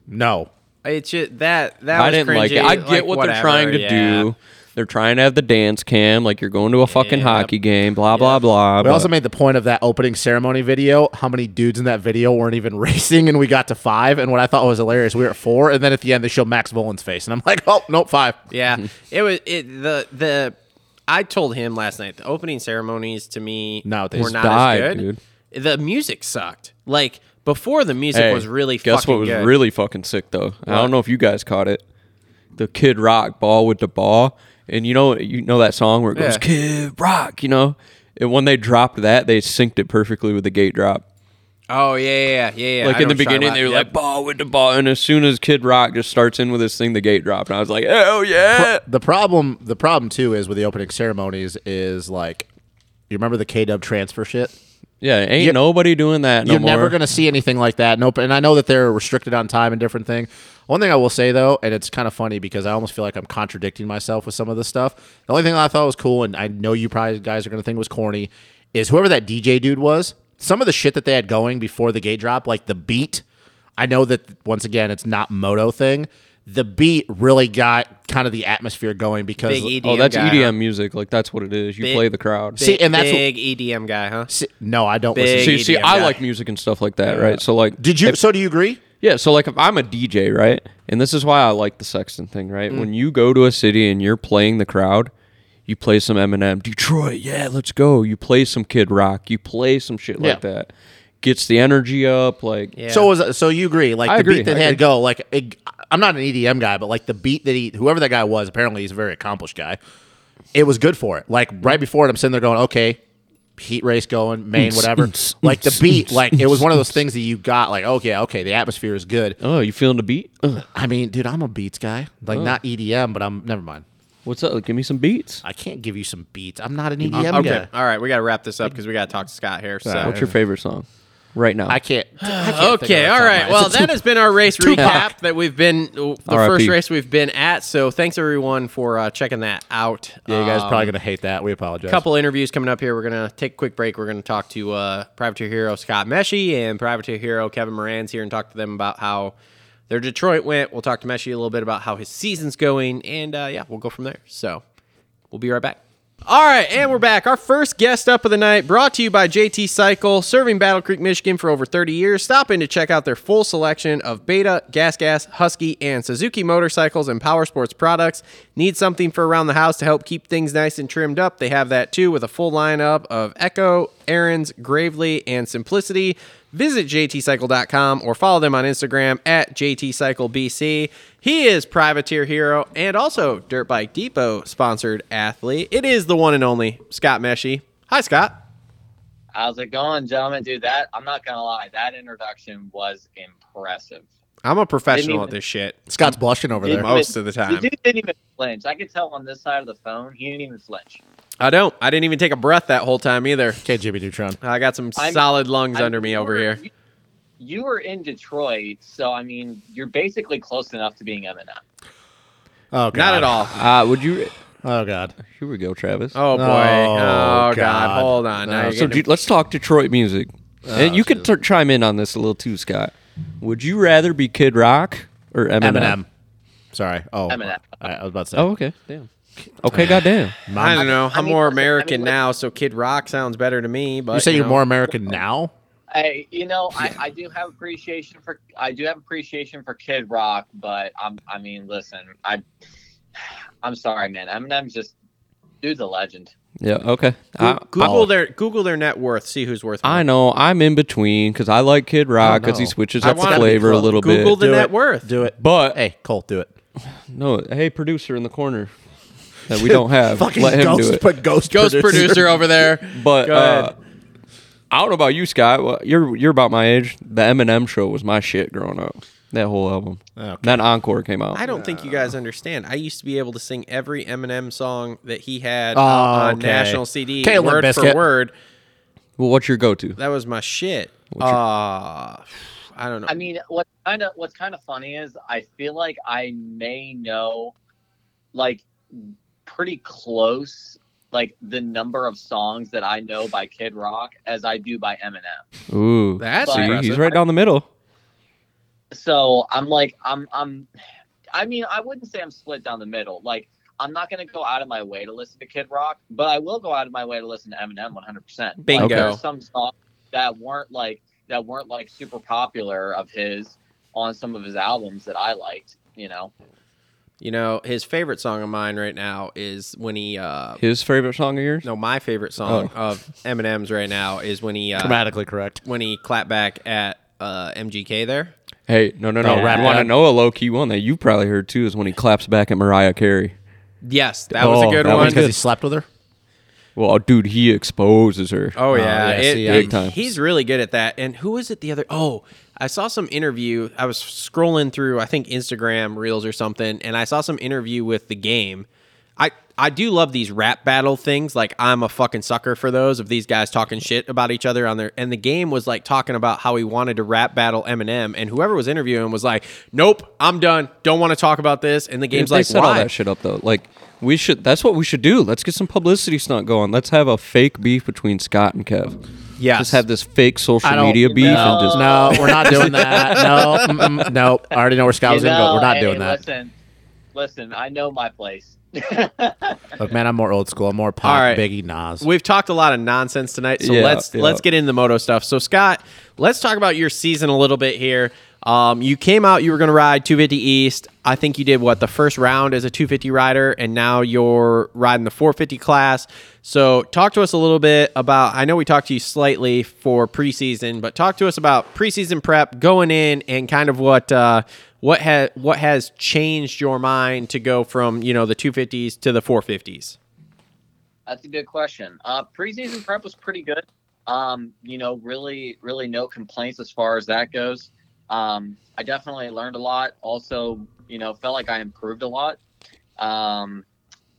[SPEAKER 2] "No,
[SPEAKER 1] It's just that that
[SPEAKER 3] I
[SPEAKER 1] was
[SPEAKER 3] didn't like it.
[SPEAKER 1] cringy,
[SPEAKER 3] I get
[SPEAKER 1] like,
[SPEAKER 3] what they're
[SPEAKER 1] whatever,
[SPEAKER 3] trying to
[SPEAKER 1] yeah.
[SPEAKER 3] do. They're trying to have the dance cam, like you're going to a fucking
[SPEAKER 1] Yep.
[SPEAKER 3] hockey game, blah, blah, blah.
[SPEAKER 2] We
[SPEAKER 3] but-
[SPEAKER 2] also made the point of that opening ceremony video. How many dudes in that video weren't even racing, and we got to five. And what I thought was hilarious, we were at four, and then at the end they show Max Boland's face, and I'm like, oh nope, five.
[SPEAKER 1] Yeah, it was it the the. I told him last night the opening ceremonies to me
[SPEAKER 2] No, they
[SPEAKER 1] were
[SPEAKER 2] just
[SPEAKER 1] not as
[SPEAKER 3] died,
[SPEAKER 1] good. The music sucked. Like before, the music
[SPEAKER 3] Hey,
[SPEAKER 1] was really.
[SPEAKER 3] Guess
[SPEAKER 1] fucking
[SPEAKER 3] what was
[SPEAKER 1] good.
[SPEAKER 3] really fucking sick though? I don't know if you guys caught it. The Kid Rock ball with the ball, and you know you know that song where it goes
[SPEAKER 1] Yeah.
[SPEAKER 3] Kid Rock, you know. And when they dropped that, they synced it perfectly with the gate drop.
[SPEAKER 1] Oh yeah, yeah, yeah, yeah.
[SPEAKER 3] Like
[SPEAKER 1] I
[SPEAKER 3] in the
[SPEAKER 1] know what you're talking
[SPEAKER 3] beginning,
[SPEAKER 1] about.
[SPEAKER 3] they were
[SPEAKER 1] Yep.
[SPEAKER 3] like ball with the ball, and as soon as Kid Rock just starts in with this thing, the gate dropped, and I was like, oh yeah.
[SPEAKER 2] The problem, the problem too, is with the opening ceremonies is like, you remember the K Dub transfer shit.
[SPEAKER 3] Yeah, ain't
[SPEAKER 2] You're-
[SPEAKER 3] nobody doing that no
[SPEAKER 2] You're
[SPEAKER 3] more.
[SPEAKER 2] never gonna see anything like that. Nope. And I know that they're restricted on time and different thing. One thing I will say though, and it's kind of funny because I almost feel like I'm contradicting myself with some of this stuff. The only thing that I thought was cool, and I know you probably guys are gonna think was corny, is whoever that DJ dude was. Some of the shit that they had going before the gate drop, like the beat. I know that once again, it's not moto thing. The beat really got kind of the atmosphere going because
[SPEAKER 1] Big EDM
[SPEAKER 3] oh, that's
[SPEAKER 1] guy,
[SPEAKER 3] EDM
[SPEAKER 1] huh?
[SPEAKER 3] music. Like that's what it is. You
[SPEAKER 1] Big-
[SPEAKER 3] play the crowd.
[SPEAKER 2] See, and that's what-
[SPEAKER 1] big EDM guy, huh?
[SPEAKER 2] See- no, I don't listen.
[SPEAKER 1] Big
[SPEAKER 2] to-
[SPEAKER 3] See, see,
[SPEAKER 1] EDM
[SPEAKER 3] I
[SPEAKER 1] E guy.
[SPEAKER 3] like music and stuff like that, right? So like,
[SPEAKER 2] Did you? So do you agree?
[SPEAKER 3] Yeah, so like if I'm a DJ, right? And this is why I like the Sexton thing, right?
[SPEAKER 1] Mm.
[SPEAKER 3] When you go to a city and you're playing the crowd, you play some Eminem, Detroit, yeah, let's go. You play some Kid Rock, you play some shit like
[SPEAKER 2] Yeah.
[SPEAKER 3] that. Gets the energy up, like
[SPEAKER 1] Yeah.
[SPEAKER 2] So was so you agree? Like
[SPEAKER 3] I
[SPEAKER 2] the
[SPEAKER 3] agree,
[SPEAKER 2] beat that
[SPEAKER 3] I
[SPEAKER 2] they had
[SPEAKER 3] agree.
[SPEAKER 2] go. Like it, I'm not an EDM guy, but like the beat that he, whoever that guy was, apparently he's a very accomplished guy. It was good for it. Like right before it, I'm sitting there going, okay, heat race going, main whatever. Like the beat, like it was one of those things that you got. Like okay, okay, the atmosphere is good.
[SPEAKER 3] oh, you feeling the beat? Ugh.
[SPEAKER 2] E I mean, dude, I'm a beats guy. Like not EDM, but I'm never mind.
[SPEAKER 3] What's up? Give me some beats.
[SPEAKER 2] I can't give you some beats. I'm not an EDM
[SPEAKER 1] okay.
[SPEAKER 2] guy.
[SPEAKER 1] All right, we got to wrap this up because we got to talk to Scott here. So.
[SPEAKER 3] What's your favorite song right now?
[SPEAKER 2] I can't. I can't think
[SPEAKER 1] Okay,
[SPEAKER 2] of
[SPEAKER 1] all
[SPEAKER 2] it.
[SPEAKER 1] right. Well, that has been our race recap
[SPEAKER 2] Tupac.
[SPEAKER 1] that we've been the
[SPEAKER 3] R.I.P.
[SPEAKER 1] first race we've been at. So thanks everyone for uh, checking that out.
[SPEAKER 2] Yeah, you guys are
[SPEAKER 1] Um,
[SPEAKER 2] probably gonna hate that. We apologize.
[SPEAKER 1] couple interviews coming up here. We're gonna take a quick break. We're gonna talk to uh, privateer hero Scott Meshi and privateer hero Kevin Moran's here and talk to them about how their Detroit went. We'll talk to Meshi a little bit about how his season's going, and uh, yeah, we'll go from there. So we'll be right back. All right, and we're back. Our first guest up of the night, brought to you by JT Cycle, serving Battle Creek, Michigan for over 30 years. Stop in to check out their full selection of Beta, Gas Gas, Husky, and Suzuki motorcycles and power sports products. Need something for around the house to help keep things nice and trimmed up? They have that too with a full lineup of Echo, Aaron's, Gravely, and Simplicity. Visit jtcycle.com or follow them on Instagram at jtcyclebc. He is Privateer Hero and also Dirt Bike Depot sponsored athlete. It is the one and only Scott Meshi. Hi, Scott.
[SPEAKER 5] How's it going, gentlemen? Dude, that I'm not gonna lie, that introduction was impressive.
[SPEAKER 1] I'm a professional at
[SPEAKER 5] even-
[SPEAKER 1] this shit
[SPEAKER 2] Scott's blushing over there.
[SPEAKER 5] Didn't
[SPEAKER 1] most
[SPEAKER 5] even-
[SPEAKER 1] of the
[SPEAKER 5] The
[SPEAKER 1] time.
[SPEAKER 5] dude didn't even flinch. I could tell on this side of the phone, he didn't even flinch.
[SPEAKER 1] I don't. I didn't even take a breath that whole time either.
[SPEAKER 2] Okay, Jimmy Neutron.
[SPEAKER 1] I got some
[SPEAKER 5] I'm-
[SPEAKER 1] solid lungs
[SPEAKER 5] I
[SPEAKER 1] under me
[SPEAKER 5] mean, you
[SPEAKER 1] over
[SPEAKER 5] were-
[SPEAKER 1] here.
[SPEAKER 5] You, you were in Detroit, so I mean, you're basically close enough to being Eminem.
[SPEAKER 2] Oh god.
[SPEAKER 1] Not at all.
[SPEAKER 3] Uh, would you?
[SPEAKER 2] Oh god.
[SPEAKER 3] Here we go, Travis. Uh,
[SPEAKER 1] Oh boy. Oh,
[SPEAKER 2] Oh,
[SPEAKER 1] God.
[SPEAKER 2] God. Uh,
[SPEAKER 1] Hold on. Now
[SPEAKER 2] No.
[SPEAKER 3] so
[SPEAKER 1] you're getting- Oh,
[SPEAKER 3] dude, let's talk Detroit music, and you can t- chime in on this a little too, Scott. Would you rather be Kid Rock or Eminem?
[SPEAKER 2] Eminem. Sorry. Oh.
[SPEAKER 5] Eminem.
[SPEAKER 2] I, I was about to say.
[SPEAKER 3] Oh, okay. Damn. Okay, goddamn.
[SPEAKER 1] I don't know. I'm
[SPEAKER 5] mean,
[SPEAKER 1] more
[SPEAKER 5] listen, I mean,
[SPEAKER 1] American
[SPEAKER 5] listen.
[SPEAKER 1] now, so Kid Rock sounds better to me. But
[SPEAKER 2] You say
[SPEAKER 1] you
[SPEAKER 2] you're
[SPEAKER 1] know.
[SPEAKER 2] more American now?
[SPEAKER 5] Hey, you know, I, I do have appreciation for I do have appreciation for Kid Rock, but I'm I mean, listen, I I'm sorry, man. Eminem's just dude's a legend.
[SPEAKER 3] Yeah. Okay. I,
[SPEAKER 1] Go- Google their Google their net worth. See who's worth. more.
[SPEAKER 3] Uh, oh. I know I'm in between because I like Kid Rock because he
[SPEAKER 2] no.
[SPEAKER 3] switches
[SPEAKER 1] I
[SPEAKER 3] up the
[SPEAKER 1] wanna be
[SPEAKER 3] flavor a
[SPEAKER 1] close.
[SPEAKER 3] little
[SPEAKER 1] Google
[SPEAKER 3] bit.
[SPEAKER 1] the net worth.
[SPEAKER 2] Do it.
[SPEAKER 3] But
[SPEAKER 2] Hey, Colt, do it.
[SPEAKER 3] no, hey producer in the corner that we don't have. Let him do it.
[SPEAKER 2] Put ghost,
[SPEAKER 1] Ghost producer over there.
[SPEAKER 3] But
[SPEAKER 1] Go
[SPEAKER 3] uh,
[SPEAKER 1] ahead.
[SPEAKER 3] I don't know about you, Scott. Well, you're you're about my age. The Eminem show was my shit growing up. That whole album.
[SPEAKER 2] Okay.
[SPEAKER 3] That encore came out.
[SPEAKER 1] I don't think you guys understand. I used to be able to sing every Eminem song that he had uh,
[SPEAKER 2] Oh,
[SPEAKER 1] on
[SPEAKER 2] okay.
[SPEAKER 1] national CD
[SPEAKER 2] Okay, Limp
[SPEAKER 1] word for
[SPEAKER 2] Bizkit.
[SPEAKER 1] word.
[SPEAKER 3] Well, what's your go-to?
[SPEAKER 1] That was my shit. Uh,
[SPEAKER 3] your-
[SPEAKER 1] I don't know.
[SPEAKER 5] I mean, what kind of what's kind of funny is I feel like I may know, like, pretty close, like the number of songs that I know by Kid Rock as I do by Eminem.
[SPEAKER 3] Ooh,
[SPEAKER 1] That's
[SPEAKER 3] see, he's
[SPEAKER 1] impressive.
[SPEAKER 3] right down the middle.
[SPEAKER 5] So I'm like, I'm, I'm, I mean, I wouldn't say I'm split down the middle. Like, I'm not gonna go out of my way to listen to Kid Rock, but I will go out of my way to listen to Eminem 100. percent
[SPEAKER 1] Bingo.
[SPEAKER 2] Oh.
[SPEAKER 5] there's some songs that weren't like that weren't like super popular of his on some of his albums that I liked. You know.
[SPEAKER 1] you know, his favorite song of mine right now is when he. Uh,
[SPEAKER 3] His favorite song of yours?
[SPEAKER 1] no, my favorite song
[SPEAKER 3] Oh.
[SPEAKER 1] of Eminem's right now is when he uh,
[SPEAKER 2] Grammatically correct.
[SPEAKER 1] when he clapped back at uh, MGK there.
[SPEAKER 3] Hey, no, no, no.
[SPEAKER 2] Oh, Rap
[SPEAKER 3] you want to
[SPEAKER 2] God.
[SPEAKER 3] know a low-key one that you probably heard too is when he claps back at Mariah Carey.
[SPEAKER 1] Yes, that was a
[SPEAKER 3] Oh,
[SPEAKER 1] good
[SPEAKER 3] that
[SPEAKER 1] one.
[SPEAKER 3] was
[SPEAKER 2] Because he slept with her?
[SPEAKER 3] Well, uh, dude, he exposes her.
[SPEAKER 1] Oh
[SPEAKER 2] yeah,
[SPEAKER 1] yeah, It-
[SPEAKER 2] see,
[SPEAKER 1] it-
[SPEAKER 2] big
[SPEAKER 3] time.
[SPEAKER 1] he's really good at that. And who is it? The other? Oh, I saw some interview. I was scrolling through, I think Instagram Reels or something, and I saw some interview with the game. I I do love these rap battle things. Like I'm a fucking sucker for those of these guys talking shit about each other on there. And the game was like talking about how he wanted to rap battle Eminem, and whoever was interviewing him was like, "Nope, I'm done. Don't want to talk about this." And the game's
[SPEAKER 3] They
[SPEAKER 1] like,
[SPEAKER 3] set all
[SPEAKER 1] "Why?"
[SPEAKER 3] that shit up though. Like we should. That's what we should do. Let's get some publicity stunt going. Let's have a fake beef between Scott and Kev.
[SPEAKER 1] Yes.
[SPEAKER 3] Just have this fake social
[SPEAKER 2] I don't-
[SPEAKER 3] media beef
[SPEAKER 2] no,
[SPEAKER 3] and just
[SPEAKER 2] no, we're not doing that. No, mm-mm, no. I already know where Scott was
[SPEAKER 5] You
[SPEAKER 2] going to go.
[SPEAKER 5] know,
[SPEAKER 2] We're not
[SPEAKER 5] hey,
[SPEAKER 2] doing that.
[SPEAKER 5] uh, Listen, listen, I know my place.
[SPEAKER 2] Look, man, I'm more old school. I'm more pop,
[SPEAKER 1] All right.
[SPEAKER 2] Biggie, Nas.
[SPEAKER 1] We've talked a lot of nonsense tonight, so
[SPEAKER 3] Yeah,
[SPEAKER 1] let's
[SPEAKER 3] yeah.
[SPEAKER 1] let's get into the moto stuff. So Scott, let's talk about your season a little bit here. Um, you came out, you were going to ride 250 East. I think you did what the first round as a 250 rider, and now you're riding the 450 class. So talk to us a little bit about. I know we talked to you slightly for preseason, but talk to us about preseason prep going in and kind of what. Uh, what has what has changed your mind to go from you know the 250s to the 450s?
[SPEAKER 5] That's a good question. Uh, preseason prep was pretty good. Um, you know, really, really no complaints as far as that goes. Um, I definitely learned a lot. Also, you know, felt like I improved a lot. Um,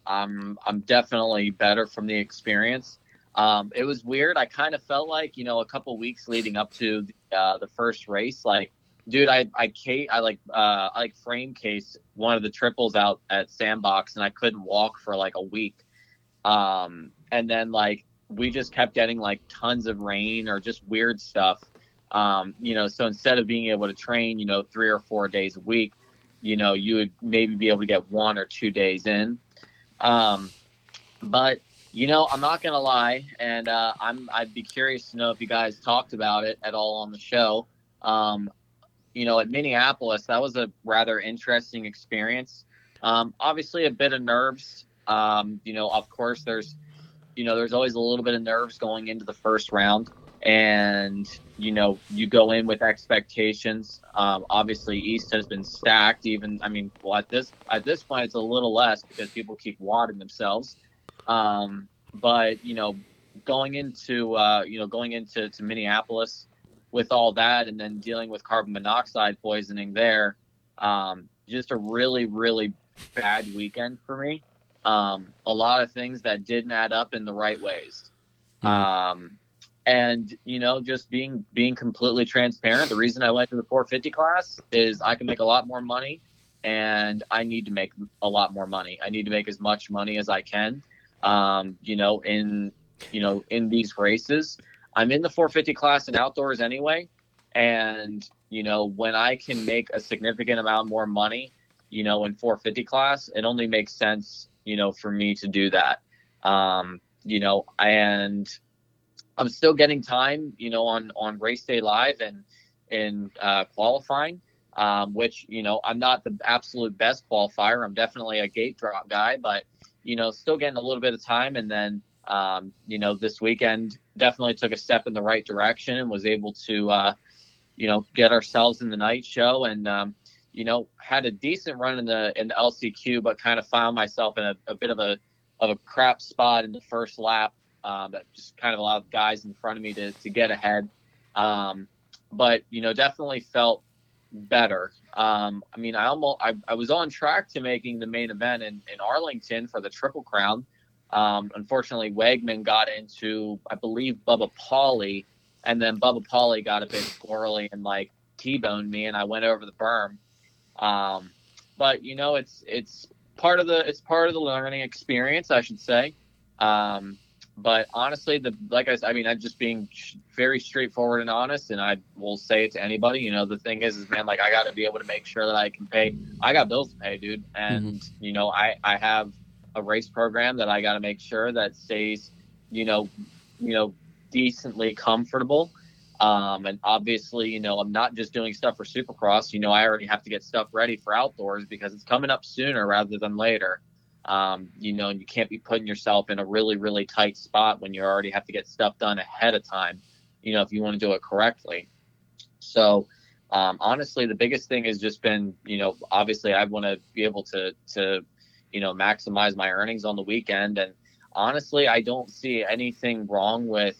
[SPEAKER 5] I'm I'm definitely better from the experience. Um, it was weird. I kind of felt like you know a couple weeks leading up to uh, the first race, like dude, I I ca- I like uh, I like frame case one of the triples out at Sandbox, and I couldn't walk for like a week. Um, and then like we just kept getting like tons of rain or just weird stuff. Um, you know, so instead of being able to train, you know, three or four days a week, you know, you would maybe be able to get one or two days in. Um, but you know, I'm not gonna lie, and uh, I'm I'd be curious to know if you guys talked about it at all on the show. Um, you know, at Minneapolis, that was a rather interesting experience. Um, obviously, a bit of nerves. Um, you know, of course, there's, you know, there's always a little bit of nerves going into the first round, and you know, you go in with expectations. Um, obviously, East has been stacked. Even, I mean, well, at this at this point, it's a little less because people keep wadding themselves. Um, but you know, going into uh, you know going into to Minneapolis, with all that and then dealing with carbon monoxide poisoning there um, just a really really bad weekend for me um, a lot of things that didn't add up in the right ways um, and you know just being being completely transparent the reason i went to the 450 class is i can make a lot more money and i need to make a lot more money i need to make as much money as i can um, you know in you know in these races I'm in the 450 class and outdoors anyway. And, you know, when I can make a significant amount more money, you know, in 450 class, it only makes sense, you know, for me to do that. Um, you know, and I'm still getting time, you know, on, on race day live and in uh, qualifying, um, which, you know, I'm not the absolute best qualifier. I'm definitely a gate drop guy, but, you know, still getting a little bit of time. And then, um, you know, this weekend definitely took a step in the right direction and was able to, uh, you know, get ourselves in the night show and, um, you know, had a decent run in the in the LCQ, but kind of found myself in a, a bit of a of a crap spot in the first lap um, that just kind of allowed guys in front of me to to get ahead. Um, but you know, definitely felt better. Um, I mean, I almost I, I was on track to making the main event in, in Arlington for the Triple Crown. Um, unfortunately, Wegman got into, I believe, Bubba Polly, and then Bubba Polly got a bit squirrely and like T-boned me, and I went over the berm. Um, but you know, it's it's part of the it's part of the learning experience, I should say. Um, but honestly, the like I said, I mean, I'm just being sh- very straightforward and honest, and I will say it to anybody. You know, the thing is, is man, like I got to be able to make sure that I can pay. I got bills to pay, dude, and you know, I I have a race program that I got to make sure that stays, you know, you know, decently comfortable. Um, and obviously, you know, I'm not just doing stuff for Supercross. You know, I already have to get stuff ready for outdoors because it's coming up sooner rather than later. Um, you know, and you can't be putting yourself in a really, really tight spot when you already have to get stuff done ahead of time. You know, if you want to do it correctly. So, um, honestly, the biggest thing has just been, you know, obviously, I want to be able to to you know maximize my earnings on the weekend and honestly i don't see anything wrong with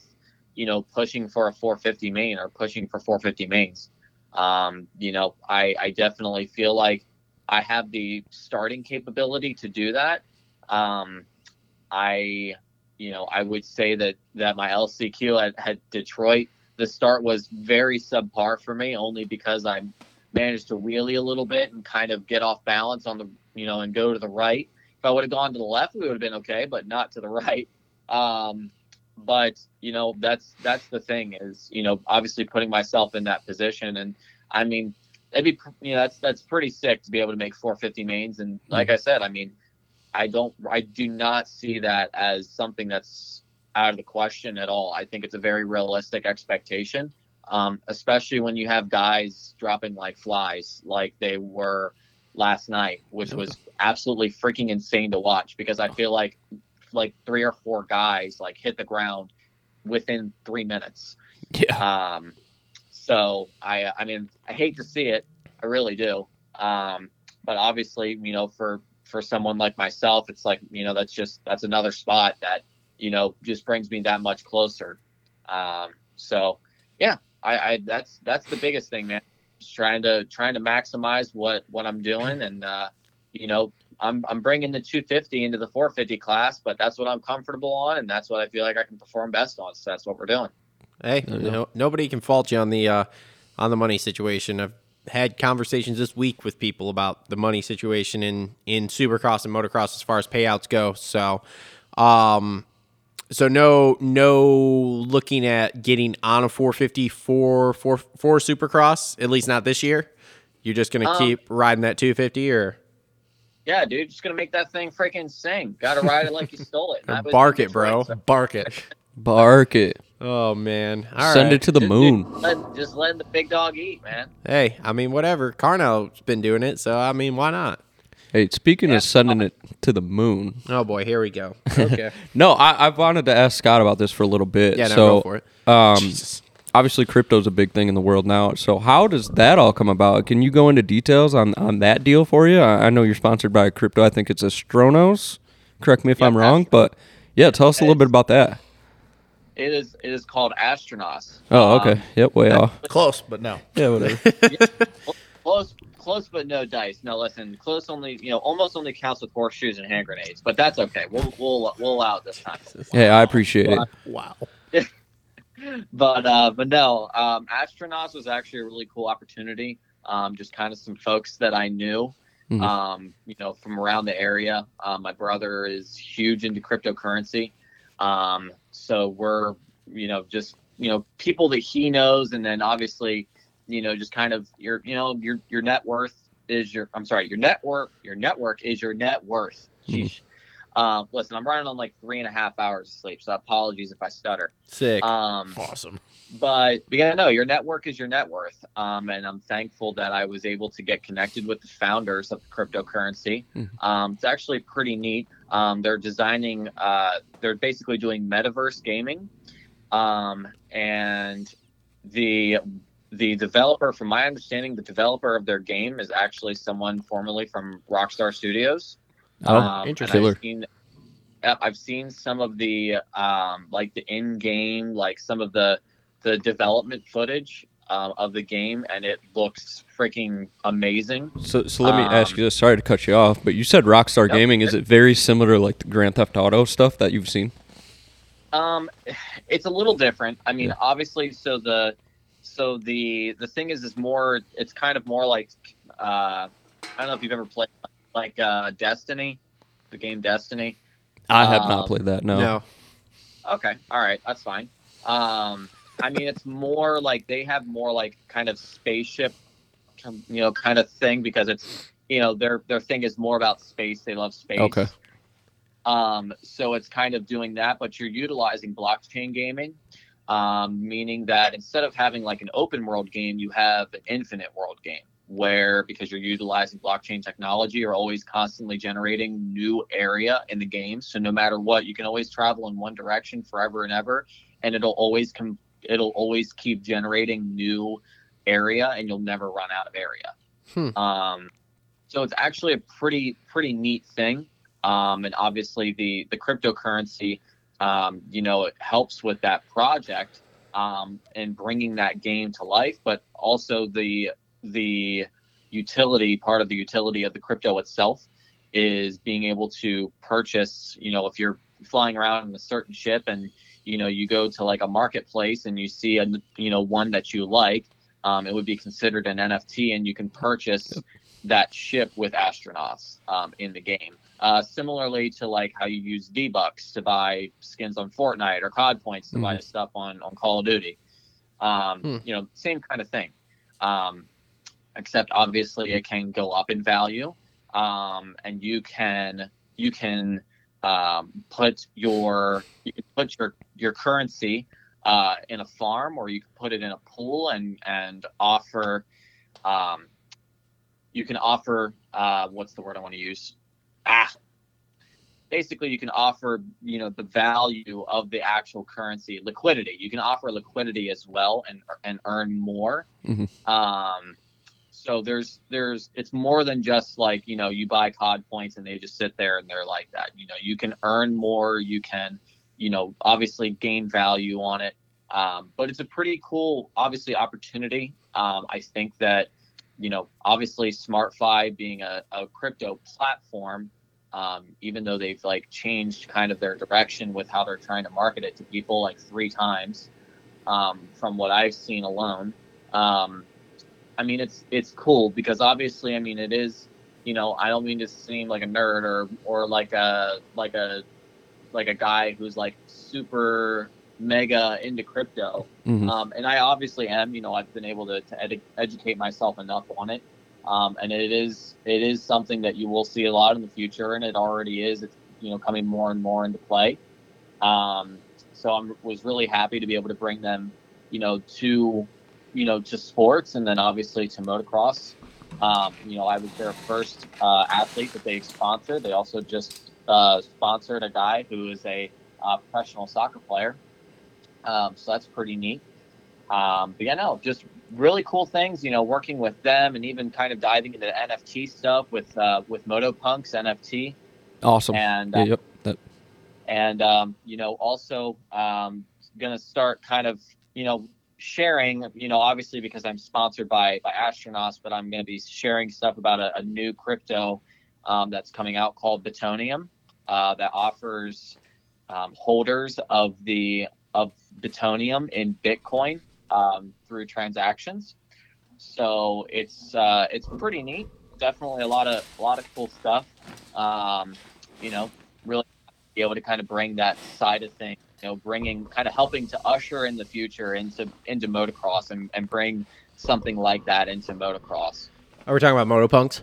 [SPEAKER 5] you know pushing for a 450 main or pushing for 450 mains um, you know I, I definitely feel like i have the starting capability to do that um, i you know i would say that that my lcq at, at detroit the start was very subpar for me only because i managed to wheelie a little bit and kind of get off balance on the you know, and go to the right. If I would have gone to the left, we would have been okay, but not to the right. Um, but you know, that's that's the thing is, you know, obviously putting myself in that position, and I mean, that'd be pr- you know, that's that's pretty sick to be able to make 450 mains. And like I said, I mean, I don't, I do not see that as something that's out of the question at all. I think it's a very realistic expectation. Um, especially when you have guys dropping like flies, like they were last night, which was absolutely freaking insane to watch because I feel like like three or four guys like hit the ground within three minutes.
[SPEAKER 2] Yeah.
[SPEAKER 5] Um, so I I mean I hate to see it, I really do. Um, but obviously you know for for someone like myself, it's like you know that's just that's another spot that you know just brings me that much closer. Um, so yeah, I, I that's that's the biggest thing, man just trying to trying to maximize what what I'm doing and uh you know I'm I'm bringing the 250 into the 450 class, but that's what I'm comfortable on, and that's what I feel like I can perform best on. So that's what we're doing.
[SPEAKER 1] Hey, no, nobody can fault you on the uh, on the money situation. I've had conversations this week with people about the money situation in in Supercross and Motocross as far as payouts go. So, um, so no no looking at getting on a 450 for for for Supercross at least not this year. You're just gonna
[SPEAKER 5] Um,
[SPEAKER 1] keep riding that 250 or
[SPEAKER 5] Yeah, dude, just gonna make that thing freaking sing. Gotta ride it like you stole it. That was-
[SPEAKER 1] bark it, bro.
[SPEAKER 2] Bark it.
[SPEAKER 6] Bark it.
[SPEAKER 1] Oh man, All right.
[SPEAKER 6] Send it to the
[SPEAKER 5] Just-
[SPEAKER 6] moon.
[SPEAKER 5] Just let, just let the big dog eat, man.
[SPEAKER 1] Hey, I mean whatever. Carno's been doing it, so I mean why not?
[SPEAKER 6] Hey, speaking of sending it to the moon,
[SPEAKER 1] Oh boy, here we go. Okay.
[SPEAKER 6] no, I, I wanted to ask Scott about this for a little bit.
[SPEAKER 1] Yeah, no,
[SPEAKER 6] so,
[SPEAKER 1] go for it.
[SPEAKER 6] Um, Obviously, crypto's a big thing in the world now. So, how does that all come about? Can you go into details on, on that deal for you? I, I know you're sponsored by crypto. I think it's Astronos. Correct me if I'm wrong, but yeah, tell us a little bit about that.
[SPEAKER 5] It is it is called Astronauts.
[SPEAKER 6] Oh,
[SPEAKER 5] Um,
[SPEAKER 6] okay. Yep, way off.
[SPEAKER 2] Close, but no.
[SPEAKER 6] Yeah, whatever.
[SPEAKER 5] close close but no dice no listen close only you know almost only counts with horseshoes and hand grenades but that's okay we'll we'll, we'll allow it this time
[SPEAKER 6] hey, I appreciate it.
[SPEAKER 5] but uh but no um astronauts was actually a really cool opportunity um just kind of some folks that i knew
[SPEAKER 6] Mhm.
[SPEAKER 5] um you know from around the area um, my brother is huge into cryptocurrency um so we're you know just you know people that he knows and then obviously you know just kind of your you know your your net worth is your i'm sorry your network your network is your net worth Sheesh. Um, listen, I'm running on like three and a half hours of sleep, so apologies if I stutter.
[SPEAKER 1] Sick.
[SPEAKER 5] Um,
[SPEAKER 2] Awesome.
[SPEAKER 5] but but yeah, no, your network is your net worth. Um, and I'm thankful that I was able to get connected with the founders of the cryptocurrency.
[SPEAKER 6] Mhm.
[SPEAKER 5] Um, it's actually pretty neat. Um, they're designing, uh, they're basically doing metaverse gaming. Um, and the the developer, from my understanding, the developer of their game is actually someone formerly from Rockstar Studios.
[SPEAKER 6] Oh,
[SPEAKER 5] Um, and
[SPEAKER 6] interesting.
[SPEAKER 5] I've seen, uh, I've seen some of the um, like the in-game, like some of the the development footage um, of the game, and it looks freaking amazing.
[SPEAKER 6] So, so let me ask
[SPEAKER 5] Um,
[SPEAKER 6] you this. Sorry to cut you off, but you said Rockstar
[SPEAKER 5] No,
[SPEAKER 6] Gaming. Is it very similar to like the Grand Theft Auto stuff that you've seen?
[SPEAKER 5] Um, it's a little different. I mean,
[SPEAKER 6] Yeah.
[SPEAKER 5] obviously, so the so the the thing is, is more. It's kind of more like uh, I don't know if you've ever played like uh, Destiny, the game Destiny.
[SPEAKER 6] I have
[SPEAKER 5] Um,
[SPEAKER 6] not played that. No.
[SPEAKER 1] No.
[SPEAKER 5] Okay. All right. That's fine. Um, I mean, it's more like they have more like kind of spaceship, com- you know, kind of thing because it's, you know, their their thing is more about space. They love space.
[SPEAKER 6] Okay.
[SPEAKER 5] Um, so it's kind of doing that, but you're utilizing blockchain gaming, um, meaning that instead of having like an open world game, you have an infinite world game where because you're utilizing blockchain technology, you're always constantly generating new area in the game. So no matter what, you can always travel in one direction forever and ever, and it'll always come. It'll always keep generating new area, and you'll never run out of area.
[SPEAKER 1] Hmm.
[SPEAKER 5] Um, so it's actually a pretty pretty neat thing um, and obviously the the cryptocurrency um, you know it helps with that project um, and bringing that game to life but also the the utility part of the utility of the crypto itself is being able to purchase you know if you're flying around in a certain ship and you know you go to like a marketplace and you see a you know one that you like um, it would be considered an nft and you can purchase that ship with astronauts um, in the game uh, similarly to like how you use V Bucks to buy skins on Fortnite or COD points to buy stuff on on Call of Duty. Um,
[SPEAKER 1] Hmm.
[SPEAKER 5] You know, same kind of thing, um, except obviously it can go up in value, um, and you can you can um, put your you can put your your currency uh, in a farm or you can put it in a pool and and offer. Um, you can offer uh, what's the word I want to use? ah, basically you can offer you know the value of the actual currency liquidity you can offer liquidity as well and and earn more
[SPEAKER 6] Mhm.
[SPEAKER 5] um so there's there's it's more than just like you know you buy cod points and they just sit there and they're like that you know you can earn more you can you know obviously gain value on it um, but it's a pretty cool obviously opportunity um, i think that you know, obviously SmartFi being a, a crypto platform, um, even though they've like changed kind of their direction with how they're trying to market it to people like three times, um, from what I've seen alone. Um, I mean, it's it's cool because obviously, I mean, it is. You know, I don't mean to seem like a nerd or or like a like a like a guy who's like super mega into crypto.
[SPEAKER 3] Mm-hmm.
[SPEAKER 6] Mhm.
[SPEAKER 5] Um, and I obviously am. You know, I've been able to, to edu- educate myself enough on it, um, and it is it is something that you will see a lot in the future, and it already is. It's you know coming more and more into play. Um, so I was really happy to be able to bring them, you know, to you know to sports, and then obviously to motocross. Um, you know, I was their first uh, athlete that they sponsored. They also just uh, sponsored a guy who is a uh, professional soccer player. Um, so that's pretty neat. Um, but yeah, no, just really cool things. You know, working with them and even kind of diving into the NFT stuff with uh, with Motopunks NFT,
[SPEAKER 6] Awesome.
[SPEAKER 5] and
[SPEAKER 6] Yeah,
[SPEAKER 5] uh,
[SPEAKER 6] yep. That-
[SPEAKER 5] and um, you know also um, going to start kind of you know sharing you know obviously because i'm sponsored by by astronauts but i'm going to be sharing stuff about a, a new crypto um, that's coming out called Bitonium uh, that offers um, holders of the of Bitonium in Bitcoin um, through transactions. So it's uh, it's pretty neat. Definitely a lot of a lot of cool stuff. Um, you know, really be able to kind of bring that side of things. You know, bringing kind of helping to usher in the future into into motocross and, and bring something like that into motocross.
[SPEAKER 1] Are we talking about motopunks?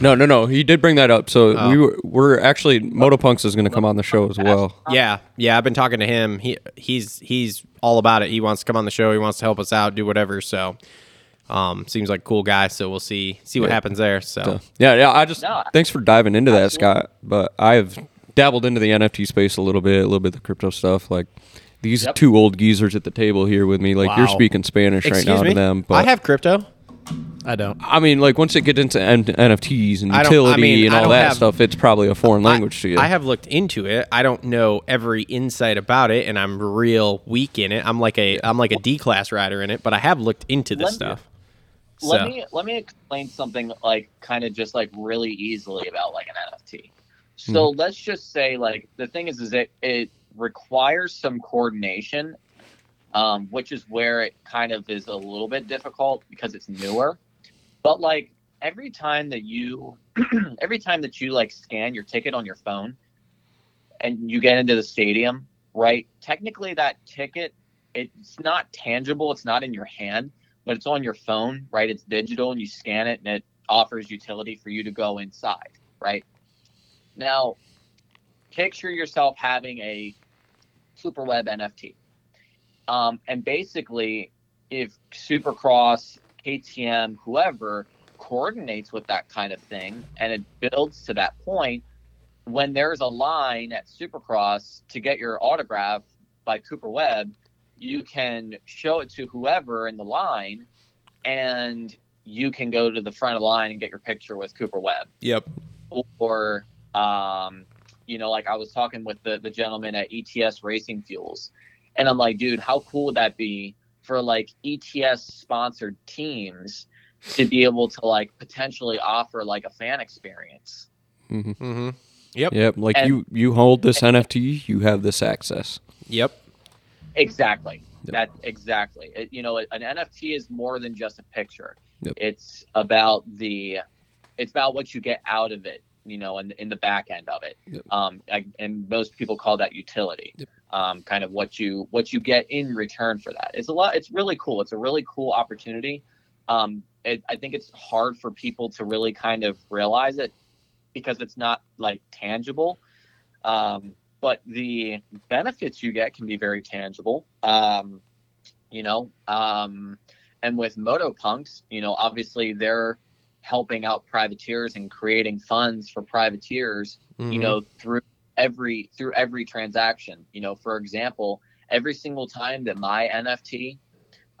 [SPEAKER 6] No, no, no. He did bring that up. So
[SPEAKER 1] Oh.
[SPEAKER 6] we were, we're actually Motopunks is going to come on the show as well.
[SPEAKER 5] Uh,
[SPEAKER 1] Yeah, yeah. I've been talking to him. He he's he's all about it. He wants to come on the show. He wants to help us out, do whatever. So, um, seems like a cool guy. So we'll see see what happens there. So
[SPEAKER 6] Yeah, yeah. I just
[SPEAKER 5] No.
[SPEAKER 6] thanks for diving into that, Scott. But I've dabbled into the NFT space a little bit, a little bit of the crypto stuff. Like these
[SPEAKER 5] Yep.
[SPEAKER 6] two old geezers at the table here with me. Like you're
[SPEAKER 2] Wow.
[SPEAKER 6] speaking Spanish
[SPEAKER 1] excuse
[SPEAKER 6] right now
[SPEAKER 1] me.
[SPEAKER 6] to them. But
[SPEAKER 1] I have crypto.
[SPEAKER 2] I don't.
[SPEAKER 6] I mean, like once it gets into N- NFTs and
[SPEAKER 1] I don't- I
[SPEAKER 6] utility
[SPEAKER 1] mean,
[SPEAKER 6] and
[SPEAKER 1] I
[SPEAKER 6] all
[SPEAKER 1] don't
[SPEAKER 6] that
[SPEAKER 1] have-
[SPEAKER 6] stuff, it's probably a foreign language
[SPEAKER 1] I,
[SPEAKER 6] to you.
[SPEAKER 1] I have looked into it. I don't know every insight about it, and I'm real weak in it. I'm like a I'm like a D class rider in it, but I have looked into this
[SPEAKER 5] Let me-
[SPEAKER 1] stuff.
[SPEAKER 5] let
[SPEAKER 1] So-
[SPEAKER 5] me let me explain something like kind of just like really easily about like an NFT. So let's just say like the thing is is it it requires some coordination, um, which is where it kind of is a little bit difficult because it's newer. But like every time that you every time that you like scan your ticket on your phone and you get into the stadium, right? Technically that ticket it's not tangible, it's not in your hand but it's on your phone, right? It's digital and you scan it and it offers utility for you to go inside, right? Now, picture yourself having a superweb NFT. Um, and basically, if Supercross, KTM, whoever coordinates with that kind of thing and it builds to that point, when there's a line at Supercross to get your autograph by Cooper Webb, you can show it to whoever in the line and you can go to the front of the line and get your picture with Cooper Webb.
[SPEAKER 1] Yep.
[SPEAKER 5] Or, um, you know, like I was talking with the, the gentleman at ETS Racing Fuels, and I'm like, dude, how cool would that be for like ETS sponsored teams to be able to like potentially offer like a fan experience?
[SPEAKER 1] Mm-hmm. Yep.
[SPEAKER 6] yep. Like
[SPEAKER 5] and-
[SPEAKER 6] you, you hold this NFT, you have this access.
[SPEAKER 1] Yep.
[SPEAKER 5] Exactly. That exactly. It, you know, an NFT is more than just a picture.
[SPEAKER 6] Yep.
[SPEAKER 5] It's about the, it's about what you get out of it. You know, in in the back end of it.
[SPEAKER 6] Yep.
[SPEAKER 5] Um, I, and most people call that utility. Um, kind of what you what you get in return for that. It's a lot. It's really cool. It's a really cool opportunity. Um, it, I think it's hard for people to really kind of realize it because it's not like tangible. Um, but the benefits you get can be very tangible. Um, you know, um, and with Motopunks, you know, obviously they're helping out privateers and creating funds for privateers.
[SPEAKER 1] Mm-hmm.
[SPEAKER 5] You know, through every through every transaction. You know, for example, every single time that my NFT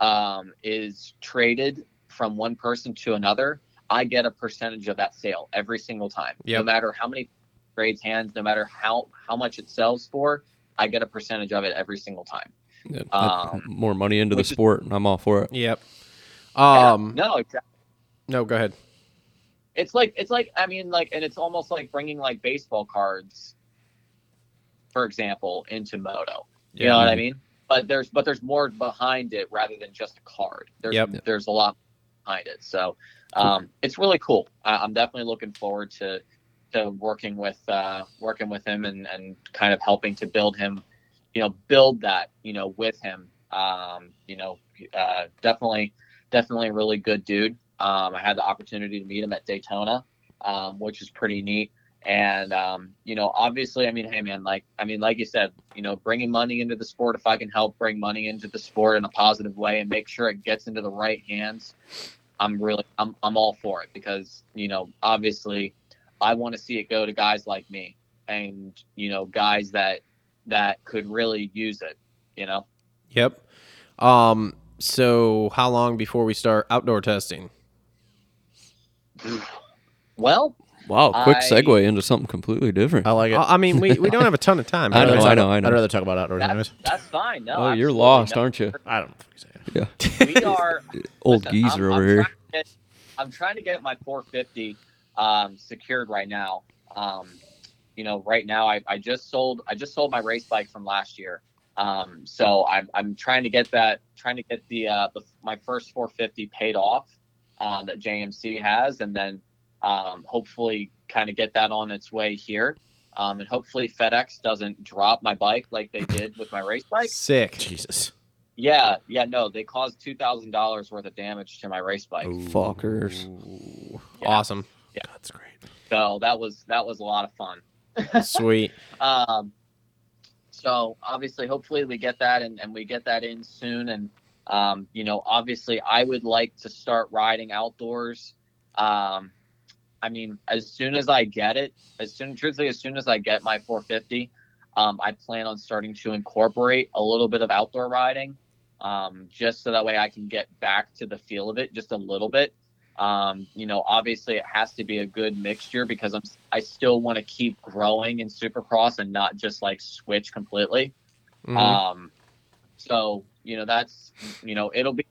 [SPEAKER 5] um, is traded from one person to another, I get a percentage of that sale every single time, no
[SPEAKER 1] Yep.
[SPEAKER 5] matter how many trades hands, no matter how how much it sells for. I get a percentage of it every single time.
[SPEAKER 6] Yeah,
[SPEAKER 5] Um,
[SPEAKER 6] more money into the
[SPEAKER 5] which is-
[SPEAKER 6] sport, and I'm all for it.
[SPEAKER 1] Yep.
[SPEAKER 5] Yeah,
[SPEAKER 1] Um.
[SPEAKER 5] no, exactly.
[SPEAKER 1] No, go ahead.
[SPEAKER 5] It's like it's like I mean like and it's almost like bringing like baseball cards, for example, into Moto. You know what I mean? But there's but there's more behind it rather than just a card. There's
[SPEAKER 1] Yep.
[SPEAKER 5] there's a lot behind it. So um, it's really cool. I, I'm definitely looking forward to to working with uh, working with him and and kind of helping to build him, you know, build that you know with him. Um, you know, uh, definitely definitely a really good dude. Um, I had the opportunity to meet him at Daytona, um, which is pretty neat. And um, you know, obviously, I mean, hey, man, like, I mean, like you said, you know, bringing money into the sport. If I can help bring money into the sport in a positive way and make sure it gets into the right hands, I'm really, I'm, I'm all for it because you know, obviously, I want to see it go to guys like me and you know, guys that that could really use it. You know,
[SPEAKER 1] Yep. Um, so how long before we start outdoor testing?
[SPEAKER 5] well,
[SPEAKER 6] Wow, quick
[SPEAKER 5] I-
[SPEAKER 6] segue into something completely different.
[SPEAKER 2] I like it.
[SPEAKER 1] I I mean, we, we don't have a ton of time.
[SPEAKER 6] I
[SPEAKER 1] do
[SPEAKER 6] know,
[SPEAKER 1] we?
[SPEAKER 6] I know, I
[SPEAKER 2] I'd
[SPEAKER 6] know.
[SPEAKER 2] rather talk about outdoors anyways.
[SPEAKER 5] that's, that's fine. No,
[SPEAKER 6] Oh, you're
[SPEAKER 5] absolutely.
[SPEAKER 6] lost,
[SPEAKER 5] No,
[SPEAKER 6] aren't you?
[SPEAKER 2] I don't fucking say.
[SPEAKER 6] Yeah,
[SPEAKER 5] we are
[SPEAKER 6] old
[SPEAKER 5] listen, I'm-
[SPEAKER 6] geezer
[SPEAKER 5] I'm
[SPEAKER 6] over here.
[SPEAKER 5] trying to get- I'm trying to get my 450 um, secured right now. Um, you know, right now I, I just sold I just sold my race bike from last year. Um, so I'm, I'm trying to get that trying to get the, uh, the my first 450 paid off uh, that JMC has, and then um, hopefully kind of get that on its way here. Um, and hopefully FedEx doesn't drop my bike like they did with my race bike.
[SPEAKER 1] Sick.
[SPEAKER 2] Jesus.
[SPEAKER 5] Yeah, yeah, no, they caused two thousand dollars worth of damage to my race bike.
[SPEAKER 6] Fuckers.
[SPEAKER 5] Yeah.
[SPEAKER 1] Awesome.
[SPEAKER 2] That's great.
[SPEAKER 5] So that was that was a lot of fun.
[SPEAKER 1] Sweet.
[SPEAKER 5] Um, so obviously, hopefully, we get that and, and we get that in soon. And um, you know, obviously, I would like to start riding outdoors. Um, I mean, as soon as I get it, as soon, truthfully, as soon as I get my 450, um, I plan on starting to incorporate a little bit of outdoor riding, um, just so that way I can get back to the feel of it just a little bit. Um, you know, obviously it has to be a good mixture because I'm I still want to keep growing in Supercross and not just like switch completely.
[SPEAKER 1] Mhm.
[SPEAKER 5] Um, so you know that's you know it'll be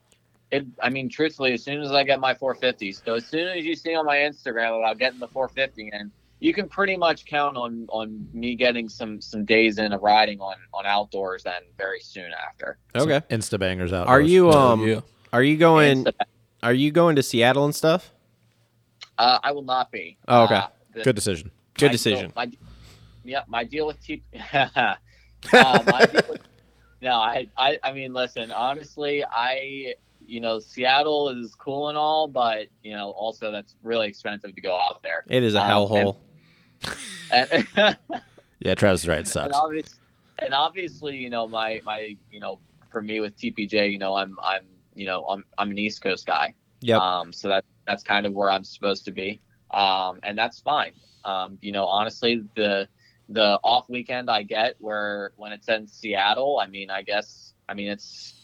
[SPEAKER 5] it. I mean, truthfully, as soon as I get my 450, so as soon as you see on my Instagram about getting the 450 in, you can pretty much count on on me getting some some days in of riding on on outdoors then very soon after.
[SPEAKER 1] okay.
[SPEAKER 2] Insta bangers out.
[SPEAKER 1] Are you um
[SPEAKER 6] yeah.
[SPEAKER 1] are you going
[SPEAKER 5] And so,
[SPEAKER 1] are you going to Seattle and stuff?
[SPEAKER 5] uh, I will not be.
[SPEAKER 1] Oh, okay.
[SPEAKER 5] Uh, the-
[SPEAKER 2] Good decision.
[SPEAKER 1] Good
[SPEAKER 5] my deal-
[SPEAKER 1] decision.
[SPEAKER 5] my, yeah, my deal with T. uh, my deal with- no, I, I, I mean, listen, honestly, I, you know, Seattle is cool and all, but you know, also that's really expensive to go out there.
[SPEAKER 1] It is a
[SPEAKER 5] Um,
[SPEAKER 1] hellhole.
[SPEAKER 5] And, and,
[SPEAKER 2] Yeah, Travis is right. It sucks.
[SPEAKER 5] obvious, and obviously, you know, my, my, you know, for me with TPJ, you know, I'm, I'm, you know, I'm, I'm an East Coast guy.
[SPEAKER 1] Yep.
[SPEAKER 5] Um, so that that's kind of where I'm supposed to be, um, and that's fine. Um, you know, honestly, the the off weekend I get where when it's in Seattle, I mean, I guess I mean it's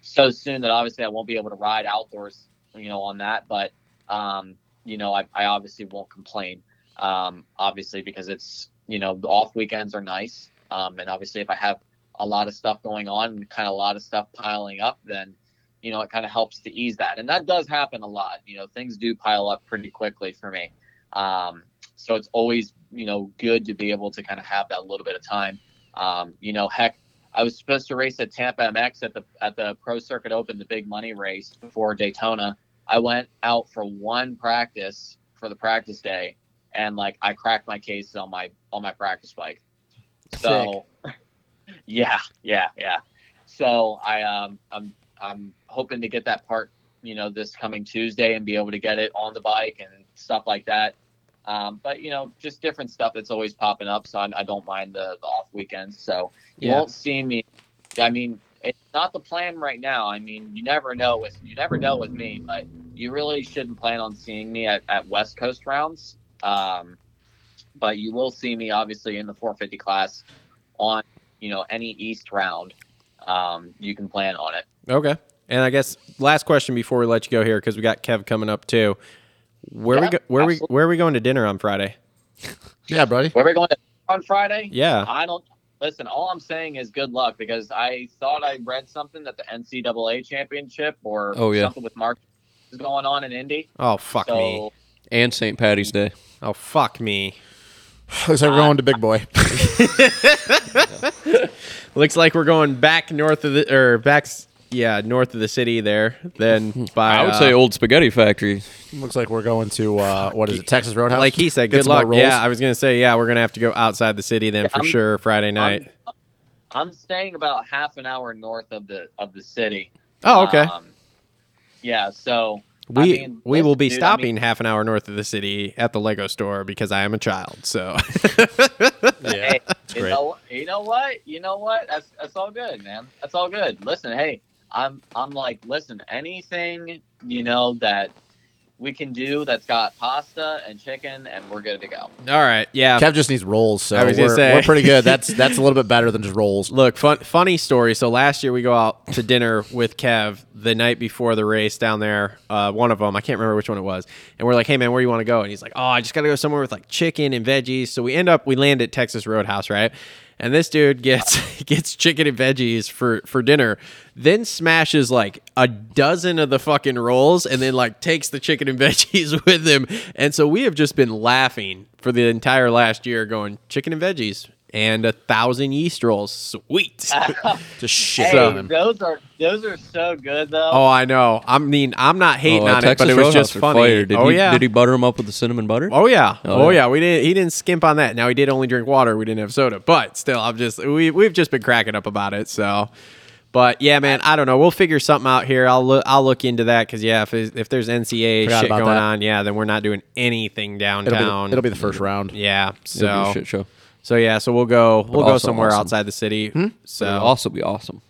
[SPEAKER 5] so soon that obviously I won't be able to ride outdoors, you know, on that. But um, you know, I, I obviously won't complain, um, obviously because it's you know the off weekends are nice, um, and obviously if I have a lot of stuff going on and kind of a lot of stuff piling up, then you know, it kind of helps to ease that. And that does happen a lot. You know, things do pile up pretty quickly for me. Um, so it's always, you know, good to be able to kind of have that little bit of time. Um, you know, heck, I was supposed to race at Tampa MX at the at the Pro Circuit Open, the big money race before Daytona. I went out for one practice for the practice day, and like I cracked my case on my on my practice bike. So, yeah, yeah, yeah. So I um I'm I'm hoping to get that part, you know, this coming Tuesday and be able to get it on the bike and stuff like that. Um, but you know, just different stuff that's always popping up. So I, I don't mind the, the off weekends. So you
[SPEAKER 1] Yeah.
[SPEAKER 5] won't see me. I mean, it's not the plan right now. I mean, you never know with you never know with me, but you really shouldn't plan on seeing me at, at West Coast rounds. Um, but you will see me obviously in the 450 class on you know any East round. Um, you can plan on it.
[SPEAKER 1] okay. And I guess last question before we let you go here cuz we got Kev coming up too. Where we
[SPEAKER 5] Yeah,
[SPEAKER 1] go, where we
[SPEAKER 5] absolutely.
[SPEAKER 1] where are we going to dinner on Friday?
[SPEAKER 2] Yeah, buddy.
[SPEAKER 5] Where we going to, on Friday?
[SPEAKER 1] Yeah.
[SPEAKER 5] I don't listen. All I'm saying is good luck because I thought I read something that the NCAA championship or
[SPEAKER 6] Oh, yeah.
[SPEAKER 5] something with Mark is going on in Indy.
[SPEAKER 1] Oh fuck
[SPEAKER 5] So
[SPEAKER 1] me.
[SPEAKER 3] and St. Patty's Day.
[SPEAKER 1] Oh fuck me.
[SPEAKER 2] Looks like we're going to Big Boy.
[SPEAKER 1] Looks like we're going back north of the or back s- yeah north of the city there. Then by
[SPEAKER 3] I would
[SPEAKER 1] uh,
[SPEAKER 3] say Old Spaghetti Factory.
[SPEAKER 2] Looks like we're going to uh, what is it, Texas Roadhouse?
[SPEAKER 1] like he said,
[SPEAKER 2] Get
[SPEAKER 1] good
[SPEAKER 2] some more
[SPEAKER 1] luck.
[SPEAKER 2] rolls.
[SPEAKER 1] Yeah, I was gonna say yeah we're gonna have to go outside the city then for
[SPEAKER 5] I'm- uh,
[SPEAKER 1] sure Friday night.
[SPEAKER 5] I'm staying about half an hour north of the of the city.
[SPEAKER 1] oh okay.
[SPEAKER 5] Um, yeah, so
[SPEAKER 1] we
[SPEAKER 5] I mean,
[SPEAKER 1] we will be
[SPEAKER 5] dude, I mean-
[SPEAKER 1] stopping half an hour north of the city at the Lego store because I am a child. So
[SPEAKER 2] Yeah.
[SPEAKER 5] hey, you know, you know what? You know what? That's that's all good, man. That's all good. Listen, hey, I'm I'm like, listen, anything you know that we can do that's got pasta and chicken, and we're good to go.
[SPEAKER 1] all right, yeah.
[SPEAKER 2] Kev just needs rolls, so
[SPEAKER 1] I was gonna
[SPEAKER 2] we're,
[SPEAKER 1] say.
[SPEAKER 2] we're pretty good. That's that's a little bit better than just rolls.
[SPEAKER 1] Look, fun, funny story. So last year we go out to dinner with Kev the night before the race down there. Uh, one of them, I can't remember which one it was. And we're like, hey, man, where do you want to go? And he's like, oh, I just got to go somewhere with like chicken and veggies. So we end up, we land at Texas Roadhouse, right? And this dude gets gets chicken and veggies for, for dinner, then smashes like a dozen of the fucking rolls and then like takes the chicken and veggies with him. And so we have just been laughing for the entire last year going, chicken and veggies and a thousand yeast rolls. Sweet.
[SPEAKER 2] Just shit.
[SPEAKER 5] Hey,
[SPEAKER 2] on him.
[SPEAKER 5] those are those are so good though.
[SPEAKER 1] oh, I know. I mean, I'm not hating
[SPEAKER 3] uh,
[SPEAKER 1] on it, but it was just
[SPEAKER 3] Roadhouse are
[SPEAKER 1] funny.
[SPEAKER 3] fire. Did
[SPEAKER 1] oh,
[SPEAKER 3] he,
[SPEAKER 1] yeah.
[SPEAKER 3] Did he butter them up with the cinnamon butter?
[SPEAKER 1] Oh yeah, oh,
[SPEAKER 3] Oh,
[SPEAKER 1] yeah.
[SPEAKER 3] yeah.
[SPEAKER 1] We didn't. He didn't skimp on that. Now he did only drink water. We didn't have soda, but still, I'm just we we've just been cracking up about it. So, but yeah, man, I don't know. We'll figure something out here. I'll look. I'll look into that because yeah, if it- if there's NCAA
[SPEAKER 2] Forgot
[SPEAKER 1] shit
[SPEAKER 2] about
[SPEAKER 1] going
[SPEAKER 2] that.
[SPEAKER 1] on, yeah, then we're not doing anything
[SPEAKER 2] It'll be, the,
[SPEAKER 1] downtown.
[SPEAKER 2] it'll be the first round.
[SPEAKER 1] yeah.
[SPEAKER 3] It'd be a
[SPEAKER 1] So
[SPEAKER 3] shit show.
[SPEAKER 1] so yeah. So we'll go. We'll go
[SPEAKER 3] also
[SPEAKER 1] somewhere
[SPEAKER 3] awesome.
[SPEAKER 1] outside the city. So
[SPEAKER 3] It'd also be awesome.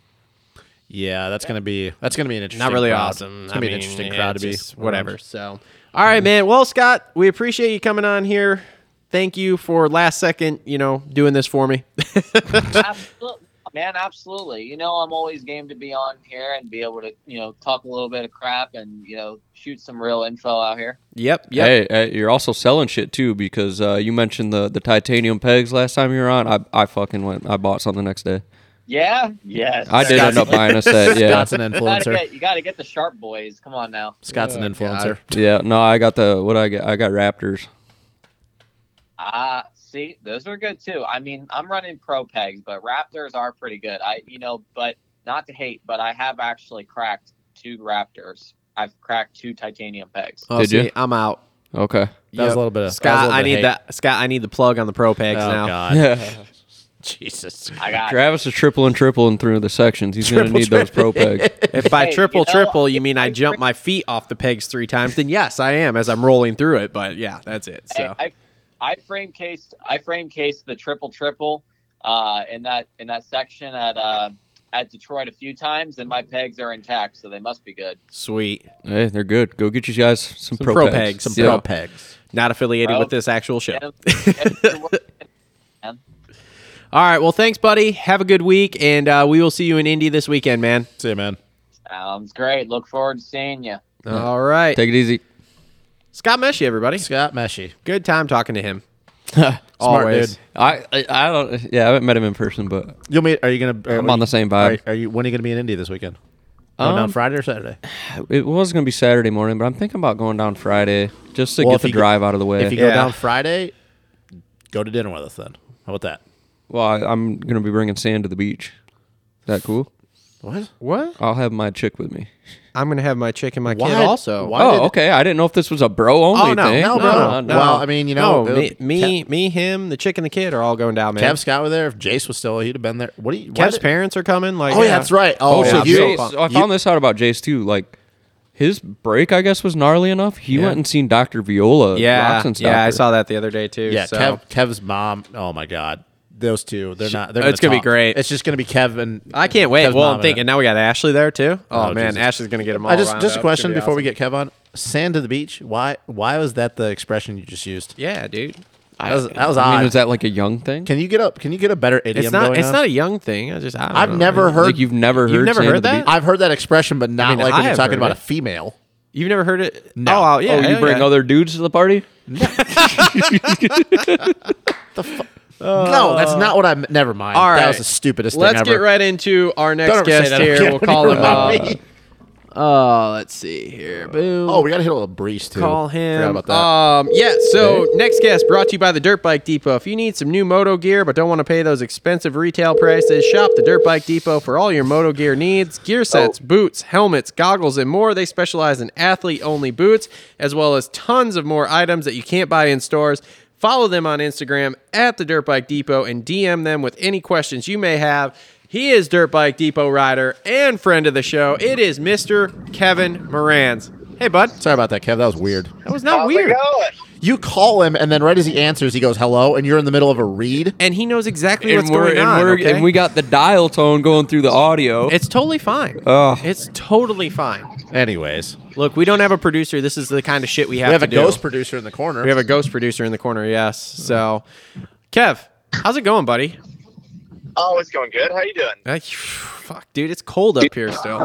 [SPEAKER 2] Yeah, that's gonna be that's gonna be an interesting.
[SPEAKER 1] not really
[SPEAKER 2] crowd.
[SPEAKER 1] awesome.
[SPEAKER 2] It's gonna be an interesting crowd to be.
[SPEAKER 1] whatever. So, all
[SPEAKER 2] Mm-hmm.
[SPEAKER 1] right, man. Well, Scott, we appreciate you coming on here. Thank you for last second, you know, doing this for me.
[SPEAKER 5] absolutely, man, absolutely. You know, I'm always game to be on here and be able to, you know, talk a little bit of crap and you know, shoot some real info out here.
[SPEAKER 1] yep,
[SPEAKER 3] Yeah.
[SPEAKER 1] yep.
[SPEAKER 3] Hey, uh, you're also selling shit too because uh, you mentioned the, the titanium pegs last time you were on. I, I fucking went. I bought something the next day.
[SPEAKER 5] Yeah, yes.
[SPEAKER 3] I did end up buying a set. Yeah.
[SPEAKER 2] Scott's an
[SPEAKER 5] You gotta,
[SPEAKER 2] influencer.
[SPEAKER 5] get, you gotta get the sharp boys. Come on now.
[SPEAKER 2] Scott's an influencer.
[SPEAKER 3] Yeah, no, I got the what I got. I got Raptors.
[SPEAKER 5] Ah, see, those are good too. I mean, I'm running pro pegs, but Raptors are pretty good. I, you know, but not to hate, but I have actually cracked two Raptors. I've cracked two titanium pegs.
[SPEAKER 1] Oh,
[SPEAKER 3] Did
[SPEAKER 1] see,
[SPEAKER 3] you?
[SPEAKER 1] I'm out.
[SPEAKER 3] Okay.
[SPEAKER 2] That was a little bit of that was a
[SPEAKER 1] Scott.
[SPEAKER 2] little
[SPEAKER 1] I
[SPEAKER 2] bit of
[SPEAKER 1] need that. Scott, I need the plug on the pro
[SPEAKER 2] hate.
[SPEAKER 1] pegs now.
[SPEAKER 2] Oh God.
[SPEAKER 3] Yeah.
[SPEAKER 2] Jesus.
[SPEAKER 5] I got
[SPEAKER 3] Travis is tripling, tripling through the sections. He's gonna need those pro pegs.
[SPEAKER 1] If by
[SPEAKER 5] Hey,
[SPEAKER 1] triple
[SPEAKER 5] you know,
[SPEAKER 1] triple you mean I
[SPEAKER 5] I-
[SPEAKER 1] jump my feet off the pegs three times, then yes, I am as I'm rolling through it. But yeah, that's it. So
[SPEAKER 5] I, I, I frame case I frame case the triple triple uh, in that in that section at uh, at Detroit a few times, and my pegs are intact, so they must be good.
[SPEAKER 1] sweet.
[SPEAKER 3] Hey, they're good. Go get you guys some,
[SPEAKER 1] Some
[SPEAKER 3] pro,
[SPEAKER 1] pro pegs,
[SPEAKER 3] pegs.
[SPEAKER 1] some
[SPEAKER 3] Yeah.
[SPEAKER 2] Pro pegs.
[SPEAKER 1] Not affiliated
[SPEAKER 5] Bro.
[SPEAKER 1] with this actual show.
[SPEAKER 5] And- and-
[SPEAKER 1] All right. Well, thanks, buddy. Have a good week, and uh, we will see you in Indy this weekend, man.
[SPEAKER 2] See you, man.
[SPEAKER 5] sounds great. Look forward to seeing you.
[SPEAKER 1] All right.
[SPEAKER 3] Take it easy.
[SPEAKER 1] Scott Meshy, everybody.
[SPEAKER 2] Scott Meshi.
[SPEAKER 1] Good time talking to him.
[SPEAKER 2] Smart
[SPEAKER 1] Always.
[SPEAKER 2] dude.
[SPEAKER 3] I, I I don't. Yeah, I haven't met him in person, but
[SPEAKER 2] You'll meet. Are you gonna? Are,
[SPEAKER 3] I'm
[SPEAKER 2] are
[SPEAKER 3] on
[SPEAKER 2] you-
[SPEAKER 3] the same
[SPEAKER 2] Are,
[SPEAKER 3] vibe.
[SPEAKER 2] are you? When are you gonna be in Indy this weekend? Going
[SPEAKER 3] Um,
[SPEAKER 2] down Friday or Saturday?
[SPEAKER 3] It was gonna be Saturday morning, but I'm thinking about going down Friday just to
[SPEAKER 2] Well, if
[SPEAKER 3] get the
[SPEAKER 2] you go-
[SPEAKER 3] drive out of the way.
[SPEAKER 2] If you
[SPEAKER 1] Yeah.
[SPEAKER 2] go down Friday, go to dinner with us then. How about that?
[SPEAKER 3] well, I, I'm gonna be bringing sand to the beach. Is that cool?
[SPEAKER 2] What?
[SPEAKER 1] What?
[SPEAKER 3] I'll have my chick with me.
[SPEAKER 1] I'm gonna have my chick and my
[SPEAKER 2] Why-
[SPEAKER 1] kid also.
[SPEAKER 2] why- I
[SPEAKER 3] oh,
[SPEAKER 2] did-
[SPEAKER 3] okay. I didn't know if this was a bro only
[SPEAKER 1] Oh no,
[SPEAKER 3] thing.
[SPEAKER 1] no, no,
[SPEAKER 2] No,
[SPEAKER 1] no,
[SPEAKER 2] no. Well, I mean, you know,
[SPEAKER 1] No, me,
[SPEAKER 2] it-
[SPEAKER 1] me, me, him, the chick and the kid are all going down, man.
[SPEAKER 2] Kev Scott were there. If Jace was still, he'd have been there. What do you? why
[SPEAKER 1] Kev's
[SPEAKER 2] did-
[SPEAKER 1] parents are coming. Like,
[SPEAKER 2] Oh yeah, that's right. Oh,
[SPEAKER 3] Oh,
[SPEAKER 2] so
[SPEAKER 3] so
[SPEAKER 1] I'm so
[SPEAKER 2] you?
[SPEAKER 3] Jace,
[SPEAKER 1] pumped.
[SPEAKER 3] so I found this out about Jace too. Like his break, I guess, was gnarly enough. He went and seen Doctor Viola.
[SPEAKER 1] Yeah,
[SPEAKER 3] Roxanne's
[SPEAKER 1] yeah. I
[SPEAKER 3] doctor.
[SPEAKER 1] saw that the other day too.
[SPEAKER 2] Yeah,
[SPEAKER 1] so.
[SPEAKER 2] Kev, Kev's mom. Oh my God, those two. They're not. They're
[SPEAKER 1] It's gonna be
[SPEAKER 2] talk.
[SPEAKER 1] great.
[SPEAKER 2] It's just gonna be Kevin.
[SPEAKER 1] I can't wait.
[SPEAKER 2] Kev's
[SPEAKER 1] well,
[SPEAKER 2] mom
[SPEAKER 1] I'm
[SPEAKER 2] and
[SPEAKER 1] thinking
[SPEAKER 2] I-
[SPEAKER 1] now we got Ashley there too. Oh,
[SPEAKER 2] Oh,
[SPEAKER 1] man,
[SPEAKER 2] Jesus.
[SPEAKER 1] Ashley's gonna get them all.
[SPEAKER 2] I just
[SPEAKER 1] wound
[SPEAKER 2] just a
[SPEAKER 1] up.
[SPEAKER 2] question
[SPEAKER 1] It's gonna be
[SPEAKER 2] before we get
[SPEAKER 1] awesome.
[SPEAKER 2] Kev on. Sand to the beach. Why? Why was that the expression you just used?
[SPEAKER 1] Yeah, dude.
[SPEAKER 2] That was, that was
[SPEAKER 3] I
[SPEAKER 2] odd.
[SPEAKER 3] mean, is that like a young thing?
[SPEAKER 2] can you get up? Can you get a better idiom?
[SPEAKER 1] It's not.
[SPEAKER 2] going
[SPEAKER 1] It's
[SPEAKER 2] on?
[SPEAKER 1] not a young thing. I just. I don't
[SPEAKER 2] I've
[SPEAKER 1] know,
[SPEAKER 2] never
[SPEAKER 1] man.
[SPEAKER 2] heard.
[SPEAKER 3] like you've never heard.
[SPEAKER 1] You've never
[SPEAKER 3] Sand to
[SPEAKER 1] heard
[SPEAKER 3] the
[SPEAKER 1] that?
[SPEAKER 3] Beach?
[SPEAKER 2] I've heard that expression, but not
[SPEAKER 1] mean,
[SPEAKER 2] like when
[SPEAKER 1] I
[SPEAKER 2] you're
[SPEAKER 1] have
[SPEAKER 2] talking
[SPEAKER 1] heard
[SPEAKER 2] about
[SPEAKER 1] it.
[SPEAKER 2] a female.
[SPEAKER 1] You've never heard it.
[SPEAKER 2] No.
[SPEAKER 1] Oh, wow, yeah.
[SPEAKER 3] oh, you
[SPEAKER 1] hell
[SPEAKER 3] bring
[SPEAKER 1] yeah.
[SPEAKER 3] other dudes to the party?
[SPEAKER 2] no, that's not what I. meant. Never mind.
[SPEAKER 1] All
[SPEAKER 2] that
[SPEAKER 1] right.
[SPEAKER 2] was the stupidest
[SPEAKER 1] Let's
[SPEAKER 2] thing
[SPEAKER 1] get
[SPEAKER 2] ever.
[SPEAKER 1] right into our next
[SPEAKER 2] Don't ever say
[SPEAKER 1] guest
[SPEAKER 2] that
[SPEAKER 1] here.
[SPEAKER 2] again.
[SPEAKER 1] We'll call him. Uh, Uh, let's see here. Boom.
[SPEAKER 2] Oh, we gotta hit a little breeze too.
[SPEAKER 1] Call him.
[SPEAKER 2] Forgot about that.
[SPEAKER 1] Um, yeah. So next guest brought to you by the Dirt Bike Depot. If you need some new moto gear but don't want to pay those expensive retail prices, shop the Dirt Bike Depot for all your moto gear needs:
[SPEAKER 2] Oh.
[SPEAKER 1] gear sets, boots, helmets, goggles, and more. They specialize in athlete-only boots, as well as tons of more items that you can't buy in stores. Follow them on Instagram at the Dirt Bike Depot and DM them with any questions you may have. He is Dirt Bike Depot rider and friend of the show. It is Mr. Kevin Moran's. Hey, bud.
[SPEAKER 2] Sorry about that, Kev. That was weird.
[SPEAKER 1] That was not
[SPEAKER 5] How's
[SPEAKER 1] weird.
[SPEAKER 5] it going?
[SPEAKER 2] You call him, and then right as he answers, he goes hello, and you're in the middle of a read.
[SPEAKER 1] and he knows exactly
[SPEAKER 6] And
[SPEAKER 1] what's
[SPEAKER 6] we're,
[SPEAKER 1] going
[SPEAKER 6] and,
[SPEAKER 1] on.
[SPEAKER 6] we're,
[SPEAKER 1] okay?
[SPEAKER 6] and we got the dial tone going through the audio.
[SPEAKER 1] it's totally fine.
[SPEAKER 6] Ugh.
[SPEAKER 1] It's totally fine.
[SPEAKER 2] Anyways, we
[SPEAKER 1] Look, we don't have a producer. This is the kind of shit we have.
[SPEAKER 2] have
[SPEAKER 1] to
[SPEAKER 2] a
[SPEAKER 1] do.
[SPEAKER 2] ghost producer in the corner.
[SPEAKER 1] We have a ghost producer in the corner. Yes. So, Kev, how's it going, buddy?
[SPEAKER 5] Oh, it's going good. How you doing?
[SPEAKER 1] Uh, fuck, dude, it's cold up here still.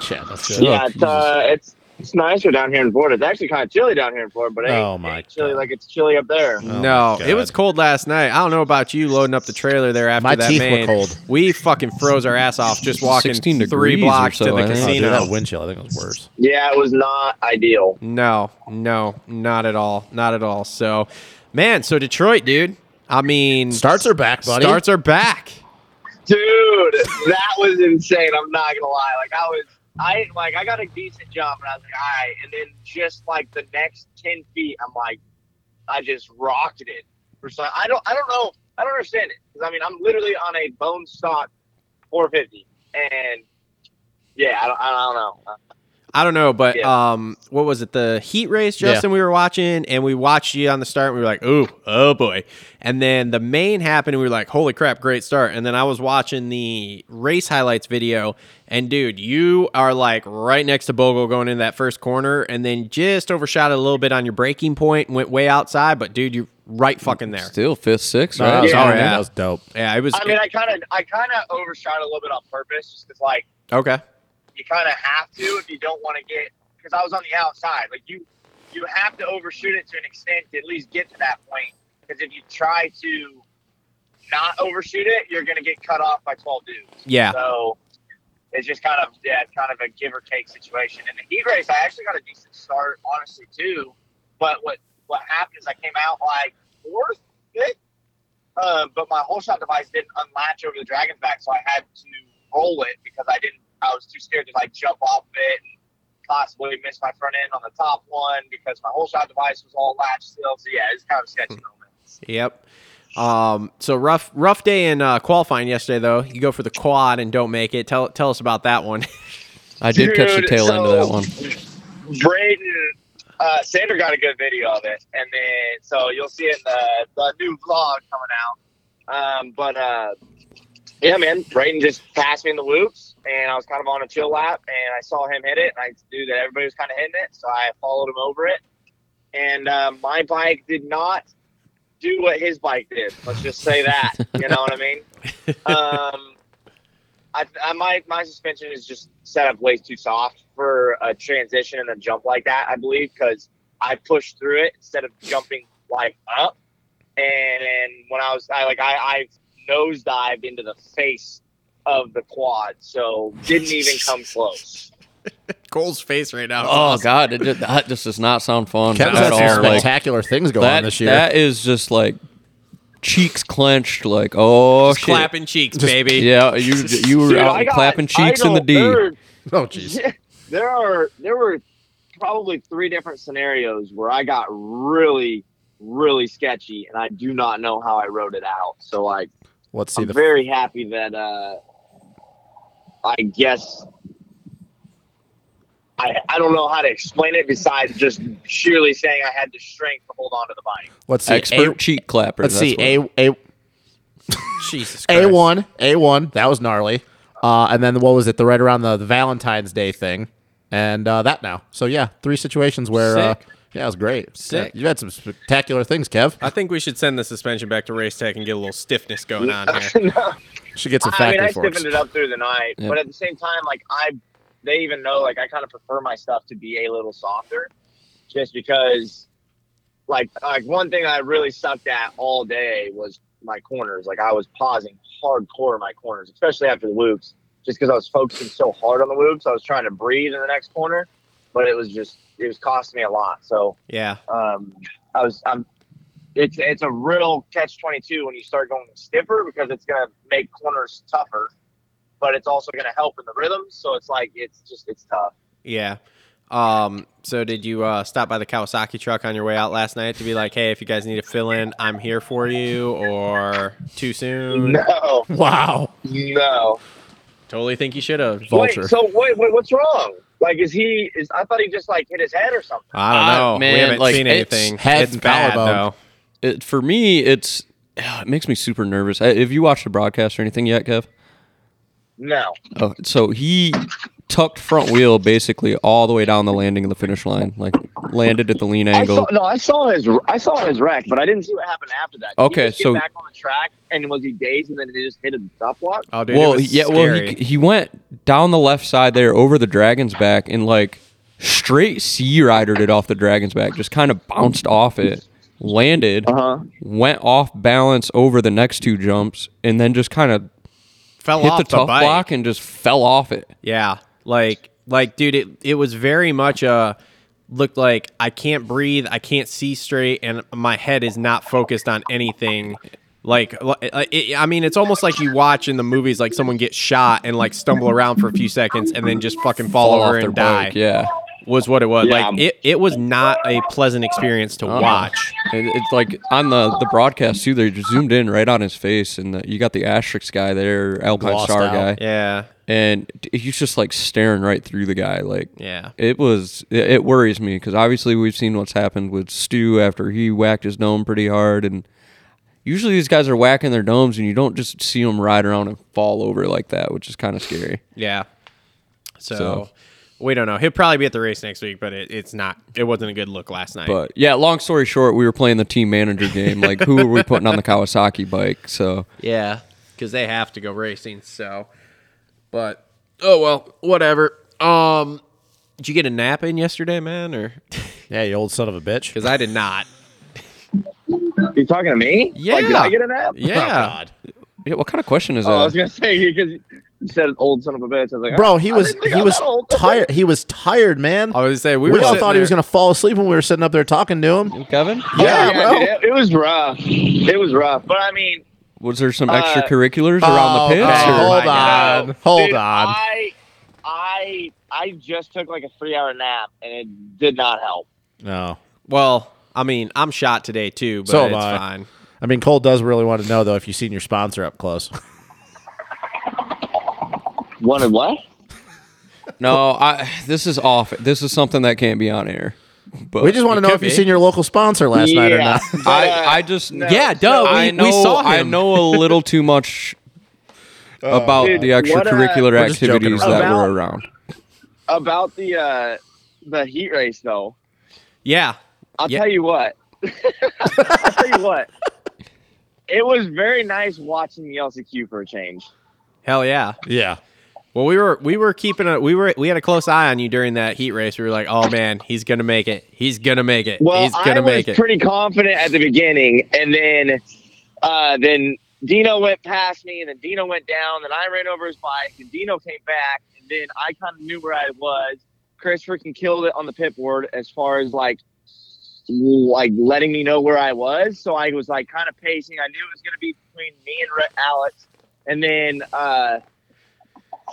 [SPEAKER 2] Chad, that's good.
[SPEAKER 5] Yeah, it's, uh, it's it's nicer down here in Florida. It's actually kind of chilly down here in Florida, but it ain't,
[SPEAKER 2] Oh, my
[SPEAKER 5] ain't chilly
[SPEAKER 2] God.
[SPEAKER 5] like it's chilly up there.
[SPEAKER 1] Oh, no,
[SPEAKER 2] Oh God.
[SPEAKER 1] it was cold last night. I don't know about you loading up the trailer there after
[SPEAKER 2] My
[SPEAKER 1] that.
[SPEAKER 2] teeth were
[SPEAKER 1] main.
[SPEAKER 2] cold.
[SPEAKER 1] We fucking froze our ass off just walking
[SPEAKER 6] 16
[SPEAKER 1] three
[SPEAKER 6] degrees or
[SPEAKER 1] blocks
[SPEAKER 6] so,
[SPEAKER 1] to the
[SPEAKER 6] I think.
[SPEAKER 2] Oh, dude,
[SPEAKER 1] casino.
[SPEAKER 2] that wind chill, I think it was worse.
[SPEAKER 5] Yeah, it was not ideal.
[SPEAKER 1] No, no, not at all. Not at all. So, man, so Detroit, dude. I mean,
[SPEAKER 2] Mm. Starts are back, buddy.
[SPEAKER 1] starts are back.
[SPEAKER 5] Dude, that was insane. I'm not gonna lie. Like I was I like I got a decent jump and I was like, all right, and then just like the next ten feet, I'm like I just rocketed. Or so I don't I don't know. I don't understand it. 'Cause, I mean I'm literally on a bone stock four fifty and yeah, I don't, I don't know.
[SPEAKER 1] I don't know, but
[SPEAKER 5] Yeah.
[SPEAKER 1] um, what was it? The heat race, Justin. We were watching, and we watched you on the start. and We were like, "Ooh, oh boy!" And then the main happened, and we were like, "Holy crap, great start!" And then I was watching the race highlights video, and dude, you are like right next to Bogle going into that first corner, and then just overshot it a little bit on your breaking point, and went way outside. But dude, you're right fucking there.
[SPEAKER 6] Still fifth, sixth,
[SPEAKER 2] No, that,
[SPEAKER 6] right?
[SPEAKER 2] was
[SPEAKER 1] Yeah.
[SPEAKER 2] all right.
[SPEAKER 1] Yeah.
[SPEAKER 2] that was dope.
[SPEAKER 1] Yeah, it was
[SPEAKER 5] I mean I kinda I kinda overshot a little bit on purpose just 'cause like
[SPEAKER 1] okay.
[SPEAKER 5] you kind of have to if you don't want to get because I was on the outside. Like you, you have to overshoot it to an extent to at least get to that point. Because if you try to not overshoot it, you're going to get cut off by 12 dudes.
[SPEAKER 1] Yeah.
[SPEAKER 5] So it's just kind of yeah, it's kind of a give or take situation. And the heat race, I actually got a decent start, honestly, too. But what what happened is I came out like fourth, fifth, uh, but my whole shot device didn't unlatch over the dragon's back, so I had to roll it because I didn't. I was too scared to like jump off it and possibly miss my front end on the top one because my whole shot device was all latched still. So yeah, it's kind of a sketchy moment.
[SPEAKER 1] Yep. Um, so rough, rough day in uh, qualifying yesterday, though. You go for the quad and don't make it. Tell tell us about that one.
[SPEAKER 6] I did catch the
[SPEAKER 5] Dude,
[SPEAKER 6] tail end of that one.
[SPEAKER 5] so Braden, uh, Sandra got a good video of it, and then so you'll see it in the, the new vlog coming out. Um, but uh, yeah, man, Braden just passed me in the whoops, and I was kind of on a chill lap, and I saw him hit it, and I knew that everybody was kind of hitting it, so I followed him over it, and uh, my bike did not do what his bike did. Let's just say that, you know what I mean? Um, I, I my my suspension is just set up way too soft for a transition and a jump like that. I believe because I pushed through it instead of jumping like up, and, when I was I like I I nose dived into the face of the quad, so didn't even come close.
[SPEAKER 1] Cole's face right now.
[SPEAKER 6] Oh god, it just, that just does not sound fun
[SPEAKER 2] Kev's
[SPEAKER 6] at
[SPEAKER 2] had some
[SPEAKER 6] all. Like,
[SPEAKER 2] spectacular things going
[SPEAKER 6] that,
[SPEAKER 2] on this year.
[SPEAKER 6] that is just like cheeks clenched, like oh shit.
[SPEAKER 1] clapping cheeks, baby.
[SPEAKER 6] Yeah, you you were
[SPEAKER 5] Dude,
[SPEAKER 6] out
[SPEAKER 5] I got
[SPEAKER 6] clapping cheeks in the
[SPEAKER 5] idled
[SPEAKER 6] D.
[SPEAKER 5] third.
[SPEAKER 2] oh, jeez.
[SPEAKER 5] there are there were probably three different scenarios where I got really really sketchy, and I do not know how I wrote it out. So like.
[SPEAKER 2] Let's see
[SPEAKER 5] I'm
[SPEAKER 2] the
[SPEAKER 5] very happy that uh, I guess I I don't know how to explain it besides just sheerly saying I had the strength to hold on to the bike.
[SPEAKER 2] let's see
[SPEAKER 6] Expert
[SPEAKER 2] a,
[SPEAKER 6] cheek clapper.
[SPEAKER 2] let's
[SPEAKER 6] that's
[SPEAKER 2] see
[SPEAKER 6] what-
[SPEAKER 2] a a
[SPEAKER 1] Jesus Christ.
[SPEAKER 2] a one a one that was gnarly. Uh, and then what was it? The right around the, the Valentine's Day thing, and uh, that now. So yeah, three situations where uh,
[SPEAKER 1] Sick.
[SPEAKER 2] yeah, it was great.
[SPEAKER 1] Sick.
[SPEAKER 2] You had some spectacular things, Kev.
[SPEAKER 1] I think we should send the suspension back to race tech and get a little stiffness going on here.
[SPEAKER 2] Should get some
[SPEAKER 5] I mean,
[SPEAKER 2] factory
[SPEAKER 5] I
[SPEAKER 2] forks.
[SPEAKER 5] stiffened it up through the night,
[SPEAKER 6] Yeah.
[SPEAKER 5] but at the same time, like I, they even know like I kind of prefer my stuff to be a little softer, just because, like, like one thing I really sucked at all day was my corners. Like I was pausing hardcore in my corners, especially after the loops, just because I was focusing so hard on the loops. I was trying to breathe in the next corner, but it was just it was costing me a lot. So
[SPEAKER 1] Yeah.
[SPEAKER 5] um, I was I'm it's it's a real catch twenty two when you start going stiffer because it's gonna make corners tougher, but it's also gonna help in the rhythm. So it's like it's just it's tough.
[SPEAKER 1] Yeah. Um, so did you uh, stop by the Kawasaki truck on your way out last night to be like, hey, if you guys need a fill in, I'm here for you, or too soon?
[SPEAKER 5] No,
[SPEAKER 2] Wow.
[SPEAKER 5] no.
[SPEAKER 1] Totally think you should have.
[SPEAKER 5] Wait, so Oh, wait, wait, what's wrong? Like, is he? Is I thought he just like hit his head or something.
[SPEAKER 1] I don't
[SPEAKER 3] Uh,
[SPEAKER 1] know.
[SPEAKER 3] man,
[SPEAKER 1] we haven't
[SPEAKER 3] like,
[SPEAKER 1] seen
[SPEAKER 3] it's
[SPEAKER 1] anything.
[SPEAKER 2] head
[SPEAKER 1] it's
[SPEAKER 2] and
[SPEAKER 1] bad
[SPEAKER 2] collarbone.
[SPEAKER 1] though.
[SPEAKER 3] It, for me, it's it makes me super nervous. Uh, Have you watched the broadcast or anything yet, Kev?
[SPEAKER 5] No.
[SPEAKER 3] Oh, so he tucked front wheel basically all the way down the landing of the finish line, like landed at the lean
[SPEAKER 5] I
[SPEAKER 3] angle.
[SPEAKER 5] saw, no, I saw his I saw his wreck, but I didn't see what happened after that. Did
[SPEAKER 3] Okay,
[SPEAKER 5] he just
[SPEAKER 3] so-
[SPEAKER 5] get back on the track and was he dazed and then they just hit a stop block?
[SPEAKER 1] Oh, dude, it
[SPEAKER 3] well,
[SPEAKER 1] was
[SPEAKER 3] yeah, well,
[SPEAKER 1] scary.
[SPEAKER 3] he, he went down the left side there over the dragon's back and like straight sea ridered it off the dragon's back, just kind of bounced off it, landed,
[SPEAKER 5] Uh-huh.
[SPEAKER 3] went off balance over the next two jumps, and then just kind of
[SPEAKER 1] fell
[SPEAKER 3] hit
[SPEAKER 1] off
[SPEAKER 3] the tough
[SPEAKER 1] bike.
[SPEAKER 3] block and just fell off it.
[SPEAKER 1] Yeah. Like like dude, it it was very much a looked like I can't breathe, I can't see straight and my head is not focused on anything. Like li- I- I I mean, it's almost like you watch in the movies like someone get shot and like stumble around for a few seconds and then just fucking fall,
[SPEAKER 3] Fall
[SPEAKER 1] over
[SPEAKER 3] off their
[SPEAKER 1] and die.
[SPEAKER 3] bike. Yeah.
[SPEAKER 1] Was what it was.
[SPEAKER 5] Yeah.
[SPEAKER 1] Like it, it was not a pleasant experience
[SPEAKER 3] Oh.
[SPEAKER 1] to watch.
[SPEAKER 3] It, it's like on the, the broadcast too. They just zoomed in right on his face, and the, you got the asterisk guy there, Alpine
[SPEAKER 2] Glossed
[SPEAKER 3] Star
[SPEAKER 2] out.
[SPEAKER 3] guy,
[SPEAKER 1] Yeah.
[SPEAKER 3] and he's just like staring right through the guy. Like,
[SPEAKER 1] Yeah.
[SPEAKER 3] it was. It, it worries me because obviously we've seen what's happened with Stu after he whacked his dome pretty hard, and usually these guys are whacking their domes, and you don't just see them ride around and fall over like that, which is kind of scary.
[SPEAKER 1] Yeah. So,
[SPEAKER 3] So-
[SPEAKER 1] we don't know. He'll probably be at the race next week, but it, it's not it wasn't a good look last night.
[SPEAKER 3] But yeah, long story short, we were playing the team manager game. Like, who are we putting on the Kawasaki bike? So
[SPEAKER 1] Yeah, because they have to go racing. So, but oh well, whatever. Um, did you get a nap in yesterday, man? Or
[SPEAKER 2] Yeah, you old son of a bitch.
[SPEAKER 1] because I did not.
[SPEAKER 5] You talking to me?
[SPEAKER 1] Yeah.
[SPEAKER 5] Like, did I get an app?
[SPEAKER 2] Oh,
[SPEAKER 1] Yeah,
[SPEAKER 2] God.
[SPEAKER 3] yeah, what kind of question is that?
[SPEAKER 5] Oh, I was gonna say because you said old son of a bitch. I was like,
[SPEAKER 2] Bro, he
[SPEAKER 5] I
[SPEAKER 2] was
[SPEAKER 5] didn't think
[SPEAKER 2] he
[SPEAKER 5] I
[SPEAKER 2] was
[SPEAKER 5] that old.
[SPEAKER 2] tired. He was tired, man.
[SPEAKER 1] I was say we,
[SPEAKER 2] Uh, we
[SPEAKER 1] were
[SPEAKER 2] all
[SPEAKER 1] sitting
[SPEAKER 2] thought he was
[SPEAKER 1] there-
[SPEAKER 2] gonna fall asleep when we were sitting up there talking to him.
[SPEAKER 3] Kevin?
[SPEAKER 2] Yeah,
[SPEAKER 5] Oh, Yeah,
[SPEAKER 2] bro.
[SPEAKER 5] dude, it, it was rough. It was rough, but I mean,
[SPEAKER 3] Was there some
[SPEAKER 5] Uh,
[SPEAKER 3] extracurriculars
[SPEAKER 2] Oh,
[SPEAKER 3] around the pits?
[SPEAKER 2] okay,
[SPEAKER 3] or-
[SPEAKER 2] hold
[SPEAKER 5] No,
[SPEAKER 2] on, hold
[SPEAKER 5] dude,
[SPEAKER 2] on.
[SPEAKER 5] I, I, I just took like a three-hour nap, and it did not help.
[SPEAKER 2] No,
[SPEAKER 1] Well, I mean, I'm shot today too, but
[SPEAKER 2] So am
[SPEAKER 1] it's
[SPEAKER 2] I.
[SPEAKER 1] fine.
[SPEAKER 2] I mean Cole does really want to know though if you've seen your sponsor up close.
[SPEAKER 5] One and what?
[SPEAKER 3] No, I, this is off. This is something that can't be on air. But
[SPEAKER 2] We just want to know if you've seen your local sponsor last night or not.
[SPEAKER 3] I,
[SPEAKER 5] Yeah, but-
[SPEAKER 3] I just
[SPEAKER 1] Yeah, duh, Oh, we-
[SPEAKER 3] I
[SPEAKER 1] we
[SPEAKER 3] know,
[SPEAKER 1] saw
[SPEAKER 3] I
[SPEAKER 1] him.
[SPEAKER 3] know a little too much about
[SPEAKER 5] Dude,
[SPEAKER 3] the
[SPEAKER 5] what, uh,
[SPEAKER 3] extracurricular
[SPEAKER 2] We're just joking
[SPEAKER 3] activities
[SPEAKER 2] around.
[SPEAKER 3] that
[SPEAKER 5] About-
[SPEAKER 3] were around.
[SPEAKER 5] about the uh the heat race though.
[SPEAKER 1] Yeah,
[SPEAKER 5] I'll
[SPEAKER 1] Yeah.
[SPEAKER 5] tell you what. I'll tell you what. It was very nice watching the LCQ for a change.
[SPEAKER 1] hell yeah.
[SPEAKER 2] Yeah.
[SPEAKER 1] Well, we were we were keeping a we were we had a close eye on you during that heat race. We were like, oh man, he's gonna make it. He's gonna make it.
[SPEAKER 5] Well,
[SPEAKER 1] he's
[SPEAKER 5] I
[SPEAKER 1] gonna
[SPEAKER 5] was
[SPEAKER 1] make it.
[SPEAKER 5] pretty confident at the beginning, and then uh, then Dino went past me, and then Dino went down, and I ran over his bike, and Dino came back, and then I kind of knew where I was. Chris freaking killed it on the pit board as far as like like letting me know where I was. So I was like kind of pacing. I knew it was going to be between me and Re- Alex, and then uh,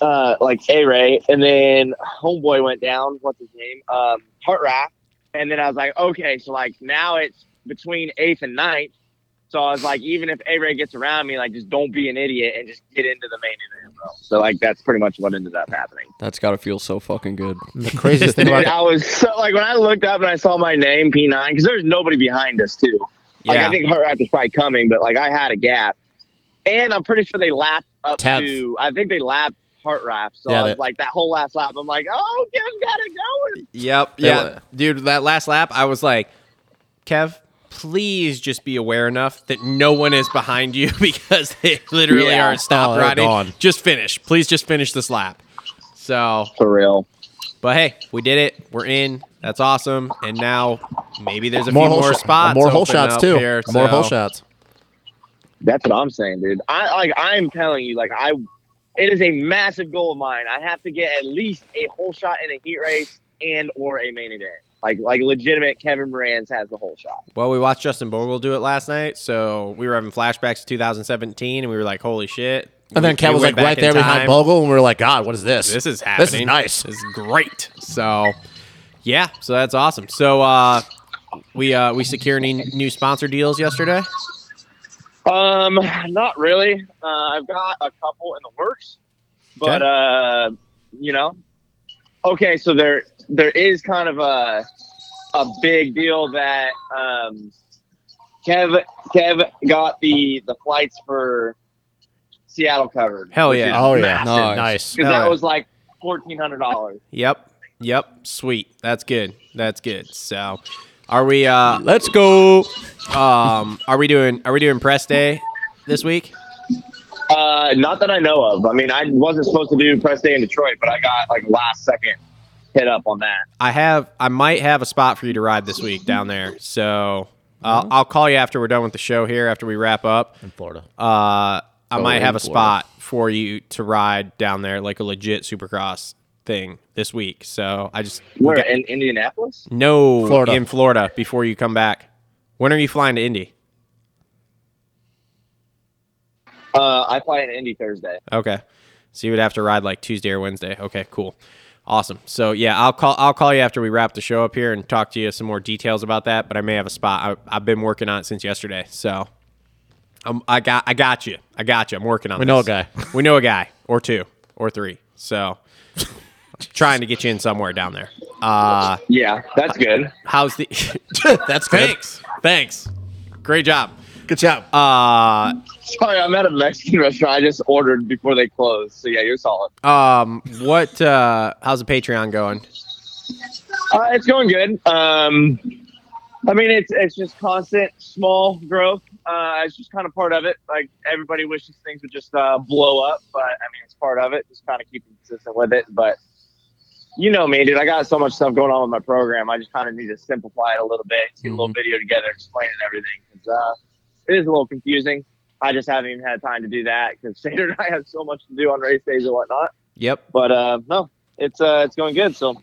[SPEAKER 5] uh, like A Ray, and then Homeboy went down. What's his name? Um, Heart Rack. And then I was like, okay, so like now it's between eighth and ninth. So I was like, even if A Ray gets around me, like just don't be an idiot and just get into the main event, bro. So like that's pretty much what ended up happening.
[SPEAKER 3] That's got to feel so fucking good.
[SPEAKER 2] The craziest thing
[SPEAKER 5] Dude,
[SPEAKER 2] about
[SPEAKER 5] I was so like when I looked up and I saw my name P9 because there's nobody behind us too. Like
[SPEAKER 1] Yeah.
[SPEAKER 5] I think Hart was probably coming, but like I had a gap, and I'm pretty sure they lapped up
[SPEAKER 2] Tenth.
[SPEAKER 5] to. I think they lapped Hart Rap. So
[SPEAKER 2] Yeah,
[SPEAKER 5] I was
[SPEAKER 2] they-
[SPEAKER 5] like that whole last lap. I'm like, oh, Kev's got it going.
[SPEAKER 1] Yep.
[SPEAKER 2] They
[SPEAKER 1] Yeah.
[SPEAKER 2] were-
[SPEAKER 1] Dude, that last lap, I was like, Kev, please just be aware enough that no one is behind you because they literally
[SPEAKER 5] Yeah.
[SPEAKER 1] are stopped
[SPEAKER 2] Oh, they're
[SPEAKER 1] riding.
[SPEAKER 2] gone.
[SPEAKER 1] Just finish. Please just finish this lap. So,
[SPEAKER 5] For real.
[SPEAKER 1] but hey, we did it. We're in. That's awesome. And now maybe there's a
[SPEAKER 2] more
[SPEAKER 1] few
[SPEAKER 2] whole
[SPEAKER 1] more
[SPEAKER 2] sh-
[SPEAKER 1] spots.
[SPEAKER 2] more whole
[SPEAKER 1] open
[SPEAKER 2] shots
[SPEAKER 1] up
[SPEAKER 2] too.
[SPEAKER 1] here,
[SPEAKER 2] More
[SPEAKER 1] so-
[SPEAKER 2] whole shots.
[SPEAKER 5] That's what I'm saying, dude. I like I'm telling you, like I
[SPEAKER 7] It is a massive goal of mine. I have to get at least a whole shot in a heat race and or a main event. Like like legitimate Kevin Moran's has the whole shot.
[SPEAKER 1] Well, we watched Justin Bogle do it last night, so we were having flashbacks to 2017, and we were like, "Holy shit!"
[SPEAKER 2] And then
[SPEAKER 1] We-
[SPEAKER 2] Kev
[SPEAKER 1] we
[SPEAKER 2] was like
[SPEAKER 1] went back
[SPEAKER 2] right
[SPEAKER 1] in
[SPEAKER 2] there behind
[SPEAKER 1] time.
[SPEAKER 2] Bogle, and we were like, God, what is this?
[SPEAKER 1] This is happening.
[SPEAKER 2] This is nice.
[SPEAKER 1] This is great. So, yeah, so that's awesome. So, uh, we uh, we secure any new sponsor deals yesterday?
[SPEAKER 7] Um, not really. Uh, I've got a couple in the works, but uh, you know, okay. So there, there is kind of a a big deal that um, Kev Kev got the the flights for Seattle covered.
[SPEAKER 1] Hell yeah.
[SPEAKER 2] Oh yeah,
[SPEAKER 6] Nice.
[SPEAKER 2] nice.
[SPEAKER 7] because
[SPEAKER 1] Hell yeah.
[SPEAKER 7] that was like fourteen hundred dollars.
[SPEAKER 1] Yep. Yep. Sweet. That's good. That's good. So, are we uh
[SPEAKER 6] Let's go.
[SPEAKER 1] um are we doing are we doing press day this week?
[SPEAKER 7] Uh, not that I know of. I mean, I wasn't supposed to do press day in Detroit, but I got like last second hit up on that.
[SPEAKER 1] I have I might have a spot for you to ride this week down there. So, uh, I'll call you after we're done with the show here after we wrap up.
[SPEAKER 2] In Florida.
[SPEAKER 1] Uh I might
[SPEAKER 6] in
[SPEAKER 1] have
[SPEAKER 6] Florida.
[SPEAKER 1] a spot for you to ride down there like a legit supercross thing this week. So, I just
[SPEAKER 7] Where in Indianapolis?
[SPEAKER 1] no
[SPEAKER 2] Florida.
[SPEAKER 1] in Florida before you come back. When are you flying to Indy?
[SPEAKER 7] Uh, I fly in Indy Thursday.
[SPEAKER 1] Okay. So you would have to ride like Tuesday or Wednesday. Okay, cool. Awesome. So yeah, I'll call I'll call you after we wrap the show up here and talk to you some more details about that, but I may have a spot. I, I've been working on it since yesterday. So um, I got I got you. I got you. I'm working on
[SPEAKER 2] We know a
[SPEAKER 1] this.
[SPEAKER 2] guy.
[SPEAKER 1] We know a guy or two or three. So trying to get you in somewhere down there. Uh
[SPEAKER 7] Yeah, that's good.
[SPEAKER 1] how's the
[SPEAKER 2] That's good.
[SPEAKER 1] Thanks. Thanks. Great job.
[SPEAKER 2] Good job.
[SPEAKER 1] Uh
[SPEAKER 7] Sorry, I'm at a Mexican restaurant. I just ordered before they closed. So yeah, you're solid.
[SPEAKER 1] um what uh how's the Patreon going?
[SPEAKER 7] Uh, it's going good. Um, I mean, it's it's just constant small growth. Uh, it's just kind of part of it. Like everybody wishes things would just uh, blow up, but I mean, it's part of it. Just kind of keeping consistent with it. But you know me, dude. I got so much stuff going on with my program. I just kind of need to simplify it a little bit, get a little video together, explaining everything. 'cause, uh, it is a little confusing. I just haven't even had time to do that because Sandra and I have so much to do on race days and whatnot.
[SPEAKER 1] Yep.
[SPEAKER 7] But uh, no, it's uh, it's going good. So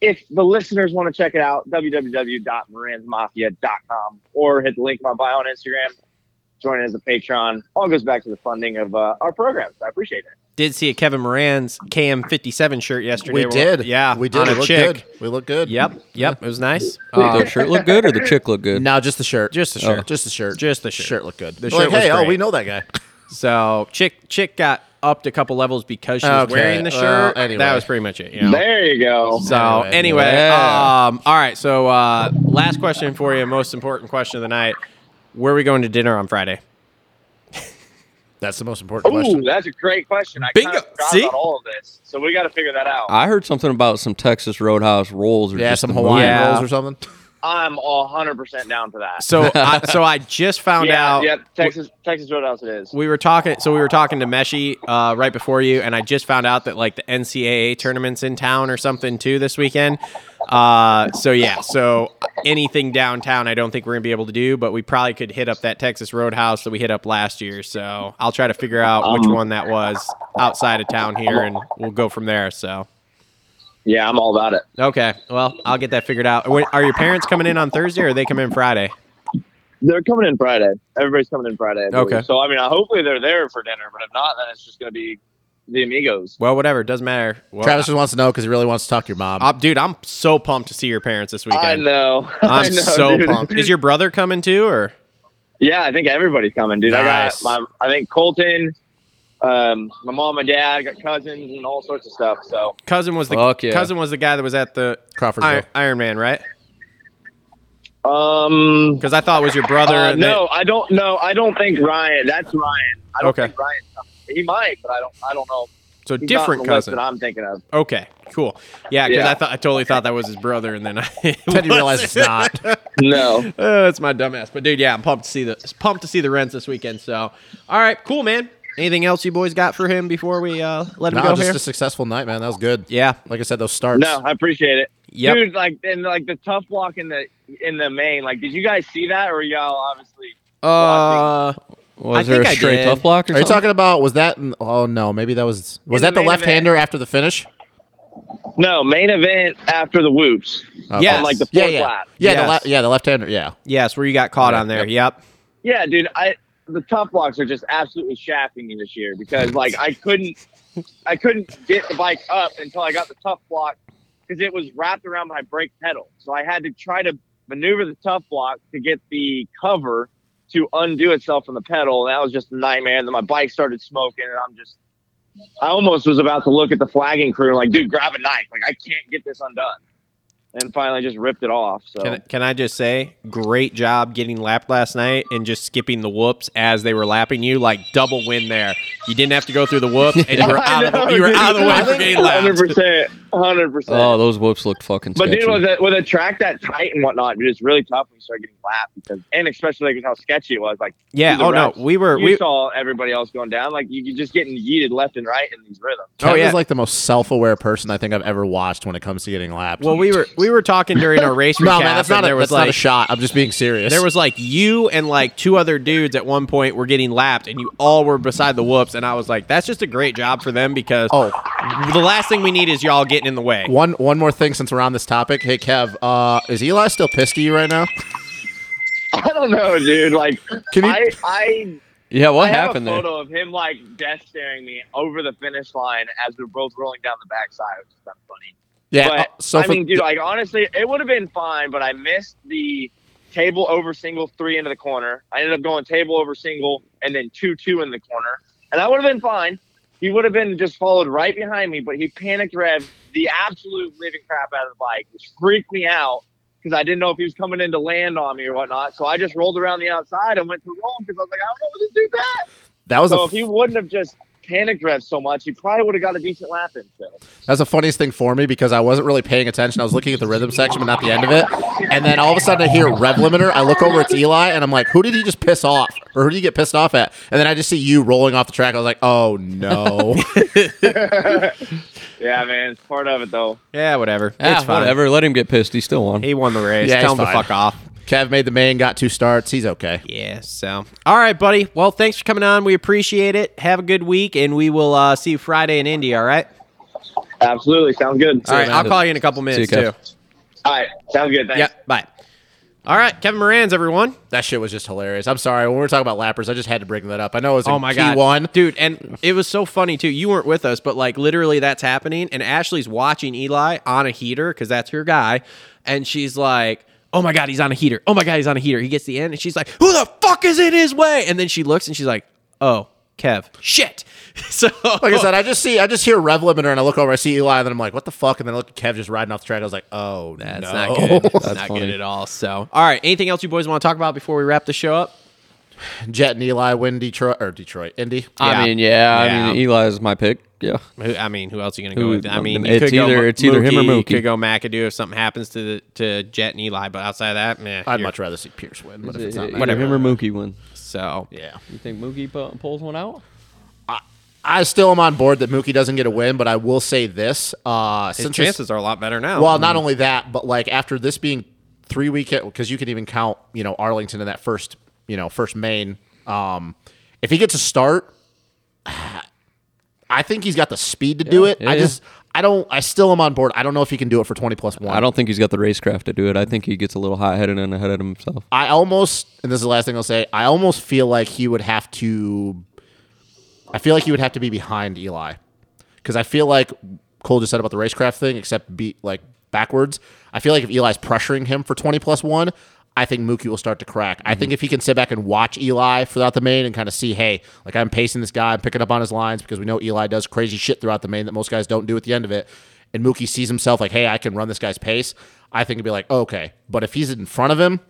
[SPEAKER 7] if the listeners want to check it out, www.moransmafia.com or hit the link in my bio on Instagram. Join as a patron. All goes back to the funding of uh, our programs. I appreciate it.
[SPEAKER 1] did see a Kevin Moran's KM57 shirt yesterday.
[SPEAKER 2] We
[SPEAKER 1] We're-
[SPEAKER 2] did.
[SPEAKER 1] Yeah.
[SPEAKER 2] we did.
[SPEAKER 1] on
[SPEAKER 2] We
[SPEAKER 1] a
[SPEAKER 2] look
[SPEAKER 1] chick.
[SPEAKER 2] good. We look good.
[SPEAKER 1] Yep. Yep. It was nice.
[SPEAKER 6] Did
[SPEAKER 1] Uh,
[SPEAKER 6] the shirt look good or the chick look good?
[SPEAKER 2] No, just the shirt. Oh,
[SPEAKER 1] Just the shirt.
[SPEAKER 2] Just the shirt.
[SPEAKER 1] Just the shirt.
[SPEAKER 2] looked good.
[SPEAKER 1] The
[SPEAKER 2] The
[SPEAKER 1] shirt
[SPEAKER 2] shirt
[SPEAKER 1] was
[SPEAKER 2] hey, oh,
[SPEAKER 1] great.
[SPEAKER 2] we know that guy.
[SPEAKER 1] so chick chick got upped a couple levels because she was
[SPEAKER 2] Okay,
[SPEAKER 1] wearing the
[SPEAKER 2] well,
[SPEAKER 1] shirt.
[SPEAKER 2] anyway.
[SPEAKER 1] That was pretty much it. You know?
[SPEAKER 7] There you go.
[SPEAKER 1] So
[SPEAKER 2] Anyway.
[SPEAKER 1] anyway,
[SPEAKER 6] Yeah.
[SPEAKER 1] um, all right. So uh, last question for you, most important question of the night: Where are we going to dinner on Friday?
[SPEAKER 2] That's the most important
[SPEAKER 7] Ooh,
[SPEAKER 2] question.
[SPEAKER 7] that's a great question. I
[SPEAKER 1] Bingo.
[SPEAKER 7] kind of forgot
[SPEAKER 1] See?
[SPEAKER 7] about all of this, so we got to figure that out.
[SPEAKER 6] I heard something about some Texas Roadhouse rolls or
[SPEAKER 2] Yeah,
[SPEAKER 6] just
[SPEAKER 2] some
[SPEAKER 6] the
[SPEAKER 2] Hawaiian
[SPEAKER 1] Yeah.
[SPEAKER 2] rolls or something.
[SPEAKER 7] I'm all 100% down for that.
[SPEAKER 1] So I, so I just found
[SPEAKER 7] yeah,
[SPEAKER 1] out.
[SPEAKER 7] yeah, Texas, Texas Roadhouse it is.
[SPEAKER 1] we were talking so we were talking to meshi uh, right before you and i just found out that like the ncaa tournaments in town or something too this weekend uh, so yeah so anything downtown i don't think we're gonna be able to do but we probably could hit up that texas roadhouse that we hit up last year so i'll try to figure out which one that was outside of town here and we'll go from there so
[SPEAKER 7] Yeah, I'm all about it.
[SPEAKER 1] okay well i'll get that figured out When- are your parents coming in on thursday or they come in friday
[SPEAKER 7] They're coming in Friday. Everybody's coming in Friday. I believe.
[SPEAKER 1] Okay.
[SPEAKER 7] So I mean, I- hopefully they're there for dinner, but if not, then it's just going to be the amigos.
[SPEAKER 1] well whatever doesn't matter well,
[SPEAKER 2] Travis just wants to know because he really wants to talk to your mom.
[SPEAKER 1] I- dude i'm so pumped to see your parents this weekend
[SPEAKER 7] I know. I
[SPEAKER 1] I'm
[SPEAKER 7] know,
[SPEAKER 1] so
[SPEAKER 7] dude.
[SPEAKER 1] pumped. Is your brother coming too, or
[SPEAKER 7] Yeah, I think everybody's coming, dude.
[SPEAKER 2] Nice.
[SPEAKER 7] I got my. I think Colton, um, my mom and dad, I got cousins and all sorts of stuff. So
[SPEAKER 1] cousin was the
[SPEAKER 6] Fuck yeah.
[SPEAKER 1] cousin was the guy that was at the
[SPEAKER 2] Crawford.
[SPEAKER 1] Iron, Iron Man, right?
[SPEAKER 7] um,
[SPEAKER 1] Because I thought it was your brother.
[SPEAKER 7] uh,
[SPEAKER 1] and they-
[SPEAKER 7] no, I don't know. I don't think Ryan. That's Ryan. I don't
[SPEAKER 1] Okay.
[SPEAKER 7] think Ryan's coming. He might, but I don't. I don't know.
[SPEAKER 1] so
[SPEAKER 7] He's not on
[SPEAKER 1] different
[SPEAKER 7] the list
[SPEAKER 1] cousin.
[SPEAKER 7] that I'm thinking of.
[SPEAKER 1] Okay, cool. Yeah, because
[SPEAKER 7] Yeah.
[SPEAKER 1] I thought I totally thought that was his brother, and then I
[SPEAKER 2] Then you realize it's not.
[SPEAKER 7] No.
[SPEAKER 1] Uh, that's my dumbass. But dude, yeah, I'm pumped to see the pumped to see the Rents this weekend. So, all right, cool, man. Anything else you boys got for him before we uh, let him
[SPEAKER 2] no,
[SPEAKER 1] go
[SPEAKER 2] just
[SPEAKER 1] here?
[SPEAKER 2] a successful night, man. That was good.
[SPEAKER 1] yeah.
[SPEAKER 2] Like I said, those starts.
[SPEAKER 7] No, I appreciate it.
[SPEAKER 1] Yep.
[SPEAKER 7] Dude, like and like the tough walk in the in the main, like did you guys see that or y'all obviously
[SPEAKER 1] Uh,
[SPEAKER 6] Hawaiian. Was
[SPEAKER 1] I
[SPEAKER 6] there a
[SPEAKER 1] think I
[SPEAKER 6] straight
[SPEAKER 1] did.
[SPEAKER 6] tough block or
[SPEAKER 2] Are you
[SPEAKER 6] something?
[SPEAKER 2] talking about? Was that? in- Oh no, maybe that was. Was
[SPEAKER 7] In the
[SPEAKER 2] that the
[SPEAKER 7] main
[SPEAKER 2] left hander after the finish?
[SPEAKER 7] No, main event after the whoops.
[SPEAKER 1] Yes.
[SPEAKER 7] On like the
[SPEAKER 2] Yeah,
[SPEAKER 7] fourth
[SPEAKER 2] yeah,
[SPEAKER 7] lap.
[SPEAKER 2] yeah. The
[SPEAKER 1] Yes. Oh,
[SPEAKER 2] le- yeah, the left hander. Yeah,
[SPEAKER 1] Yes, where you got caught on there. Yep.
[SPEAKER 7] Yeah, dude, I the tough blocks are just absolutely shafting me this year because like I couldn't I couldn't get the bike up until I got the tough block because it was wrapped around my brake pedal. So I had to try to maneuver the tough block to get the cover to undo itself from the pedal. And that was just a nightmare. And then my bike started smoking and I'm just I almost was about to look at the flagging crew and like, dude, grab a knife. Like I can't get this undone. And finally I just ripped it off. So
[SPEAKER 1] Can, can I just say, great job getting lapped last night and just skipping the whoops as they were lapping you, like double win there. You didn't have to go through the whoops, and you were out of the, you were out of the way for getting
[SPEAKER 7] Hundred
[SPEAKER 1] lapped.
[SPEAKER 7] percent, hundred percent.
[SPEAKER 6] Oh, those whoops look fucking
[SPEAKER 7] But
[SPEAKER 6] sketchy.
[SPEAKER 7] dude, with a, with a track that tight and whatnot, dude, it's really tough when you start getting lapped because, and especially like with how sketchy it was. Like,
[SPEAKER 1] Yeah.
[SPEAKER 7] the
[SPEAKER 1] Oh no,
[SPEAKER 7] refs.
[SPEAKER 1] we were
[SPEAKER 7] you
[SPEAKER 1] we.
[SPEAKER 7] saw everybody else going down. Like, you, you're just getting yeeted left and right in these rhythms.
[SPEAKER 2] Kevin
[SPEAKER 1] oh, yeah.
[SPEAKER 2] is like the most self-aware person I think I've ever watched when it comes to getting lapped.
[SPEAKER 1] Well, we were we were talking during our race recap.
[SPEAKER 2] no, man, that's not
[SPEAKER 1] and
[SPEAKER 2] a,
[SPEAKER 1] there was
[SPEAKER 2] that's not a
[SPEAKER 1] like-
[SPEAKER 2] shot. I'm just being serious.
[SPEAKER 1] There was like you and like two other dudes at one point were getting lapped, and you all were beside the whoops. And I was like, that's just a great job for them because
[SPEAKER 2] Oh.
[SPEAKER 1] the last thing we need is y'all getting in the way.
[SPEAKER 2] one one more thing since we're on this topic. Hey, Kev, uh, is Eli still pissed at you right now?
[SPEAKER 7] I don't know, dude. Like,
[SPEAKER 2] Can you-
[SPEAKER 7] I, I,
[SPEAKER 6] yeah, what
[SPEAKER 7] I have a
[SPEAKER 6] happened there?
[SPEAKER 7] photo of him like death staring me over the finish line as we're both rolling down the backside, which is kind of funny.
[SPEAKER 2] Yeah.
[SPEAKER 7] but
[SPEAKER 2] uh, so
[SPEAKER 7] I
[SPEAKER 2] for-
[SPEAKER 7] mean, dude, like honestly, it would have been fine, but I missed the table over single three into the corner. I ended up going table over single and then two two in the corner, and that would have been fine. He would have been just followed right behind me, but he panicked rev the absolute living crap out of the bike, which freaked me out because I didn't know if he was coming in to land on me or whatnot. So I just rolled around the outside and went to roll because I was like, I don't know what to do that.
[SPEAKER 2] that was
[SPEAKER 7] So
[SPEAKER 2] a
[SPEAKER 7] if he wouldn't have just panicked rev so much, he probably would have got a decent lap in. So.
[SPEAKER 2] That's the funniest thing for me because I wasn't really paying attention. I was looking at the rhythm section, but not the end of it. And then all of a sudden, I hear rev limiter. I look over, it's Eli, and I'm like, "Who did he just piss off? Or who did he get pissed off at?" And then I just see you rolling off the track. I was like, "Oh no!"
[SPEAKER 7] Yeah, man, it's part of it though.
[SPEAKER 1] Yeah, whatever.
[SPEAKER 2] Yeah,
[SPEAKER 1] it's fine.
[SPEAKER 6] Whatever, let him get pissed. He still won.
[SPEAKER 1] He won the race.
[SPEAKER 2] Yeah,
[SPEAKER 1] Tell
[SPEAKER 2] he's
[SPEAKER 1] him to
[SPEAKER 2] fine.
[SPEAKER 1] fuck off.
[SPEAKER 2] Kev made the main, got two starts. He's okay.
[SPEAKER 1] Yeah. So, all right, buddy. Well, thanks for coming on. We appreciate it. Have a good week, and we will uh, see you Friday in Indy. All right.
[SPEAKER 7] Absolutely, sounds good.
[SPEAKER 1] All right.
[SPEAKER 6] man.
[SPEAKER 1] I'll call you in a couple minutes
[SPEAKER 6] See you,
[SPEAKER 1] too.
[SPEAKER 6] Kev.
[SPEAKER 7] All right, sounds good. Thanks.
[SPEAKER 1] Yeah. Bye. All right, Kevin Moran's everyone.
[SPEAKER 2] That shit was just hilarious. I'm sorry when we were talking about lappers, I just had to bring that up. I know it was
[SPEAKER 1] Oh my god,
[SPEAKER 2] one.
[SPEAKER 1] dude! And it was so funny too. You weren't with us, but like literally, that's happening. And Ashley's watching Eli on a heater because that's her guy, and she's like. Oh my God, he's on a heater. Oh my God, he's on a heater. He gets the end, and she's like, "Who the fuck is in his way?" And then she looks, and she's like, "Oh, Kev, shit." So
[SPEAKER 2] Like I said, I just see, I just hear rev limiter, and I look over, I see Eli, and then I'm like, "What the fuck?" And then I look at Kev just riding off the track. I was like, "Oh,
[SPEAKER 1] That's
[SPEAKER 2] no.
[SPEAKER 1] not good. That's,
[SPEAKER 6] That's
[SPEAKER 1] not good
[SPEAKER 6] funny.
[SPEAKER 1] at all. So, all right. Anything else you boys want to talk about before we wrap the show up?
[SPEAKER 2] Jet and Eli win Detroit or Detroit Indy.
[SPEAKER 6] I
[SPEAKER 1] Yeah.
[SPEAKER 6] mean, yeah, I mean,
[SPEAKER 1] Yeah.
[SPEAKER 6] Eli is my pick. Yeah.
[SPEAKER 1] Who, I mean, who else are you going to go
[SPEAKER 6] Who- um,
[SPEAKER 1] with? I mean, you
[SPEAKER 6] it's
[SPEAKER 1] could go
[SPEAKER 6] either-
[SPEAKER 1] Mo-
[SPEAKER 6] it's either him or
[SPEAKER 1] You
[SPEAKER 6] Mookie.
[SPEAKER 1] could go McAdoo if something happens to the, to Jet and Eli. But outside of that, man,
[SPEAKER 2] I'd much rather see Pierce win, but if it's not that,
[SPEAKER 6] Whatever. Remember Mookie win.
[SPEAKER 1] so
[SPEAKER 2] yeah.
[SPEAKER 6] You think Mookie pu- pulls one out?
[SPEAKER 2] I still am on board that Mookie doesn't get a win, but I will say this: uh,
[SPEAKER 1] his
[SPEAKER 2] since
[SPEAKER 1] chances are a lot better now.
[SPEAKER 2] well,
[SPEAKER 6] Mm.
[SPEAKER 2] not only that, but like after this being three weekend, because you could even count, you know, Arlington in that first, you know, first main. Um, if he gets a start, I think he's got the speed to do it.
[SPEAKER 6] yeah,
[SPEAKER 2] I
[SPEAKER 6] yeah.
[SPEAKER 2] just, I don't, I still am on board. I don't know if he can do it for twenty plus one.
[SPEAKER 6] I don't think he's got the racecraft to do it. I think he gets a little hot headed and ahead of himself.
[SPEAKER 2] I almost, and this is the last thing I'll say. I almost feel like he would have to. I feel like he would have to be behind Eli, because I feel like Cole just said about the racecraft thing, except be like backwards. I feel like if Eli's pressuring him for twenty plus one, I think Mookie will start to crack. I think if he can sit back and watch Eli throughout the main and kind of see, hey, like I'm pacing this guy, I'm picking up on his lines because we know Eli does crazy shit throughout the main that most guys don't do at the end of it. And Mookie sees himself like, hey, I can run this guy's pace. I think he'd be like, okay. But if he's in front of him,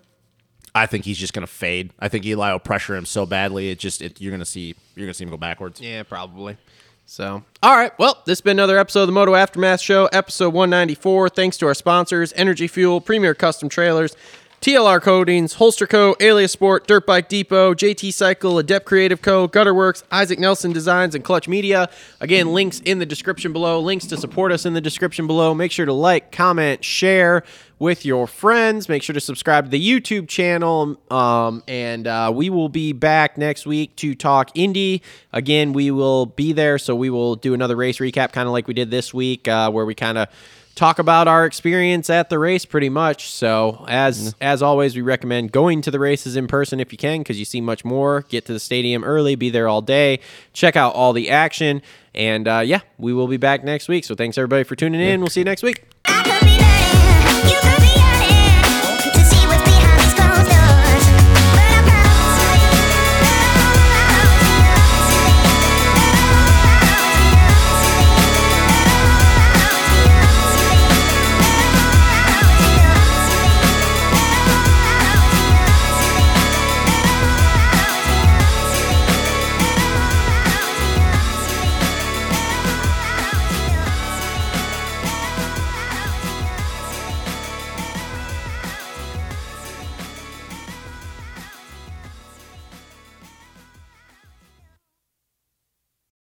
[SPEAKER 2] I think he's just going to fade. I think Eli will pressure him so badly. It just it, you're going to see you're going to see him go backwards.
[SPEAKER 1] Yeah, probably. So, all right. Well, this has been another episode of the Moto Aftermath Show, episode 194. Thanks to our sponsors, Energy Fuel, Premier Custom Trailers, TLR Coatings, Holster Co., Alias Sport, Dirt Bike Depot, JT Cycle, Adept Creative Co., Gutterworks, Isaac Nelson Designs, and Clutch Media. Again, links in the description below. Links to support us in the description below. Make sure to like, comment, share with your friends. Make sure to subscribe to the YouTube channel. Um, and uh, we will be back next week to talk indie. Again, we will be there, so we will do another race recap, kind of like we did this week, uh, where we kind of talk about our experience at the race pretty much so as as always we recommend going to the races in person if you can because you see much more get to the stadium early be there all day check out all the action and uh, yeah we will be back next week so thanks everybody for tuning in we'll see you next week
[SPEAKER 8] I